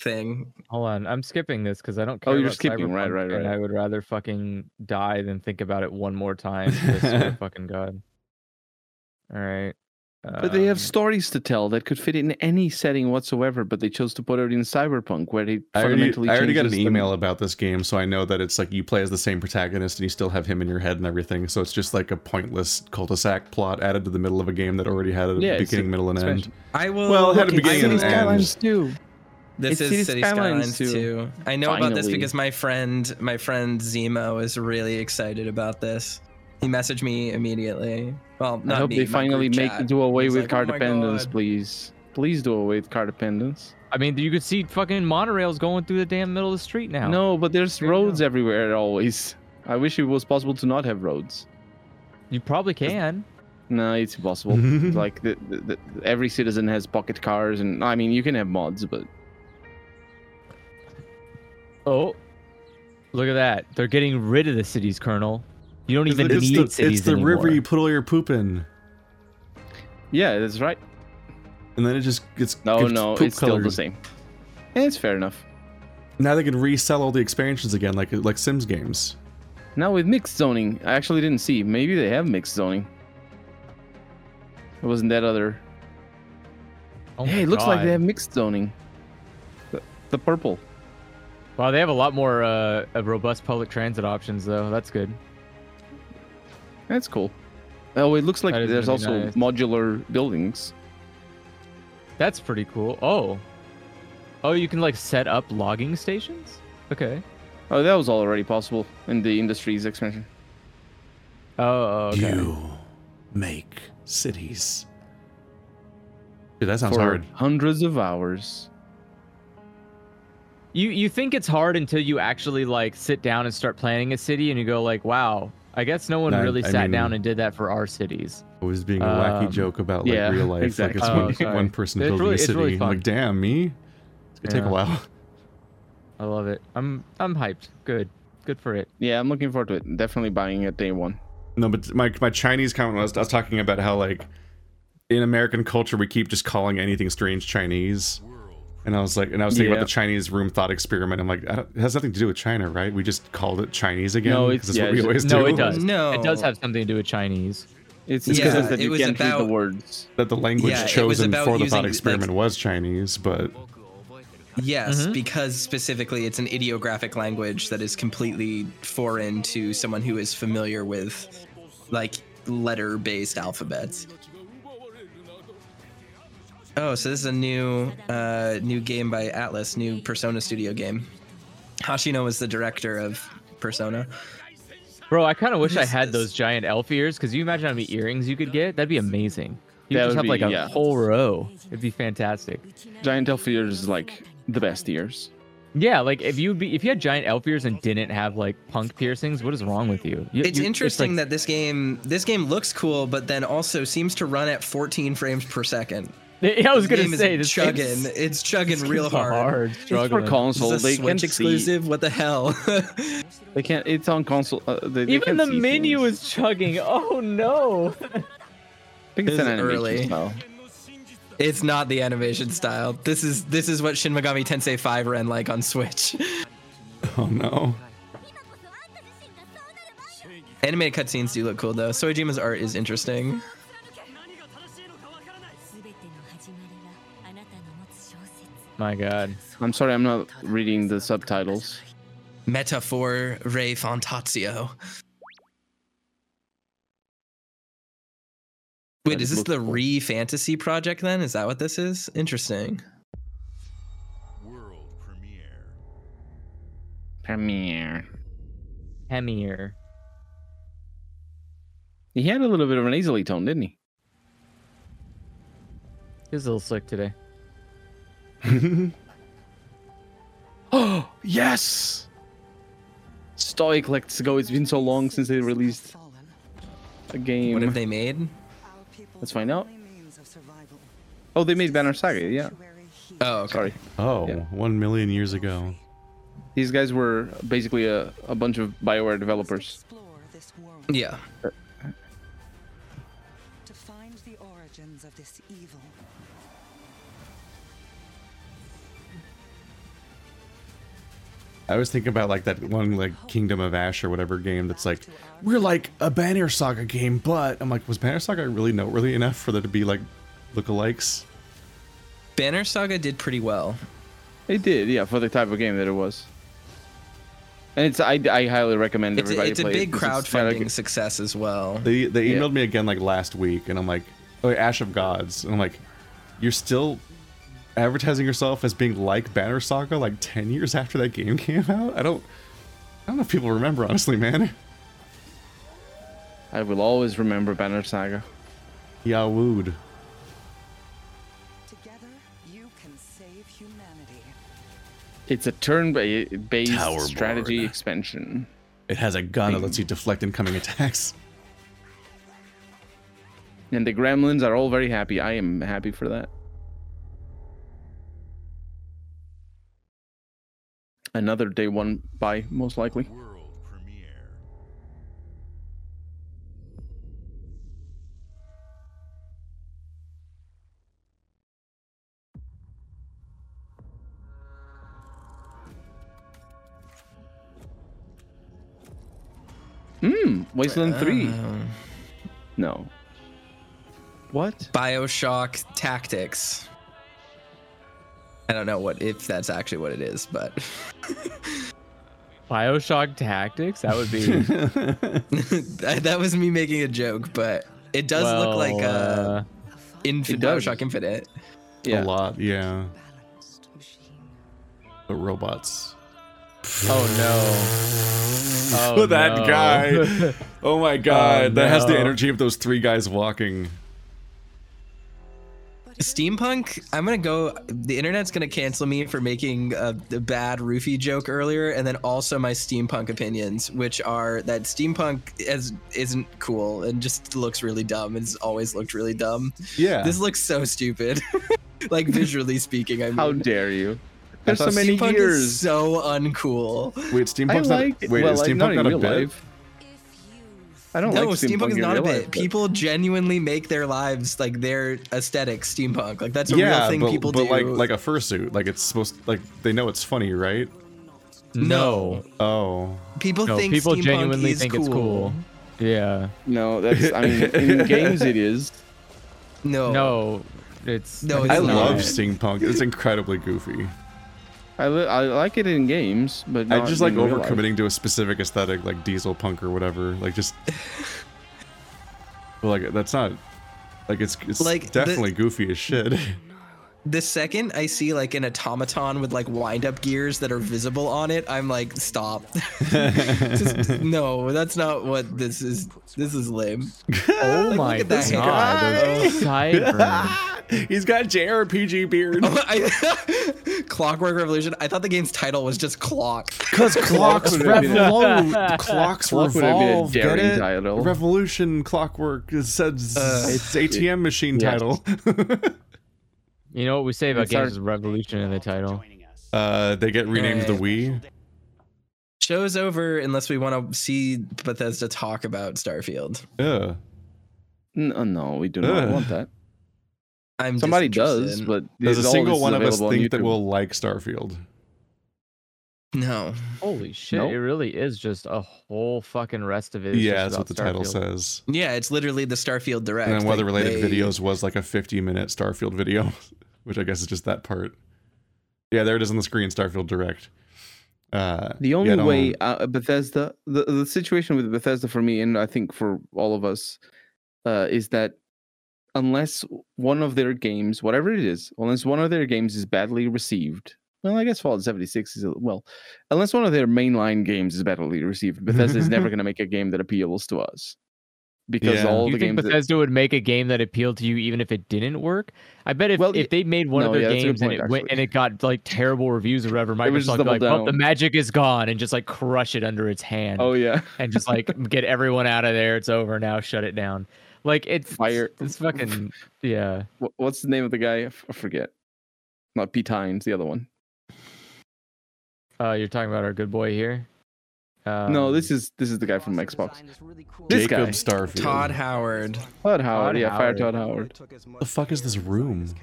Speaker 4: thing.
Speaker 3: Hold on, I'm skipping this because I don't
Speaker 4: Oh,
Speaker 3: care.
Speaker 4: you're
Speaker 3: about
Speaker 4: skipping, right,
Speaker 3: Cyberpunk,
Speaker 4: right,
Speaker 3: And
Speaker 4: right.
Speaker 3: I would rather fucking die than think about it one more time. I swear to fucking god. um, All right.
Speaker 2: But they have stories to tell that could fit in any setting whatsoever, but they chose to put it in Cyberpunk where they
Speaker 1: I already,
Speaker 2: fundamentally
Speaker 1: I already got an
Speaker 2: changes the-
Speaker 1: email about this game, so I know that it's like you play as the same protagonist and you still have him in your head and everything. So it's just like a pointless cul-de-sac plot added to the middle of a game that already had a
Speaker 2: Yeah, it's
Speaker 1: beginning,
Speaker 2: a
Speaker 1: middle, and end.
Speaker 2: expansion.
Speaker 4: I will
Speaker 1: Well, it had
Speaker 4: look
Speaker 1: a beginning
Speaker 4: into
Speaker 1: and
Speaker 4: City
Speaker 1: an end.
Speaker 4: Skylines
Speaker 2: too.
Speaker 4: This
Speaker 2: It's
Speaker 4: is City, Skylines, too. I know about this because my friend my friend Zemo is really excited about this. He messaged me immediately. Well,
Speaker 2: I
Speaker 4: not
Speaker 2: hope
Speaker 4: me,
Speaker 2: they
Speaker 4: my
Speaker 2: finally
Speaker 4: group
Speaker 2: make
Speaker 4: chat.
Speaker 2: do away
Speaker 4: He's
Speaker 2: with
Speaker 4: like,
Speaker 2: car
Speaker 4: "Oh my
Speaker 2: dependence,
Speaker 4: God."
Speaker 2: please. Please do away with car dependence.
Speaker 3: I mean, you could see fucking monorails going through the damn middle of the street now.
Speaker 2: No, but there's roads everywhere always. I wish it was possible to not have roads.
Speaker 3: You probably can.
Speaker 2: No, it's
Speaker 1: <laughs>
Speaker 2: impossible. like the, the, the, every citizen has pocket cars, and I mean, you can have mods, but
Speaker 3: Oh, look at that. They're getting rid of the cities, Colonel. You don't even
Speaker 1: it's
Speaker 3: need
Speaker 1: the,
Speaker 3: cities
Speaker 1: it's the
Speaker 3: anymore.
Speaker 1: river you put all your poop in,
Speaker 2: yeah, that's right.
Speaker 1: and then it just gets
Speaker 2: No,
Speaker 1: gets
Speaker 2: Oh, no,
Speaker 1: poop
Speaker 2: it's still the
Speaker 1: colored.
Speaker 2: same. Yeah, it's fair enough.
Speaker 1: Now they can resell all the expansions again, like like Sims games.
Speaker 2: Now with mixed zoning, I actually didn't see. Maybe they have mixed zoning. It wasn't that other.
Speaker 3: Oh
Speaker 2: hey,
Speaker 3: my
Speaker 2: it looks like
Speaker 3: God.
Speaker 2: they have mixed zoning. The, the purple.
Speaker 3: Wow, they have a lot more uh, of robust public transit options, though. That's good.
Speaker 2: That's cool. Oh, it looks like
Speaker 3: That is
Speaker 2: there's
Speaker 3: gonna
Speaker 2: also
Speaker 3: be nice.
Speaker 2: modular buildings.
Speaker 3: That's pretty cool. Oh, oh, you can like set up logging stations. Okay.
Speaker 2: Oh, that was already possible in the industries expansion.
Speaker 3: Oh, okay.
Speaker 1: You make cities. Dude, that sounds
Speaker 2: For
Speaker 1: hard.
Speaker 2: Hundreds of hours.
Speaker 3: You you think it's hard until you actually like sit down and start planning a city, and you go like, wow, I guess no one
Speaker 1: No,
Speaker 3: really
Speaker 1: I
Speaker 3: sat
Speaker 1: mean-
Speaker 3: down and did that for our cities.
Speaker 1: I was being a wacky
Speaker 3: Um,
Speaker 1: joke about like
Speaker 2: yeah,
Speaker 1: real life,
Speaker 2: exactly.
Speaker 1: like
Speaker 3: Oh,
Speaker 1: it's one
Speaker 3: sorry.
Speaker 1: one person
Speaker 3: It's
Speaker 1: building
Speaker 3: really-
Speaker 1: a
Speaker 3: it's
Speaker 1: city.
Speaker 3: really
Speaker 1: I'm
Speaker 3: fun.
Speaker 1: like, damn me, it's gonna take
Speaker 3: Yeah.
Speaker 1: a while.
Speaker 3: I love it. I'm I'm hyped. Good, good for it.
Speaker 2: Yeah, I'm looking forward to it. Definitely buying it day one.
Speaker 1: No, but my my Chinese comment was I was talking about how like in American culture we keep just calling anything strange Chinese, and I was like, and I was thinking
Speaker 2: Yeah.
Speaker 1: about the Chinese room thought experiment. I'm like, I don't, it has nothing to do with China, right? We just called it Chinese again.
Speaker 2: No,
Speaker 1: 'cause
Speaker 2: it's-
Speaker 1: that's
Speaker 2: yeah,
Speaker 1: what we
Speaker 2: it's-
Speaker 1: always
Speaker 3: No,
Speaker 1: do.
Speaker 3: it does.
Speaker 4: No.
Speaker 3: it does have something to do with Chinese.
Speaker 2: It's
Speaker 4: Yeah,
Speaker 2: because that
Speaker 4: it
Speaker 2: you
Speaker 4: was
Speaker 2: can't read
Speaker 4: about-
Speaker 2: the words.
Speaker 1: That the language
Speaker 4: Yeah, it was
Speaker 1: chosen
Speaker 4: about
Speaker 1: for the
Speaker 4: using,
Speaker 1: thought
Speaker 4: like-
Speaker 1: experiment was Chinese, but
Speaker 4: Yes,
Speaker 3: Mm-hmm.
Speaker 4: because specifically it's an ideographic language that is completely foreign to someone who is familiar with like letter based alphabets. Oh, so this is a new uh, new game by Atlas, new Persona Studio game. Hashino was the director of Persona.
Speaker 3: Bro, I kind of wish I
Speaker 4: This
Speaker 3: had
Speaker 4: is-
Speaker 3: those giant elf ears because you imagine how many earrings you could get. That'd be amazing. You
Speaker 2: That
Speaker 3: could just have
Speaker 2: would
Speaker 3: like
Speaker 2: be-
Speaker 3: a
Speaker 2: yeah.
Speaker 3: whole row. It'd be fantastic.
Speaker 2: Giant elf ears is like the best ears.
Speaker 3: Yeah, like if you be if you had giant elf ears and didn't have like punk piercings, what is wrong with you? You-
Speaker 4: It's
Speaker 3: you-
Speaker 4: interesting
Speaker 3: like-
Speaker 4: that this game this game looks cool, but then also seems to run at 14 frames per second.
Speaker 3: <laughs> I was
Speaker 4: This
Speaker 3: gonna
Speaker 4: game is
Speaker 3: say this
Speaker 4: chugging.
Speaker 3: game's- <laughs>
Speaker 4: It's chugging
Speaker 3: this
Speaker 4: real
Speaker 3: game's
Speaker 4: hard.
Speaker 3: struggling.
Speaker 2: for console.
Speaker 4: Is this a
Speaker 2: They
Speaker 4: Switch
Speaker 2: can
Speaker 4: exclusive? What the hell? <laughs>
Speaker 2: see. They can't. It's on console. Uh, they, they
Speaker 3: Even
Speaker 2: can't
Speaker 3: the
Speaker 2: see <laughs>
Speaker 3: menu
Speaker 2: things.
Speaker 3: is chugging. Oh no!
Speaker 2: I think it's
Speaker 4: This
Speaker 2: an
Speaker 4: is
Speaker 2: animation
Speaker 4: early.
Speaker 2: style.
Speaker 4: it's not the animation style. This is this is what Shin Megami Tensei 5 ran like on Switch. <laughs>
Speaker 1: oh no.
Speaker 4: Animated cutscenes do look cool though. Soijima's art is interesting.
Speaker 3: My God.
Speaker 2: I'm sorry, I'm not reading the subtitles.
Speaker 4: Metaphor Ray Fantatio. Wait,
Speaker 2: That
Speaker 4: is this
Speaker 2: looks
Speaker 4: the
Speaker 2: cool.
Speaker 4: Re Fantasy project then? Is that what this is? Interesting.
Speaker 2: Premiere.
Speaker 3: Hemier.
Speaker 2: He had a little bit of an nasally tone, didn't he?
Speaker 3: He's a little slick today.
Speaker 2: Oh yes. Stoic, let's go. It's been so long since they released a game.
Speaker 4: What have they made?
Speaker 2: Let's find out. Oh, they made Banner Saga. Yeah.
Speaker 4: Oh, okay.
Speaker 2: Sorry.
Speaker 1: Oh, one
Speaker 2: Yeah.
Speaker 1: million years ago.
Speaker 2: These guys were basically a, a bunch of Bioware developers.
Speaker 4: Yeah.
Speaker 8: To find the origins of this evil.
Speaker 1: I was thinking about like that one like Kingdom of Ash or whatever game that's like we're like a Banner Saga game, but I'm like, was Banner Saga really noteworthy enough for there to be like lookalikes?
Speaker 4: Banner Saga did pretty well.
Speaker 2: They did, yeah, for the type of game that it was. And it's I, I highly recommend
Speaker 4: It's, a-
Speaker 2: everybody
Speaker 4: it's a
Speaker 2: play
Speaker 4: big
Speaker 2: it. It's- it's kinda
Speaker 4: crowdfunding
Speaker 2: like-
Speaker 4: success as well.
Speaker 1: They they
Speaker 2: Yeah.
Speaker 1: emailed me again like last week, and I'm like, oh, Ash of Gods, and I'm like, you're still advertising yourself as being like Banner Saga like ten years after that <laughs> game came out. I don't, I don't know if people remember honestly, man.
Speaker 2: I will always remember Banner Saga.
Speaker 1: Yawood.
Speaker 8: Together, you can save humanity.
Speaker 2: It's a turn-based
Speaker 1: Tower
Speaker 2: strategy
Speaker 1: board.
Speaker 2: expansion.
Speaker 1: It has a gun that lets you deflect incoming attacks.
Speaker 2: And the gremlins are all very happy. I am happy for that. Another day one buy, most likely. Hmm, Wasteland
Speaker 4: I
Speaker 2: 3.
Speaker 4: don't know.
Speaker 2: No. What?
Speaker 4: Bioshock Tactics. I don't know what if that's actually what it is, but <laughs>
Speaker 3: Bioshock Tactics? That
Speaker 4: <laughs>
Speaker 3: would be.
Speaker 4: that that was me making a joke. But it does look like
Speaker 3: Well,
Speaker 4: uh, Infinite
Speaker 3: It does.
Speaker 4: Bioshock Infinite.
Speaker 2: Yeah.
Speaker 1: A lot, yeah. But robots.
Speaker 3: Oh no.
Speaker 1: <laughs>
Speaker 3: Oh,
Speaker 1: that
Speaker 3: no. <laughs>
Speaker 1: guy. Oh my god.
Speaker 3: Oh,
Speaker 1: that has the
Speaker 3: no.
Speaker 1: energy of those three guys walking.
Speaker 4: Steampunk, I'm gonna go. The internet's gonna cancel me for making a, a bad roofie joke earlier, and then also my steampunk opinions, which are that steampunk is isn't cool and just looks really dumb. It's always looked really dumb.
Speaker 1: Yeah.
Speaker 4: this looks so stupid. <laughs> like visually speaking, I mean,
Speaker 2: How dare you?
Speaker 4: I
Speaker 2: There's so
Speaker 4: thought
Speaker 2: many
Speaker 4: steampunk is
Speaker 2: years.
Speaker 4: so uncool.
Speaker 1: Wait, steampunk's
Speaker 2: like it.
Speaker 1: not. Wait,
Speaker 2: Well,
Speaker 1: is
Speaker 2: like,
Speaker 1: steampunk
Speaker 2: not in
Speaker 1: not a
Speaker 2: real
Speaker 1: bit?
Speaker 2: life. I don't
Speaker 4: no,
Speaker 2: like
Speaker 4: steampunk,
Speaker 2: steampunk
Speaker 4: is
Speaker 2: in
Speaker 4: not a
Speaker 2: real
Speaker 4: bit.
Speaker 2: life, but-
Speaker 4: People genuinely make their lives like their aesthetic steampunk. Like that's a
Speaker 1: yeah,
Speaker 4: real thing
Speaker 1: but,
Speaker 4: people
Speaker 1: but
Speaker 4: do.
Speaker 1: like like a fursuit, like it's supposed like they know it's funny, right?
Speaker 4: No.
Speaker 1: Oh.
Speaker 4: people
Speaker 3: No,
Speaker 4: think
Speaker 3: people
Speaker 4: steampunk
Speaker 3: genuinely
Speaker 4: is
Speaker 3: think
Speaker 4: cool.
Speaker 3: it's cool. Yeah.
Speaker 2: No, that's. I mean, <laughs> in games it is.
Speaker 4: No.
Speaker 3: No, it's.
Speaker 4: No,
Speaker 1: I
Speaker 4: It's not.
Speaker 1: love steampunk. It's incredibly
Speaker 2: <laughs>
Speaker 1: goofy.
Speaker 2: I, li- I like it in games, but
Speaker 1: I
Speaker 2: not
Speaker 1: just like
Speaker 2: in real life.
Speaker 1: overcommitting to a specific aesthetic, like diesel punk or whatever. Like
Speaker 2: <laughs>
Speaker 1: just, Well, like that's not, like it's it's
Speaker 4: Like, the-
Speaker 1: definitely goofy as shit. <laughs>
Speaker 4: The second I see like an automaton with like wind up gears that are visible on it, I'm like, stop. <laughs> Just, no, that's not what this is. This is lame. <laughs>
Speaker 3: Oh
Speaker 4: Like,
Speaker 3: my
Speaker 4: look at that
Speaker 3: god.
Speaker 4: haircut. <laughs>
Speaker 3: those sideburns.
Speaker 1: He's got JRPG beard.
Speaker 4: <laughs> I- Clockwork Revolution. I thought the game's title was just Clock.
Speaker 1: Cause clocks
Speaker 2: would have been a-
Speaker 1: revolve, clocks
Speaker 2: Clock would have been a
Speaker 1: revolve. Get
Speaker 2: daring
Speaker 1: it?
Speaker 2: title.
Speaker 1: Revolution clockwork. It says it's ATM machine
Speaker 3: yeah.
Speaker 1: title.
Speaker 3: You know what we say about
Speaker 1: It's
Speaker 3: games
Speaker 1: our-
Speaker 3: is revolution in the title.
Speaker 1: Uh, they get renamed the Wii.
Speaker 4: Show's over unless we want to see Bethesda talk about Starfield.
Speaker 1: Yeah.
Speaker 2: No, uh, no, we do not
Speaker 1: Ugh. <laughs>
Speaker 2: want that.
Speaker 4: I'm
Speaker 2: Somebody does,
Speaker 4: disinterested.
Speaker 2: but
Speaker 1: Does a
Speaker 2: it- all this
Speaker 1: single
Speaker 2: is
Speaker 1: one of us
Speaker 2: available on
Speaker 1: think that
Speaker 2: YouTube.
Speaker 1: we'll like Starfield?
Speaker 4: no.
Speaker 3: Holy shit!
Speaker 2: Nope.
Speaker 3: It really is just a whole fucking rest of it. is
Speaker 1: Yeah,
Speaker 3: just
Speaker 1: that's what the
Speaker 3: about
Speaker 1: title
Speaker 3: Starfield.
Speaker 1: says.
Speaker 4: Yeah, it's literally the Starfield direct.
Speaker 1: And then weather
Speaker 4: Like,
Speaker 1: related
Speaker 4: they-
Speaker 1: videos was like a 50 minute Starfield video, <laughs> which I guess is just that part. Yeah, there it is on the screen, Starfield Direct. Uh,
Speaker 2: The
Speaker 1: yeah,
Speaker 2: only
Speaker 1: I don't-
Speaker 2: way uh, Bethesda, the, the situation with Bethesda for me, and I think for all of us, uh, is that unless one of their games, whatever it is, unless one of their games is badly received, well, I guess Fallout 76 is, a- well, unless one of their mainline games is badly received, Bethesda is never going to make a game that appeals to us. Because
Speaker 1: Yeah.
Speaker 2: all
Speaker 3: you
Speaker 2: the
Speaker 3: think
Speaker 2: games. that-
Speaker 3: Bethesda would make a game that appealed to you even if it didn't work? I bet if,
Speaker 2: Well,
Speaker 3: if they made one
Speaker 2: no,
Speaker 3: of their
Speaker 2: yeah, that's a good
Speaker 3: games and
Speaker 2: point,
Speaker 3: it went and it got like terrible reviews or whatever,
Speaker 2: They would just
Speaker 3: Microsoft would be like,
Speaker 2: double
Speaker 3: well, the
Speaker 2: down."
Speaker 3: magic is gone and just like crush it under its hand
Speaker 2: oh, yeah.
Speaker 3: and just
Speaker 4: <laughs>
Speaker 3: like get everyone out of there. It's over now. Shut it down. Like it's
Speaker 2: Fire.
Speaker 3: It's fucking yeah.
Speaker 2: Wh- What's the name of the guy? I f- I forget. Not Pete Hines, the other one.
Speaker 3: Uh, you're talking about our good boy here. Um,
Speaker 2: no, this is this is the guy from Xbox. This
Speaker 1: Jacob
Speaker 2: guy.
Speaker 1: Starfield.
Speaker 4: Todd Howard.
Speaker 2: Todd Howard, yeah, fire
Speaker 3: Howard.
Speaker 2: Todd Howard.
Speaker 1: the fuck is this room?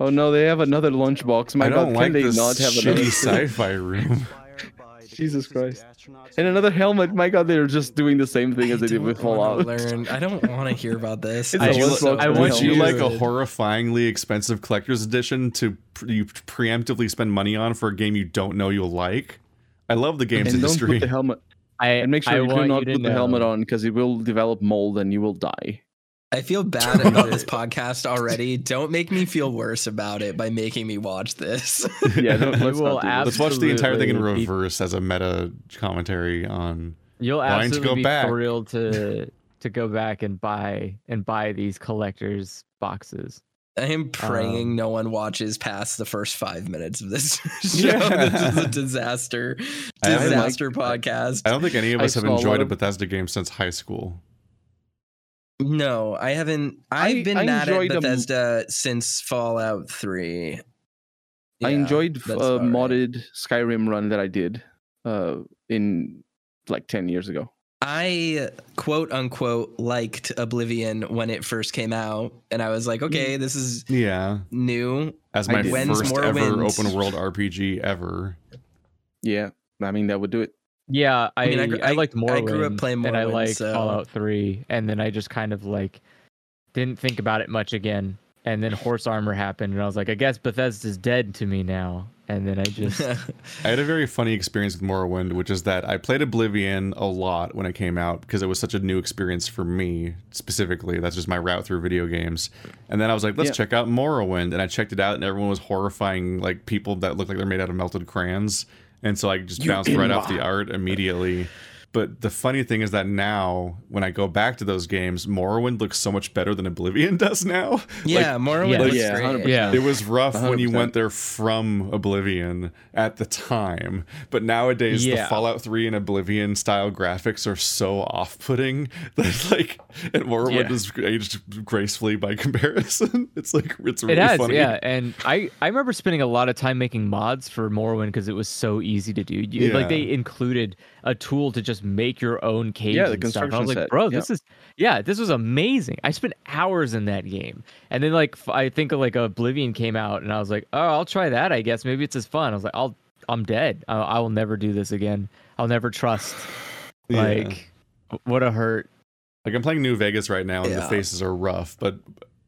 Speaker 2: Oh no, they have another lunchbox. My
Speaker 1: I don't
Speaker 2: God,
Speaker 1: like
Speaker 2: can they
Speaker 1: this
Speaker 2: not have
Speaker 1: shitty
Speaker 2: <laughs> another?
Speaker 1: sci-fi room.
Speaker 2: <laughs> Jesus Christ! And another helmet. My God, they're just doing the same thing as they did with
Speaker 4: I wanna
Speaker 2: Fallout.
Speaker 4: learn. I don't want to hear about this.
Speaker 2: It's
Speaker 4: I
Speaker 2: a
Speaker 4: just-
Speaker 2: Xbox
Speaker 3: I
Speaker 2: and
Speaker 3: want
Speaker 1: Would you
Speaker 2: helmet.
Speaker 1: like a
Speaker 4: Dude.
Speaker 1: horrifyingly expensive collector's edition to pr- you preemptively spend money on for a game you don't know you'll like? I love the game's
Speaker 2: And don't
Speaker 1: history.
Speaker 2: put the helmet.
Speaker 3: I
Speaker 2: And make sure
Speaker 3: I
Speaker 2: you do
Speaker 3: want
Speaker 2: not
Speaker 3: you to
Speaker 2: put the helmet
Speaker 3: know.
Speaker 2: on because it will develop mold and you will die.
Speaker 1: <laughs>
Speaker 4: I feel bad about this podcast already. Don't make me feel worse about it by making me watch this. <laughs>
Speaker 2: Yeah, don't,
Speaker 3: You
Speaker 2: let's
Speaker 3: will
Speaker 2: not do
Speaker 1: <laughs>
Speaker 2: that.
Speaker 1: Let's watch the entire thing in
Speaker 3: absolutely be-
Speaker 1: reverse as a meta commentary on.
Speaker 3: You'll
Speaker 1: Why don't you
Speaker 3: absolutely
Speaker 1: go
Speaker 3: be
Speaker 1: back? <laughs>
Speaker 3: thrilled to to go back and buy and buy these collectors boxes.
Speaker 4: I
Speaker 1: Um,
Speaker 4: am praying no one watches past the first five minutes of this <laughs> show. this is a disaster,
Speaker 1: I haven't
Speaker 4: disaster podcast.
Speaker 1: I don't think any of
Speaker 4: I
Speaker 1: us have enjoyed a
Speaker 4: swallowed-
Speaker 1: Bethesda game since high school.
Speaker 4: No, I haven't. I've
Speaker 2: I-
Speaker 4: been
Speaker 2: I
Speaker 4: mad at
Speaker 2: enjoyed um, 'em.
Speaker 4: Bethesda since Fallout Three.
Speaker 2: I
Speaker 4: Yeah,
Speaker 2: enjoyed uh,
Speaker 4: that's
Speaker 2: a
Speaker 4: about right.
Speaker 2: modded Skyrim run that I did uh, in like 10 years ago.
Speaker 4: I quote unquote liked Oblivion when it first came out, and I was like,
Speaker 2: Mm.
Speaker 4: okay, this is
Speaker 1: Yeah.
Speaker 4: new. <laughs>
Speaker 1: As
Speaker 4: I
Speaker 1: my
Speaker 4: did.
Speaker 1: first ever
Speaker 4: Morrowind?
Speaker 1: open world RPG ever.
Speaker 2: Yeah, I mean that would do it.
Speaker 3: Yeah, I
Speaker 4: I
Speaker 3: I,
Speaker 4: mean, I gr- I-
Speaker 3: liked Morrowind.
Speaker 4: I grew up playing
Speaker 3: and I
Speaker 4: Morrowind,
Speaker 3: liked
Speaker 4: so-
Speaker 3: Fallout Three, and then I just kind of like didn't think about it much again. And then Horse Armor happened, and I was like, I guess Bethesda's dead to me now. And then I just
Speaker 1: I had a very funny experience with Morrowind, which is that I played Oblivion a lot when it came out because it was such a new experience for me specifically. That's just my route through video games. And then I was like, let's
Speaker 17: Yeah.
Speaker 1: check out Morrowind. And I checked it out, and everyone was horrifying, like people that looked like they're made out of melted crayons. And so I just
Speaker 17: You
Speaker 1: bounced right off the
Speaker 17: Inma.
Speaker 1: art immediately. But the funny thing is that now, when I go back to those games, Morrowind looks so much better than Oblivion <laughs> does now.
Speaker 4: Yeah, Morrowind looks Yeah, great. 100%.
Speaker 1: It was rough when you
Speaker 4: 100%.
Speaker 1: went there from Oblivion at the time, but nowadays the
Speaker 17: Yeah.
Speaker 1: Fallout 3 and Oblivion style graphics are so off-putting <laughs> that like, and Morrowind
Speaker 3: Yeah.
Speaker 1: is aged gracefully by <laughs> comparison. It's like it's really
Speaker 3: it has,
Speaker 1: funny.
Speaker 3: yeah. And I I remember spending a lot of time making mods for Morrowind because it was so easy to do. You,
Speaker 1: Yeah.
Speaker 3: Like they included a tool to just make your own cage
Speaker 2: Yeah, the
Speaker 3: and stuff. And I
Speaker 2: construction
Speaker 3: was like,
Speaker 2: set,
Speaker 3: bro,
Speaker 2: yeah.
Speaker 3: this is yeah, this was amazing. I spent hours in that game. And then like f- I think like Oblivion came out, and I was like, oh, I'll try that. I guess maybe it's as fun. I was like, I'll I'm dead. I, I will never do this again. I'll never trust.
Speaker 1: Yeah.
Speaker 3: Like, w- what a hurt.
Speaker 1: Like I'm playing New Vegas right now, and the
Speaker 3: Yeah.
Speaker 1: faces are rough, but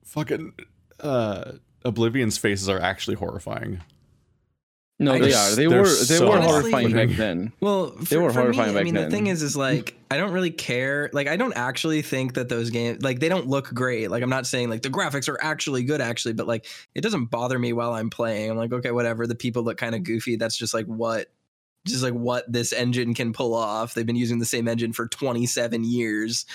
Speaker 1: fucking uh, Oblivion's faces are actually horrifying.
Speaker 2: No,
Speaker 1: I
Speaker 2: they
Speaker 1: just-
Speaker 2: are. They
Speaker 1: they're
Speaker 2: were they
Speaker 1: so
Speaker 2: were
Speaker 1: off
Speaker 2: horrifying
Speaker 1: putting.
Speaker 2: back then.
Speaker 4: Well,
Speaker 2: they
Speaker 4: for-
Speaker 2: were
Speaker 4: for
Speaker 2: horrifying
Speaker 4: me,
Speaker 2: back
Speaker 4: I mean,
Speaker 2: then.
Speaker 4: the thing is, is like I don't really care. Like I don't actually think that those games, like they don't look great. Like I'm not saying like the graphics are actually good, actually, but like it doesn't bother me while I'm playing. I'm like, okay, whatever. The people look kind of goofy. That's just like what, just like what this engine can pull off. They've been using the same engine for 27 years.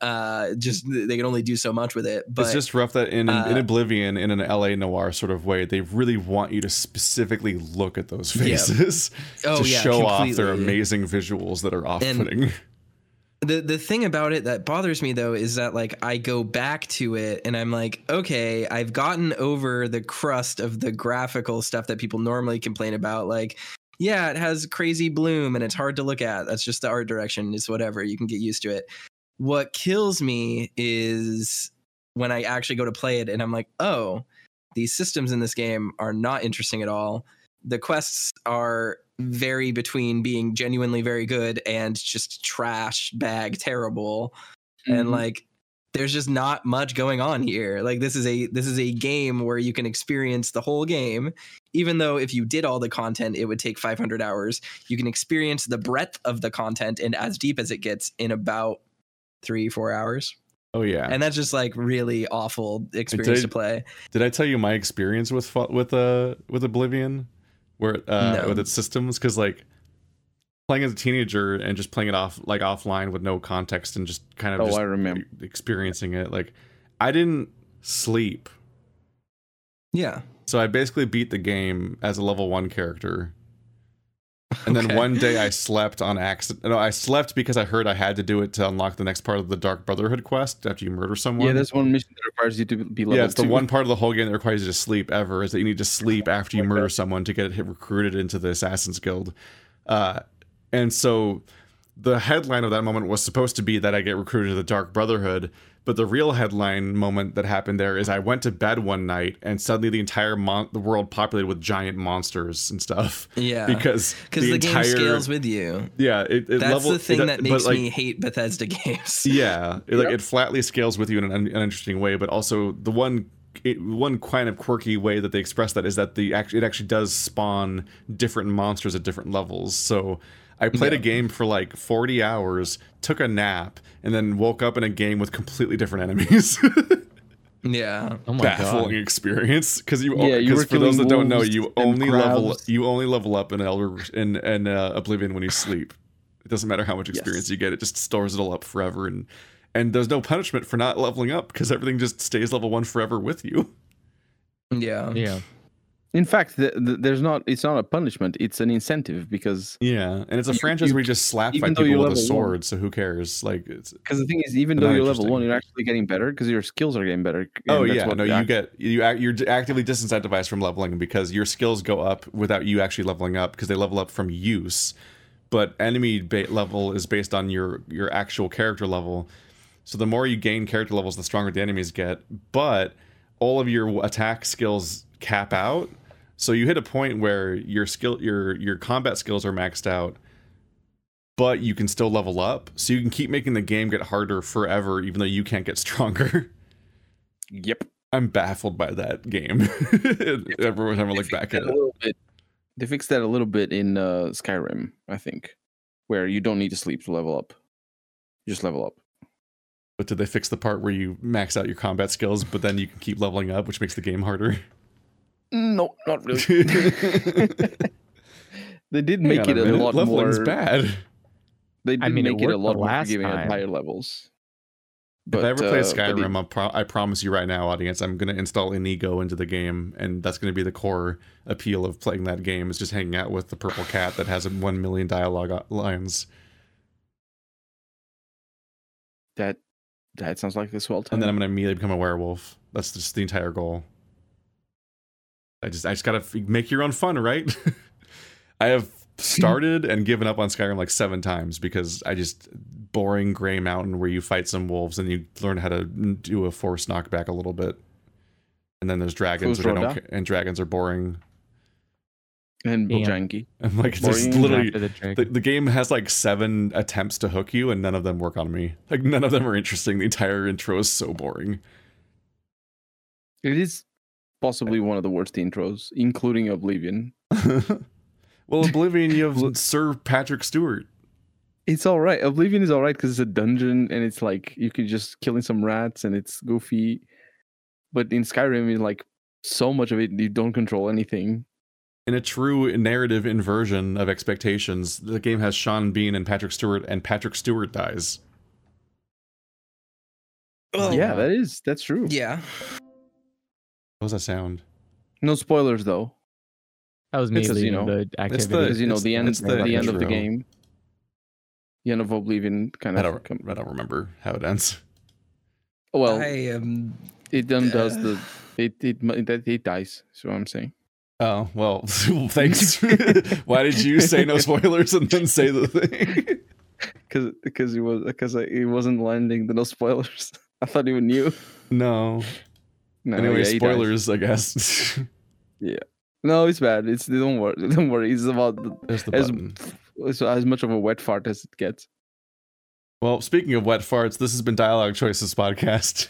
Speaker 4: Uh, just they can only do so much with it. But
Speaker 1: it's just rough that in, in
Speaker 4: uh,
Speaker 1: Oblivion, in an LA noir sort of way, they really want you to specifically look at those
Speaker 4: Yeah.
Speaker 1: faces
Speaker 4: Oh,
Speaker 1: to
Speaker 4: yeah,
Speaker 1: show off their
Speaker 4: completely.
Speaker 1: amazing visuals that are off-putting. <laughs>
Speaker 4: the the thing about it that bothers me though is that like I go back to it and I'm like, okay, I've gotten over the crust of the graphical stuff that people normally complain about. Like, yeah, it has crazy bloom and it's hard to look at. That's just the art direction. It's whatever. You can get used to it. What kills me is when I actually go to play it and I'm like, oh, these systems in this game are not interesting at all. The quests are vary between being genuinely very good and just trash bag terrible. And
Speaker 2: Mhm.
Speaker 4: like there's just not much going on here. Like this is a this is a game where you can experience the whole game even though if you did all the content it would take 500 hours. You can experience the breadth of the content and as deep as it gets in about 3 4 hours.
Speaker 1: Oh yeah.
Speaker 4: And that's just like really awful experience to play.
Speaker 1: Did I tell you my experience with Fa- with uh with Oblivion, where uh,
Speaker 4: No.
Speaker 1: with its systems? Because like playing as a teenager and just playing it off like offline with no context and just kind of
Speaker 2: Oh,
Speaker 1: just
Speaker 2: I remember.
Speaker 1: experiencing it. Like I didn't sleep,
Speaker 4: Yeah.
Speaker 1: so I basically beat the game as a level one
Speaker 4: <laughs>
Speaker 1: character. And then
Speaker 17: Okay.
Speaker 1: one day I slept on accident. No, I slept because I heard I had to do it to unlock the next part of the Dark Brotherhood quest after you murder someone.
Speaker 2: Yeah, there's one mission that requires you to be level
Speaker 1: Yeah, it's the
Speaker 2: two.
Speaker 1: one part of the whole game that requires you to sleep ever is that you need to sleep after you murder someone to get hit- recruited into the Assassin's Guild. Uh, and so the headline of that moment was supposed to be that I get recruited to the Dark Brotherhood, but the real headline moment that happened there is I went to bed one night and suddenly the entire mon- the world populated with giant monsters and stuff. <laughs>
Speaker 4: Yeah.
Speaker 1: because
Speaker 4: because the,
Speaker 1: entire
Speaker 4: game scales with you.
Speaker 1: yeah, it, it
Speaker 4: That's
Speaker 1: level-
Speaker 4: the thing
Speaker 1: it-
Speaker 4: that
Speaker 1: but,
Speaker 4: makes
Speaker 1: like,
Speaker 4: me hate Bethesda <laughs> games.
Speaker 1: <laughs> yeah, it, like it flatly scales with you in an, un- an interesting way, but also the one it, one kind of quirky way that they express that is that the act- it actually does spawn different monsters at different levels. So I played a game for like 40 hours, took a nap, and then woke up in a game with completely different enemies. <laughs>
Speaker 4: Yeah.
Speaker 3: Oh
Speaker 1: baffling experience because you
Speaker 4: Yeah, you
Speaker 1: because
Speaker 4: were
Speaker 1: for those that don't
Speaker 4: killing
Speaker 1: know
Speaker 4: wolves
Speaker 1: you
Speaker 4: and
Speaker 1: only level
Speaker 4: crabs.
Speaker 1: you only level up in elder in in uh, oblivion when you sleep it doesn't matter how much experience you get it just stores it all up forever and and there's no punishment for not leveling up because everything just stays level one forever with you.
Speaker 18: Yeah.
Speaker 3: Yeah.
Speaker 2: In fact, the, the, there's not. It's not a punishment. It's an incentive because
Speaker 1: yeah, and it's a
Speaker 2: you-
Speaker 1: franchise
Speaker 2: you-
Speaker 1: where you just slap
Speaker 2: even
Speaker 1: fight
Speaker 2: though you're
Speaker 1: people with a
Speaker 2: level
Speaker 1: sword,
Speaker 2: one.
Speaker 1: so who cares? Like, it's
Speaker 2: Because the thing is, even
Speaker 1: Not
Speaker 2: though you're level
Speaker 1: interesting.
Speaker 2: one, you're actually getting better because your skills are getting better.
Speaker 1: oh
Speaker 2: and that's
Speaker 1: yeah,
Speaker 2: what
Speaker 1: no,
Speaker 2: act-
Speaker 1: you get you act, you're actively disincentivized from leveling because your skills go up without you actually leveling up because they level up from use, but enemy ba- level is based on your your actual character level. So the more you gain character levels, the stronger the enemies get. But all of your attack skills cap out, so you hit a point where your skill your your combat skills are maxed out, but you can still level up. So you can keep making the game get harder forever, even though you can't get stronger. <laughs>
Speaker 2: Yep.
Speaker 1: I'm baffled by that game. <laughs> Every time I look back at
Speaker 2: a
Speaker 1: it.
Speaker 2: little bit. They fixed that a little bit in uh, Skyrim, I think, where you don't need to sleep to level up. You just level up.
Speaker 1: But did they fix the part where you max out your combat skills, but then you can keep leveling up, which makes the game harder?
Speaker 2: No, not
Speaker 1: <laughs>
Speaker 2: really. <laughs> they did
Speaker 1: Hang
Speaker 2: make
Speaker 1: on
Speaker 2: it a
Speaker 1: minute,
Speaker 2: lot
Speaker 1: Leveling's
Speaker 2: more.
Speaker 1: bad.
Speaker 2: They did
Speaker 3: I mean, it
Speaker 2: make it, a
Speaker 3: worked the
Speaker 2: lot more
Speaker 3: last
Speaker 2: forgiving at
Speaker 3: time.
Speaker 2: higher levels.
Speaker 1: if I ever play
Speaker 2: uh, but it-
Speaker 1: Skyrim, I'll pro- I promise you right now, audience, I'm going to install Inigo into the game, and that's going to be the core appeal of playing that game is just hanging out with the purple cat that has a one million dialogue o- lines,
Speaker 2: that that sounds like this well time.
Speaker 1: and then I'm going to immediately become a werewolf. That's just the entire goal. I just I just gotta f- make your own fun, right? <laughs> I have started and given up on Skyrim like seven times because I just boring gray mountain where you fight some wolves and you learn how to do a force knockback a little bit, and then there's dragons
Speaker 2: Who's
Speaker 1: which I don't
Speaker 2: Rhoda?
Speaker 1: ca- and dragons are boring. <laughs>
Speaker 2: and
Speaker 3: Yeah.
Speaker 2: Bojanki.
Speaker 1: I'm like there's
Speaker 2: Boring
Speaker 1: literally
Speaker 3: after the
Speaker 1: the,
Speaker 3: dragon.
Speaker 1: the, game has like seven attempts to hook you and none of them work on me. Like none of them are interesting. The entire intro is so boring.
Speaker 2: It is possibly one of the worst intros, including Oblivion.
Speaker 1: <laughs> Well, Oblivion, you have Sir Patrick Stewart.
Speaker 2: It's all right. Oblivion is all right because it's a dungeon and it's like you could just killing some rats and it's goofy. But in Skyrim, it's like so much of it you don't control anything.
Speaker 1: In a true narrative inversion of expectations, the game has Sean Bean and Patrick Stewart, and Patrick Stewart dies.
Speaker 4: Oh. uh,
Speaker 2: yeah, that is that's true.
Speaker 18: Yeah.
Speaker 1: What was that sound?
Speaker 2: No spoilers though,
Speaker 3: That was me
Speaker 2: It's just, you know,
Speaker 3: leading the activity.
Speaker 1: the-
Speaker 2: because you know
Speaker 1: it's-
Speaker 2: the end,
Speaker 1: it's
Speaker 2: the,
Speaker 1: the
Speaker 2: end of the
Speaker 1: intro.
Speaker 2: game, the end of Oblivion kind
Speaker 1: I
Speaker 2: of.
Speaker 1: don't. I don't remember how it ends.
Speaker 2: Well,
Speaker 4: I am.
Speaker 2: it undoes the it it mu- that it dies. So I'm saying.
Speaker 1: Oh well, <laughs> thanks. Why did you say <laughs> no spoilers and then say the thing?
Speaker 2: Cause, cause it was, cause I, it wasn't landing. The no spoilers. <laughs> I thought you knew.
Speaker 1: <laughs> No.
Speaker 2: No,
Speaker 1: anyway,
Speaker 2: yeah, he dies.
Speaker 1: spoilers. I <laughs> guess.
Speaker 2: Yeah. No, it's bad. It's don't worry. <laughs> Don't worry. It's about the,
Speaker 1: There's the
Speaker 2: as
Speaker 1: button.
Speaker 2: as, as much of a wet fart as it gets.
Speaker 1: Well, speaking of wet farts, this has been Dialogue Choices podcast.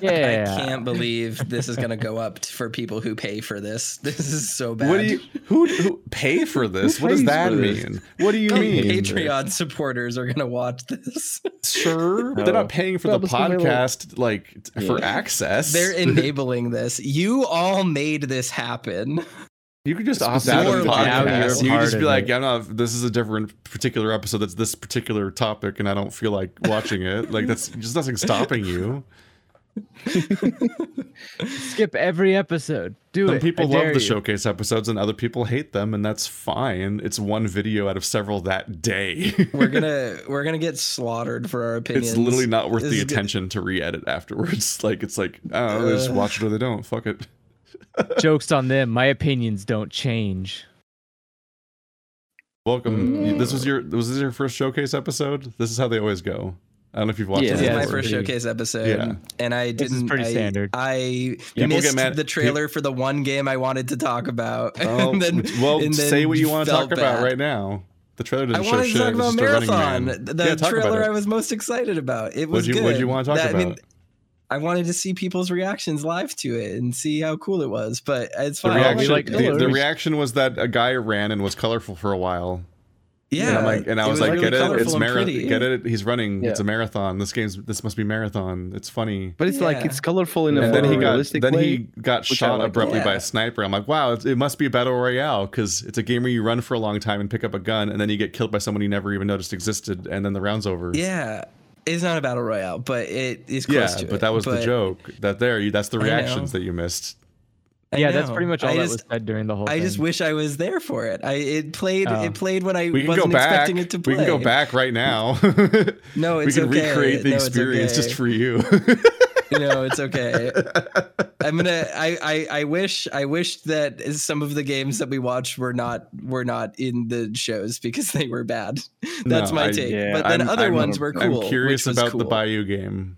Speaker 3: Yeah.
Speaker 4: I can't believe this is going to go up t- for people who pay for this. <laughs> This is so bad.
Speaker 1: What do you who, who pay for this? What
Speaker 2: pays
Speaker 1: does that
Speaker 2: for this?
Speaker 1: mean? What do you
Speaker 4: Only
Speaker 1: mean?
Speaker 4: Patreon supporters are going to watch
Speaker 1: <laughs>
Speaker 4: this.
Speaker 1: Sure, but they're
Speaker 2: Oh.
Speaker 1: not paying for
Speaker 2: Well,
Speaker 1: the
Speaker 2: but somebody will-
Speaker 1: podcast like t- for
Speaker 2: Yeah.
Speaker 1: access.
Speaker 4: They're enabling this. You all made this happen.
Speaker 1: you could just opt out of the
Speaker 4: more like- Now you're
Speaker 1: podcast. You could
Speaker 3: part
Speaker 1: just be
Speaker 3: of
Speaker 1: like,
Speaker 3: it.
Speaker 1: "I'm not. This is a different particular episode. That's this particular topic, and I don't feel like watching it. Like that's just nothing stopping you."
Speaker 3: Skip every episode. Do
Speaker 1: Some
Speaker 3: it.
Speaker 1: people
Speaker 3: I
Speaker 1: love
Speaker 3: dare
Speaker 1: the
Speaker 3: you.
Speaker 1: showcase episodes, and other people hate them, and that's fine. It's one video out of several that day. <laughs>
Speaker 4: We're gonna we're gonna get slaughtered for our opinions.
Speaker 1: it's literally not worth
Speaker 4: This
Speaker 1: the
Speaker 4: is good.
Speaker 1: attention to re-edit afterwards. <laughs> Like it's like, oh, they just
Speaker 4: Ugh.
Speaker 1: watch it or they don't. Fuck it.
Speaker 3: Jokes on them. My opinions don't change.
Speaker 1: Welcome.
Speaker 4: Mm.
Speaker 1: This was your was this your first showcase episode? This is how they always go. I don't know if you've watched
Speaker 2: Yeah.
Speaker 1: this
Speaker 4: This
Speaker 3: Yeah,
Speaker 4: is my
Speaker 3: it's
Speaker 1: before.
Speaker 4: first
Speaker 3: pretty-
Speaker 4: showcase episode,
Speaker 1: Yeah.
Speaker 4: and I
Speaker 3: This
Speaker 4: didn't.
Speaker 3: is pretty
Speaker 4: I,
Speaker 3: standard.
Speaker 4: I
Speaker 1: People get
Speaker 4: missed
Speaker 1: mad-
Speaker 4: the trailer for the one game I wanted to talk about. <laughs>
Speaker 1: Oh,
Speaker 4: and then,
Speaker 1: well,
Speaker 4: and then
Speaker 1: say what you want to
Speaker 4: felt
Speaker 1: talk about
Speaker 4: bad.
Speaker 1: right now. The trailer
Speaker 4: I
Speaker 1: doesn't show
Speaker 4: wanted
Speaker 1: shit.
Speaker 4: to talk
Speaker 1: it
Speaker 4: about
Speaker 1: was just a running
Speaker 4: Marathon,
Speaker 1: man.
Speaker 4: the
Speaker 1: yeah, talk
Speaker 4: trailer I
Speaker 1: about it.
Speaker 4: was most excited about. It was
Speaker 1: What'd you
Speaker 4: good.
Speaker 1: What'd you want to talk
Speaker 4: That-
Speaker 1: about?
Speaker 4: I mean, I wanted to see people's reactions live to it and see how cool it was, but it's
Speaker 1: the
Speaker 4: fine.
Speaker 1: reaction,
Speaker 3: like
Speaker 1: the- the,
Speaker 3: colors.
Speaker 1: reaction was that a guy ran and was colorful for a while.
Speaker 4: yeah,
Speaker 1: and, I'm like, and I was, like,
Speaker 4: really
Speaker 1: get it,
Speaker 4: colorful
Speaker 1: it's
Speaker 4: and
Speaker 1: marathon.
Speaker 4: pretty.
Speaker 1: Get it, he's running. It's
Speaker 2: Yeah.
Speaker 1: a marathon. This game's this must be marathon. It's funny.
Speaker 2: But it's like
Speaker 4: Yeah.
Speaker 2: it's colorful in a
Speaker 1: and then he got
Speaker 2: realistic
Speaker 1: then
Speaker 2: way.
Speaker 1: he got
Speaker 2: which I
Speaker 1: shot
Speaker 2: like.
Speaker 1: abruptly by
Speaker 4: Yeah.
Speaker 1: a sniper. I'm like, wow, it, it must be a battle royale because it's a game where you run for a long time and pick up a gun, and then you get killed by someone you never even noticed existed, and then the round's over.
Speaker 4: Yeah. it's not a battle royale, but it is close
Speaker 1: yeah,
Speaker 4: to
Speaker 1: but
Speaker 4: it,
Speaker 1: that was the joke. That there, you, that's the
Speaker 4: I know.
Speaker 1: reactions that you missed.
Speaker 4: I
Speaker 3: yeah, that's
Speaker 4: know.
Speaker 3: pretty much all
Speaker 4: I
Speaker 3: that
Speaker 4: just-
Speaker 3: was said during the whole.
Speaker 4: I just
Speaker 3: thing.
Speaker 4: wish I was there for it. I it played
Speaker 3: Oh.
Speaker 4: it played when I
Speaker 1: We can go
Speaker 4: wasn't
Speaker 1: back.
Speaker 4: expecting it to play.
Speaker 1: We can go back right
Speaker 4: <laughs>
Speaker 1: now. <laughs>
Speaker 4: No,
Speaker 1: we
Speaker 4: it's
Speaker 1: can
Speaker 4: okay.
Speaker 1: recreate the
Speaker 4: No, it's
Speaker 1: experience
Speaker 4: okay.
Speaker 1: just for
Speaker 4: <laughs>
Speaker 1: you.
Speaker 4: no, it's okay. I'm gonna. I, I I wish I wished that some of the games that we watched were not were not in the shows because they were bad. <laughs> That's
Speaker 1: No,
Speaker 4: my
Speaker 1: I-
Speaker 4: take.
Speaker 1: yeah,
Speaker 4: but then
Speaker 1: I'm-
Speaker 4: other
Speaker 1: I'm-
Speaker 4: ones were cool.
Speaker 1: I'm curious
Speaker 4: which was
Speaker 1: about the
Speaker 4: cool.
Speaker 1: Bayou game.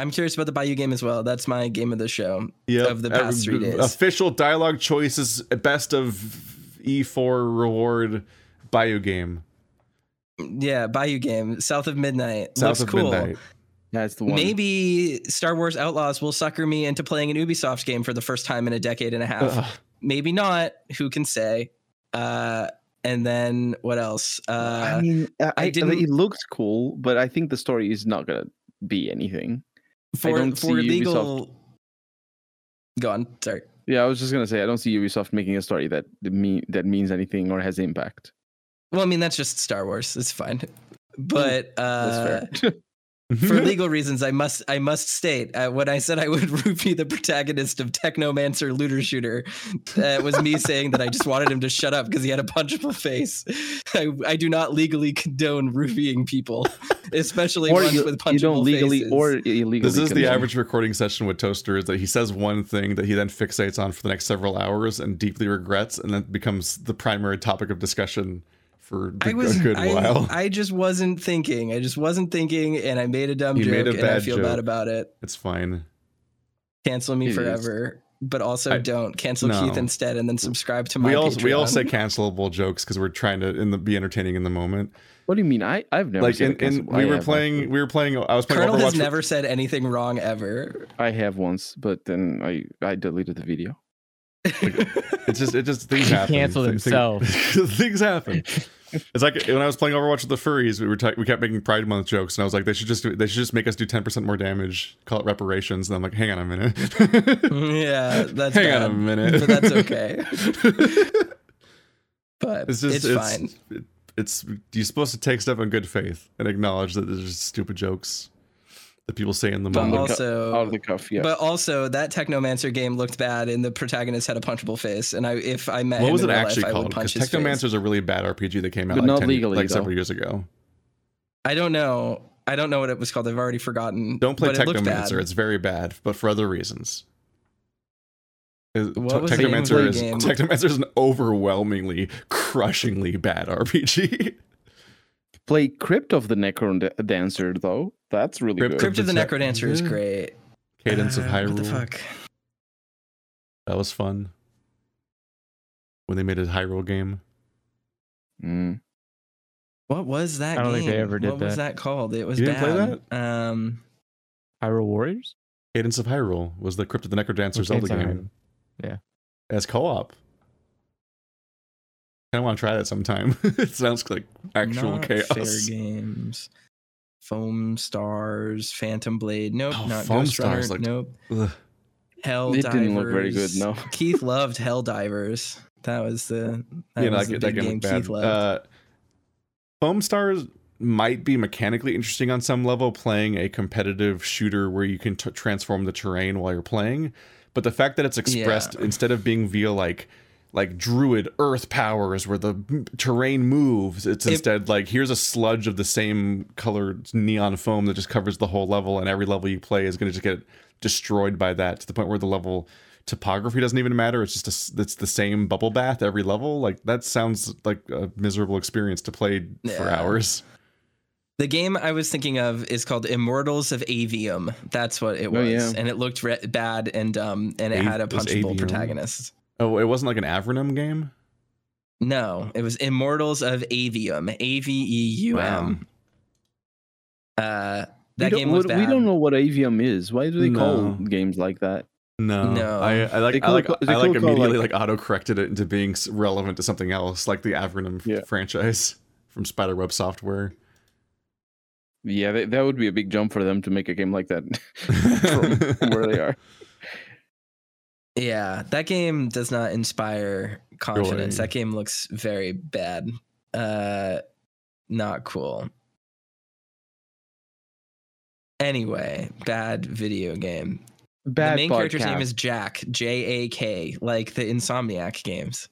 Speaker 4: I'm curious about the Bayou game as well. That's my game of the show
Speaker 1: Yep.
Speaker 4: of the past
Speaker 1: Uh,
Speaker 4: three days.
Speaker 1: Official dialogue choices, best of E4 reward Bayou game.
Speaker 4: yeah, Bayou game, South of Midnight.
Speaker 1: South
Speaker 4: Looks
Speaker 1: of
Speaker 4: cool.
Speaker 1: Midnight.
Speaker 2: That's the
Speaker 4: Maybe Star Wars Outlaws will sucker me into playing an Ubisoft game for the first time in a decade and a half.
Speaker 1: Ugh.
Speaker 4: Maybe not. Who can say? Uh, and then what else? Uh,
Speaker 2: I mean, I,
Speaker 4: I
Speaker 2: I-
Speaker 4: didn't-
Speaker 2: It looks cool, but I think the story is not gonna be anything.
Speaker 4: for
Speaker 2: I don't
Speaker 4: for
Speaker 2: see Ubisoft.
Speaker 4: legal. Go on. Sorry.
Speaker 2: Yeah, I was just gonna say I don't see Ubisoft making a story that that mean that means anything or has impact.
Speaker 4: Well, I mean that's just Star Wars. It's fine. But uh,
Speaker 2: That's
Speaker 4: <laughs>
Speaker 2: fair.
Speaker 1: <laughs>
Speaker 4: for legal reasons, I must I must state uh, when I said I would <laughs> rupee the protagonist of Technomancer Looter Shooter, uh, it was
Speaker 1: <laughs>
Speaker 4: me saying that I just wanted him to shut up because he had a punchable face. I, I do not legally condone roofying people, especially
Speaker 2: Or
Speaker 4: ones
Speaker 2: you-
Speaker 4: with punchable
Speaker 2: you don't legally
Speaker 4: faces.
Speaker 2: or illegally.
Speaker 1: This is the
Speaker 2: condone.
Speaker 1: average recording session with Toaster is that he says one thing that he then fixates on for the next several hours and deeply regrets, and then becomes the primary topic of discussion for the,
Speaker 4: I was
Speaker 1: a good
Speaker 4: I,
Speaker 1: while.
Speaker 4: I just wasn't thinking. I just wasn't thinking, and I made a dumb
Speaker 1: You
Speaker 4: joke,
Speaker 1: made a
Speaker 4: and I
Speaker 1: bad
Speaker 4: feel bad
Speaker 1: joke.
Speaker 4: about it.
Speaker 1: it's fine.
Speaker 4: Cancel me
Speaker 1: It is.
Speaker 4: forever, but also
Speaker 1: I-
Speaker 4: don't cancel
Speaker 1: No.
Speaker 4: Keith instead, and then subscribe to my.
Speaker 1: We all we all
Speaker 4: Patreon.
Speaker 1: say cancelable jokes because we're trying to in the, be entertaining in the moment.
Speaker 2: What do you mean? I I've never
Speaker 1: like in,
Speaker 2: said it
Speaker 1: in
Speaker 2: cancel-
Speaker 1: we
Speaker 2: I
Speaker 1: were
Speaker 2: have
Speaker 1: playing we were playing I was playing
Speaker 4: Colonel
Speaker 1: Overwatch.
Speaker 4: has
Speaker 1: with-
Speaker 4: never said anything wrong ever.
Speaker 2: once. I have once, but then I I deleted the video.
Speaker 1: It's just it just
Speaker 4: <laughs>
Speaker 1: things
Speaker 3: He
Speaker 1: happen.
Speaker 3: canceled
Speaker 1: Thi- thi-
Speaker 3: himself.
Speaker 1: <laughs> things happen. It's like when I was playing Overwatch with the furries, we were ta- we kept making Pride Month jokes, and I was like, they should just do- they should just make us do ten percent more damage, call it reparations, and I'm like, hang on a minute,
Speaker 4: <laughs>
Speaker 1: <laughs>
Speaker 4: yeah, Mm, that's
Speaker 1: hang
Speaker 4: bad,
Speaker 1: on a minute,
Speaker 4: but that's
Speaker 1: <laughs>
Speaker 4: okay. but it's, fine.
Speaker 1: it- it's you're supposed to take stuff in good faith and acknowledge that there's just stupid jokes that people say in the
Speaker 4: But
Speaker 1: moment.
Speaker 4: also,
Speaker 2: Out of the cuff, yeah.
Speaker 4: but also that Technomancer game looked bad, and the protagonist had a punchable face. And I, if I met
Speaker 1: what
Speaker 4: him
Speaker 1: was
Speaker 4: in
Speaker 1: it
Speaker 4: real
Speaker 1: actually
Speaker 4: life, I would
Speaker 1: called?
Speaker 4: punch
Speaker 1: Because
Speaker 4: his face.
Speaker 1: Technomancer is a really bad RPG that came out
Speaker 2: But
Speaker 1: like,
Speaker 2: not
Speaker 1: 10
Speaker 2: legally,
Speaker 1: like
Speaker 2: though.
Speaker 1: several years ago.
Speaker 4: I don't know. I don't know what it was called. I've already forgotten.
Speaker 1: Don't play
Speaker 4: but it looked bad.
Speaker 1: Technomancer. It's very bad, but for other reasons. Uh, Is-
Speaker 4: What was the name of
Speaker 1: Technomancer
Speaker 4: the
Speaker 1: is
Speaker 4: game?
Speaker 1: Technomancer is an overwhelmingly, crushingly bad
Speaker 4: <laughs>
Speaker 1: RPG.
Speaker 2: Play Crypt of the Necro Da- Dancer though. That's really
Speaker 1: Crypt
Speaker 2: good.
Speaker 4: Crypt of the
Speaker 1: Tech-
Speaker 4: Necrodancer is
Speaker 1: Yeah.
Speaker 4: great.
Speaker 1: Cadence of
Speaker 4: Uh,
Speaker 1: Hyrule.
Speaker 4: <sighs> What the fuck?
Speaker 1: That was fun. When they made a Hyrule game.
Speaker 2: Mm.
Speaker 4: What was that?
Speaker 3: I don't
Speaker 4: game?
Speaker 3: think they ever did
Speaker 4: what was that called? It was
Speaker 1: You
Speaker 4: bad.
Speaker 1: didn't play
Speaker 4: Um,
Speaker 3: Hyrule Warriors.
Speaker 1: Cadence of Hyrule was the Crypt of the Necrodancer
Speaker 3: Okay,
Speaker 1: Zelda
Speaker 3: sorry.
Speaker 1: game.
Speaker 3: Yeah.
Speaker 1: As co-op. I want to try that sometime. <laughs> it sounds like actual
Speaker 4: not
Speaker 1: chaos.
Speaker 4: Fair games. Foam Stars, Phantom Blade. Nope,
Speaker 1: Oh,
Speaker 4: not
Speaker 1: Foam
Speaker 4: Ghost
Speaker 1: Stars
Speaker 4: Runner.
Speaker 1: looked-
Speaker 4: nope.
Speaker 1: Ugh.
Speaker 4: Hell
Speaker 2: It didn't look very good,
Speaker 4: Divers.
Speaker 2: no.
Speaker 4: <laughs> Keith loved Hell Divers. That was the that
Speaker 1: yeah, no,
Speaker 4: was
Speaker 1: that,
Speaker 4: the
Speaker 1: that
Speaker 4: big
Speaker 1: game,
Speaker 4: game
Speaker 1: looked bad.
Speaker 4: Keith loved.
Speaker 1: Uh, Foam Stars might be mechanically interesting on some level, playing a competitive shooter where you can t- transform the terrain while you're playing. But the fact that it's expressed instead of being via like like druid earth powers where the m- terrain moves it's
Speaker 4: It-
Speaker 1: instead like here's a sludge of the same colored neon foam that just covers the whole level and every level you play is going to just get destroyed by that to the point where the level topography doesn't even matter it's just a s it's the same bubble bath every level like that sounds like a miserable experience to play for
Speaker 4: Yeah.
Speaker 1: hours
Speaker 4: the game I was thinking of is called Immortals of Avium. That's what it
Speaker 2: Oh,
Speaker 4: was,
Speaker 2: yeah.
Speaker 4: and it looked re- bad and dumb, and it
Speaker 1: Av-
Speaker 4: had a
Speaker 1: it was
Speaker 4: punchable
Speaker 1: Avium?
Speaker 4: protagonist.
Speaker 1: oh it wasn't like an avernum game
Speaker 2: Oh.
Speaker 4: No, it was Immortals of Avium. A V E U M. Uh, that
Speaker 2: we
Speaker 4: game
Speaker 2: don't,
Speaker 4: was
Speaker 2: we-
Speaker 4: bad.
Speaker 2: We don't know what AVM is. Why do they
Speaker 1: No.
Speaker 2: call games like that?
Speaker 1: No,
Speaker 4: No.
Speaker 1: I, I
Speaker 2: They
Speaker 1: like I
Speaker 2: coulda
Speaker 1: like,
Speaker 2: co- they
Speaker 1: I like
Speaker 2: coulda called,
Speaker 1: immediately
Speaker 2: like-
Speaker 1: like, auto corrected it into being s- relevant to something else, like the Avernum f-
Speaker 2: Yeah.
Speaker 1: franchise from Spiderweb Software. <laughs>
Speaker 2: Yeah, that, that would be a big jump for them to make a game like that <laughs> from
Speaker 1: <laughs>
Speaker 2: where they are.
Speaker 4: Yeah, that game does not inspire confidence.
Speaker 1: Joy.
Speaker 4: That game looks very bad. Uh, not cool. Anyway, bad video game.
Speaker 2: Bad
Speaker 4: the main character's
Speaker 2: podcast.
Speaker 4: name is Jack, J A K, like the Insomniac games.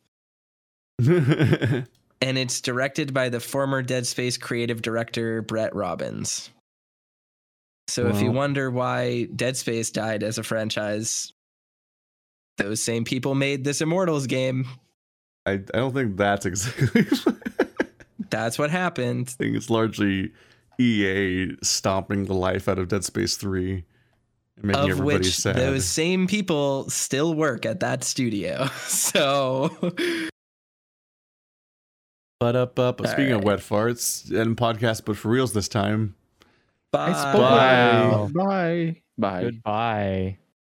Speaker 4: and it's directed by the former Dead Space creative director Brett Robbins. So if you
Speaker 2: Wow.
Speaker 4: wonder why Dead Space died as a franchise, those same people made this Immortals game.
Speaker 1: I, I don't think that's exactly. <laughs>
Speaker 4: That's what happened.
Speaker 1: I think it's largely EA stomping the life out of Dead Space 3 and making
Speaker 4: of
Speaker 1: everybody
Speaker 4: which
Speaker 1: sad.
Speaker 4: those same people still work at that studio. <laughs> So
Speaker 1: But up, up.
Speaker 4: All
Speaker 1: Speaking of
Speaker 4: right.
Speaker 1: wet farts and podcasts, but for reals this time.
Speaker 4: bye.
Speaker 2: I spoke- Bye.
Speaker 3: Goodbye.